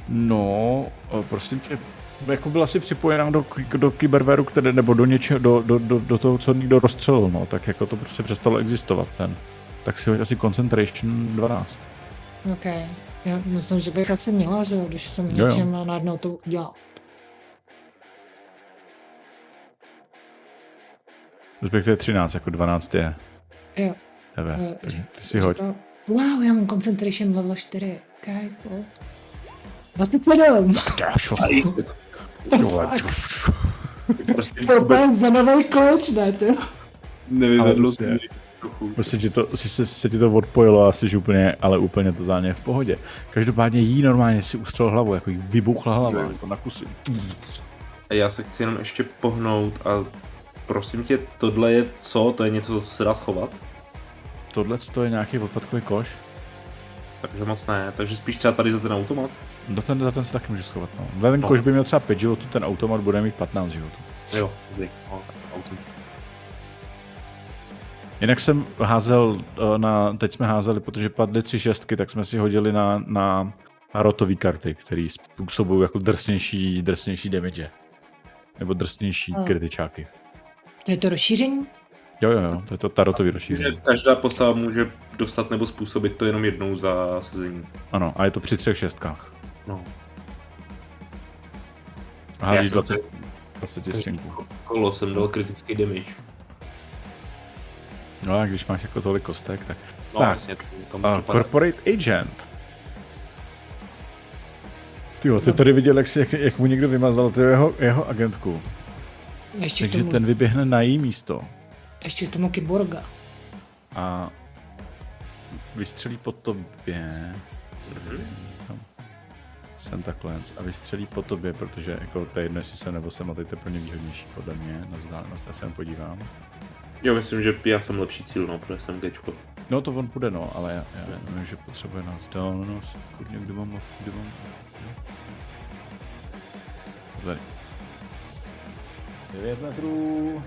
Speaker 1: No, e, prosím tě, jako byla si připojená do, k- do kyberveru, které, nebo do něčeho, do, do, do, do, toho, co někdo rozstřelil, no, tak jako to prostě přestalo existovat ten. Tak si hoď asi Concentration 12.
Speaker 3: OK. Já myslím, že bych asi měla, že jo, když jsem v
Speaker 1: Jo, jo.
Speaker 3: něčem a najednou to udělal.
Speaker 1: Respektive 13, jako 12 je.
Speaker 3: Jo.
Speaker 1: Tebe.
Speaker 3: Eh,
Speaker 1: Takže
Speaker 3: řek-
Speaker 1: ty si hoď.
Speaker 3: říkal, Wow, já mám concentration level 4. Kaj, cool. No 27.
Speaker 2: Prostě vůbec
Speaker 3: Vůbec za nový coach, ne, ty?
Speaker 2: nevyvedlo
Speaker 1: Ale
Speaker 2: se
Speaker 1: prostě-
Speaker 2: mi trochu.
Speaker 1: Prostě, že to, si, se, se ti to odpojilo asi že úplně, ale úplně totálně v pohodě. Každopádně jí normálně si ustřel hlavu, jako jí vybuchla hlava, jako na kusy.
Speaker 2: A já se chci jenom ještě pohnout a prosím tě, tohle je co? To je něco, za co se dá schovat?
Speaker 1: Tohle to je nějaký odpadkový koš.
Speaker 2: Takže moc ne, takže spíš třeba tady za ten automat.
Speaker 1: Do ten, za ten se taky může schovat. No. Za ten
Speaker 2: No.
Speaker 1: koš by měl třeba 5 životů, ten automat bude mít 15 životů.
Speaker 2: Jo, dobrý. No, tak auto.
Speaker 1: Jinak jsem házel eh, na, teď jsme házeli, protože padly tři šestky, tak jsme si hodili na, na, na rotové karty, které způsobují jako drsnější, drsnější damage. Nebo drsnější
Speaker 3: Hmm.
Speaker 1: kritičáky.
Speaker 3: To je to rozšíření?
Speaker 1: Jo, jo, jo, to je to tarotový rozšíření.
Speaker 2: Že každá postava může dostat nebo způsobit to jenom jednou za sezení.
Speaker 1: Ano, a je to při třech šestkách.
Speaker 2: No.
Speaker 1: A
Speaker 2: Já
Speaker 1: házíš
Speaker 2: jsem
Speaker 1: 20,
Speaker 2: to-
Speaker 1: 20 stěnku.
Speaker 2: jako Kolo jsem dal kritický damage.
Speaker 1: No a když máš jako tolik kostek, tak...
Speaker 2: No,
Speaker 1: Tak.
Speaker 2: jasně, tam
Speaker 1: A
Speaker 2: to padá.
Speaker 1: corporate agent. Ty jo,
Speaker 2: No.
Speaker 1: ty tady viděl, jak, si, jak, jak mu někdo vymazal ty jeho, jeho agentku.
Speaker 3: Ještě, k
Speaker 1: Takže
Speaker 3: tomu,
Speaker 1: ten vyběhne na její místo
Speaker 3: ještě k tomu kyborga.
Speaker 1: a vystřelí po tobě.
Speaker 2: Mhm.
Speaker 1: Tam. Jsem takhle a vystřelí po tobě, protože jako to je jedno, jestli jsem nebo jsem a teď to je pro ně výhodnější podle mě na vzdálenost, já se jen podívám.
Speaker 2: Jo, myslím, že já jsem lepší cíl, no, protože jsem gečko.
Speaker 1: No to on půjde no, ale já, já nevím, že potřebuje na vzdálenost. Kurně, kde mám, kde mám... Tady. 9 metrů.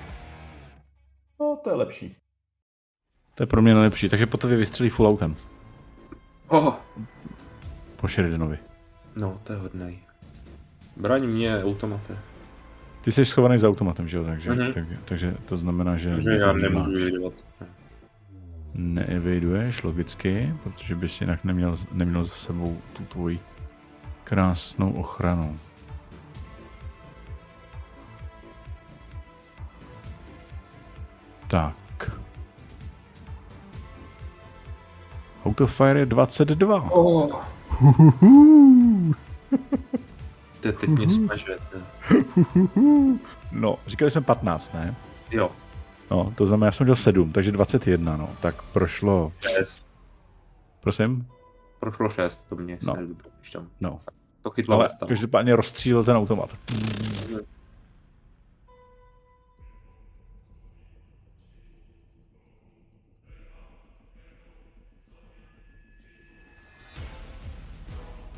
Speaker 1: No, to je lepší. To je pro mě nejlepší, takže po tobě vystřelí full outem.
Speaker 2: Oh,
Speaker 1: Po Sheridanovi.
Speaker 2: no, to je hodnej. Braň mě, automate.
Speaker 1: Ty jsi schovaný za automatem, že jo? Takže,
Speaker 2: Mhm.
Speaker 1: mm-hmm. tak, takže to znamená, že...
Speaker 2: Takže já nemůžu
Speaker 1: nemáš.
Speaker 2: vyjedovat.
Speaker 1: neeviduješ logicky, protože bys jinak neměl, neměl za sebou tu tvoji krásnou ochranu. Tak. Out of Fire je 22.
Speaker 2: Oh. Te, teď mě smažete.
Speaker 1: No, říkali jsme 15, ne?
Speaker 2: Jo,
Speaker 1: No, to znamená, já jsem dělal 7, takže 21, no. Tak prošlo,
Speaker 2: šest.
Speaker 1: prosím?
Speaker 2: Prošlo šest, to mě
Speaker 1: No.
Speaker 2: no. nelíbí. když tam.
Speaker 1: No.
Speaker 2: To chytlo
Speaker 1: Ale
Speaker 2: vás tam.
Speaker 1: každopádně rozstřílel ten automat.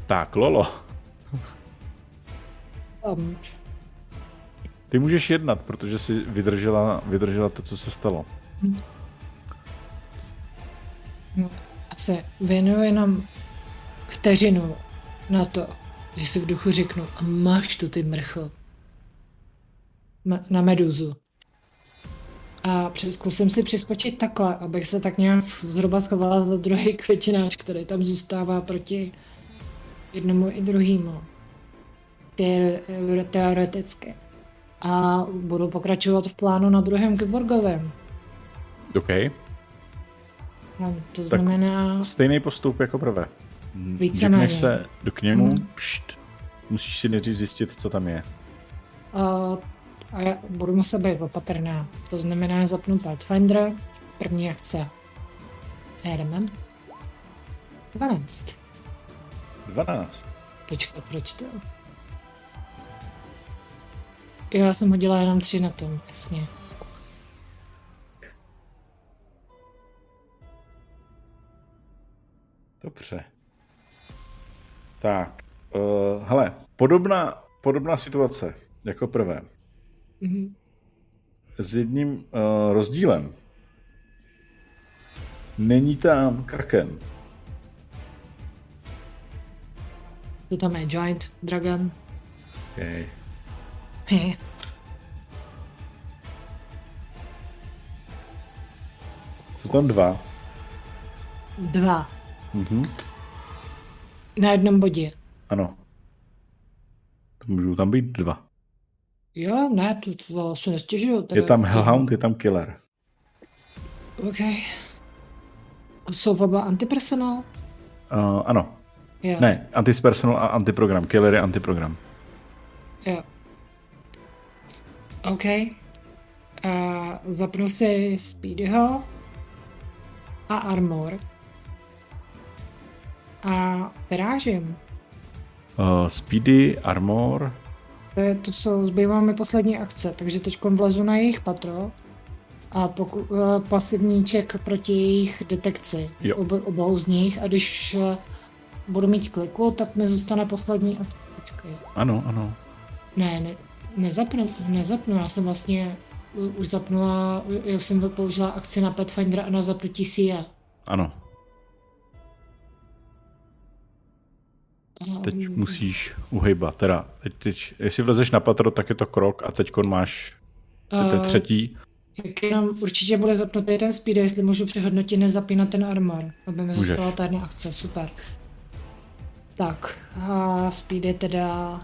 Speaker 1: Tak, Lolo,
Speaker 3: Um,
Speaker 1: ty můžeš jednat, protože jsi vydržela, vydržela to, co se stalo.
Speaker 3: No, se věnuju jenom vteřinu na to, že si v duchu řeknu, a máš tu ty mrcho. M- na meduzu. A přes- zkusím si přeskočit takhle, abych se tak nějak zhruba schovala za druhý květináč, který tam zůstává proti jednomu i druhému. Teore- Teoreticky. A budu pokračovat v plánu na druhém kyborgovém.
Speaker 1: OK.
Speaker 3: No, To znamená...
Speaker 1: Stejný postup jako prvé. Mm,
Speaker 3: Víceméně.
Speaker 1: Řekneš se do k němu, pšt, musíš si nejdřív zjistit, co tam je.
Speaker 3: A, a já budu muset být opatrná. To znamená zapnu Pathfindera, první akce. Herman. 12.
Speaker 1: 12.
Speaker 3: Počkat, proč to? Jo, já jsem hodila jenom tři na tom, jasně.
Speaker 1: Dobře. Tak, uh, hele, podobná, podobná situace jako prvé.
Speaker 3: Mhm.
Speaker 1: S jedním uh, rozdílem. Není tam kraken.
Speaker 3: Tu tam je Giant Dragon.
Speaker 1: Okay.
Speaker 3: He.
Speaker 1: Jsou tam dva.
Speaker 3: Dva.
Speaker 1: Mhm.
Speaker 3: Na jednom bodě.
Speaker 1: Ano. To můžou tam být dva.
Speaker 3: Jo, ne, tu to se nestěžuju.
Speaker 1: Je
Speaker 3: teda-
Speaker 1: tam Hellhound, je tam Killer.
Speaker 3: OK. Jsou oba antipersonál?
Speaker 1: Uh, ano.
Speaker 3: Jo.
Speaker 1: Ne, antispersonal a antiprogram. Killer je antiprogram.
Speaker 3: Jo. OK. A zapnu si Speedyho a Armor. A vyrážím.
Speaker 1: Uh, speedy, Armor.
Speaker 3: To, je, to jsou, zbývá mi poslední akce, takže teď vlezu na jejich patro a poku, eh, pasivníček proti jejich detekci.
Speaker 1: Jo.
Speaker 3: Ob, obou z nich a když eh, budu mít kliku, tak mi zůstane poslední akce. Počkej.
Speaker 1: Ano, ano.
Speaker 3: Ne, ne nezapnu, nezapnu, já jsem vlastně u- už zapnula, u- já jsem použila akci na Pathfinder a na zapnutí CIA.
Speaker 1: Ano.
Speaker 3: A,
Speaker 1: Teď
Speaker 3: mm,
Speaker 1: musíš uhejbat, teda, teď, teď, jestli vlezeš na patro, tak je to krok a teď máš, to je
Speaker 3: eh,
Speaker 1: třetí,
Speaker 3: Jak jenom určitě bude zapnutý ten speed, jestli můžu přehodnotit nezapínat ten armor, aby mi
Speaker 1: Můžeš.
Speaker 3: zůstala ta jedna akce, super. Tak, a speed je teda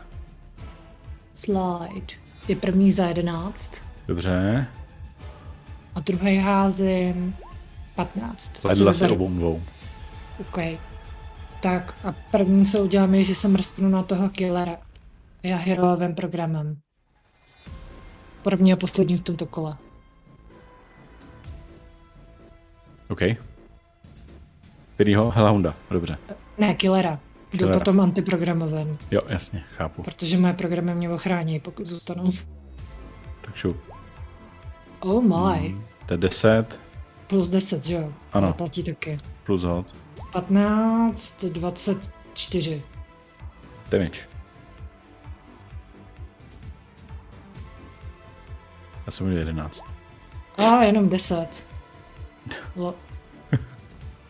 Speaker 3: slide. Je první za 11
Speaker 1: Dobře.
Speaker 3: a druhý házím 15.
Speaker 2: To
Speaker 1: Vedla
Speaker 3: Super.
Speaker 1: si obou dvou.
Speaker 3: OK. Tak a první, co udělám, je, že se mrsknu na toho killera. Já heroovým programem. První a poslední v tomto kole.
Speaker 1: OK. Kterýho? Hellhounda. Dobře.
Speaker 3: Ne, killera. Jdu
Speaker 1: Killera.
Speaker 3: potom antiprogramovém,
Speaker 1: Jo, jasně, chápu.
Speaker 3: protože moje programy mě ochrání, pokud zůstanou.
Speaker 1: Tak šup.
Speaker 3: Oh my.
Speaker 1: To je 10
Speaker 3: Plus 10, že jo?
Speaker 1: Hmm. Ano.
Speaker 3: To platí taky.
Speaker 1: plus hod.
Speaker 3: 15, 24.
Speaker 1: Damage. Já jsem měl 11.
Speaker 3: A jenom 10. Lo,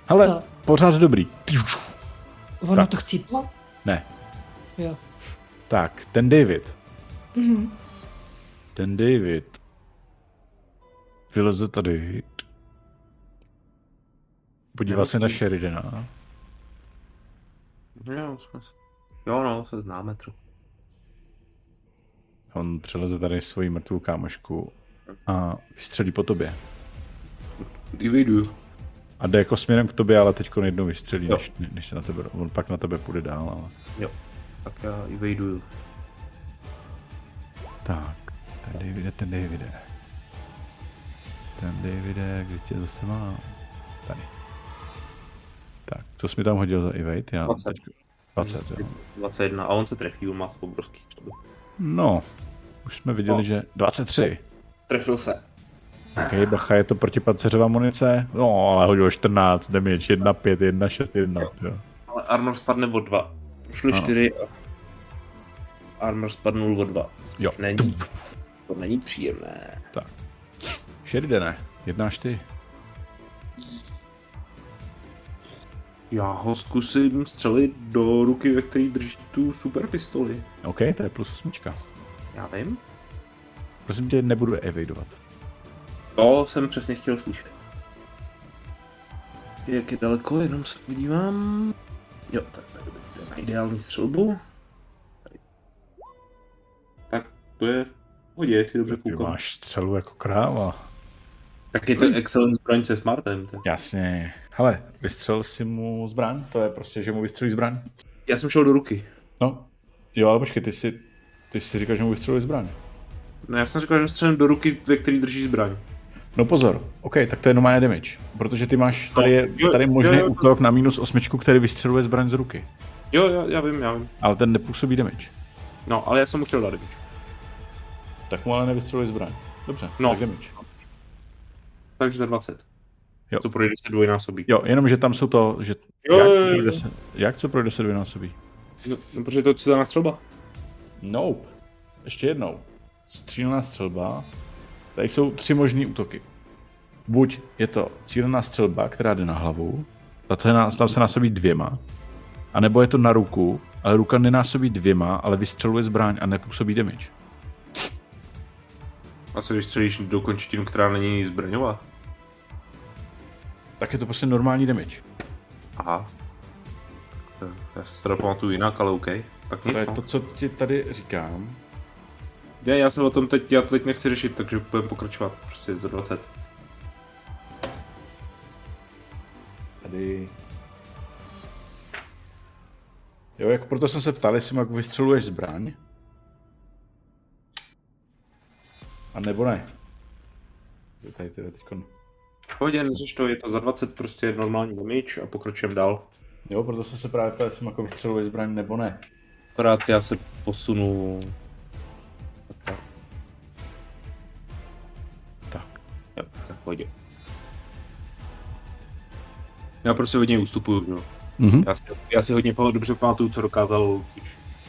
Speaker 1: Ale
Speaker 3: Co?
Speaker 1: pořád dobrý.
Speaker 3: ono
Speaker 1: Tak.
Speaker 3: to chcíplo?
Speaker 1: Ne.
Speaker 3: Jo.
Speaker 1: Tak, ten David.
Speaker 3: Mhm.
Speaker 1: Ten David. Vyleze tady. Podívá se na Sheridana.
Speaker 2: Jo, jsme se- jo, no, se známe trochu.
Speaker 1: On přeleze tady svoji mrtvou kámošku a vystřelí po tobě.
Speaker 2: Dividu.
Speaker 1: A jde jako směrem k tobě, ale teď jednou vystřelí,
Speaker 2: Jo.
Speaker 1: než, než, se na tebe, on pak na tebe půjde dál, ale...
Speaker 2: Jo. Tak já i vejdu.
Speaker 1: Tak, ten Davide, ten Davide. Ten Davide, kde tě zase má? Tady. Tak, co jsi mi tam hodil za evade? Já
Speaker 2: 20.
Speaker 1: 20, jo.
Speaker 2: 21. A on se trefí, on má obrovský střelu.
Speaker 1: No, už jsme viděli,
Speaker 2: No.
Speaker 1: že 23.
Speaker 2: Trefil se.
Speaker 1: OK, bacha, je to protipaceřová munice. No, ale hodil 14, damage 1, 5, 1, 6, 1, jo.
Speaker 2: Ale armor spadne o 2. Šly
Speaker 1: Ano.
Speaker 2: 4 a armor spadnul o 2.
Speaker 1: Jo.
Speaker 2: Není, to není příjemné.
Speaker 1: Tak. Sheridane, jednáš ty.
Speaker 2: Já ho zkusím střelit do ruky, ve které drží tu super pistoli.
Speaker 1: OK, to je plus osmička.
Speaker 2: Já vím.
Speaker 1: Prosím tě, nebudu evidovat.
Speaker 2: To jsem přesně chtěl slyšet. Jak je daleko, jenom se podívám. Jo, tak tak dobrý, to je na ideální střelbu. Tady. Tak to je v pohodě, jestli dobře
Speaker 1: Ty
Speaker 2: koukám.
Speaker 1: máš střelu jako kráva.
Speaker 2: Tak je to excellent zbraň se smartem. To...
Speaker 1: Jasně. Hele, vystřel si mu zbraň? To je prostě, že mu vystřelí zbraň?
Speaker 2: Já jsem šel do ruky.
Speaker 1: No. Jo, ale počkej, ty si, ty si říkal, že mu vystřelí zbraň.
Speaker 2: No, já jsem říkal, že střelím do ruky, ve který drží zbraň.
Speaker 1: No pozor, OK, tak to je normálně damage, protože ty máš, tady je,
Speaker 2: No, jo,
Speaker 1: tady je
Speaker 2: jo,
Speaker 1: možný
Speaker 2: jo.
Speaker 1: útok na minus osmičku, který vystřeluje zbraň z ruky,
Speaker 2: Jo, jo, já vím, já vím.
Speaker 1: ale ten nepůsobí damage.
Speaker 2: No, ale já jsem mu chtěl dát damage.
Speaker 1: Tak mu ale nevystřeluje zbraň. Dobře,
Speaker 2: No.
Speaker 1: tak damage.
Speaker 2: Takže za 20.
Speaker 1: Jo.
Speaker 2: To projde se dvojnásobí.
Speaker 1: Jo, jenom, že tam jsou to, že...
Speaker 2: Jo,
Speaker 1: jak,
Speaker 2: jo, jo, jo.
Speaker 1: projde se, jak co projde se dvojnásobí?
Speaker 2: No, no, protože to je cizelná střelba.
Speaker 1: Nope. Ještě jednou. Střílená střelba. Tady jsou tři možné útoky. Buď je to cílená střelba, která jde na hlavu, ta se nás- tam se násobí dvěma, anebo je to na ruku, ale ruka nenásobí dvěma, ale vystřeluje zbraň a nepůsobí damage.
Speaker 2: A co když střelíš do končetinu, která není zbraňová?
Speaker 1: Tak je to prostě normální damage.
Speaker 2: Aha. Tak, Já si teda pamatuju jinak, ale OK. Tak nic,
Speaker 1: To je
Speaker 2: no.
Speaker 1: to, co ti tady říkám.
Speaker 2: Ne, já se o tom teď, já to teď nechci řešit, takže budeme pokračovat. Prostě za 20.
Speaker 1: Tady... Jo, jako proto jsem se ptal, jestli jak vystřeluješ zbraň. A nebo ne. Je Tady tyhle teďkon.
Speaker 2: Pohodě, neřeš to, je to za 20 prostě normální damage a pokračujeme dál.
Speaker 1: Jo, proto jsem se právě ptal, jestli jako vystřeluješ zbraň nebo ne.
Speaker 2: Akorát já se posunu... Tak,
Speaker 1: Tak.
Speaker 2: jo, tak pohodě. Já prostě hodně ústupuju, no.
Speaker 1: Mhm.
Speaker 2: Já si, já si hodně pa- dobře pamatuju, co dokázal když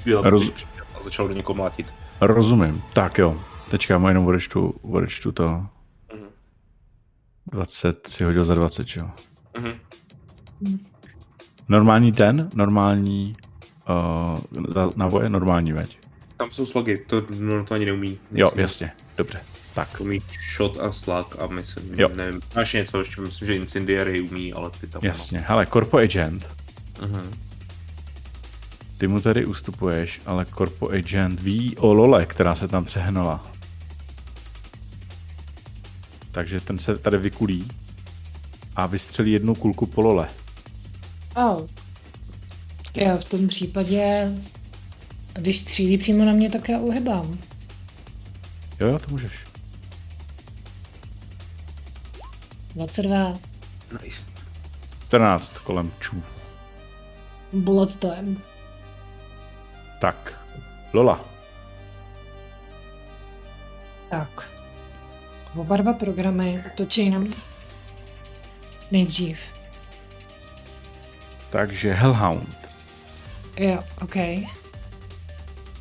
Speaker 2: dělat
Speaker 1: Roz-
Speaker 2: když přišel a začal do někoho mlátit.
Speaker 1: Rozumím. Tak jo. Teďka mu jenom odečtu, odečtu to.
Speaker 2: Mhm.
Speaker 1: 20 si hodil za 20, jo.
Speaker 2: Mhm.
Speaker 1: Normální ten, normální uh, na voje, normální veď.
Speaker 2: Tam jsou slogy, to, no, to ani neumí.
Speaker 1: Jo, jasně, dobře. Tak.
Speaker 2: To jako mít shot a slug a myslím,
Speaker 1: Jo.
Speaker 2: jo. nevím, máš něco ještě, myslím, že Incendiary umí, ale ty tam
Speaker 1: Jasně. Hele, Corpo Agent.
Speaker 2: Uh-huh.
Speaker 1: Ty mu tady ustupuješ, ale Corpo Agent ví o Lole, která se tam přehnala. Takže ten se tady vykulí a vystřelí jednu kulku po Lole.
Speaker 3: Oh. Jo, v tom případě, když střílí přímo na mě, tak já uhybám.
Speaker 1: Jo, jo, to můžeš.
Speaker 3: 22
Speaker 2: Nice.
Speaker 1: 14 kolem čů.
Speaker 3: Bloodstone.
Speaker 1: Tak. Lola.
Speaker 3: Tak. Oba dva programy točí na mě. Nejdřív.
Speaker 1: Takže Hellhound.
Speaker 3: Jo, OK.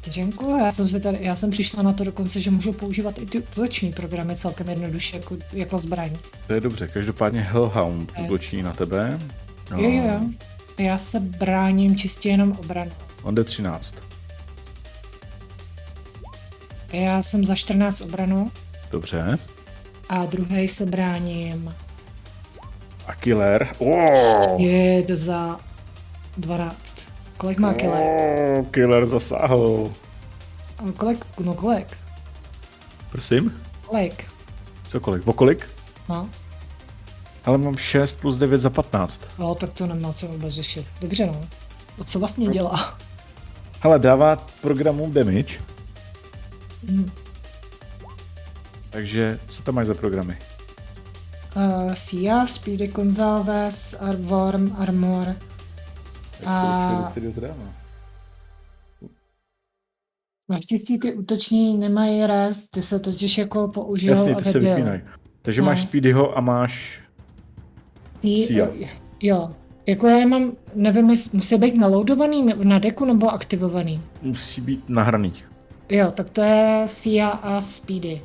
Speaker 3: Děkuji, já jsem, se tady, já jsem přišla na to dokonce, že můžu používat i ty útoční programy celkem jednoduše jako, jako zbraň.
Speaker 1: To je dobře. Každopádně Hellhound
Speaker 3: Eh.
Speaker 1: útočí na tebe. No,
Speaker 3: Jo, jo, jo. Já se bráním čistě jenom obranu.
Speaker 1: On jde 13.
Speaker 3: Já jsem za 14 obranu
Speaker 1: Dobře.
Speaker 3: a druhý se bráním
Speaker 1: A Killer. Oh!
Speaker 3: Jed za 12. Kolik má killer?
Speaker 1: Oh, killer zasáhl.
Speaker 3: A Kolik? No kolik?
Speaker 1: Prosím?
Speaker 3: Kolik?
Speaker 1: Cokoliv. Okolik?
Speaker 3: No,
Speaker 1: Ale mám 6 plus 9 za 15.
Speaker 3: jo, tak to nemá co vůbec řešit. Dobře, no. O co vlastně dělá?
Speaker 1: Hele, dává programu damage.
Speaker 3: Hm.
Speaker 1: Takže co tam máš za programy?
Speaker 3: Uh, Sia, Speedy Gonzalez, Artworm, Armor. A-
Speaker 1: Který to dává?
Speaker 3: Naštěstí ty útoční nemají rest, ty se totiž jako použijou
Speaker 1: Jasně, ty
Speaker 3: a
Speaker 1: se
Speaker 3: vypijou.
Speaker 1: vypínají. Takže
Speaker 3: No.
Speaker 1: máš Speedyho a máš...
Speaker 3: Ty-
Speaker 1: Sia.
Speaker 3: Jo. Jako já je mám, nevím, jestli musí být naloadovaný ne- na deku nebo aktivovaný.
Speaker 1: Musí být nahraný.
Speaker 3: Jo, tak to je Sia a Speedy.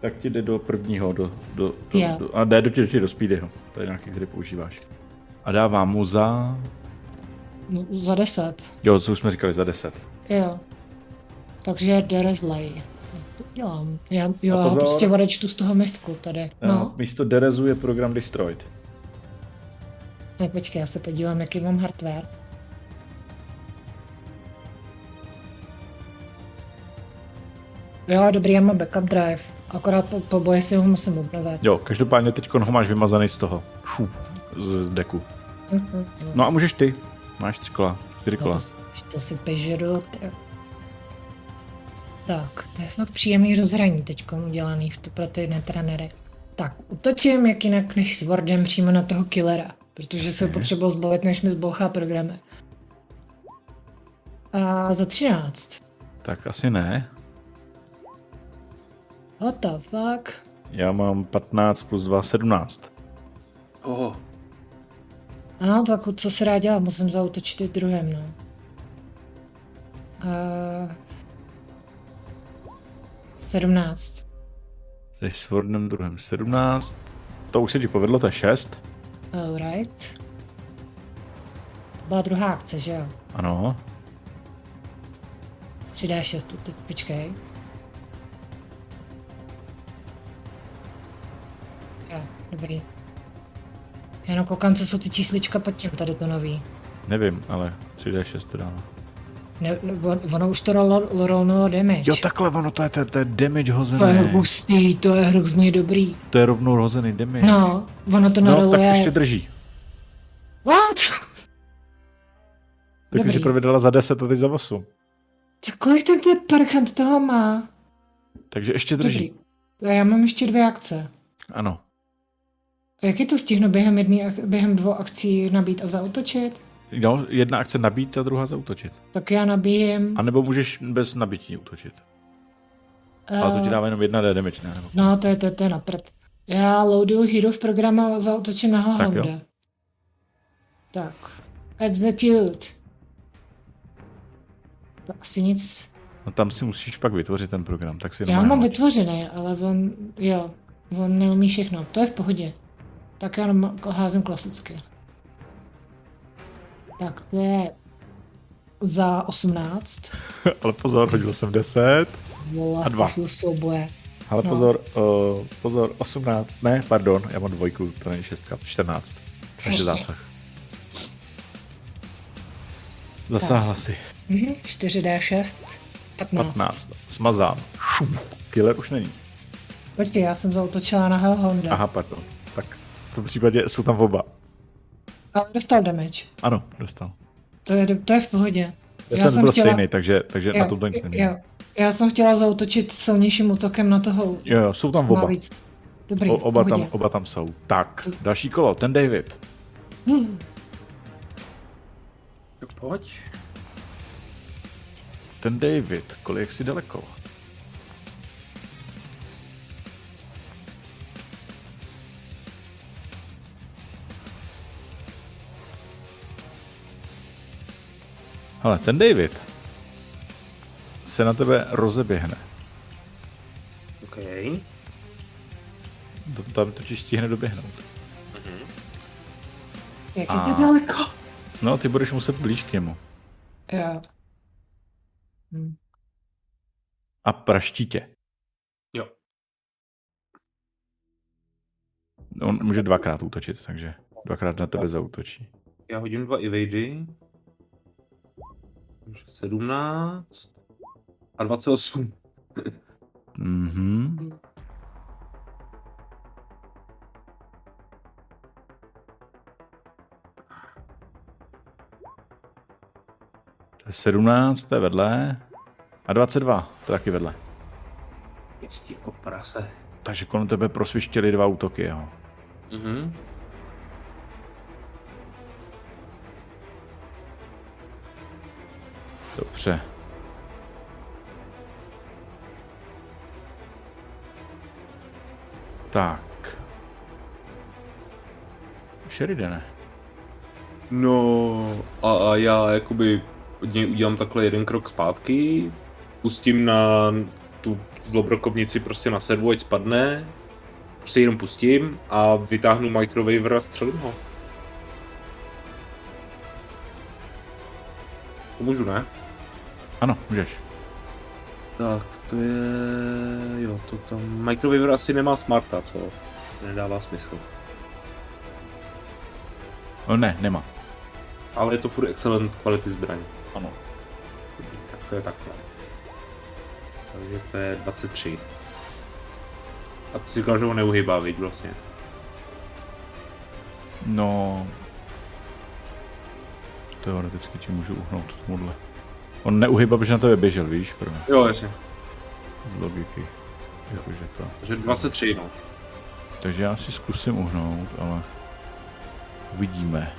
Speaker 1: Tak ti jde do prvního, do, do, do,
Speaker 3: Jo.
Speaker 1: do a jde do, tě, do Speedyho. To je nějaký, který používáš. A dává mu za...
Speaker 3: No, za deset.
Speaker 1: Jo, co už jsme říkali, za 10.
Speaker 3: Jo. Takže Derezlej. To dělám. Já, jo,
Speaker 1: A
Speaker 3: já ho
Speaker 1: pozor.
Speaker 3: prostě odečtu z toho mistku tady.
Speaker 1: No.
Speaker 3: No.
Speaker 1: Místo Derezu je program Destroyed.
Speaker 3: Ne, počkej, já se podívám, jaký mám hardware. Jo, dobrý, já mám backup drive. Akorát po, po boji si ho musím obnovit.
Speaker 1: Jo, každopádně teď ho máš vymazaný z toho. Šup, z, z deku.
Speaker 3: Mhm.
Speaker 1: No a můžeš ty. Máš tři kola, čtyři
Speaker 3: No,
Speaker 1: kola.
Speaker 3: to, si- to si pežeru. ty- Tak, to je fakt příjemný rozhraní teď udělaný v to pro ty netranery. Tak, utočím jak jinak než s Wardem přímo na toho killera, protože se potřeboval zbavit, než mi zbouchá programy. A za 13.
Speaker 1: Tak asi ne.
Speaker 3: What the fuck?
Speaker 1: Já mám 15 plus 2, 17.
Speaker 2: Oh,
Speaker 3: No, tak co se rád dělá, musím zautočit i druhém, no. Uh, 17.
Speaker 1: Jsi s Wordem druhém 17. To už se ti povedlo, to je 6.
Speaker 3: Alright. To Eh, byla druhá akce, že jo?
Speaker 1: Ano.
Speaker 3: 3D6, teď počkej. Jo, dobrý. Já jenom koukám, co jsou ty číslička pod tím, tady to nový.
Speaker 1: Nevím, ale 3D6 to dává.
Speaker 3: Ne, ne, on- ono už to rolo- lo- rolnulo damage.
Speaker 1: Jo, takhle ono, to je, to, je- to je damage
Speaker 3: to je
Speaker 1: hozený.
Speaker 3: hustý, to je hrozně dobrý.
Speaker 1: To je rovnou hozený damage.
Speaker 3: No, ono to
Speaker 1: no tak
Speaker 3: naroluje.
Speaker 1: ještě drží.
Speaker 3: What?
Speaker 1: Tak ty
Speaker 3: Dobrý.
Speaker 1: si provedla za 10 a teď za 8.
Speaker 3: Tak kolik ten ty parchant toho má?
Speaker 1: Takže ještě drží.
Speaker 3: Dobrý. A já mám ještě dvě akce.
Speaker 1: Ano.
Speaker 3: A Jak je to stihnu během, jedný, během dvou akcí nabít a zautočit?
Speaker 1: Jo, jedna akce nabít a druhá zautočit.
Speaker 3: Tak já nabíjím.
Speaker 1: A nebo můžeš bez nabití útočit. Ale to ti dává jenom jedna D damage, ne? Nebo...
Speaker 3: eh, No, to je, to, je- to je na prd. Já loaduju hero v programu a zautočím na
Speaker 1: Tak
Speaker 3: Hollanda. Tak. Execute. To asi nic.
Speaker 1: No tam si musíš pak vytvořit ten program, tak si
Speaker 3: Já ho
Speaker 1: normálně
Speaker 3: mám
Speaker 1: hoď.
Speaker 3: vytvořený, ale on, jo, on neumí všechno. To je v pohodě. Tak já normál- házím klasicky. Tak to je za 18.
Speaker 1: Ale pozor, hodil jsem 10.
Speaker 3: Vole,
Speaker 1: A dva.
Speaker 3: to jsou souboje.
Speaker 1: Ale no. pozor, uh, pozor, 18, ne, pardon, já mám dvojku, to není šestka, 14. Naše zásah. Zasáhla si.
Speaker 3: Mhm, 4D6, 15.
Speaker 1: 15. Smazám. Šum. Killer už není.
Speaker 3: Počkej, já jsem zautočila na Hellhounda.
Speaker 1: Aha, pardon. Tak v tom případě jsou tam oba.
Speaker 3: Ale dostal damage.
Speaker 1: Ano, dostal.
Speaker 3: To je, do- to je v pohodě.
Speaker 1: Já ten byl stejný, takže, takže na tom to nic nemění.
Speaker 3: jo. Já jsem chtěla zautočit silnějším útokem na toho.
Speaker 1: Jo, jo, jsou tam
Speaker 3: co má
Speaker 1: oba.
Speaker 3: víc. Dobrý,
Speaker 1: O,
Speaker 3: o,
Speaker 1: oba, tam, oba tam jsou. Tak, další kolo, ten David.
Speaker 4: Tak pojď.
Speaker 1: Ten David, kolik jsi daleko? Ale ten David se na tebe rozeběhne.
Speaker 4: OK.
Speaker 1: To tam totiž stihne doběhnout.
Speaker 3: Jak
Speaker 1: A-
Speaker 3: je to daleko?
Speaker 1: No, ty budeš muset blíž k němu.
Speaker 3: Jo. Hm.
Speaker 1: A praští tě.
Speaker 4: Jo.
Speaker 1: On může dvakrát útočit, takže dvakrát na tebe zautočí.
Speaker 2: Já hodím dva evady. Takže 17 a 28.
Speaker 1: Mhm. To je 17, to je vedle. A 22, to je taky vedle.
Speaker 2: Jistí jako prase.
Speaker 1: Takže kolem tebe prosvištěly dva útoky, jo.
Speaker 2: Mhm.
Speaker 1: Dobře. Tak. Sheridane.
Speaker 2: No a, a já jakoby od něj udělám takhle jeden krok zpátky, pustím na tu zlobrokovnici prostě na servu, ať spadne, prostě jenom pustím a vytáhnu microwaver a střelím ho. To můžu, ne?
Speaker 1: Ano, můžeš.
Speaker 2: Tak, to je... jo, to tam... Microwaver asi nemá smarta, co? Nedává smysl.
Speaker 1: O, No, ne, nemá.
Speaker 2: Ale je to furt excellent kvality zbraň.
Speaker 1: Ano.
Speaker 2: Tak to je takhle. Takže to je 23. A ty si říkal, že ho neuhybá, viď, vlastně.
Speaker 1: No... Teoreticky ti můžu uhnout tomuhle. On neuhyba, protože na tebe běžel, víš, prvně.
Speaker 2: Jo, jasně.
Speaker 1: Z logiky. Jakože to.
Speaker 2: Takže 23, no.
Speaker 1: Takže já si zkusím uhnout, ale... Uvidíme.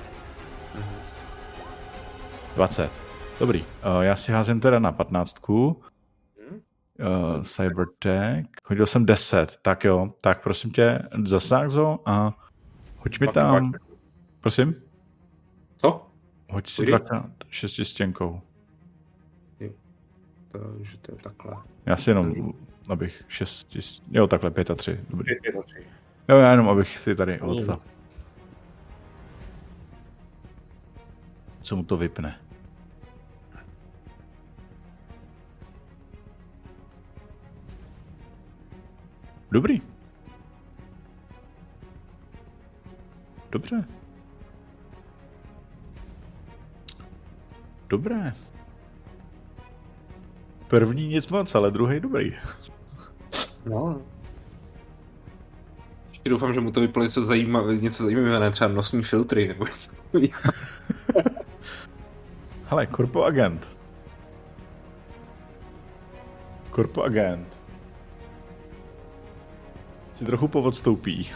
Speaker 1: 20. Dobrý. Uh, já si házím teda na 15. Uh,
Speaker 2: Mhm.
Speaker 1: Cybertech. Hodil jsem 10. Tak jo, tak prosím tě, zasáh zo a hoď mi
Speaker 2: Pak
Speaker 1: tam.
Speaker 2: máš-
Speaker 1: Prosím?
Speaker 2: Co?
Speaker 1: Hoď si
Speaker 2: Půjde?
Speaker 1: dvakrát šestistěnkou.
Speaker 2: Takže to je takhle.
Speaker 1: Já si jenom, abych šestis... Jo, takhle, pět a tři. Dobrý.
Speaker 2: 23.
Speaker 1: Jo, já jenom, abych si tady
Speaker 2: Dobrý.
Speaker 1: odsa. Co mu to vypne? Dobrý. Dobře. Dobré. První nic moc, ale druhý dobrý.
Speaker 2: No. Ještě doufám, že mu to vyplo něco zajímavé, něco zajímavého, ne třeba nosní filtry nebo něco.
Speaker 1: Hele, korpoagent. Korpoagent. Si trochu povodstoupí.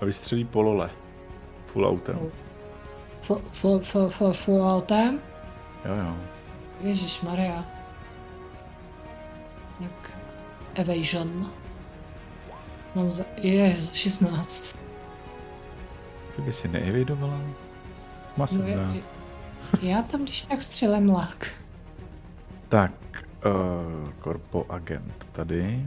Speaker 1: A vystřelí polole. Full autem.
Speaker 3: Fu- fu- fu- fu- Full altem?
Speaker 1: Jo, jo.
Speaker 3: Ježíš Maria. Tak evasion. Mám za... Je, 16.
Speaker 1: Kdyby si neevidovala. Má
Speaker 3: No, já,
Speaker 1: 17.
Speaker 3: já tam když tak střelem lak.
Speaker 1: Tak, uh, korpoagent tady.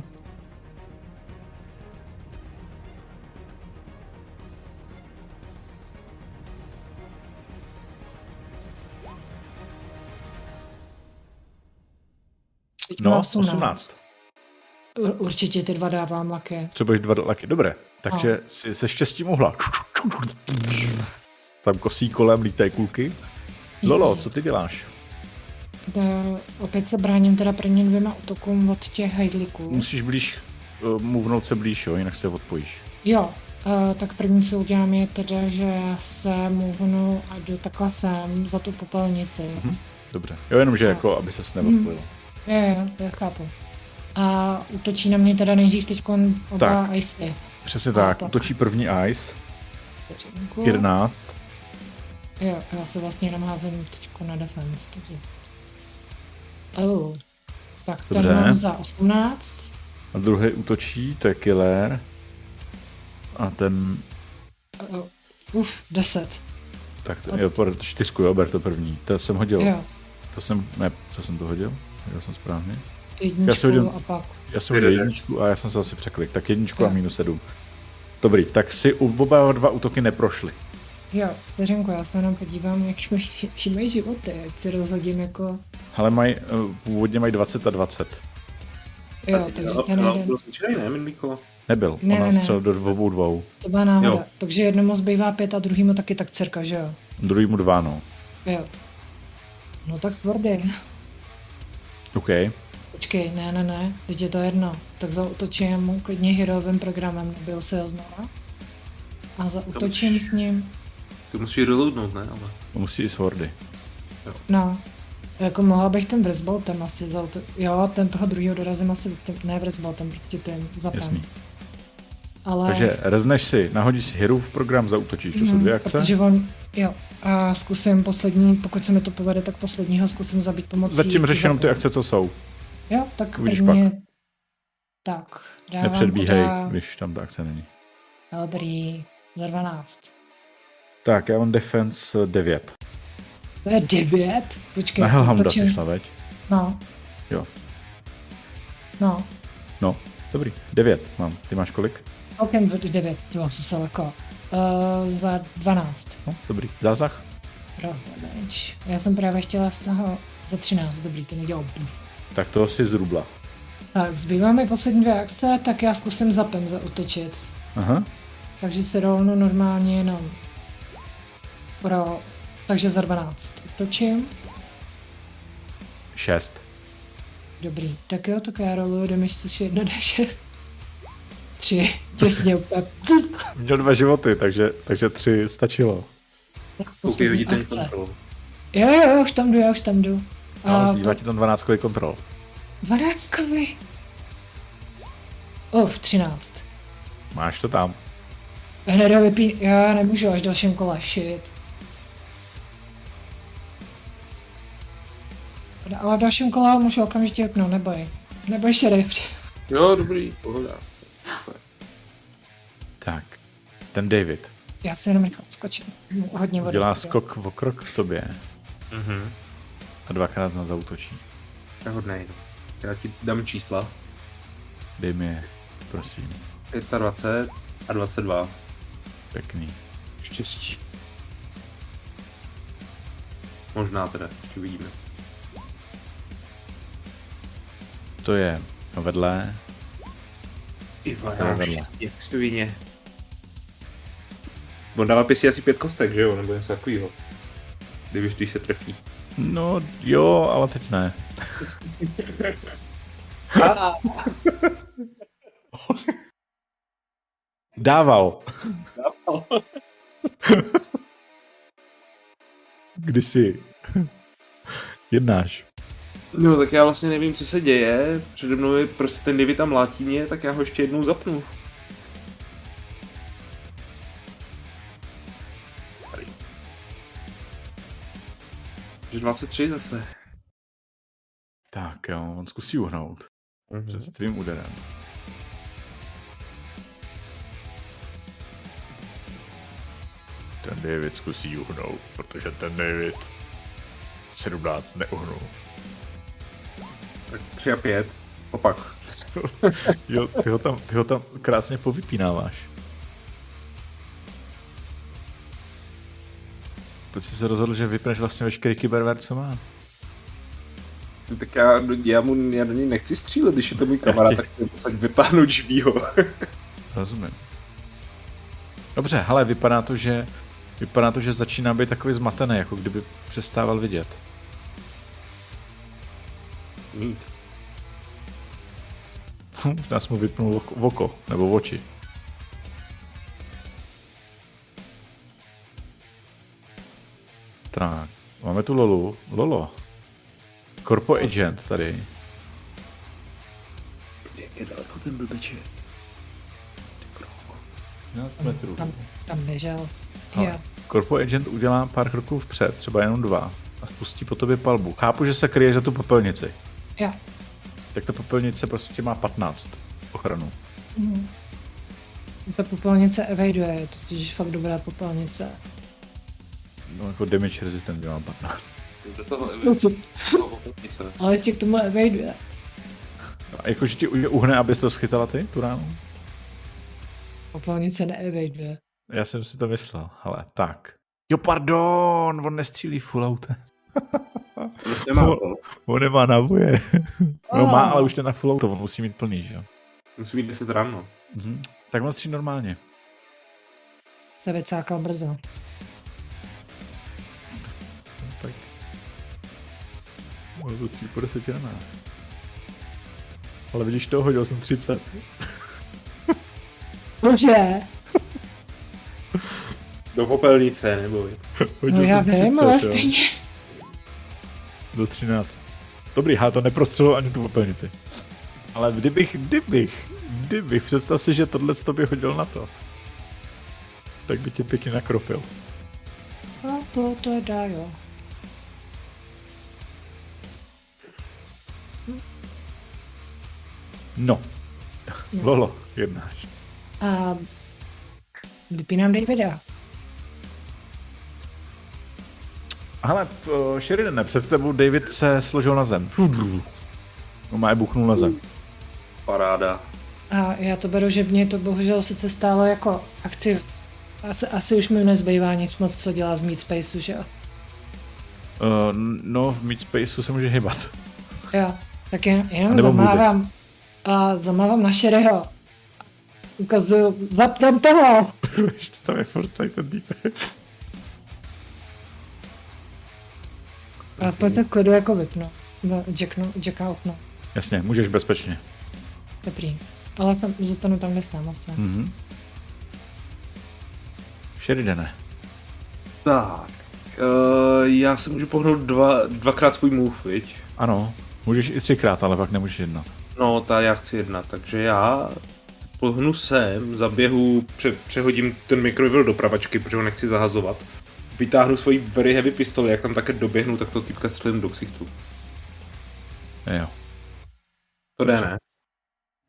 Speaker 3: Teď
Speaker 1: No,
Speaker 3: má
Speaker 1: 18.
Speaker 3: U- Určitě ty dva dávám laké.
Speaker 1: Co budeš dva laky? Dobré. Takže si se štěstím uhla. Tam kosí kolem lítají kulky. Lolo, co ty děláš?
Speaker 3: Da- Opět se bráním teda první dvěma útokům od těch hajzlíků.
Speaker 1: Musíš blíž, eh, mluvnout se blíž, jo, jinak se odpojíš.
Speaker 3: Jo, eh, tak první, co udělám, je teda, že se mluvnu a jdu takhle sem za tu popelnici.
Speaker 1: Mhm. Dobře. Jo, jenomže jako, aby se neodpojilo.
Speaker 3: Jo, jo, já chápu. A útočí na mě teda nejdřív teď oba
Speaker 1: Tak.
Speaker 3: icy.
Speaker 1: Přesně tak,
Speaker 3: Naopak.
Speaker 1: utočí první ice,
Speaker 3: Vteřinku.
Speaker 1: 11.
Speaker 3: Jo, já se vlastně jenom házím teď na defense. Takže. Oh. Tak ten
Speaker 1: Dobře.
Speaker 3: mám za 18.
Speaker 1: A druhý útočí, to je killer. A ten,
Speaker 3: Oh. Uf, 10.
Speaker 1: tak ten, jo, pardon, to čtyřku, jo, ber to první. To jsem hodil,
Speaker 3: Jo,
Speaker 1: to jsem, ne, co jsem to hodil? Já jsem správně. Já si
Speaker 3: jedničku
Speaker 1: hodím-
Speaker 3: a pak.
Speaker 1: Já jsem hodil
Speaker 2: Jeden.
Speaker 1: jedničku a já jsem se asi překlik, tak jedničku a
Speaker 3: Jo.
Speaker 1: minus sedm. Dobrý, tak si u- oba dva útoky neprošly.
Speaker 3: Jo, vteřinku, já se jenom podívám, jak mají, jaký mají životy, ať si rozhodím jako...
Speaker 1: Ale mají, eh, původně mají 20 a 20.
Speaker 3: Jo, takže ten
Speaker 2: no,
Speaker 3: jeden,
Speaker 2: Byl zničený, ne, Minulíko?
Speaker 1: Nebyl,
Speaker 3: Ne,
Speaker 1: ona
Speaker 3: ne, ne.
Speaker 1: střelil do dvou dvou.
Speaker 3: to byla náhoda.
Speaker 2: Jo.
Speaker 3: Takže jednomu zbývá pět a druhýmu taky tak cirka, že jo?
Speaker 1: Druhýmu dva, no.
Speaker 3: Jo. No tak svordy.
Speaker 1: OK,
Speaker 3: Počkej, ne, ne, ne, teď je to jedno. Tak zautočím mu klidně herovým programem, byl se ho znova. A zautočím
Speaker 2: musíš.
Speaker 3: s ním.
Speaker 2: Ty musíš reloadnout, ne? Ale...
Speaker 1: musí i swordy.
Speaker 3: No, jako mohla bych ten vrzboltem asi zauto... Jo, ten toho druhého dorazím asi, ten, ne vrzboltem, proti tím zapem.
Speaker 1: Jasný.
Speaker 3: Ale...
Speaker 1: Takže rezneš si, nahodíš si hru v program, zautočíš, to jsou dvě akce.
Speaker 3: Mhm, Mm, Protože on, jo, a zkusím poslední, pokud se mi to povede, tak posledního zkusím zabít pomocí...
Speaker 1: Zatím řeš jenom ty
Speaker 3: zapem.
Speaker 1: akce, co jsou.
Speaker 3: Jo, tak
Speaker 1: Uvidíš
Speaker 3: prvně... Tak, dávám
Speaker 1: Nepředbíhej,
Speaker 3: teda-
Speaker 1: když tam ta akce není.
Speaker 3: Dobrý, za 12.
Speaker 1: Tak, já mám defense 9.
Speaker 3: To je devět? Počkej,
Speaker 1: Na
Speaker 3: já to
Speaker 1: Hellhounda
Speaker 3: točím.
Speaker 1: jsi šla, veď?
Speaker 3: No.
Speaker 1: Jo.
Speaker 3: No,
Speaker 1: No, dobrý. 9 mám. Ty máš kolik?
Speaker 3: celkem v- devět, to jsem se lekla. Uh, za 12.
Speaker 1: No, dobrý. Zásah?
Speaker 3: Rovněč. Já jsem právě chtěla z toho za 13, dobrý, ten udělal buf.
Speaker 1: Tak toho si zrubla.
Speaker 3: Tak, zbývá mi poslední dvě akce, tak já zkusím zapem zaotočit.
Speaker 1: Aha.
Speaker 3: Takže se rovnou normálně jenom pro... Takže za 12 otočím.
Speaker 1: 6.
Speaker 3: Dobrý, tak jo, tak já roluju damage, což je 1 d6. 3, těsně úplně.
Speaker 1: Měl dva životy, takže, takže tři stačilo.
Speaker 3: Tak
Speaker 2: Koukej
Speaker 3: poslední
Speaker 2: hodit ten
Speaker 3: akce.
Speaker 2: kontrol.
Speaker 3: Jo, jo, jo, už tam jdu, já už tam jdu.
Speaker 1: A zbývá ti tam 12 kontrol.
Speaker 3: dvanáctkovi. Uf, třináct.
Speaker 1: Máš to tam.
Speaker 3: Hned ho vypí... Já nemůžu až v dalším kole, shit. Ale v dalším kole ho můžu okamžitě vypnout, neboj. Neboj šerif.
Speaker 4: Jo, dobrý, pohoda.
Speaker 1: Tak. Ten David
Speaker 3: Já si jenom rychle skočím. Hodně vody.
Speaker 1: dělá skok o krok k tobě
Speaker 2: Mhm.
Speaker 1: a dvakrát na zautočí.
Speaker 2: To je hodnej. no. Já ti dám čísla.
Speaker 1: Dej mi je, prosím.
Speaker 2: 25 a 22.
Speaker 1: Pěkný.
Speaker 2: Štěstí. Možná teda, ještě vidíme.
Speaker 1: To je vedle.
Speaker 4: Iva,
Speaker 1: To je vedle.
Speaker 2: Jak svině. On dává pěsi asi pět kostek, že jo? Nebo něco takového. Kdybyš když se trefí.
Speaker 1: No jo, ale teď ne. Dával. Když si jednáš.
Speaker 2: No tak já vlastně nevím, co se děje. Přede mnou je prostě ten David tam mlátí mě, tak já ho ještě jednou zapnu. Tady. Takže 23 zase.
Speaker 1: Tak jo, on zkusí uhnout
Speaker 2: Mhm.
Speaker 1: před tvým úderem. Ten David zkusí uhnout, protože ten David 17 neuhnul.
Speaker 2: Tak 3 a 5. Opak.
Speaker 1: Jo, ty ho tam, ty ho tam krásně povypínáváš. Teď jsi se rozhodl, že vypneš vlastně veškerý kyberware, co má.
Speaker 4: Tak já, do- já, mu, já do něj nechci střílet, když je to můj kamarád, tak to tak vytáhnu živýho.
Speaker 1: Rozumím. Dobře, hele, vypadá to, že vypadá to, že začíná být takový zmatený, jako kdyby přestával vidět.
Speaker 2: Mít.
Speaker 1: Možná Hm, jsem mu vypnul oko, oko nebo oči. Tak, máme tu Lolu. Lolo. Corpo Agent tady.
Speaker 4: Jak je daleko ten blbeče?
Speaker 1: metrů.
Speaker 3: Tam, tam běžel.
Speaker 1: Ale.
Speaker 3: Jo.
Speaker 1: Hm, Corpo Agent udělá pár kroků vpřed, třeba jenom dva, a spustí po tobě palbu. Chápu, že se kryje za tu popelnici.
Speaker 3: Jo.
Speaker 1: Tak ta popelnice prostě má 15 ochranu.
Speaker 3: Mhm. Ta popelnice evaduje, je to totiž fakt dobrá popelnice.
Speaker 1: No jako damage resistant dělá 15.
Speaker 2: Do toho
Speaker 3: Ale ještě k tomu evaduje.
Speaker 1: A jakože ti u- uhne, abys to schytala ty, tu ránu?
Speaker 3: Popelnice neevaduje.
Speaker 1: Já jsem si to myslel, ale tak. Jo, pardon, on nestřílí full out.
Speaker 4: Nemá to.
Speaker 1: On nemá náboje. No
Speaker 3: Ah.
Speaker 1: má, ale už ten na full out, on musí mít plný, že jo?
Speaker 2: Musí být no. 10 ráno.
Speaker 1: Mhm. Tak on střílí normálně.
Speaker 3: Se vycákal brzo.
Speaker 1: No, tak. Mohl to střílet po 10 ranách. Ale vidíš to, hodil jsem 30.
Speaker 3: Bože,
Speaker 2: Do popelnice, nebo
Speaker 1: Hodil
Speaker 3: no já
Speaker 1: jsem
Speaker 3: vím,
Speaker 1: 30,
Speaker 3: ale
Speaker 1: jo.
Speaker 3: stejně.
Speaker 1: Do 13. Dobrý, já to neprostřelo ani tu popelnici. Ale kdybych, kdybych, kdybych, představ si, že tohle to by hodil na to. Tak by tě pěkně nakropil.
Speaker 3: No to, to je dá, jo.
Speaker 1: No. Lolo, jednáš.
Speaker 3: A vypínám Davida.
Speaker 1: Ale uh, Sheridan, před tebou David se složil na zem. No má je buchnul na zem.
Speaker 2: Paráda.
Speaker 3: A já to beru, že mě to bohužel sice stálo jako akci. Asi, asi už mi nezbývá nic moc, co dělat v Meat Spaceu, že jo?
Speaker 1: Uh, no, v mid spaceu se může hýbat.
Speaker 3: Jo, tak jen, jenom
Speaker 1: Nebo
Speaker 3: zamávám. A zamávám na Šereho. Ukazuju, zapnem toho!
Speaker 1: Ještě tam je furt tady ten týpek.
Speaker 3: A aspoň se v klidu jako vypnu. No, Jacknu, Jacka okno.
Speaker 1: Jasně, můžeš bezpečně.
Speaker 3: Dobrý. Ale jsem, zůstanu tam, kde jsem asi. Hmm.
Speaker 1: Mhm. Sheridane.
Speaker 4: Tak, uh, já se můžu pohnout dva, dvakrát svůj move, viď?
Speaker 1: Ano, můžeš i třikrát, ale pak nemůžeš jednat.
Speaker 4: No,
Speaker 2: Ta já chci jedna, takže já pohnu sem, zaběhu, pře- přehodím ten mikrovil do pravačky, protože ho nechci zahazovat. Vytáhnu svoji very heavy pistoli, jak tam také doběhnu, tak to týpka střelím do ksichtu.
Speaker 1: Jo.
Speaker 2: To jde, ne?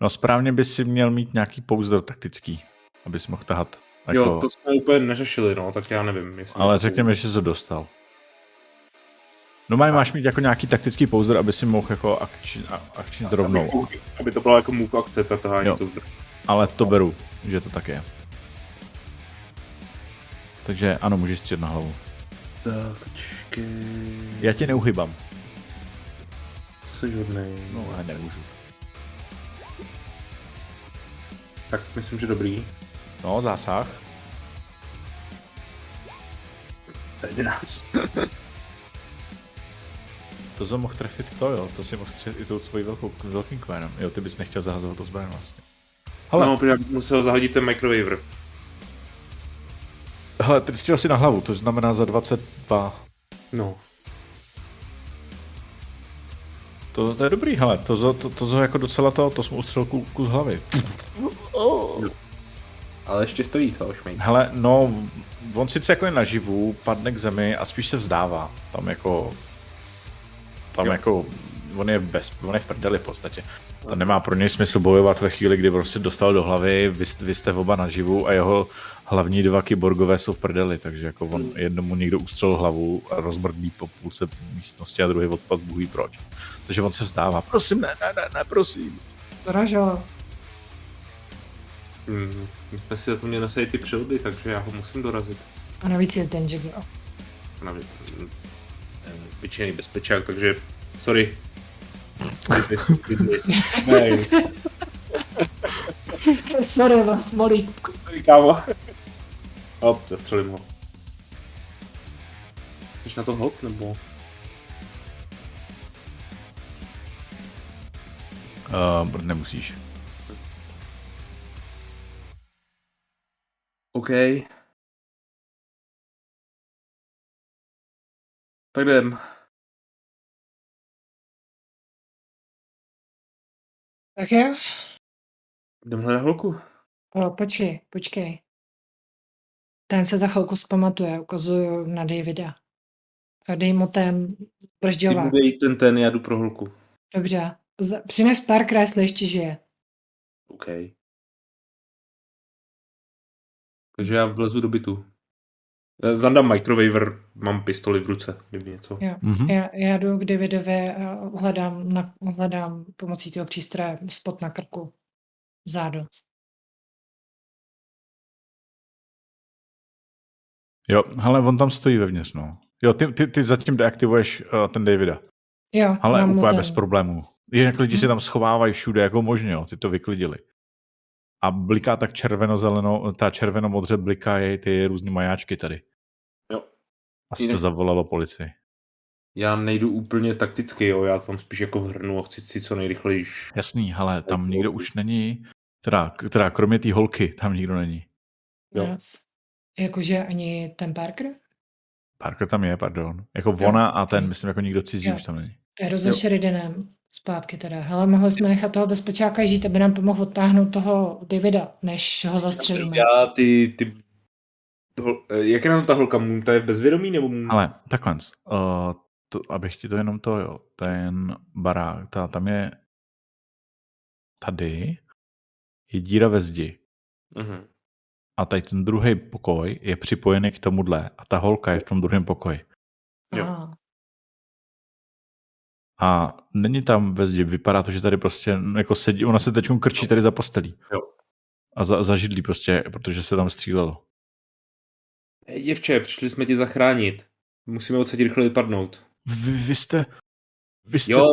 Speaker 1: No správně bys si měl mít nějaký pouzdr taktický, abys mohl tahat. Jako,
Speaker 2: Jo, to jsme úplně neřešili, no, tak já nevím. Jestli
Speaker 1: Ale řekněme, že jsi to dostal. No má, máš mít jako nějaký taktický pouzdr, aby si mohl jako akčin, a- akčin rovnou.
Speaker 2: Aby to bylo jako move akce, ta tahání
Speaker 1: Jo.
Speaker 2: to zdraví.
Speaker 1: Ale to beru, že to tak je. Takže ano, můžeš střet na hlavu.
Speaker 2: Tak, čkej,
Speaker 1: Já tě neuhybám.
Speaker 2: jsi hodnej.
Speaker 1: No, já nemůžu.
Speaker 2: Tak myslím, že dobrý.
Speaker 1: No, zásah.
Speaker 4: 11.
Speaker 2: No,
Speaker 1: To jsem mohl trefit to, jo. To si mohl střelit i tou svojí velkou, velkým kvénem. Jo, ty bys nechtěl zahazovat to zbraň vlastně. Hele,
Speaker 2: Ale...
Speaker 1: no.
Speaker 2: No, protože já bych musel zahodit ten microwave.
Speaker 1: hele, ty střel si na hlavu, to znamená za 22.
Speaker 2: No.
Speaker 1: To, to je dobrý, hele, to, zo- to, to, to jako docela to, to jsme ustřel ku, kus hlavy.
Speaker 2: Ale ještě stojí, co, šmej.
Speaker 1: Hele, no, on sice jako je naživu, padne k zemi a spíš se vzdává. Tam jako, tam jo. jako, on je, bez, on je v prdeli v podstatě. To nemá pro něj smysl bojovat ve chvíli, kdy prostě dostal do hlavy, vy, jste- vy jste oba naživu a jeho hlavní dva kyborgové jsou v prdeli, takže jako on jednomu někdo ustřelil hlavu a rozmrdí po půlce místnosti a druhý odpad Bůh ví proč. Takže on se vzdává. Prosím, ne, ne, ne, ne, prosím.
Speaker 3: Doražo.
Speaker 2: Hmm. My jsme si zapomněli nasadit ty přilby, takže já ho musím dorazit. mm,
Speaker 3: A navíc je ten Jack, jo.
Speaker 2: Na vě- eh, většině bezpečák, takže sorry.
Speaker 5: Business, business. Ne,
Speaker 3: Sorry vás, molík.
Speaker 5: kámo. Hop, zastřelím ho. Jsi na to hop, nebo?
Speaker 1: Uh, nemusíš.
Speaker 2: OK. Tak jdem.
Speaker 3: Tak jo?
Speaker 2: Jdem hledat holku.
Speaker 3: O, počkej, počkej. Ten se za chvilku zpamatuje, ukazuju na Davida. A Dej mu ten
Speaker 2: Ty
Speaker 3: bržďovák.
Speaker 2: mu dej ten ten, já jdu pro holku.
Speaker 3: Dobře. Z- Přines pár kresl, ještě žije.
Speaker 2: OK. Takže já vlezu do bytu. Eh, Zandám microwaver, mám pistoli v ruce, kdyby něco.
Speaker 1: Mhm.
Speaker 3: Já, já jdu k Davidovi a hledám, na, hledám pomocí toho přístroje spot na krku. Zádu.
Speaker 1: Jo, hele, on tam stojí vevnitř, no. Jo, ty, ty, ty zatím deaktivuješ uh, ten Davida.
Speaker 3: Jo,
Speaker 1: Ale
Speaker 3: dám mu
Speaker 1: úplně
Speaker 3: ten.
Speaker 1: bez problémů. Jinak lidi se
Speaker 3: No, Mhm.
Speaker 1: tam schovávají všude, jako možně, jo, ty to vyklidili. A bliká tak červeno-zeleno, ta červeno-modře blikají ty různý majáčky tady.
Speaker 2: Jo.
Speaker 1: Asi to
Speaker 2: Jinak-
Speaker 1: zavolalo policii.
Speaker 5: Já nejdu úplně takticky, jo, já tam spíš jako hrnu a chci si co nejrychleji.
Speaker 1: Jasný, hele, tam
Speaker 5: to-
Speaker 1: nikdo už není, teda, teda kromě té holky, tam nikdo není.
Speaker 5: Jo.
Speaker 3: Yes. Jakože ani ten Parker?
Speaker 1: Parker tam je, pardon. Jako ona a ten,
Speaker 3: ok.
Speaker 1: myslím, jako nikdo cizí
Speaker 3: Jo.
Speaker 1: už tam není.
Speaker 3: Jdu
Speaker 2: Jo.
Speaker 3: za Sheridanem zpátky teda. Hele, mohli jsme nechat toho bezpečáka žít, aby nám pomohl odtáhnout toho Davida, než ho zastřelíme.
Speaker 5: Já ty...
Speaker 2: Ty, ty... Hol, eh, jak je na tom ta holka? Mu- Ta je v bezvědomí, nebo... mu-
Speaker 1: Ale takhle, uh, to, abych ti to jenom to, jo, ten barák, ta, tam je tady, je díra ve zdi.
Speaker 2: Mhm.
Speaker 1: A tady ten druhý pokoj je připojený k tomuhle. A ta holka je v tom druhém pokoji.
Speaker 2: jo.
Speaker 3: Ah,
Speaker 1: A není tam ve zdi, vypadá to, že tady prostě jako sedí, ona se teď krčí tady za postelí.
Speaker 2: Jo.
Speaker 1: A za, za židlí prostě, protože se tam střílelo.
Speaker 2: Hej, Děvče, Eh, přišli jsme tě zachránit. Musíme odsaď rychle vypadnout.
Speaker 1: Vy, vy jste, vy jste,
Speaker 2: Jo,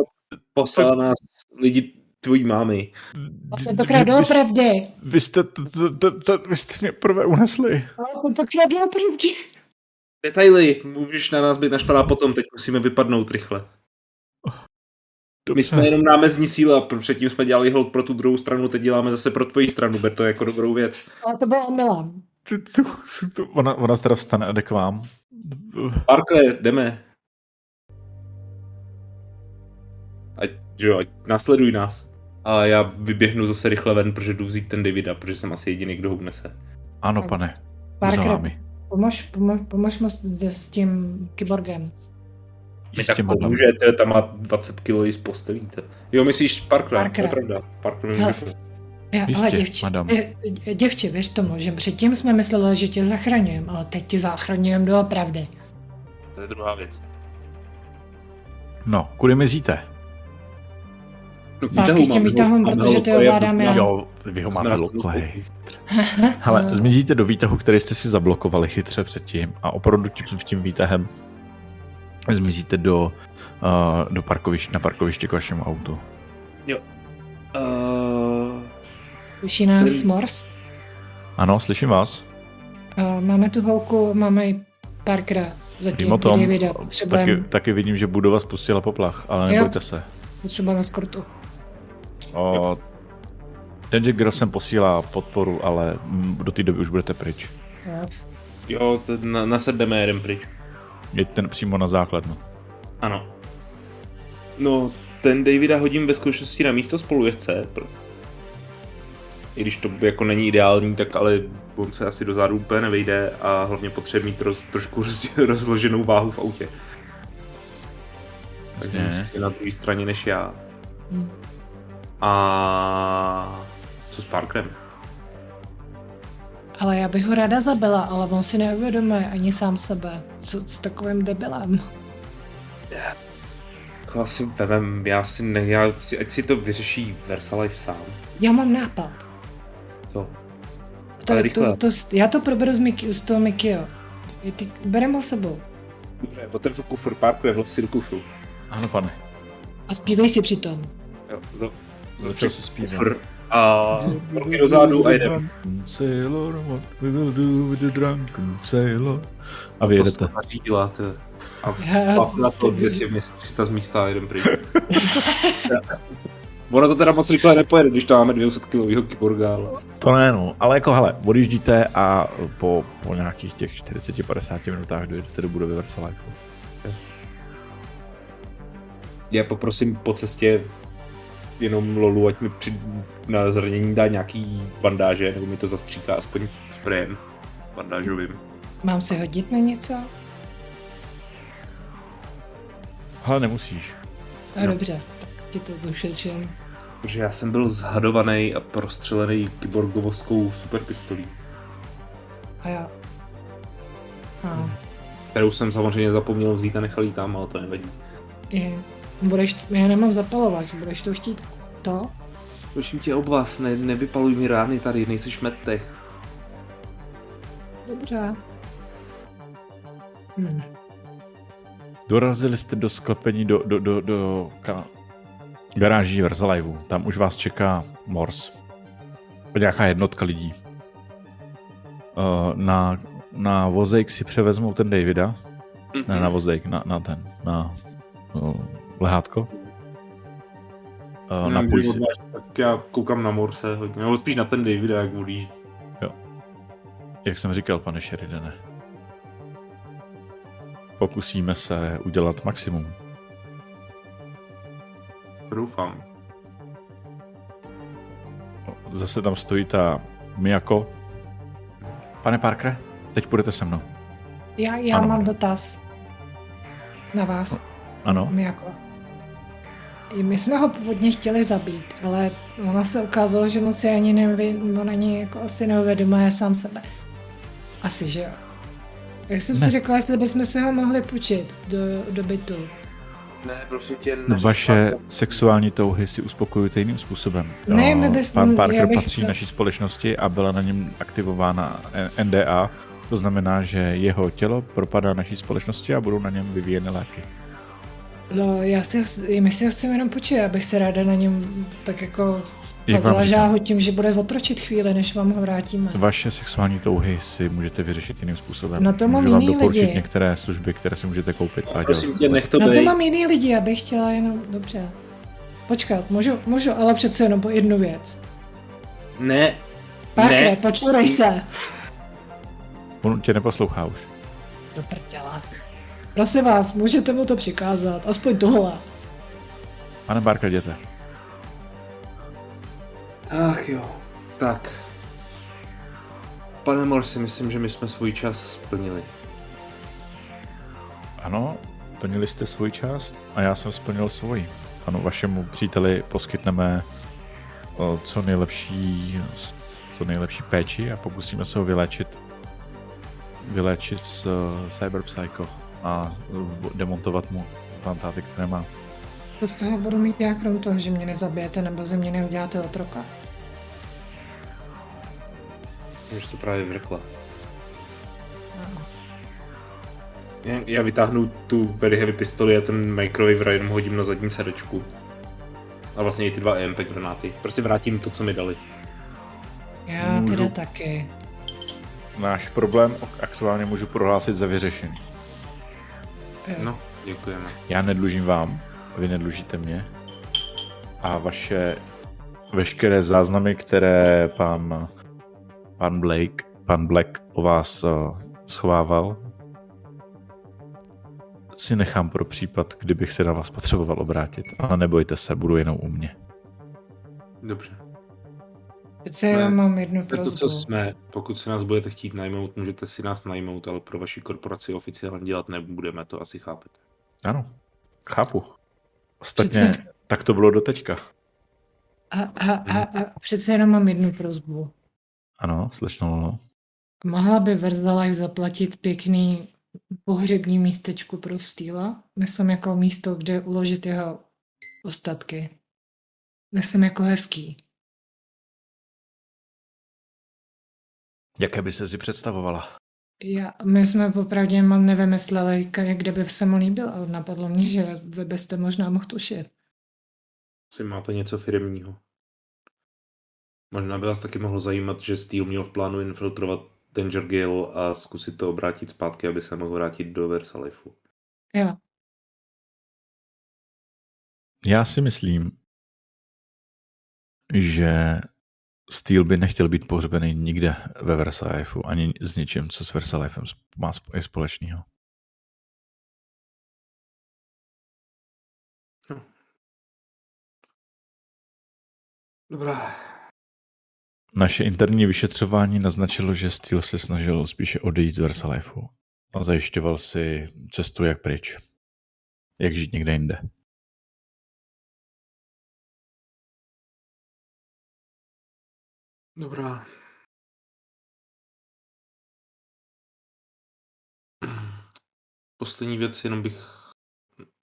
Speaker 2: poslala nás lidi tvojí mámy.
Speaker 1: d- d-
Speaker 3: Tentokrát
Speaker 1: vy, vy, jste-
Speaker 3: doopravdy.
Speaker 1: vy jste, t- t- t- t- vy jste mě prvé unesli.
Speaker 3: Ale Tentokrát doopravdy.
Speaker 2: Detaily, můžeš na nás být naštvaná potom, teď musíme vypadnout rychle. My jsme jenom námezní síla, pr- předtím jsme dělali hold pro tu druhou stranu, teď děláme zase pro tvoji stranu, ber to jako dobrou věc.
Speaker 3: Ale to bylo omylem.
Speaker 1: Ty- tu- tu- Ona, ona teda vstane a jde k vám.
Speaker 2: Parkle, jdeme. Ať, že jo, ať nasleduj nás. A já vyběhnu zase rychle ven, protože jdu vzít ten Davida, protože jsem asi jediný, kdo ho unese.
Speaker 1: Ano,
Speaker 3: Tak.
Speaker 1: pane, jdu za
Speaker 3: Parker,
Speaker 1: vámi.
Speaker 3: pomož, pomož, pomož mu s, s tím kyborgem.
Speaker 2: My
Speaker 1: S
Speaker 2: tak
Speaker 1: těma dlami.
Speaker 2: pomůže, to je- tam má 20 kg z postelí. to- Jo, myslíš Parkera, to je
Speaker 3: Parkera.
Speaker 2: pravda. Parker mi
Speaker 3: Hele.
Speaker 2: může pomoct.
Speaker 3: Já, ale
Speaker 1: Jistě,
Speaker 3: děvče,
Speaker 1: madam.
Speaker 3: eh, eh, děvče, věř tomu, že předtím jsme mysleli, že tě zachraňujeme, ale teď tě zachraňujeme doopravdy.
Speaker 2: To je druhá věc.
Speaker 1: No, kudy mizíte?
Speaker 2: No,
Speaker 3: Zpátky k těm výtahům, protože ty ovládám já.
Speaker 1: Jo, vy ho máte
Speaker 2: Zmrazil
Speaker 1: loklej.
Speaker 3: No.
Speaker 1: Hele, zmizíte do výtahu, který jste si zablokovali chytře předtím a opravdu tím, tím výtahem zmizíte do, uh, do parkoviště, na parkoviště k vašemu autu.
Speaker 2: Uh,
Speaker 3: Slyší nás
Speaker 2: Ten-
Speaker 3: Mors.
Speaker 1: Ano, slyším vás.
Speaker 3: Eh, Máme tu holku, máme i Parkera. Zatím
Speaker 1: Vím o tom.
Speaker 3: Davida.
Speaker 1: Taky,
Speaker 3: Potřebujeme,
Speaker 1: taky vidím, že budova spustila poplach, ale nebojte se.
Speaker 3: potřebujeme skortu.
Speaker 1: O, Danger Girl sem posílá podporu, ale mm, do té doby už budete pryč.
Speaker 3: Jo.
Speaker 2: jo, to na, nasedeme jeden pryč.
Speaker 1: Jeďte přímo na základnu.
Speaker 2: Ano. No, ten Davida hodím ve zkušenosti na místo spolujezdce. pro- I když to jako není ideální, tak ale on se asi do zádu úplně nevejde a hlavně potřebuje mít roz, trošku roz, rozloženou váhu v autě. Takže
Speaker 1: Jasně.
Speaker 2: je na druhé straně než já.
Speaker 3: Hm.
Speaker 2: A co s Parkerem?
Speaker 3: Ale já bych ho ráda zabila, ale on si neuvědomuje ani sám sebe. Co s takovým debilem?
Speaker 2: To asi vemem, já si ne, já si, ať si to vyřeší Versalife sám.
Speaker 3: Já mám nápad.
Speaker 2: To.
Speaker 3: To,
Speaker 2: Ale
Speaker 3: je- to,
Speaker 2: rychle.
Speaker 3: to, já to proberu z, Miki, z toho Mikio. Je Ty, berem ho sebou.
Speaker 2: Dobře, otevřu kufr, Parker vlosi do kufru.
Speaker 1: Ano, pane.
Speaker 3: A zpívej si přitom.
Speaker 2: Jo, za, začal si zpívat. A ruky dozadu a jdem.
Speaker 1: Sailor, what we will do with the drunken sailor. A vyjedete.
Speaker 2: To řídila, A pak na to 200 měst, 300 z místa a jeden pryč. Ono to teda moc rychle nepojede, když tam máme 200 kilovýho kyborga. Ale...
Speaker 1: To ne, no. Ale jako, hele, odjíždíte a po, po nějakých těch 40-50 minutách dojedete do budovy Versailles.
Speaker 2: Já poprosím po cestě jenom Lolu, ať mi při, na zranění dá nějaký bandáže, nebo mi to zastříká aspoň sprejem bandážovým.
Speaker 3: Mám se hodit na něco?
Speaker 1: Hele, nemusíš.
Speaker 3: No. Dobře, tak ti to došetřím.
Speaker 2: Protože já jsem byl zhadovaný a prostřelený kyborgovskou superpistolí.
Speaker 3: A jo.
Speaker 2: Hm.
Speaker 3: A.
Speaker 2: Kterou jsem samozřejmě zapomněl vzít a nechal ji tam, ale to nevadí.
Speaker 3: Je. Budeš, já nemám zapalovač, budeš to chtít to?
Speaker 2: Prosím tě ob vás, ne, nevypaluj mi rány tady, nejseš medtech.
Speaker 3: Dobře. Hm.
Speaker 1: Dorazili jste do sklepení, do, do, do, do ka, garáží Verzalajvu. Tam už vás čeká Mors. Nějaká jednotka lidí. Uh, na, na vozejk si převezmou ten Davida. Mm-hmm. Ne, na vozejk, na, na ten, na uh, lehátko. Eh,
Speaker 2: Uh, na si. Tak já koukám na Morse hodně, nebo spíš na ten Davida, jak volíš.
Speaker 1: Jo. Jak jsem říkal, pane Sheridane. Pokusíme se udělat maximum.
Speaker 2: Doufám.
Speaker 1: Zase tam stojí ta Miyako. Pane Parkere, teď půjdete se mnou.
Speaker 3: Já, já ano. mám dotaz na vás.
Speaker 1: Ano.
Speaker 3: Miyako. My jsme ho původně chtěli zabít, ale ona se ukázalo, že on si ani neví, on ani jako asi neuvědomuje sám sebe. Asi, že jo. Jak jsem ne. si řekla, jestli bychom se ho mohli půjčit do, do bytu.
Speaker 2: Ne, prosím tě,
Speaker 1: ne. No, Vaše sexuální touhy si uspokojujete jiným způsobem. No,
Speaker 3: Ne, my bychom,
Speaker 1: Pan Parker bych... patří to... naší společnosti a byla na něm aktivována NDA. To znamená, že jeho tělo propadá naší společnosti a budou na něm vyvíjeny léky.
Speaker 3: No, já si, my si ho chceme jenom počít, abych se ráda na něm tak jako podlažáhu tím, že bude otročit chvíli, než vám ho vrátíme.
Speaker 1: Vaše sexuální touhy si můžete vyřešit jiným způsobem.
Speaker 3: Na No to mám
Speaker 1: Můžu vám
Speaker 3: jiný
Speaker 1: doporučit
Speaker 3: lidi.
Speaker 1: některé služby, které si můžete koupit.
Speaker 2: A prosím tě, nech to
Speaker 3: Na
Speaker 2: být.
Speaker 3: to mám jiný lidi, já bych chtěla jenom, dobře. Počkat, můžu, můžu, ale přece jenom po jednu věc.
Speaker 2: Ne,
Speaker 3: Parker, počurej se.
Speaker 1: On tě neposlouchá už.
Speaker 3: Do prděla. Prosím vás, můžete mu to přikázat, aspoň tohle.
Speaker 1: Pane Barker, jděte.
Speaker 2: Ach jo, tak. Pane Morsi, myslím, že my jsme svůj čas splnili.
Speaker 1: Ano, splnili jste svůj část a já jsem splnil svůj. Ano, vašemu příteli poskytneme o, co nejlepší, co nejlepší péči a pokusíme se ho vyléčit vyléčit z uh, Cyberpsycho a eh, demontovat mu plantáty, které má.
Speaker 3: Co z toho budu mít já krom toho, že mě nezabijete nebo ze mě neuděláte otroka?
Speaker 2: Už to právě vrkla. No. Já, já vytáhnu tu very heavy pistoli a ten microwave a jenom hodím na zadní sedačku. A vlastně i ty dva EMP granáty. Prostě vrátím to, co mi dali.
Speaker 3: Já Můžu... teda taky.
Speaker 1: Náš problém aktuálně můžu prohlásit za vyřešený.
Speaker 2: No, děkujeme.
Speaker 1: Já nedlužím vám, vy nedlužíte mě. A vaše veškeré záznamy, které pan, pan Blake, pan Black o vás uh, schovával, si nechám pro případ, kdybych se na vás potřeboval obrátit. Ale nebojte se, budu jenom u mě.
Speaker 2: Dobře.
Speaker 3: Teď já mám
Speaker 2: To,
Speaker 3: jednu prozbu.
Speaker 2: co jsme, pokud si nás budete chtít najmout, můžete si nás najmout, ale pro vaši korporaci oficiálně dělat nebudeme, to asi chápete.
Speaker 1: Ano, chápu. Ostatně, přece... tak to bylo doteďka.
Speaker 3: A, a, a, a přece jenom mám jednu prozbu.
Speaker 1: Ano, slečno no, Lolo.
Speaker 3: Mohla by Verzalife zaplatit pěkný pohřební místečku pro Stýla? Myslím jako místo, kde uložit jeho ostatky. Myslím jako hezký.
Speaker 1: Jaké by se si představovala?
Speaker 3: Já, my jsme popravdě moc nevymysleli, kde by se mu líbil a napadlo mě, že vy byste možná mohl tušit.
Speaker 2: si máte něco firmního. Možná by vás taky mohlo zajímat, že Steel měl v plánu infiltrovat Danger Gale a zkusit to obrátit zpátky, aby se mohl vrátit do Versalifeu.
Speaker 3: Jo.
Speaker 1: Já si myslím, že Steel by nechtěl být pohřbený nikde ve Versalifeu, ani s ničím, co s Versalifem má společného.
Speaker 2: No. Dobrá.
Speaker 1: Naše interní vyšetřování naznačilo, že Steel se snažil spíše odejít z Versalifeu a zajišťoval si cestu jak pryč. Jak žít někde jinde.
Speaker 2: Dobrá. Poslední věc, jenom bych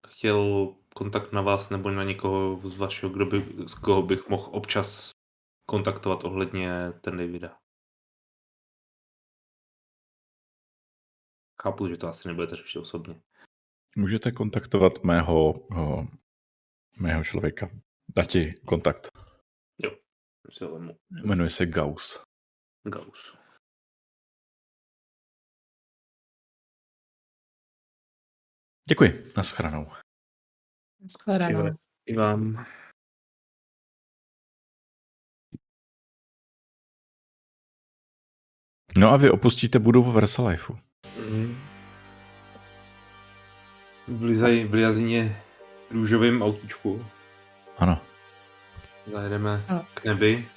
Speaker 2: chtěl kontakt na vás nebo na někoho z vašeho, kdo by, z koho bych mohl občas kontaktovat ohledně ten Davida. Chápu, že to asi nebudete řešit osobně.
Speaker 1: Můžete kontaktovat mého, o, mého člověka. Dá ti kontakt.
Speaker 2: Jo, si ho vemu.
Speaker 1: Jmenuje se Gauss.
Speaker 2: Gauss.
Speaker 1: Děkuji, naschranou.
Speaker 3: Naschranou.
Speaker 2: I vám.
Speaker 1: No a vy opustíte budovu Versalifeu.
Speaker 2: Mm. Vlizaj, v Liazině růžovým autíčku.
Speaker 1: Ano.
Speaker 2: Zajedeme k nebi.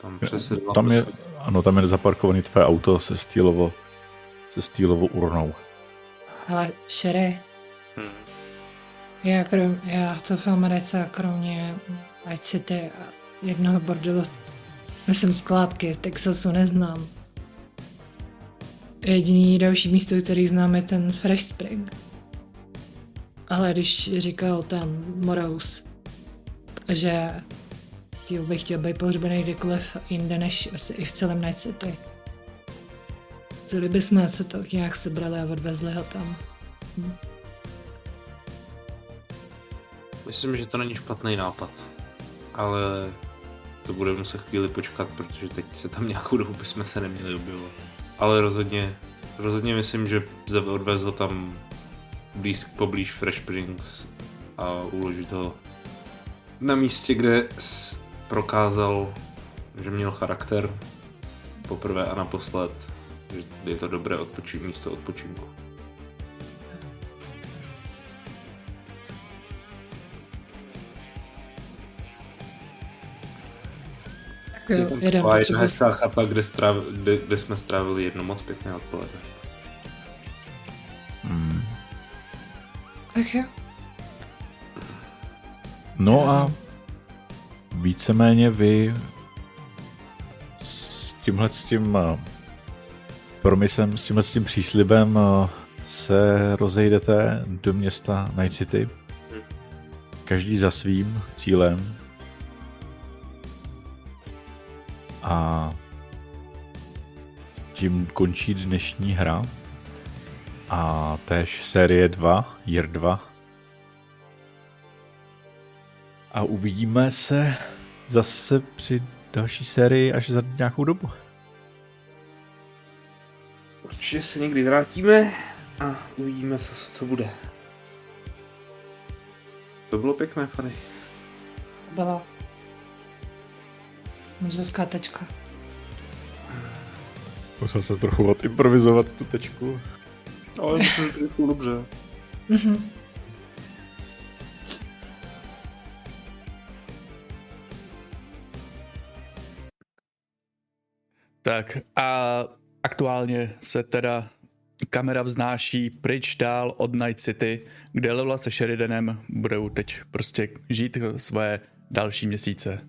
Speaker 2: Tam přes
Speaker 1: Tam je, ano, tam je zaparkovaný tvé auto se stýlovo, se stýlovo urnou.
Speaker 3: Ale šere, hmm. já, krom, já to v Americe, kromě Light City a jednoho bordelu, myslím skládky, v Texasu neznám. Jediný další místo, který znám, je ten Fresh Spring. Ale když říkal tam Morous, že chtěl bych chtěl být pohřbený kdekoliv jinde než asi i v celém Night City. Co kdybychom se tak nějak sebrali a odvezli ho tam? Hm?
Speaker 2: Myslím, že to není špatný nápad, ale to bude muset chvíli počkat, protože teď se tam nějakou dobu bychom se neměli objevovat. Ale rozhodně, rozhodně myslím, že odvez ho tam blíz, poblíž Fresh Springs a uložit ho na místě, kde prokázal, že měl charakter poprvé a naposled, že je to dobré odpočí, místo odpočinku.
Speaker 3: Jo,
Speaker 2: je tam
Speaker 3: jeden
Speaker 2: taková jedna
Speaker 3: potřebu-
Speaker 2: hezká chata, kde, stráv, kde, kde, jsme strávili jedno moc pěkné odpoledne.
Speaker 1: Hmm.
Speaker 3: Tak jo.
Speaker 1: No a víceméně vy s tímhle s tím eh, promisem, s tímhle s tím příslibem eh, se rozejdete do města Night City. Každý za svým cílem. A tím končí dnešní hra. A též série 2, Year 2, a uvidíme se zase při další sérii až za nějakou dobu.
Speaker 2: Určitě se někdy vrátíme a uvidíme, co, co bude. To bylo pěkné, Fanny.
Speaker 3: Byla. Mužská tečka.
Speaker 1: Musel se trochu improvizovat tu tečku.
Speaker 2: Ale myslím, že to dobře.
Speaker 3: Mhm.
Speaker 6: Tak a aktuálně se teda kamera vznáší pryč dál od Night City, kde Leola se Sheridanem budou teď prostě žít své další měsíce.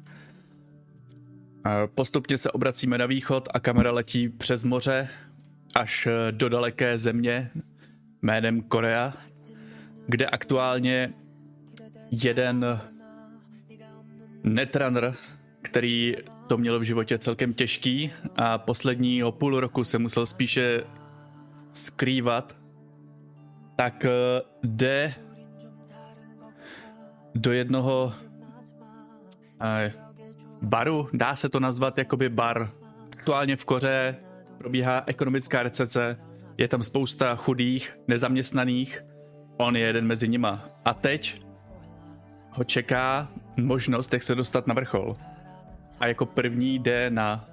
Speaker 6: A Postupně se obracíme na východ a kamera letí přes moře až eh, do daleké země jménem Korea, kde aktuálně jeden netrunner, který to měl v životě celkem těžký a posledního půl roku se musel spíše skrývat, tak eh, jde do jednoho eh, baru, dá se to nazvat jakoby bar. Aktuálně v Koře probíhá ekonomická recese, je tam spousta chudých, nezaměstnaných, on je jeden mezi nima. A teď ho čeká možnost, jak se dostat na vrchol. A jako první jde na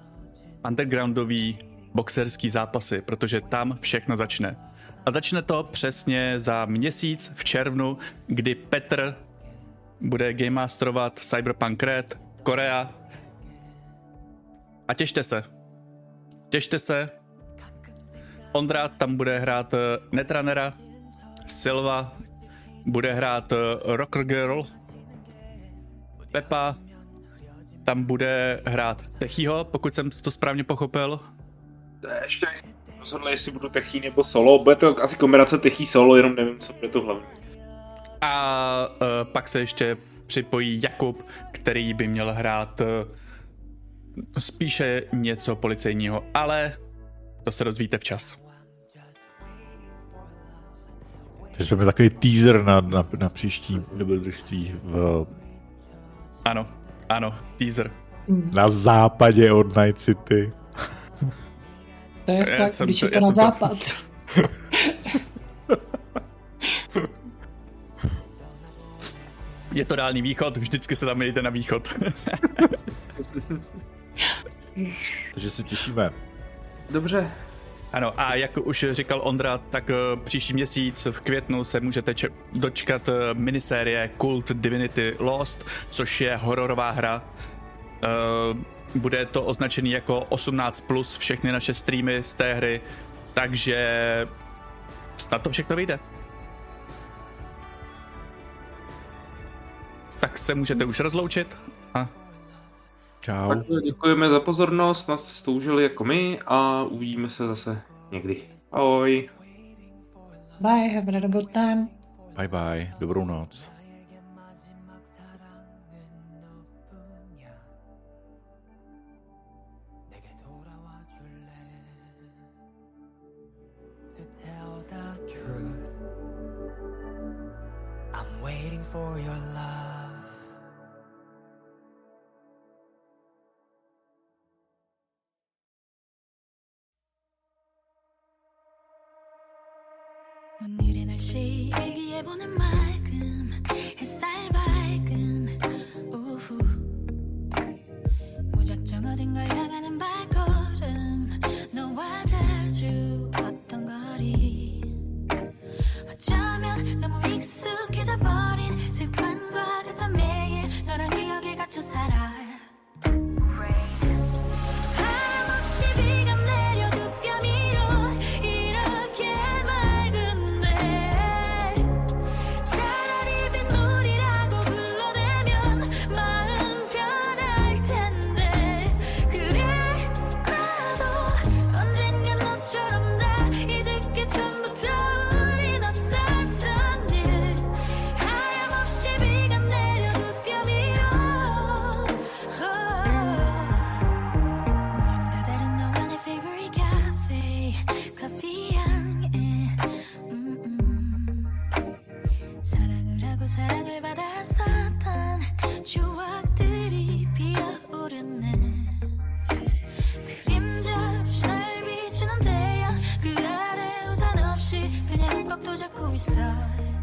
Speaker 6: undergroundový boxerský zápasy, protože tam všechno začne. A začne to přesně za měsíc v červnu, kdy Petr bude game masterovat Cyberpunk Red, Korea. A těšte se. Těšte se. Ondra tam bude hrát eh, Netrunnera, Silva bude hrát eh, Rocker Girl, Pepa tam bude hrát Techího, pokud jsem to správně pochopil.
Speaker 4: To je Ještě nejsem rozhodl, jestli budu techí nebo solo. Bude to asi kombinace techí solo, jenom nevím, co bude to hlavní.
Speaker 6: A uh, pak se ještě připojí Jakub, který by měl hrát uh, spíše něco policejního, ale to se dozvíte včas.
Speaker 1: Takže jsme měli takový teaser na, na, na příští dobrodružství v,
Speaker 6: Ano, ano, teaser.
Speaker 1: na západě od Night City.
Speaker 3: To je
Speaker 6: Já
Speaker 3: fakt,
Speaker 6: jsem
Speaker 3: když
Speaker 6: to-
Speaker 3: je
Speaker 6: já
Speaker 3: to na
Speaker 6: jsem to-
Speaker 3: západ.
Speaker 6: Je to dálný východ, vždycky se tam jdete na východ.
Speaker 1: Takže se těšíme.
Speaker 4: Dobře.
Speaker 6: ano, a jak už říkal Ondra, tak uh, příští měsíc v květnu se můžete če- dočkat uh, minisérie Cult Divinity Lost, což je hororová hra. Uh, bude to označený jako 18+, plus všechny naše streamy z té hry, takže snad to všechno vyjde. Tak se můžete už rozloučit a
Speaker 1: Čau.
Speaker 2: No.
Speaker 4: Tak
Speaker 2: eh,
Speaker 4: děkujeme za pozornost, nás stoužili jako my a uvidíme se zase někdy. Ahoj.
Speaker 3: Bye, have a good time.
Speaker 1: Bye bye. Dobrou noc.
Speaker 7: to tell the truth. I'm waiting for your love.
Speaker 8: 오늘의 날씨 일기예보는 맑음 햇살 밝은 오후 무작정 어딘가 향하는 발걸음 너와 자주 걷던 거리 어쩌면 너무 익숙해져 버린 습관과 같아 매일 너랑 기억에 갇혀 살아 한없이 비가 내려 두 뼘이로 이렇게 맑은 날 차라리 빗물이라고 불러내면 마음 편할 텐데 그래 나도 언젠가 너처럼 다 잊을게 전부터 우린 없었던 일 하염없이 비가 내려 두 뼘이로 오늘이 다 다른 너와 내 favorite cafe 커피 향에 음, 음. 사랑을 하고 사랑을 받았었던 추억들이 피어오르네 그림자 없이 날 비추는 태양 그 아래 우산 없이 그냥 꽉도 잡고 있어